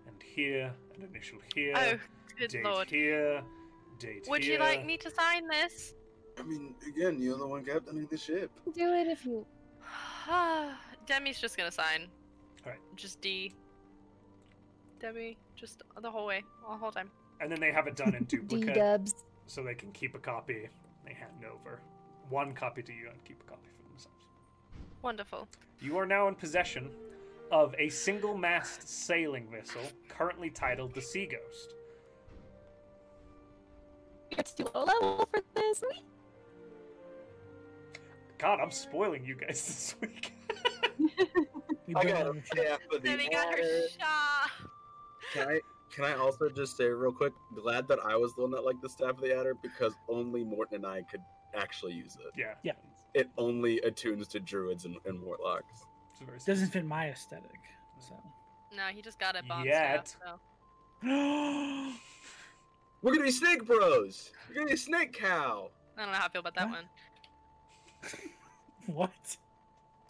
Speaker 1: and here, and initial here.
Speaker 4: Oh, good
Speaker 1: date
Speaker 4: lord.
Speaker 1: here, date
Speaker 4: Would
Speaker 1: here.
Speaker 4: you like me to sign this?
Speaker 3: I mean, again, you're the one captaining the ship.
Speaker 5: Do it if you.
Speaker 4: Demi's just gonna sign.
Speaker 1: Alright.
Speaker 4: Just D. Demi, just the whole way, all whole time.
Speaker 1: And then they have it done in
Speaker 5: D
Speaker 1: duplicate.
Speaker 5: dubs.
Speaker 1: so they can keep a copy. They hand over one copy to you and keep a copy for themselves.
Speaker 4: Wonderful.
Speaker 1: You are now in possession of a single mast sailing vessel currently titled the Sea Ghost.
Speaker 5: You're too low level for this.
Speaker 1: God, I'm spoiling you guys this week.
Speaker 2: We
Speaker 3: I
Speaker 2: don't
Speaker 3: got
Speaker 2: have
Speaker 3: a
Speaker 2: a ship.
Speaker 3: cap of the
Speaker 4: Demi got her
Speaker 3: honor.
Speaker 4: shot.
Speaker 3: Can I? Can I also just say real quick? Glad that I was the one that liked the staff of the adder because only Morton and I could actually use it.
Speaker 1: yeah.
Speaker 2: Yeah.
Speaker 3: It only attunes to druids and, and warlocks.
Speaker 1: It's very
Speaker 2: Doesn't fit my aesthetic. So.
Speaker 4: No, he just got a bomb
Speaker 1: Yet.
Speaker 4: staff, so.
Speaker 3: We're gonna be snake bros. We're gonna be a snake cow
Speaker 4: I don't know how I feel about that
Speaker 2: What?
Speaker 4: one.
Speaker 2: What?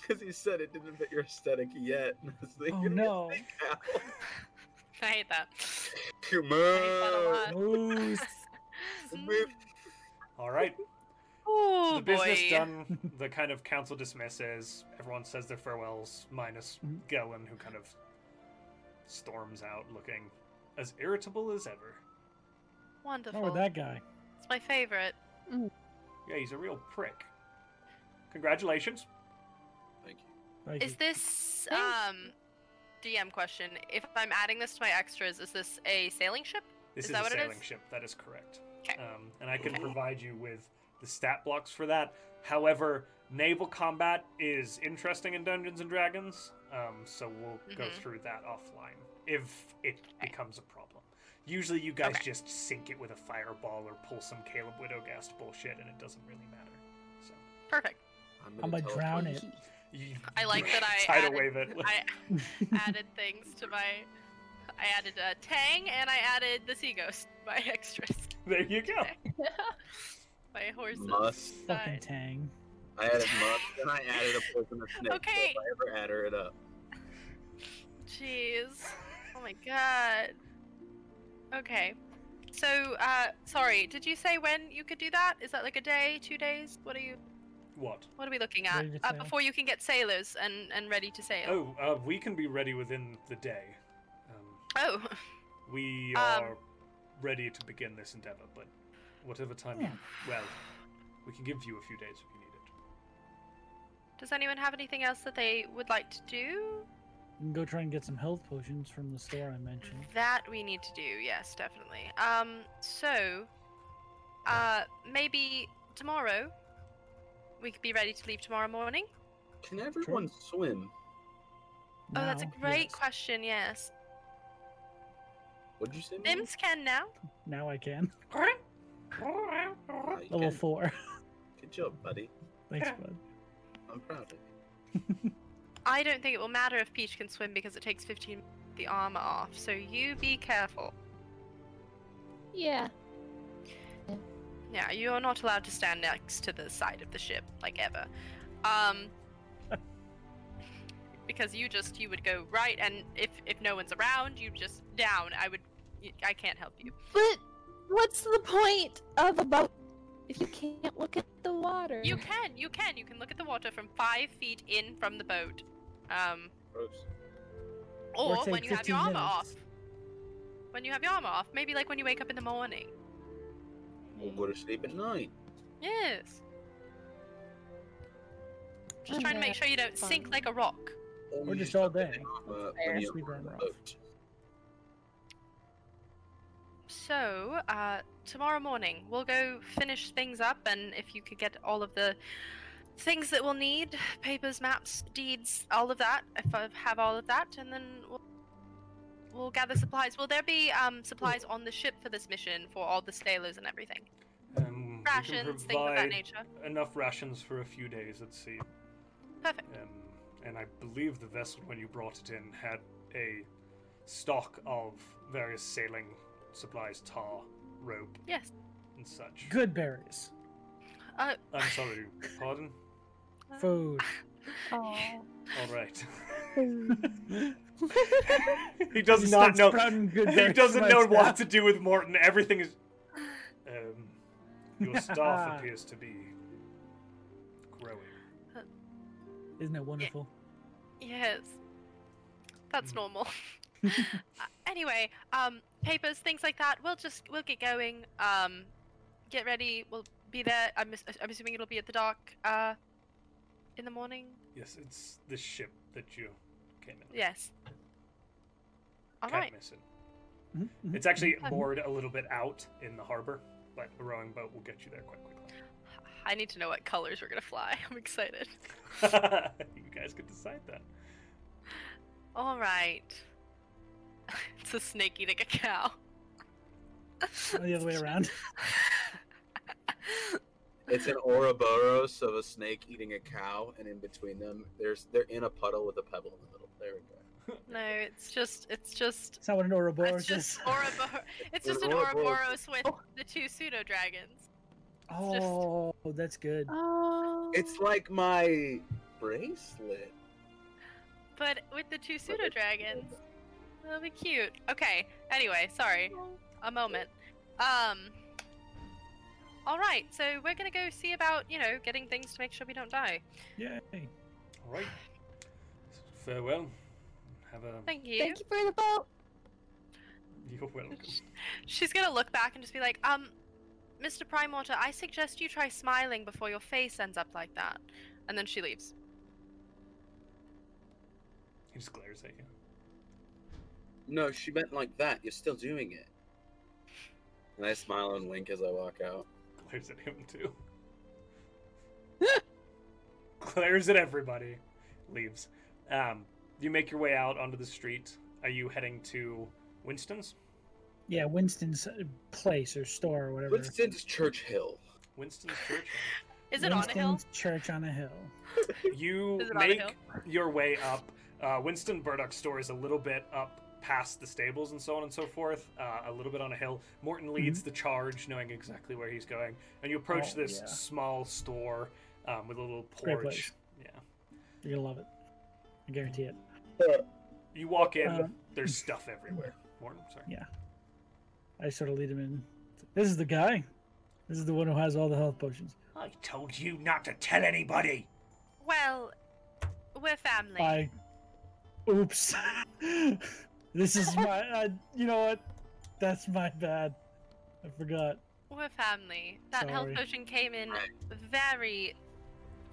Speaker 3: because he said it didn't fit your aesthetic yet. It's like,
Speaker 2: Oh
Speaker 3: you're gonna be a
Speaker 2: no.
Speaker 3: snake cow.
Speaker 4: I hate that.
Speaker 3: Come
Speaker 4: I hate that a
Speaker 3: on.
Speaker 4: lot.
Speaker 2: Moose.
Speaker 3: Move.
Speaker 1: All right.
Speaker 4: Ooh,
Speaker 1: the
Speaker 4: Oh, boy.
Speaker 1: business done. The kind of council dismisses. Everyone says their farewells, minus
Speaker 2: Mhm.
Speaker 1: Gellin, who kind of storms out looking as irritable as ever.
Speaker 4: Wonderful.
Speaker 2: Oh, with that guy.
Speaker 4: It's my favorite.
Speaker 1: Yeah, he's a real prick. Congratulations.
Speaker 3: Thank you.
Speaker 2: Thank
Speaker 4: Is
Speaker 2: you.
Speaker 4: this
Speaker 5: Thank
Speaker 4: um DM question? If I'm adding this to my extras, is this a sailing ship?
Speaker 1: This
Speaker 4: Is
Speaker 1: is,
Speaker 4: that
Speaker 1: a
Speaker 4: what it
Speaker 1: sailing
Speaker 4: is?
Speaker 1: ship. That is correct.
Speaker 4: 'Kay.
Speaker 1: Um, and I can
Speaker 4: Okay.
Speaker 1: provide you with the stat blocks for that. However, naval combat is interesting in Dungeons and Dragons, um, so we'll go
Speaker 4: Mhm.
Speaker 1: through that offline if it becomes a problem. Usually, you guys
Speaker 4: Okay.
Speaker 1: just sink it with a fireball or pull some Caleb Widowgast bullshit, and it doesn't really matter. So
Speaker 4: Perfect.
Speaker 3: I'm,
Speaker 2: I'm gonna
Speaker 3: teleport
Speaker 2: drown it.
Speaker 1: you
Speaker 4: I like that I
Speaker 1: tidal
Speaker 4: added-
Speaker 1: wave it.
Speaker 4: I added things to my. I added uh, Tang and I added the Sea Ghost. My extras.
Speaker 1: there you go.
Speaker 4: My horses.
Speaker 3: Must.
Speaker 2: Fucking
Speaker 4: side.
Speaker 2: Tang.
Speaker 3: I added musk and I added a poisonous snake. so
Speaker 4: Okay.
Speaker 3: If I ever add her it up.
Speaker 4: Jeez. Oh my god. Okay. So, uh, sorry. Did you say when you could do that? Is that like a day, two days? What are you?
Speaker 1: What?
Speaker 4: What are we looking at?
Speaker 2: Ready to
Speaker 4: Uh,
Speaker 2: sail.
Speaker 4: before you can get sailors and and ready to sail.
Speaker 1: Oh, uh, we can be ready within the day. Um,
Speaker 4: Oh.
Speaker 1: We
Speaker 4: Um,
Speaker 1: are ready to begin this endeavor, but whatever time you.
Speaker 2: Yeah.
Speaker 1: Well, we can give you a few days if you need it.
Speaker 4: Does anyone have anything else that they would like to do?
Speaker 2: You can go try and get some health potions from the store I mentioned.
Speaker 4: That we need to do, yes, definitely. Um, so, uh, maybe tomorrow we could be ready to leave tomorrow morning.
Speaker 3: Can everyone swim?
Speaker 4: oh, that's a
Speaker 2: Now,
Speaker 4: great
Speaker 2: yes.
Speaker 4: question. Yes,
Speaker 3: What'd you say?
Speaker 2: Mm-hmm.
Speaker 3: Mom?
Speaker 4: Mims can now.
Speaker 2: Now I can.
Speaker 3: Ah, you
Speaker 2: Level
Speaker 3: can.
Speaker 2: four.
Speaker 3: Good job, buddy.
Speaker 2: Thanks,
Speaker 1: Yeah.
Speaker 2: bud.
Speaker 3: I'm proud of you.
Speaker 4: I don't think it will matter if Peach can swim because it takes 15 the armor off. So you be careful.
Speaker 5: Yeah.
Speaker 4: Yeah, you are not allowed to stand next to the side of the ship, like ever. Um, because you just you would go right, and if if no one's around, you just down. I would, y- I can't help you.
Speaker 5: But what's the point of a boat if you can't look at the water?
Speaker 4: You can, you can, you can look at the water from five feet in from the boat. Um,
Speaker 3: Gross.
Speaker 4: Or
Speaker 2: take
Speaker 4: when you have your
Speaker 2: 15
Speaker 4: armor
Speaker 2: minutes.
Speaker 4: off. When you have your armor off, maybe like when you wake up in the morning.
Speaker 3: We'll go to sleep at night.
Speaker 4: Yes. Just
Speaker 5: I'm
Speaker 4: trying to
Speaker 5: there.
Speaker 4: make sure you don't sink
Speaker 5: Fun.
Speaker 4: like a rock.
Speaker 2: Or
Speaker 3: you
Speaker 2: just all
Speaker 3: have to
Speaker 2: day.
Speaker 3: take off, uh,
Speaker 5: Fair.
Speaker 3: when you're
Speaker 2: Sleep
Speaker 3: on
Speaker 2: on
Speaker 3: the
Speaker 2: rough.
Speaker 3: boat.
Speaker 4: So, uh, tomorrow morning, we'll go finish things up, and if you could get all of the things that we'll need papers, maps, deeds, all of that, if I have all of that, and then we'll, we'll gather supplies. Will there be um, supplies on the ship for this mission for all the sailors and everything?
Speaker 1: Um, we can
Speaker 4: Rations, things of that
Speaker 1: provide
Speaker 4: nature.
Speaker 1: enough rations for a few days at sea.
Speaker 4: Perfect.
Speaker 1: Um, and I believe the vessel, when you brought it in, had a stock of various sailing supplies, tar, rope,
Speaker 4: Yes.
Speaker 1: and such.
Speaker 2: Good berries.
Speaker 4: Uh,
Speaker 1: I'm sorry, pardon?
Speaker 2: Food.
Speaker 5: Aw,
Speaker 1: All right.
Speaker 5: food.
Speaker 1: he does
Speaker 2: Just
Speaker 1: not
Speaker 2: start
Speaker 1: know.
Speaker 2: sprouting good
Speaker 1: He
Speaker 2: berries
Speaker 1: doesn't
Speaker 2: from
Speaker 1: know
Speaker 2: my
Speaker 1: what
Speaker 2: staff.
Speaker 1: to do with Morton. Everything is. Um, your staff appears to be growing.
Speaker 2: Isn't that wonderful?
Speaker 4: Yes. That's
Speaker 1: Mm.
Speaker 4: normal. Uh, anyway, um, papers, things like that. We'll just we'll get going. Um, get ready. We'll be there. I'm ass- I'm assuming it'll be at the dock. Uh, in the morning.
Speaker 1: Yes, it's the ship that you came in.
Speaker 4: Yes. All
Speaker 1: Can't
Speaker 4: right.
Speaker 1: miss it.
Speaker 2: Mhm, mhm.
Speaker 1: It's actually
Speaker 4: Mhm.
Speaker 1: moored a little bit out in the harbor, but a rowing boat will get you there quite
Speaker 4: I need to know what colors we're gonna fly. I'm excited.
Speaker 1: quickly. you guys could decide that.
Speaker 4: All right. it's a snake eating a cow.
Speaker 2: Oh, the other way around.
Speaker 3: It's an Ouroboros of a snake eating a cow, and in between them, there's they're in a puddle with a pebble in the middle. There we go.
Speaker 4: no, it's just it's just
Speaker 2: It's not what an Ouroboros
Speaker 4: It's just
Speaker 2: is.
Speaker 4: Ouroboros. It's
Speaker 3: Or
Speaker 4: just an
Speaker 3: Ouroboros.
Speaker 4: Ouroboros with the two pseudo dragons.
Speaker 2: Oh, that's good.
Speaker 5: oh,
Speaker 3: It's like my bracelet.
Speaker 4: But with the two
Speaker 3: but
Speaker 4: pseudo
Speaker 3: it's-
Speaker 4: dragons, that'll be cute. Okay. Anyway, sorry. A moment. Um. All right. So we're gonna go see about you know getting things to make sure we don't die.
Speaker 2: Yay.
Speaker 1: All right. Farewell. Have a.
Speaker 4: Thank you.
Speaker 5: thank you for the boat.
Speaker 1: You're welcome.
Speaker 4: She's gonna look back and just be like, um, Mr. Primewater, I suggest you try smiling before your face ends up like that. And then she leaves.
Speaker 1: He just glares at you.
Speaker 3: No, she meant like that. You're still doing it. And I smile and wink as I walk out.
Speaker 1: Glares at him too. glares at everybody. Leaves. Um, you make your way out onto the street. Are you heading to Winston's?
Speaker 2: Yeah, Winston's uh, place or store or whatever.
Speaker 3: Winston's Church Hill.
Speaker 1: Winston's church.
Speaker 4: Is it on a hill?
Speaker 2: Winston's Church on a hill.
Speaker 1: You
Speaker 4: Is it on a
Speaker 1: make
Speaker 4: hill?
Speaker 1: your way up. Uh, Winston Burdock's store is a little bit up past the stables and so on and so forth, uh, a little bit on a hill. Morton leads the charge, knowing exactly where he's going. And you approach
Speaker 2: Oh,
Speaker 1: this
Speaker 2: yeah.
Speaker 1: small store um, with a little
Speaker 2: Great
Speaker 1: porch.
Speaker 2: place.
Speaker 1: Yeah.
Speaker 2: You're gonna love it. I guarantee it.
Speaker 1: You walk in,
Speaker 2: Um,
Speaker 1: there's stuff everywhere. Morton, sorry.
Speaker 2: Yeah. I sort of lead him in. This is the guy. This is the one who has all the health potions.
Speaker 1: I told you not to tell anybody.
Speaker 4: Well, we're family.
Speaker 2: I. Oops. this is my. I, you know what? That's my bad. I forgot.
Speaker 4: We're family. That health
Speaker 2: Sorry.
Speaker 4: potion came in
Speaker 3: Right.
Speaker 4: very,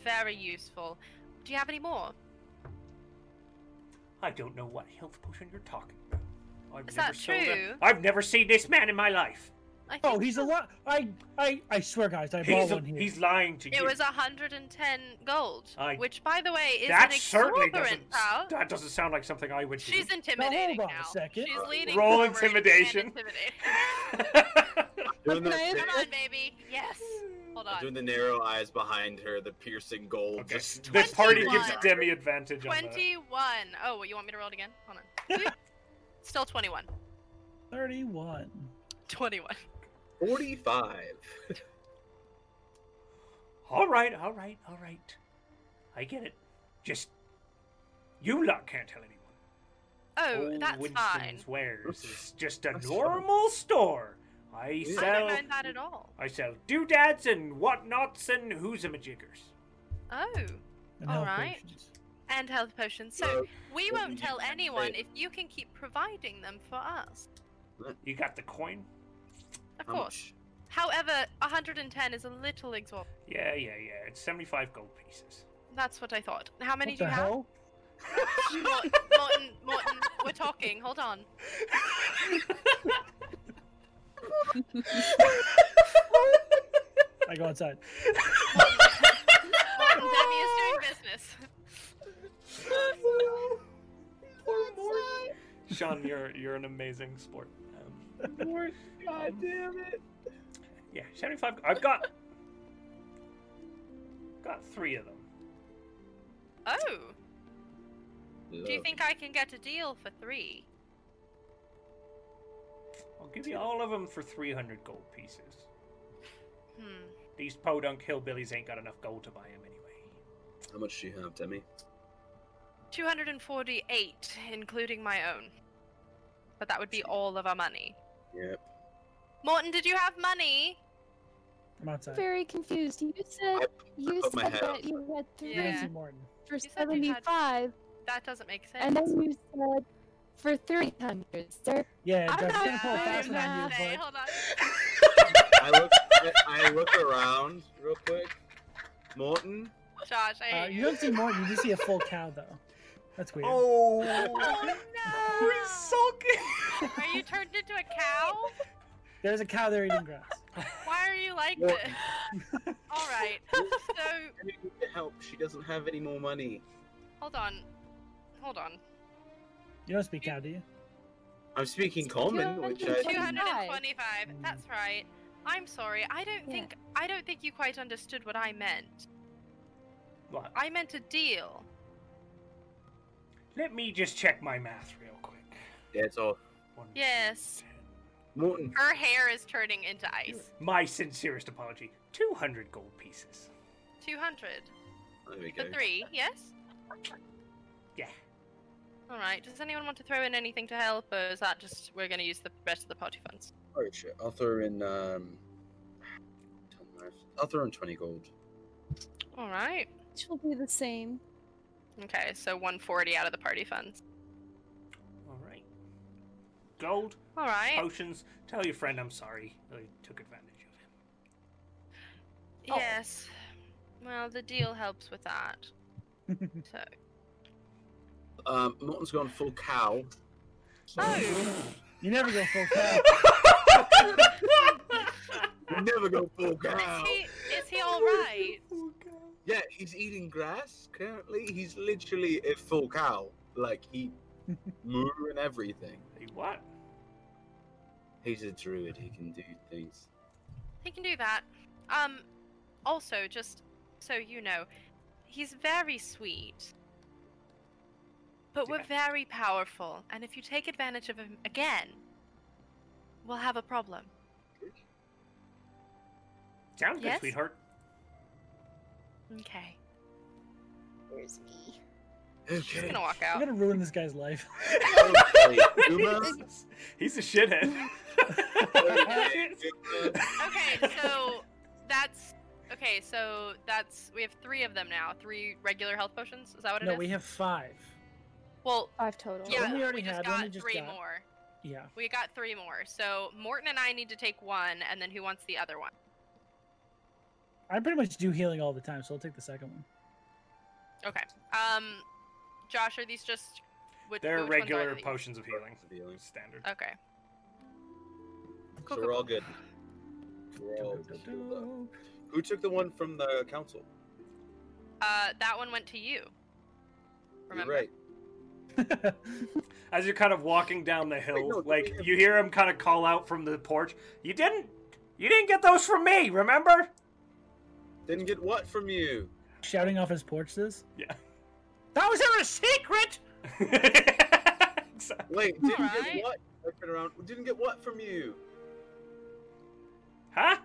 Speaker 4: very useful. Do you have any more?
Speaker 1: I don't know what health potion you're talking about. I've
Speaker 4: Is
Speaker 1: never
Speaker 4: that
Speaker 1: sold a-
Speaker 4: true?
Speaker 1: I've never seen this man in my life.
Speaker 4: I think
Speaker 2: Oh, he's a lot. I, I, I swear, guys, I bought
Speaker 1: He's,
Speaker 2: one here.
Speaker 1: he's lying to
Speaker 4: It
Speaker 1: you.
Speaker 4: was 110 gold,
Speaker 1: I-
Speaker 4: which, by the way, is
Speaker 1: that
Speaker 4: an
Speaker 1: certainly doesn't.
Speaker 4: exorbitant power.
Speaker 1: That doesn't sound like something I would
Speaker 4: She's
Speaker 1: do.
Speaker 4: intimidating
Speaker 2: on a
Speaker 4: now.
Speaker 2: second.
Speaker 4: She's leading.
Speaker 1: Roll
Speaker 4: forward and
Speaker 1: intimidation.
Speaker 4: intimidating.
Speaker 3: Doing
Speaker 5: Can
Speaker 3: the,
Speaker 5: I ask-
Speaker 4: Come on, baby. Yes. Hold on.
Speaker 3: doing the narrow eyes behind her, the piercing gold.
Speaker 1: okay.
Speaker 3: Just
Speaker 1: This party gives
Speaker 4: 21.
Speaker 1: Demi advantage on that.
Speaker 4: 21. Oh, well, you want me to roll it again? Hold on. Still 21.
Speaker 2: Thirty-one.
Speaker 4: 21.
Speaker 3: 45.
Speaker 1: All right, all right, all right. I get it. Just you lot can't tell anyone.
Speaker 4: Oh,
Speaker 1: All
Speaker 4: that's
Speaker 1: Winston's
Speaker 4: fine.
Speaker 1: Wares is just a
Speaker 3: That's fine.
Speaker 1: normal store. I
Speaker 3: Yeah.
Speaker 4: I don't
Speaker 1: sell
Speaker 4: mind that at all.
Speaker 1: I sell doodads and whatnots and who's a majiggers.
Speaker 4: Oh.
Speaker 2: and
Speaker 4: All
Speaker 2: health
Speaker 4: right.
Speaker 2: potions.
Speaker 4: and health potions. So we won't tell anyone if you can keep providing them for us.
Speaker 1: You got the coin?
Speaker 4: Of
Speaker 2: Um,
Speaker 3: How
Speaker 4: course.
Speaker 3: much?
Speaker 4: However, 110 is a little exorbitant.
Speaker 1: Yeah, yeah, yeah. It's 75 gold pieces.
Speaker 4: That's what I thought. How many
Speaker 2: what
Speaker 4: do
Speaker 2: the
Speaker 4: you
Speaker 2: hell?
Speaker 4: have? Morton, Morton, Morton, we're talking. Hold on.
Speaker 2: I go outside.
Speaker 4: Morton, Demi is doing business.
Speaker 6: Poor Morton.
Speaker 1: Sean, you're you're an amazing sport. Um,
Speaker 6: Morton. God damn it.
Speaker 1: yeah, 75. I've got got three of them.
Speaker 4: Oh, do you think I can get a deal for three?
Speaker 1: I'll give you all of them for 300 gold pieces.
Speaker 4: Hmm.
Speaker 1: These podunk hillbillies ain't got enough gold to buy them anyway.
Speaker 3: How much do you have, Demi?
Speaker 4: 248, including my own. But that would be all of our money.
Speaker 3: Yep.
Speaker 4: Morton, did you have money?
Speaker 2: I'm outside.
Speaker 5: Very confused. You said you
Speaker 3: put my
Speaker 5: said
Speaker 3: hat
Speaker 5: that
Speaker 3: on.
Speaker 5: you had three
Speaker 2: Nancy
Speaker 4: Yeah.
Speaker 2: Morton.
Speaker 5: for
Speaker 4: You said you had-
Speaker 5: seventy-five,
Speaker 4: That doesn't make sense.
Speaker 5: and then you said for three hundred, sir.
Speaker 2: Yeah,
Speaker 5: I
Speaker 2: I
Speaker 5: don't know
Speaker 2: can't
Speaker 5: if
Speaker 2: pull a
Speaker 5: I
Speaker 2: fast one on you,
Speaker 4: Okay,
Speaker 2: but
Speaker 4: hold on.
Speaker 3: I look, I look around real quick. Morton,
Speaker 4: Josh, I
Speaker 2: Uh,
Speaker 4: hate
Speaker 2: you
Speaker 4: you.
Speaker 2: don't see Morton, you just see a full cow though. That's weird.
Speaker 1: Oh,
Speaker 4: Oh
Speaker 1: sulking.
Speaker 4: no! Are you turned into a cow?
Speaker 2: There's a cow there eating grass.
Speaker 4: Why are you like
Speaker 3: What?
Speaker 4: this? All right. So
Speaker 3: I need your help. She doesn't have any more money.
Speaker 4: hold on, hold on.
Speaker 2: You don't speak cow, do you?
Speaker 3: I'm speaking common, which
Speaker 5: Two
Speaker 4: Two
Speaker 3: I.
Speaker 5: hundred-
Speaker 4: hundred and twenty-five.
Speaker 2: Mm.
Speaker 4: That's right. I'm sorry. I don't
Speaker 5: Yeah.
Speaker 4: think I don't think you quite understood what I meant.
Speaker 1: What?
Speaker 4: I meant a deal.
Speaker 1: Let me just check my math real quick.
Speaker 3: Yeah, it's all.
Speaker 1: One, two,
Speaker 4: Yes.
Speaker 3: Oh, Morton,
Speaker 4: Her hair is turning into ice.
Speaker 1: My sincerest apology. 200 gold pieces.
Speaker 4: Two hundred
Speaker 3: there we
Speaker 4: for
Speaker 3: go.
Speaker 4: three. Yes.
Speaker 1: Yeah.
Speaker 4: All right. Does anyone want to throw in anything to help, or is that just we're going to use the rest of the party funds?
Speaker 3: Oh shit! I'll throw in um. 10 knives. I'll throw in twenty gold.
Speaker 4: All right.
Speaker 5: Which will be the same.
Speaker 4: Okay. So one forty out of the party funds.
Speaker 1: All right. Gold,
Speaker 4: All right.
Speaker 1: potions. Tell your friend I'm sorry. I took advantage of him.
Speaker 5: Oh.
Speaker 4: Yes. Well, the deal helps with that. So.
Speaker 3: Um, Morton's gone full cow. So
Speaker 4: Oh.
Speaker 2: You never go full cow.
Speaker 3: you never go full cow.
Speaker 4: Is Oh, he, is he all right?
Speaker 3: Yeah, he's eating grass currently. He's literally a full cow. Like he, moo and everything.
Speaker 1: Hey, what?
Speaker 3: He's a druid. He can do things.
Speaker 4: He can do that. Um, also, just so you know, he's very sweet. But we're
Speaker 1: Yeah.
Speaker 4: very powerful, and if you take advantage of him again, we'll have a problem.
Speaker 1: Sounds good,
Speaker 4: Yes?
Speaker 1: sweetheart.
Speaker 4: Okay.
Speaker 5: Where's me?
Speaker 4: She's
Speaker 3: Okay.
Speaker 4: gonna walk
Speaker 2: I'm
Speaker 4: out.
Speaker 2: gonna ruin this guy's life.
Speaker 3: Okay, Uma.
Speaker 1: He's- He's a shithead.
Speaker 3: Okay, Uma.
Speaker 4: Okay, so that's okay. So that's we have three of them now. Three regular health potions. Is that what it is?
Speaker 2: no, we have five.
Speaker 4: Well,
Speaker 5: Five total.
Speaker 4: yeah,
Speaker 2: one we
Speaker 4: we,
Speaker 2: already
Speaker 4: just
Speaker 2: had, one
Speaker 4: got
Speaker 2: we just
Speaker 4: three
Speaker 2: got.
Speaker 4: more.
Speaker 2: Yeah.
Speaker 4: We got three more. So Morton and I need to take one, and then who wants the other one?
Speaker 2: I pretty much do healing all the time, so I'll take the second one.
Speaker 4: Um, Josh, are these just? Which,
Speaker 1: They're
Speaker 4: which ones are
Speaker 1: regular
Speaker 4: these?
Speaker 1: potions of healing.
Speaker 3: Feeling.
Speaker 1: Standard.
Speaker 4: Okay.
Speaker 3: So we're all good. We're all just healed up. Who took the one from the council?
Speaker 4: Uh, that one went to you. Remember?
Speaker 3: You're right.
Speaker 1: As you're kind of walking down the
Speaker 3: Wait, no,
Speaker 1: hill,
Speaker 3: did
Speaker 1: like
Speaker 3: we-
Speaker 1: you hear him kind of call out from the porch, "You didn't, you didn't get those from me, remember?"
Speaker 3: Didn't get what from you?
Speaker 2: Shouting off his porch this?
Speaker 1: Yeah.
Speaker 2: That was ever a secret!
Speaker 1: Exact-
Speaker 3: Wait, didn't
Speaker 4: Alright.
Speaker 3: get what? I turn around. Didn't get what from you?
Speaker 1: huh?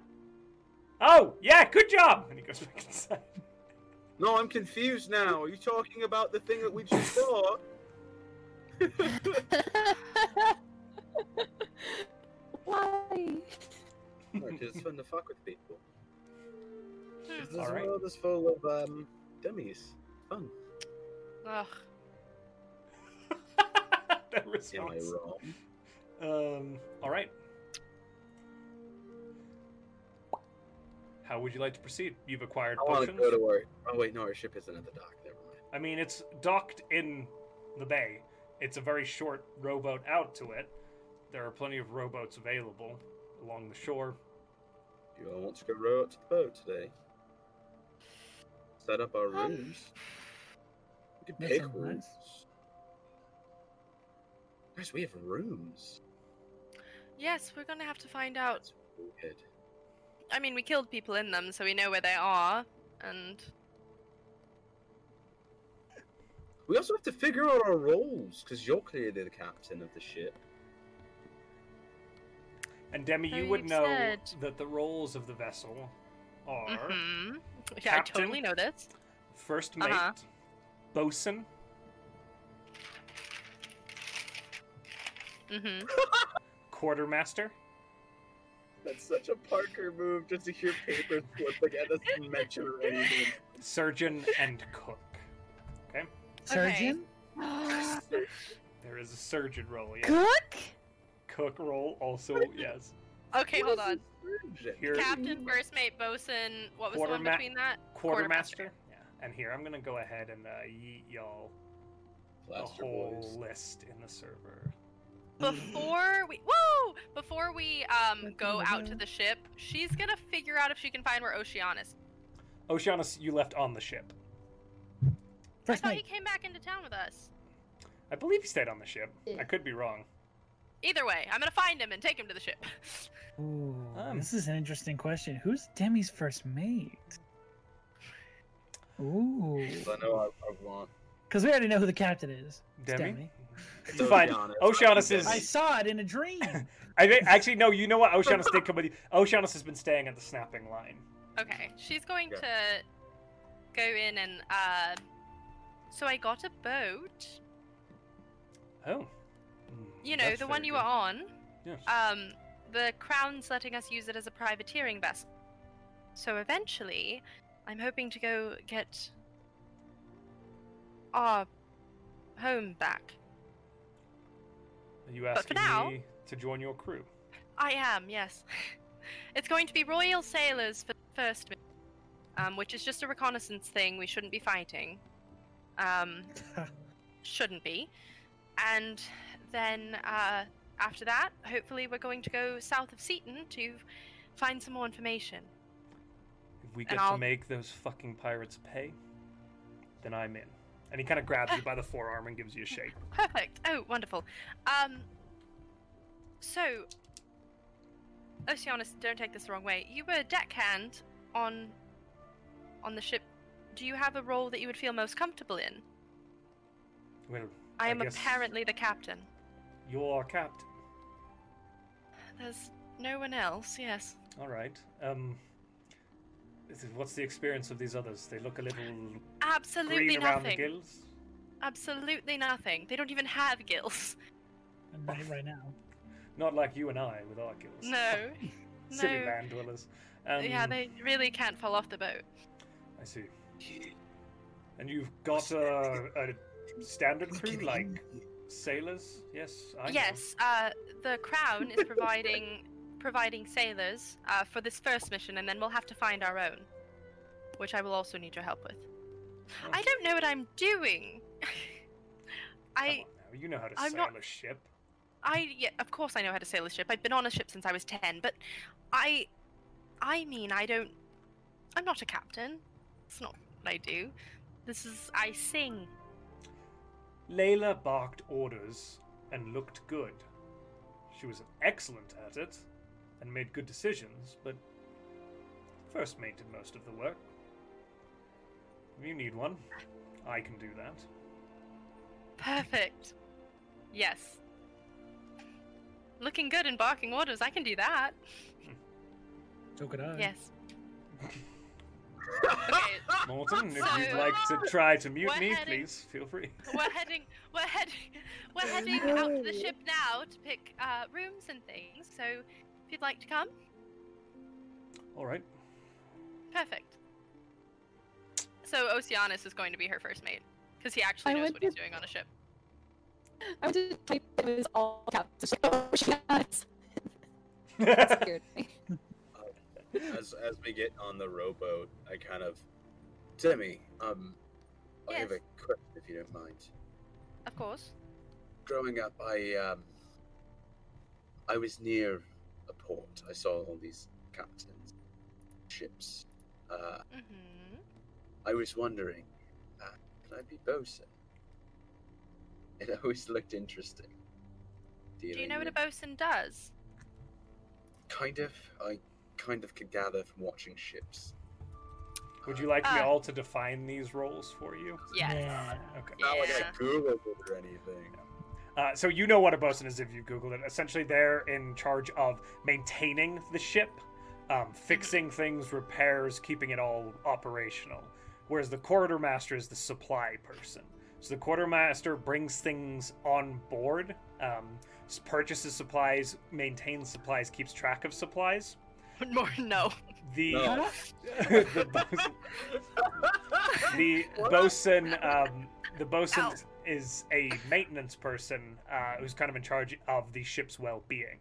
Speaker 1: Oh, yeah, good job. And he goes back inside.
Speaker 3: No, I'm confused now. Are you talking about the thing that we just saw?
Speaker 5: Why?
Speaker 3: Because it's fun to fuck with people. This
Speaker 4: Hmm.
Speaker 3: is
Speaker 1: Alright.
Speaker 3: world is full of um, dummies. Fun.
Speaker 4: Ugh.
Speaker 1: that
Speaker 3: Am I
Speaker 1: response.
Speaker 3: wrong?
Speaker 1: Um, all right. How would you like to proceed? You've acquired
Speaker 3: I want to
Speaker 1: potions.
Speaker 3: go to our. Oh wait, no, our ship isn't at the dock. Never mind.
Speaker 1: I mean, it's docked in the bay. It's a very short rowboat out to it. There are plenty of rowboats available along the shore.
Speaker 3: You all want to go row out to the boat today? Set up our
Speaker 5: Um,
Speaker 3: rooms. We could
Speaker 2: that
Speaker 3: pick
Speaker 2: sounds nice.
Speaker 3: rooms. Guys, we have rooms.
Speaker 4: Yes, we're gonna have to find out.
Speaker 3: That's weird.
Speaker 4: I mean, we killed people in them, so we know where they are. And
Speaker 3: We also have to figure out our roles, because you're clearly the captain of the ship.
Speaker 1: And Demi, you would
Speaker 4: Very
Speaker 1: know
Speaker 4: sad.
Speaker 1: that the roles of the vessel are
Speaker 4: Mhm. yeah, I
Speaker 1: Captain.
Speaker 4: totally know this.
Speaker 1: first mate,
Speaker 4: Uh-huh.
Speaker 1: bosun,
Speaker 4: hmm
Speaker 1: quartermaster,
Speaker 3: That's such a Parker move just to hear paper slip again. That's mention or anything.
Speaker 1: surgeon, and cook.
Speaker 2: Surgeon?
Speaker 1: There is a surgeon role, yes.
Speaker 5: Cook?
Speaker 1: Cook role also, yes.
Speaker 4: Okay,
Speaker 3: What
Speaker 4: hold
Speaker 3: is
Speaker 4: on.
Speaker 3: this version?
Speaker 1: Here,
Speaker 4: Captain, first mate, bosun. What was the one
Speaker 1: Quarterma-
Speaker 4: between that?
Speaker 1: quartermaster. Yeah. And here I'm gonna go ahead and uh, yeet y'all a
Speaker 3: Blaster
Speaker 1: whole
Speaker 3: boys.
Speaker 1: list in the server.
Speaker 4: Before we whoa, before we um go out to the ship, she's gonna figure out if she can find where Oceanus.
Speaker 1: Oceanus, you left on the ship.
Speaker 2: First
Speaker 4: I thought he
Speaker 2: mate.
Speaker 4: came back into town with us.
Speaker 1: I believe he stayed on the ship.
Speaker 5: Yeah.
Speaker 1: I could be wrong.
Speaker 4: Either way, I'm gonna find him and take him to the ship.
Speaker 2: Ooh,
Speaker 1: Um.
Speaker 2: this is an interesting question. Who's Demi's first mate? Ooh.
Speaker 3: I know I, I want.
Speaker 2: Because we already know who the captain is. It's
Speaker 1: Demi?
Speaker 2: Demi.
Speaker 1: You find
Speaker 3: Oceanus.
Speaker 1: Oceanus is.
Speaker 2: I saw it in a dream.
Speaker 1: I think actually no. You know what? Oceanus did come with you. Oceanus has been staying at the snapping line.
Speaker 4: Okay, she's going
Speaker 3: Okay.
Speaker 4: to go in and uh. So I got a boat.
Speaker 1: Oh.
Speaker 4: You know the one you were on.
Speaker 1: Yes.
Speaker 4: Um, the crown's letting us use it as a privateering vessel. So eventually, I'm hoping to go get our home back.
Speaker 1: Are you
Speaker 4: but
Speaker 1: asking
Speaker 4: for now-
Speaker 1: me to join your crew?
Speaker 4: I am, yes. it's going to be Royal Sailors for the first, mi- um, which is just a reconnaissance thing. We shouldn't be fighting. Um, shouldn't be. And then uh, after that, hopefully, we're going to go south of Seaton to find some more information.
Speaker 1: If we
Speaker 4: And
Speaker 1: get to
Speaker 4: I'll-
Speaker 1: make those fucking pirates pay, then I'm in. And he kind of grabs you by the forearm and gives you a shake.
Speaker 4: Perfect. Oh, wonderful. Um. So, Oceanus, don't take this the wrong way. You were deckhand on on the ship. Do you have a role that you would feel most comfortable in?
Speaker 1: Well,
Speaker 4: I
Speaker 1: I
Speaker 4: am
Speaker 1: guess-
Speaker 4: apparently the captain.
Speaker 1: you're captain.
Speaker 4: There's no one else. Yes.
Speaker 1: All right. Um, is it- what's the experience of these others? They look a little
Speaker 4: Absolutely
Speaker 1: green around the
Speaker 4: nothing.
Speaker 1: gills.
Speaker 4: Absolutely nothing. They don't even have gills.
Speaker 2: I'm right, right now.
Speaker 1: Not like you and I with our gills.
Speaker 4: No.
Speaker 1: Silly
Speaker 4: no.
Speaker 1: land dwellers. Um,
Speaker 4: yeah, they really can't fall off the boat.
Speaker 1: I see. And you've got a, a standard crew, like sailors. Yes. I know.
Speaker 4: Yes, uh, the crown is providing providing sailors uh, for this first mission, and then we'll have to find our own, which I will also need your help with.
Speaker 1: Oh,
Speaker 4: I don't know what I'm doing.
Speaker 1: come
Speaker 4: I,
Speaker 1: on now, You know how to
Speaker 4: I'm
Speaker 1: sail
Speaker 4: not-
Speaker 1: a ship.
Speaker 4: I, yeah, of course I know how to sail a ship. I've been on a ship since I was ten, but I, I mean, I don't. I'm not a captain. It's not what I do. This is I sing.
Speaker 1: Layla barked orders and looked good. She was excellent at it and made good decisions, but first mate did most of the work. If you need one, I can do that.
Speaker 4: Perfect. Yes. Looking good in barking orders. I can do that.
Speaker 2: So could I.
Speaker 4: Yes. Okay,
Speaker 1: Morton, if you'd
Speaker 4: So-
Speaker 1: like to try to mute
Speaker 4: We're
Speaker 1: me,
Speaker 4: heading-
Speaker 1: please feel free.
Speaker 4: we're heading, we're heading, we're heading out to the ship now to pick uh, rooms and things. So, if you'd like to come,
Speaker 1: All right.
Speaker 4: perfect. So Oceanus is going to be her first mate. because he actually
Speaker 5: I
Speaker 4: knows
Speaker 5: went
Speaker 4: what he's
Speaker 5: to-
Speaker 4: doing on a ship.
Speaker 5: I went to type it was all caps. Oh, she nuts. Scared me.
Speaker 3: as as we get on the rowboat, I kind of Demi, um I have a
Speaker 4: Yes.
Speaker 3: question if you don't mind.
Speaker 4: Of course.
Speaker 3: Growing up I um I was near a port. I saw all these captains ships. Uh
Speaker 4: hmm
Speaker 3: I was wondering, uh, can I be bosun? It always looked interesting.
Speaker 4: Do you
Speaker 3: dealing
Speaker 4: know what a
Speaker 3: with-
Speaker 4: bosun does?
Speaker 3: Kind of. I kind of could gather from watching ships.
Speaker 1: Would
Speaker 3: Uh,
Speaker 1: you like me
Speaker 4: Uh.
Speaker 1: all to define these roles for you?
Speaker 4: Yes.
Speaker 2: Yeah.
Speaker 1: Okay.
Speaker 3: Not like
Speaker 4: Yeah.
Speaker 3: I googled it or anything.
Speaker 1: Uh, so you know what a bosun is if you googled it. Essentially, they're in charge of maintaining the ship, um, fixing things, repairs, keeping it all operational. Whereas the quartermaster is the supply person. So the quartermaster brings things on board, um, s- purchases supplies, maintains supplies, keeps track of supplies.
Speaker 4: More no.
Speaker 1: The
Speaker 3: No.
Speaker 1: the bosun, the bosun, um, the bosun
Speaker 4: Ow.
Speaker 1: is a maintenance person uh, who's kind of in charge of the ship's well-being.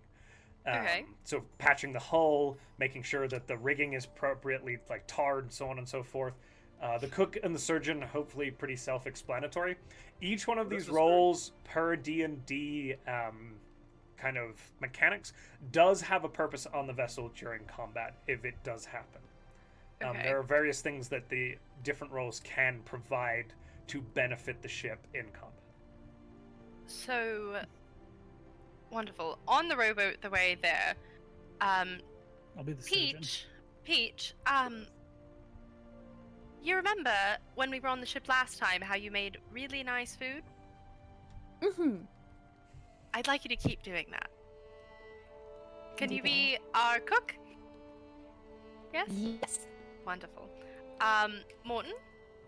Speaker 1: Um,
Speaker 4: Okay.
Speaker 1: So patching the hull, making sure that the rigging is appropriately like tarred, and so on and so forth. Uh, the cook and the surgeon, hopefully, pretty self-explanatory. Each one of
Speaker 3: Well, this
Speaker 1: these
Speaker 3: is very-
Speaker 1: roles per D and D um, kind of mechanics does have a purpose on the vessel during combat if it does happen. Um,
Speaker 4: Okay.
Speaker 1: there are various things that the different roles can provide to benefit the ship in combat.
Speaker 4: So wonderful. On the rowboat the way there, um,
Speaker 2: I'll be the surgeon.
Speaker 4: Peach, Peach, um, you remember when we were on the ship last time how you made really nice food?
Speaker 5: Mm-hmm.
Speaker 4: I'd like you to keep doing that. Can you
Speaker 5: Okay.
Speaker 4: be our cook? Yes.
Speaker 5: Yes.
Speaker 4: Wonderful. Um, Morton,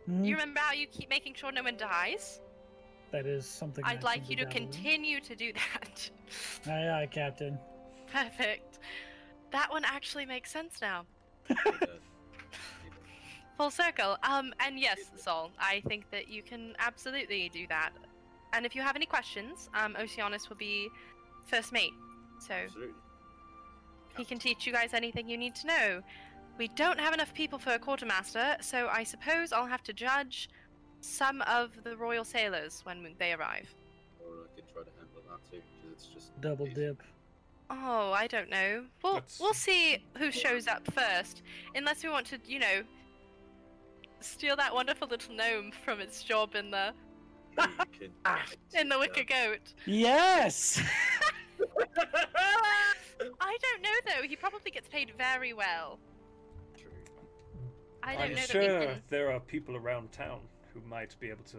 Speaker 2: Hmm?
Speaker 4: you remember how you keep making sure no one dies?
Speaker 2: That is something. I
Speaker 4: I'd
Speaker 2: can
Speaker 4: like
Speaker 2: do
Speaker 4: you to
Speaker 2: better than.
Speaker 4: continue to do that.
Speaker 2: Aye, aye, Captain.
Speaker 4: Perfect. That one actually makes sense now.
Speaker 3: Uh,
Speaker 4: Full circle. Um, and yes, Sol, I think that you can absolutely do that. And if you have any questions, um, Oceanus will be first mate, so
Speaker 3: absolutely.
Speaker 4: he can teach you guys anything you need to know. We don't have enough people for a quartermaster, so I suppose I'll have to judge some of the royal sailors when they arrive.
Speaker 3: Or I could try to handle that too, because it's just
Speaker 2: Double
Speaker 3: easy.
Speaker 2: dip.
Speaker 4: Oh, I don't know. We'll
Speaker 1: That's-
Speaker 4: we'll see who shows up first, unless we want to, you know, steal that wonderful little gnome from its job in the
Speaker 3: You could- I could
Speaker 4: in Ah, the
Speaker 3: do
Speaker 4: wicker
Speaker 3: that.
Speaker 4: goat.
Speaker 2: Yes.
Speaker 4: I don't know though. He probably gets paid very well.
Speaker 3: True.
Speaker 4: I don't
Speaker 1: I'm
Speaker 4: know
Speaker 1: sure
Speaker 4: that we can.
Speaker 1: there are people around town who might be able to.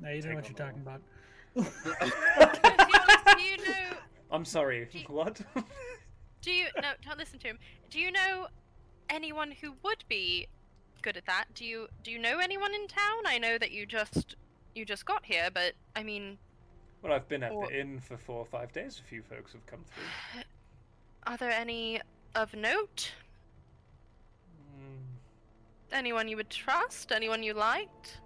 Speaker 2: Now you don't know what
Speaker 1: Take
Speaker 2: you're
Speaker 1: on
Speaker 2: talking
Speaker 1: that
Speaker 2: about.
Speaker 4: No, do you- do you know?
Speaker 1: I'm sorry.
Speaker 4: Do you-
Speaker 1: What?
Speaker 4: Do you no? Don't listen to him. Do you know anyone who would be good at that? Do you do you know anyone in town? I know that you just you just got here, but I mean,
Speaker 1: well, I've been at
Speaker 4: Or-
Speaker 1: the inn for four or five days. A few folks have come through.
Speaker 4: are there any of note?
Speaker 1: Mm,
Speaker 4: Anyone you would trust? Anyone you liked?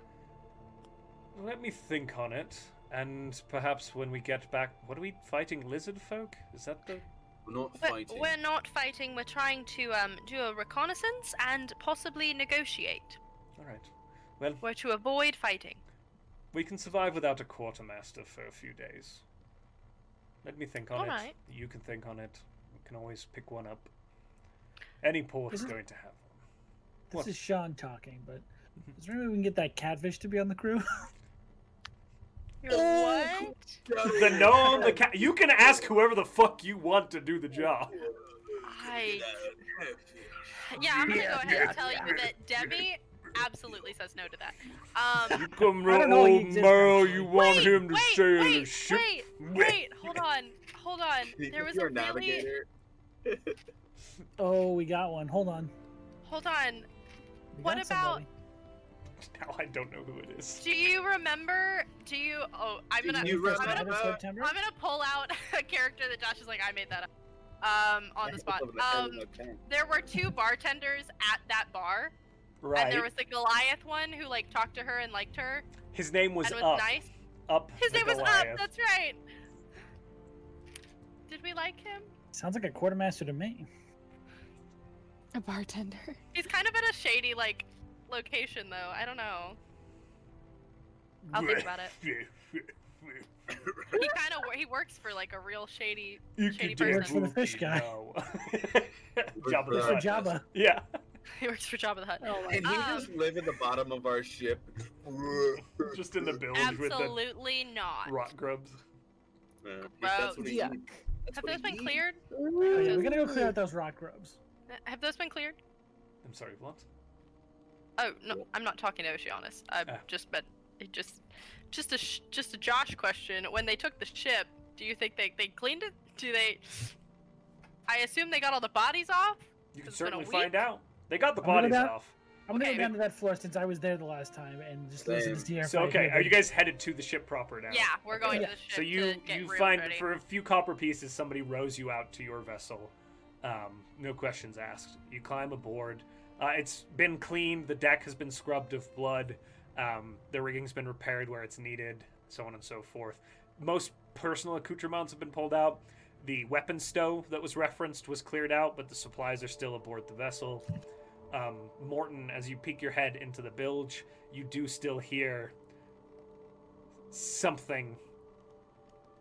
Speaker 1: Let me think on it, and perhaps when we get back, what are we fighting? Lizard folk? Is that the?
Speaker 3: We're not
Speaker 4: But
Speaker 3: fighting.
Speaker 4: We're not fighting. We're trying to um, do a reconnaissance and possibly negotiate.
Speaker 1: All right. Well,
Speaker 4: We're to avoid fighting.
Speaker 1: we can survive without a quartermaster for a few days. Let me think on
Speaker 4: All
Speaker 1: it.
Speaker 4: right.
Speaker 1: You can think on it. We can always pick one up. Any port's
Speaker 2: Isn't-
Speaker 1: going to have one.
Speaker 2: This
Speaker 1: What?
Speaker 2: is Sean talking, but is there any way we can get that catfish to be on the crew?
Speaker 3: Oh,
Speaker 4: What?
Speaker 1: the gnome, the cat. You can ask whoever the fuck you want to do the job.
Speaker 4: I. Yeah, I'm gonna go ahead and tell you that Demi absolutely says no to that. Um.
Speaker 1: Come
Speaker 2: I don't know he exists, actually.
Speaker 1: want
Speaker 4: wait, wait, wait, wait, wait, hold on, hold on. There was a
Speaker 3: You're
Speaker 4: really,
Speaker 3: navigator.
Speaker 2: Oh, we got one. Hold on.
Speaker 4: hold on.
Speaker 2: We
Speaker 4: What
Speaker 2: got
Speaker 4: about-
Speaker 2: somebody.
Speaker 1: Now I don't know who it is.
Speaker 4: Do you remember, do you, oh, I'm
Speaker 3: Do
Speaker 4: gonna,
Speaker 3: you
Speaker 4: I'm gonna
Speaker 3: remember-
Speaker 2: Travis September?
Speaker 4: I'm gonna pull out a character that Josh is like, I made that up. Um, on the spot. Um, there were two bartenders at that bar,
Speaker 1: Right.
Speaker 4: And there was the Goliath one who like talked to her and liked her
Speaker 1: His name was,
Speaker 4: and was
Speaker 1: up.
Speaker 4: nice.
Speaker 1: Up.
Speaker 4: His
Speaker 1: the
Speaker 4: name was Up.
Speaker 1: Goliath.
Speaker 4: That's right. Did we like him?
Speaker 2: Sounds like a quartermaster to me.
Speaker 5: A bartender.
Speaker 4: He's kind of at a shady like location though. I don't know. I'll think about it. He kind of he works for like a real shady.
Speaker 1: you
Speaker 4: Shady
Speaker 1: could do
Speaker 4: person. Works
Speaker 2: for the fish
Speaker 1: Boogie,
Speaker 2: guy.
Speaker 1: no.
Speaker 3: for
Speaker 1: Jabba the
Speaker 3: that.
Speaker 2: So
Speaker 1: Hutt.
Speaker 2: Jabba,
Speaker 1: Yeah.
Speaker 4: He works for Jabba the Hutt.
Speaker 5: Oh
Speaker 3: Can he just
Speaker 4: Um,
Speaker 3: live at the bottom of our ship?
Speaker 1: Just in the bilge with
Speaker 4: Absolutely
Speaker 1: the
Speaker 4: not.
Speaker 1: rock grubs.
Speaker 3: Yeah, that's what he
Speaker 5: Yuck.
Speaker 3: eats. That's
Speaker 4: Have
Speaker 3: what
Speaker 4: those
Speaker 3: he
Speaker 4: been
Speaker 3: eats.
Speaker 4: cleared?
Speaker 2: Oh, yeah, we're gonna go clear out those rock grubs.
Speaker 4: Uh, Have those been cleared?
Speaker 1: I'm sorry, what?
Speaker 4: Oh no,
Speaker 3: Well-
Speaker 4: I'm not talking to Oceanus. I've
Speaker 1: Ah.
Speaker 4: just but it just just a sh- just a Josh question. When they took the ship, do you think they they cleaned it? Do they? I assume they got all the bodies off.
Speaker 1: You can
Speaker 4: It's been a
Speaker 1: certainly
Speaker 4: week.
Speaker 1: find out. They got the
Speaker 2: I'm gonna
Speaker 1: bodies
Speaker 2: doubt-
Speaker 1: off.
Speaker 2: I'm gonna
Speaker 4: Okay.
Speaker 2: go down to that floor since I was there the last time and just listen to
Speaker 3: Same.
Speaker 2: see if
Speaker 1: So
Speaker 2: I
Speaker 1: okay,
Speaker 2: hear
Speaker 1: are
Speaker 2: them.
Speaker 1: you guys headed to the ship proper now?
Speaker 4: Yeah, we're going to the ship.
Speaker 1: So you
Speaker 4: to get
Speaker 1: you
Speaker 4: room
Speaker 1: find
Speaker 4: ready.
Speaker 1: for a few copper pieces, somebody rows you out to your vessel. Um, no questions asked. You climb aboard. Uh, it's been cleaned. The deck has been scrubbed of blood. Um, the rigging's been repaired where it's needed, so on and so forth. Most personal accoutrements have been pulled out. The weapon stove that was referenced was cleared out, but the supplies are still aboard the vessel. Um, Morton, as you peek your head into the bilge, you do still hear something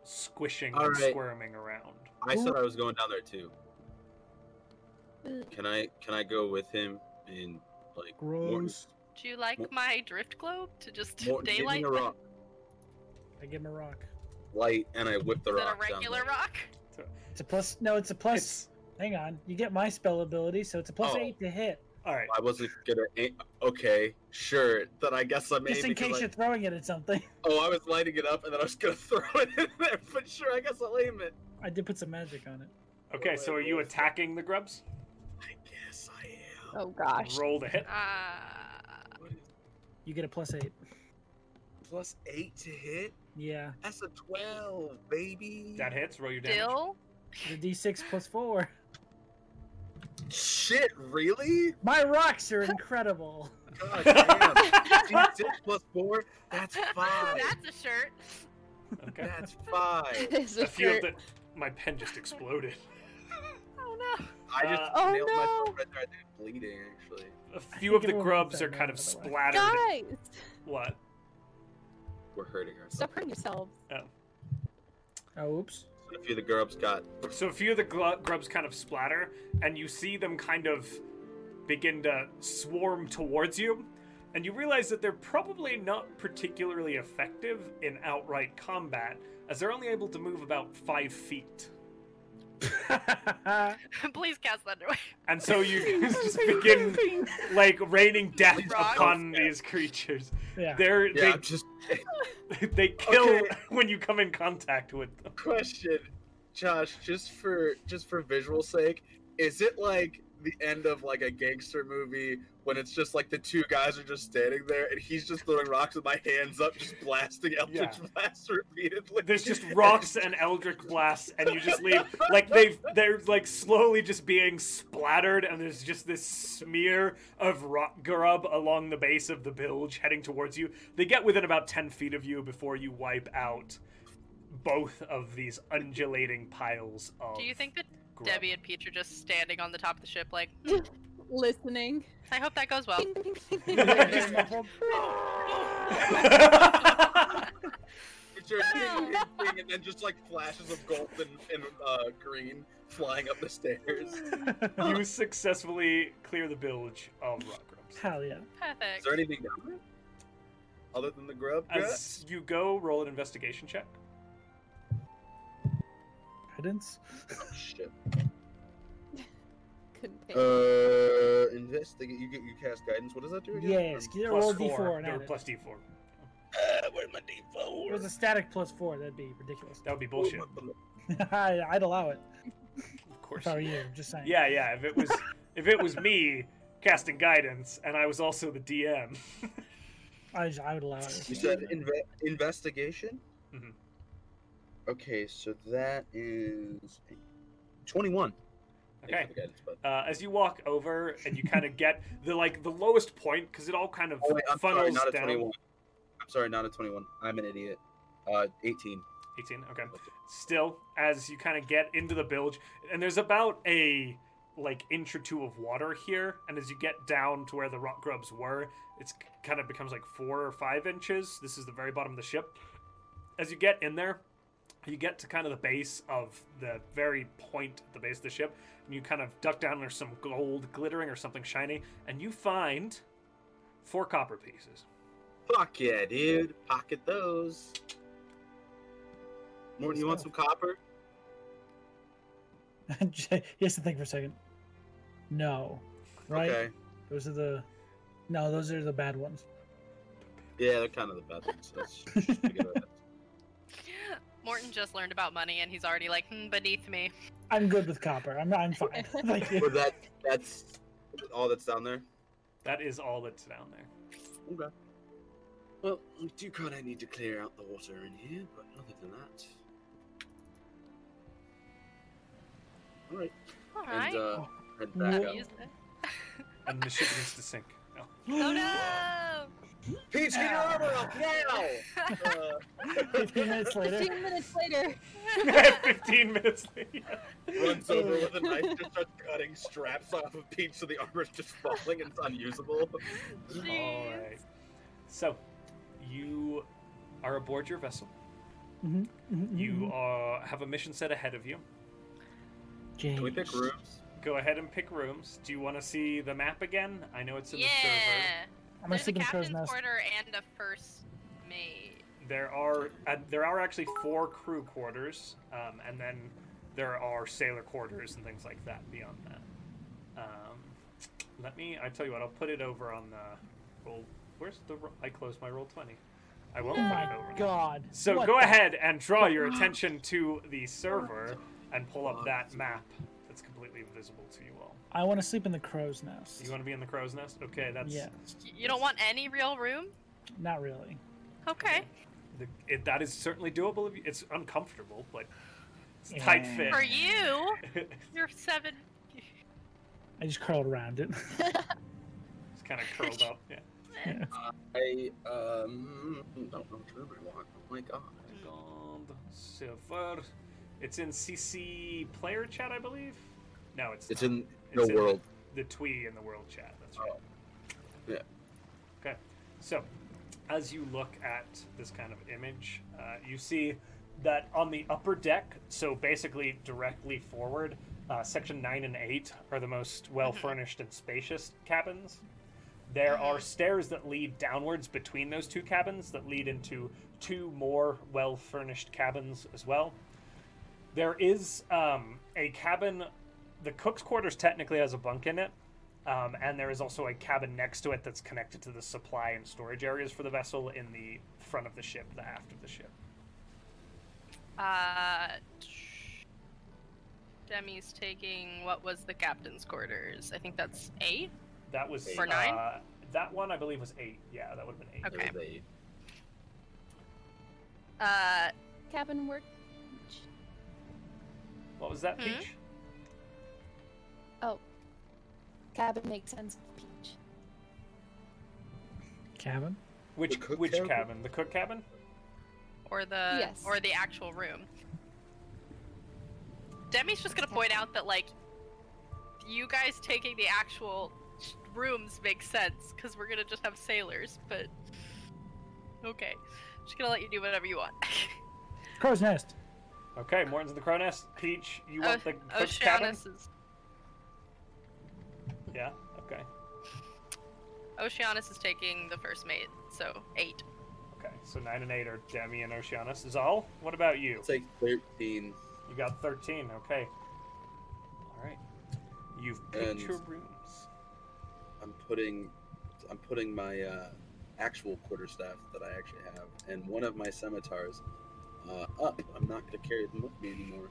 Speaker 1: squishing
Speaker 3: All
Speaker 1: and
Speaker 3: right.
Speaker 1: squirming around.
Speaker 3: I thought I was going down there too. Can I can I go with him and like Morton-
Speaker 2: Gross.
Speaker 4: Do you like
Speaker 3: Mor-
Speaker 4: my drift globe to just
Speaker 3: Morton, give me
Speaker 4: daylight?
Speaker 3: a
Speaker 4: them?
Speaker 3: rock,
Speaker 2: I give him a rock.
Speaker 3: light, and I whip the
Speaker 4: Is it a
Speaker 3: rock down
Speaker 4: regular
Speaker 3: there.
Speaker 4: rock?
Speaker 2: It's a plus. No, it's a plus.
Speaker 1: It's
Speaker 2: Hang on, you get my spell ability, so it's a plus
Speaker 3: Oh.
Speaker 2: eight to hit.
Speaker 1: all right.
Speaker 3: I wasn't gonna. Aim. Okay, sure. Then I guess I'm
Speaker 2: Just in
Speaker 3: aiming. 'cause
Speaker 2: case
Speaker 3: I-
Speaker 2: you're throwing it at something.
Speaker 3: Oh, I was lighting it up, and then I was gonna throw it in there. But sure, I guess I'll aim it.
Speaker 2: I did put some magic on it.
Speaker 1: Okay, so are you attacking the grubs?
Speaker 3: I guess I am.
Speaker 5: Oh gosh.
Speaker 1: Roll to hit.
Speaker 4: Uh,
Speaker 3: What is
Speaker 2: You get a plus eight. Oh.
Speaker 3: plus eight to hit?
Speaker 2: Yeah,
Speaker 3: That's a twelve, baby.
Speaker 1: That hits. Roll your damage.
Speaker 4: Dill.
Speaker 2: the d6 plus four.
Speaker 3: Shit, really?
Speaker 2: My rocks are incredible.
Speaker 3: God damn. Two, six plus four. That's five.
Speaker 4: That's a shirt.
Speaker 1: okay.
Speaker 3: That's five.
Speaker 5: This
Speaker 1: I
Speaker 5: is
Speaker 1: feel
Speaker 5: great.
Speaker 1: that my pen just exploded.
Speaker 4: Oh no.
Speaker 3: I just
Speaker 1: Uh,
Speaker 5: oh,
Speaker 3: nailed myself
Speaker 5: no.
Speaker 3: right there. I think it's bleeding actually.
Speaker 1: A few of
Speaker 2: it
Speaker 1: the
Speaker 2: will hit
Speaker 1: grubs
Speaker 2: that
Speaker 1: are kind
Speaker 2: now,
Speaker 1: of
Speaker 2: by the way.
Speaker 1: splattered.
Speaker 5: Guys,
Speaker 1: What?
Speaker 3: We're hurting ourselves.
Speaker 5: stop hurting yourselves.
Speaker 2: Oh, oops.
Speaker 3: A few of the girls got
Speaker 1: So a few of the glu- grubs kind of splatter, and you see them kind of begin to swarm towards you, and you realize that they're probably not particularly effective in outright combat, as they're only able to move about five feet.
Speaker 2: Uh,
Speaker 4: Please cast Thunder Wave.
Speaker 1: And so you guys just begin like raining death
Speaker 3: Please don't
Speaker 1: upon
Speaker 3: do that.
Speaker 1: these creatures.
Speaker 2: yeah.
Speaker 1: They're
Speaker 3: Yeah, I'm just
Speaker 1: they they kill
Speaker 3: Okay.
Speaker 1: when you come in contact with them.
Speaker 3: question, Josh, just for just for visual sake, is it like the end of like a gangster movie when it's just like the two guys are just standing there and he's just throwing rocks with my hands up, just blasting Eldritch
Speaker 1: Yeah.
Speaker 3: Blast repeatedly?
Speaker 1: There's just rocks and eldritch blasts, and you just leave like they've they're like slowly just being splattered, and there's just this smear of rock grub along the base of the bilge heading towards you. They get within about ten feet of you before you wipe out both of these undulating piles of.
Speaker 4: Do you think that
Speaker 1: grub.
Speaker 4: Debbie and Peach are just standing on the top of the ship, like,
Speaker 5: Listening.
Speaker 4: I hope that goes well.
Speaker 5: Ding, ding, ding,
Speaker 1: Just-
Speaker 5: ding, ding.
Speaker 3: It's your ding, ding, ding, and then just like flashes of gold and, and uh, green flying up the stairs.
Speaker 1: you successfully clear the bilge of rock grubs.
Speaker 2: Hell yeah.
Speaker 3: Is
Speaker 4: Perfect.
Speaker 3: there anything down there? Other than the grub?
Speaker 1: As you go, roll an investigation check.
Speaker 2: Guidance.
Speaker 3: Oh, shit.
Speaker 5: Couldn't pay.
Speaker 3: Uh, investigate. You get you cast guidance. What does that do again?
Speaker 2: Yes.
Speaker 3: Um,
Speaker 2: You
Speaker 1: Plus
Speaker 2: roll
Speaker 1: four.
Speaker 2: d4 and
Speaker 1: no,
Speaker 2: add it.
Speaker 1: plus D4.
Speaker 3: Uh, where my
Speaker 2: It was a
Speaker 3: d4?
Speaker 2: static plus four. That'd be ridiculous.
Speaker 1: That would be bullshit.
Speaker 2: I, I'd allow it.
Speaker 1: Of course.
Speaker 2: If I were you, just saying.
Speaker 1: Oh, Yeah, yeah. If it was, if it was me casting guidance, and I was also the DM,
Speaker 2: I, I would allow it.
Speaker 3: You said inve- investigation.
Speaker 1: Mhm.
Speaker 3: Okay, so that is twenty-one.
Speaker 1: Okay.
Speaker 3: Guidance, but...
Speaker 1: Uh, as you walk over and you kind of get the like the lowest point because it all kind of
Speaker 3: Oh, wait, I'm sorry,
Speaker 1: funnels
Speaker 3: not a
Speaker 1: down.
Speaker 3: 21. I'm sorry, not a 21. I'm an idiot. Uh, 18.
Speaker 1: 18 okay still as you kind of get into the bilge and there's about a like inch or two of water here and as you get down to where the rock grubs were it's kind of becomes like four or five inches this is the very bottom of the ship as you get in there you get to kind of the base of the very point at the base of the ship and you kind of duck down and there's some gold glittering or something shiny and you find four copper pieces
Speaker 3: Fuck yeah, dude. Pocket those. Morton, you want some copper?
Speaker 2: he has to think for a second. No, right?
Speaker 3: Okay.
Speaker 2: Those are the. No, those are the bad ones.
Speaker 3: Yeah, they're kind of the bad ones. so let's just forget about that.
Speaker 4: Morton just learned about money and he's already like hmm, beneath me.
Speaker 2: I'm good with copper. I'm I'm fine. Thank you.
Speaker 3: Well, that, that's all that's down there.
Speaker 1: that is all that's down there
Speaker 3: Okay. Well, we do kind of need to clear out the water in here, but other than that. Alright.
Speaker 4: All right. Oh.
Speaker 3: And, uh, head back up.
Speaker 4: Use it.
Speaker 1: and the ship begins to sink no.
Speaker 4: Oh no!
Speaker 3: Peach, get your armor up now! Uh,
Speaker 2: Fifteen minutes later.
Speaker 5: 15 minutes later.
Speaker 1: 15 minutes later.
Speaker 3: runs over with a knife, just starts cutting straps off of Peach so the armor's just falling and it's unusable.
Speaker 1: Alright. So, you are aboard your vessel.
Speaker 2: Mhm, mhm,
Speaker 1: You
Speaker 2: mhm.
Speaker 1: uh, have a mission set ahead of you.
Speaker 2: James.
Speaker 3: Can we pick rooms?
Speaker 1: Go ahead and pick rooms. Do you want to see the map again? I know it's in
Speaker 4: yeah.
Speaker 1: the server.
Speaker 2: I'm gonna
Speaker 4: There's a
Speaker 2: sleep in the crow's
Speaker 4: captain's
Speaker 2: nest.
Speaker 4: quarter and a first mate.
Speaker 1: There are uh, there are actually four crew quarters, um, and then there are sailor quarters and things like that beyond that. Um, let me. I tell you what. I'll put it over on the roll. Where's the? ro- I closed my roll twenty. I won't
Speaker 2: Oh
Speaker 1: put it
Speaker 2: my
Speaker 1: over. on
Speaker 2: god.
Speaker 1: So
Speaker 2: What
Speaker 1: go
Speaker 2: the-
Speaker 1: ahead and draw your attention to the server and pull up that map that's completely visible to you all.
Speaker 2: I want to sleep in the crow's nest.
Speaker 1: You want to be in the crow's nest? Okay, that's
Speaker 2: Yeah,
Speaker 4: Y- You don't want any real room?
Speaker 2: not really.
Speaker 4: Okay.
Speaker 1: the, it, that is certainly doable. If you, it's uncomfortable, but it's a tight
Speaker 2: Yeah.
Speaker 1: fit.
Speaker 4: For you, you're seven.
Speaker 2: I just curled around it.
Speaker 1: it's kind of curled up. Yeah.
Speaker 3: I um don't know which room I want. Oh my god.
Speaker 1: Gold, silver. It's in CC player chat, I believe. No, it's
Speaker 3: It's
Speaker 1: not.
Speaker 3: in
Speaker 1: It's
Speaker 3: the
Speaker 1: in
Speaker 3: world.
Speaker 1: the Twee in the world chat. That's right.
Speaker 3: Oh. Yeah.
Speaker 1: Okay. So, as you look at this kind of image, uh, you see that on the upper deck, so basically directly forward, uh, section 9 and 8 are the most well furnished and spacious cabins. There are stairs that lead downwards between those two cabins that lead into two more well furnished cabins as well. There is um, a cabin. The cook's quarters technically has a bunk in it, um, and there is also a cabin next to it that's connected to the supply and storage areas for the vessel in the front of the ship, the aft of the ship.
Speaker 4: Uh, Demi's taking what was the captain's quarters? I think that's eight.
Speaker 1: That was
Speaker 3: For
Speaker 4: nine?
Speaker 1: Uh, that one I believe was eight. Yeah, that would have been eight.
Speaker 4: Okay.
Speaker 3: There's a-
Speaker 4: Uh,
Speaker 5: Cabin work.
Speaker 1: What was that,
Speaker 4: Hmm?
Speaker 1: Peach?
Speaker 5: Oh. Cabin makes sense with Peach.
Speaker 2: Cabin.
Speaker 1: Which
Speaker 3: The cook
Speaker 1: which cabin?
Speaker 3: cabin?
Speaker 1: The cook cabin?
Speaker 4: or the
Speaker 5: Yes.
Speaker 4: or the actual room. Demi's just gonna point out that like, you guys taking the actual sh- rooms makes sense because we're gonna just have sailors. But okay, just gonna let you do whatever you want.
Speaker 2: Crow's nest.
Speaker 1: Okay, Morton's in the crow nest. Peach, you want the cook's cabin?
Speaker 4: Oceanus is
Speaker 1: Yeah. Okay.
Speaker 4: Oceanus is taking the first mate, so eight.
Speaker 1: Okay. So nine and eight are Demi and Oceanus. Zal, what about you?
Speaker 3: It's like 13.
Speaker 1: You got 13, okay. Alright. You've picked
Speaker 3: And-
Speaker 1: your rooms.
Speaker 3: I'm putting I'm putting my uh, actual quarterstaff that I actually have and one of my scimitars uh, up. I'm not going to carry them with me anymore.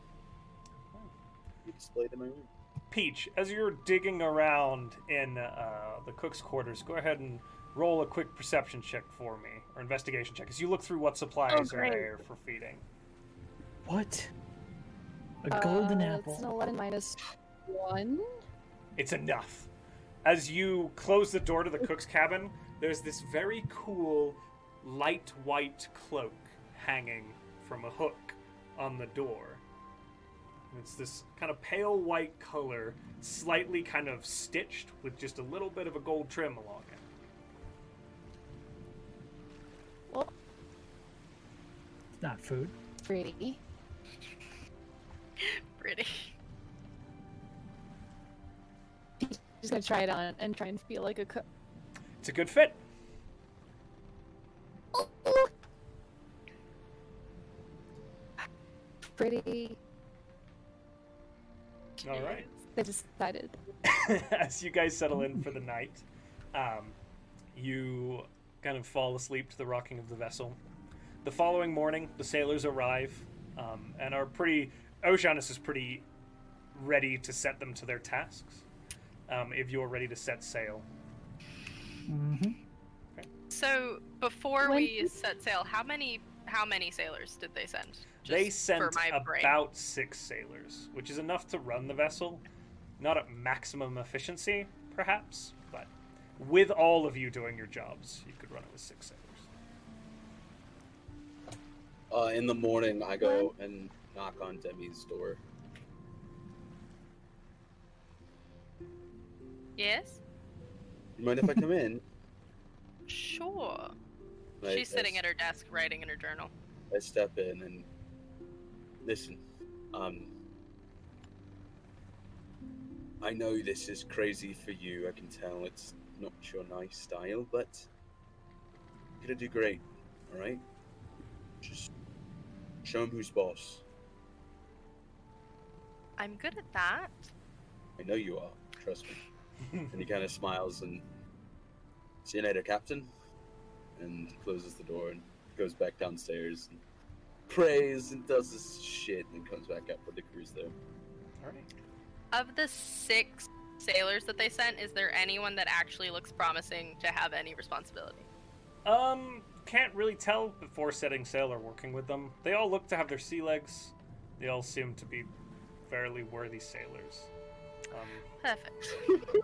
Speaker 3: Be displayed in my room.
Speaker 1: Peach, as you're digging around in uh, the cook's quarters, go ahead and roll a quick perception check for me, or investigation check, as you look through what supplies are
Speaker 5: great.
Speaker 1: there for feeding.
Speaker 2: What? A golden
Speaker 5: Uh,
Speaker 2: apple.
Speaker 5: It's an 11 minus One.
Speaker 1: It's enough. As you close the door to the cook's cabin, there's this very cool light white cloak hanging from a hook on the door. And it's this kind of pale white color, slightly kind of stitched with just a little bit of a gold trim along it.
Speaker 2: It's not food.
Speaker 5: Pretty.
Speaker 4: Pretty.
Speaker 5: Just gonna try it on and try and feel like a cook.
Speaker 1: It's a good fit.
Speaker 5: Pretty.
Speaker 1: All right.
Speaker 5: They decided.
Speaker 1: as you guys settle in for the night, um, you kind of fall asleep to the rocking of the vessel. The following morning, the sailors arrive um, and are pretty. Oceanus is pretty ready to set them to their tasks. Um, if you're ready to set sail,
Speaker 2: Mm-hmm.
Speaker 4: So before
Speaker 5: When-
Speaker 4: we set sail, how many how many sailors did they send? Just
Speaker 1: they sent
Speaker 4: for my
Speaker 1: about
Speaker 4: brain.
Speaker 1: six sailors, which is enough to run the vessel, not at maximum efficiency, perhaps, but with all of you doing your jobs, you could run it with six sailors.
Speaker 3: Uh, in the morning, I go and knock on Demi's door.
Speaker 4: Yes.
Speaker 3: You mind if I come in?
Speaker 4: Sure.
Speaker 3: And I-
Speaker 4: She's sitting
Speaker 3: I,
Speaker 4: at her desk writing in her journal.
Speaker 3: I step in and listen. Um, I know this is crazy for you. I can tell it's not your nice style, but you're gonna do great. All right, just show 'em who's boss.
Speaker 4: I'm good at that.
Speaker 3: I know you are. Trust me. and he kind of smiles and see you later, Captain. And closes the door and goes back downstairs and prays and does his shit and comes back up with the crews there.
Speaker 1: All right.
Speaker 4: Of the six sailors that they sent, is there anyone that actually looks promising to have any responsibility?
Speaker 1: Um, can't really tell before setting sail or working with them. They all look to have their sea legs. They all seem to be fairly worthy sailors. Um,
Speaker 4: Perfect.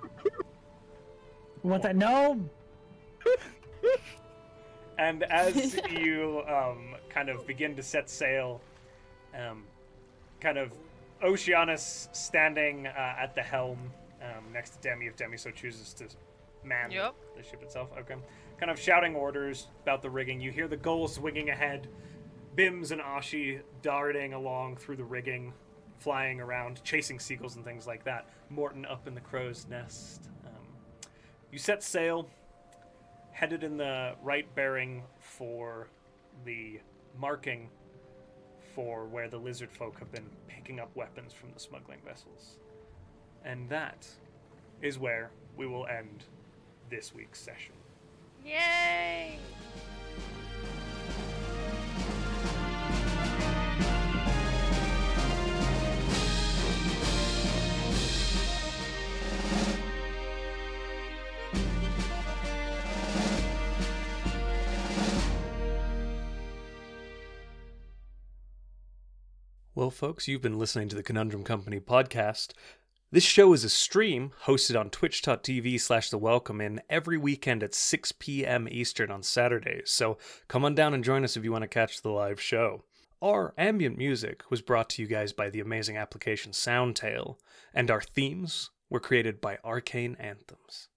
Speaker 2: Want that? No.
Speaker 1: and as you um, kind of begin to set sail, um, kind of Oceanus standing uh, at the helm um, next to Demi, if Demi so chooses to man
Speaker 4: Yep.
Speaker 1: the ship itself. Okay. Kind of shouting orders about the rigging. You hear the gulls swinging ahead, Bims and Ashi darting along through the rigging, flying around, chasing seagulls and things like that. Morton up in the crow's nest. Um, you set sail, headed in the right bearing for the marking for where the lizard folk have been picking up weapons from the smuggling vessels. And that is where we will end this week's session.
Speaker 4: Yay!
Speaker 1: Well, folks, you've been listening to the Conundrum Company podcast. This show is a stream hosted on twitch.tv slash the welcome in every weekend at 6 p.m. Eastern on Saturdays, so come on down and join us if you want to catch the live show. Our ambient music was brought to you guys by the amazing application Soundtail, and our themes were created by Arcane Anthems.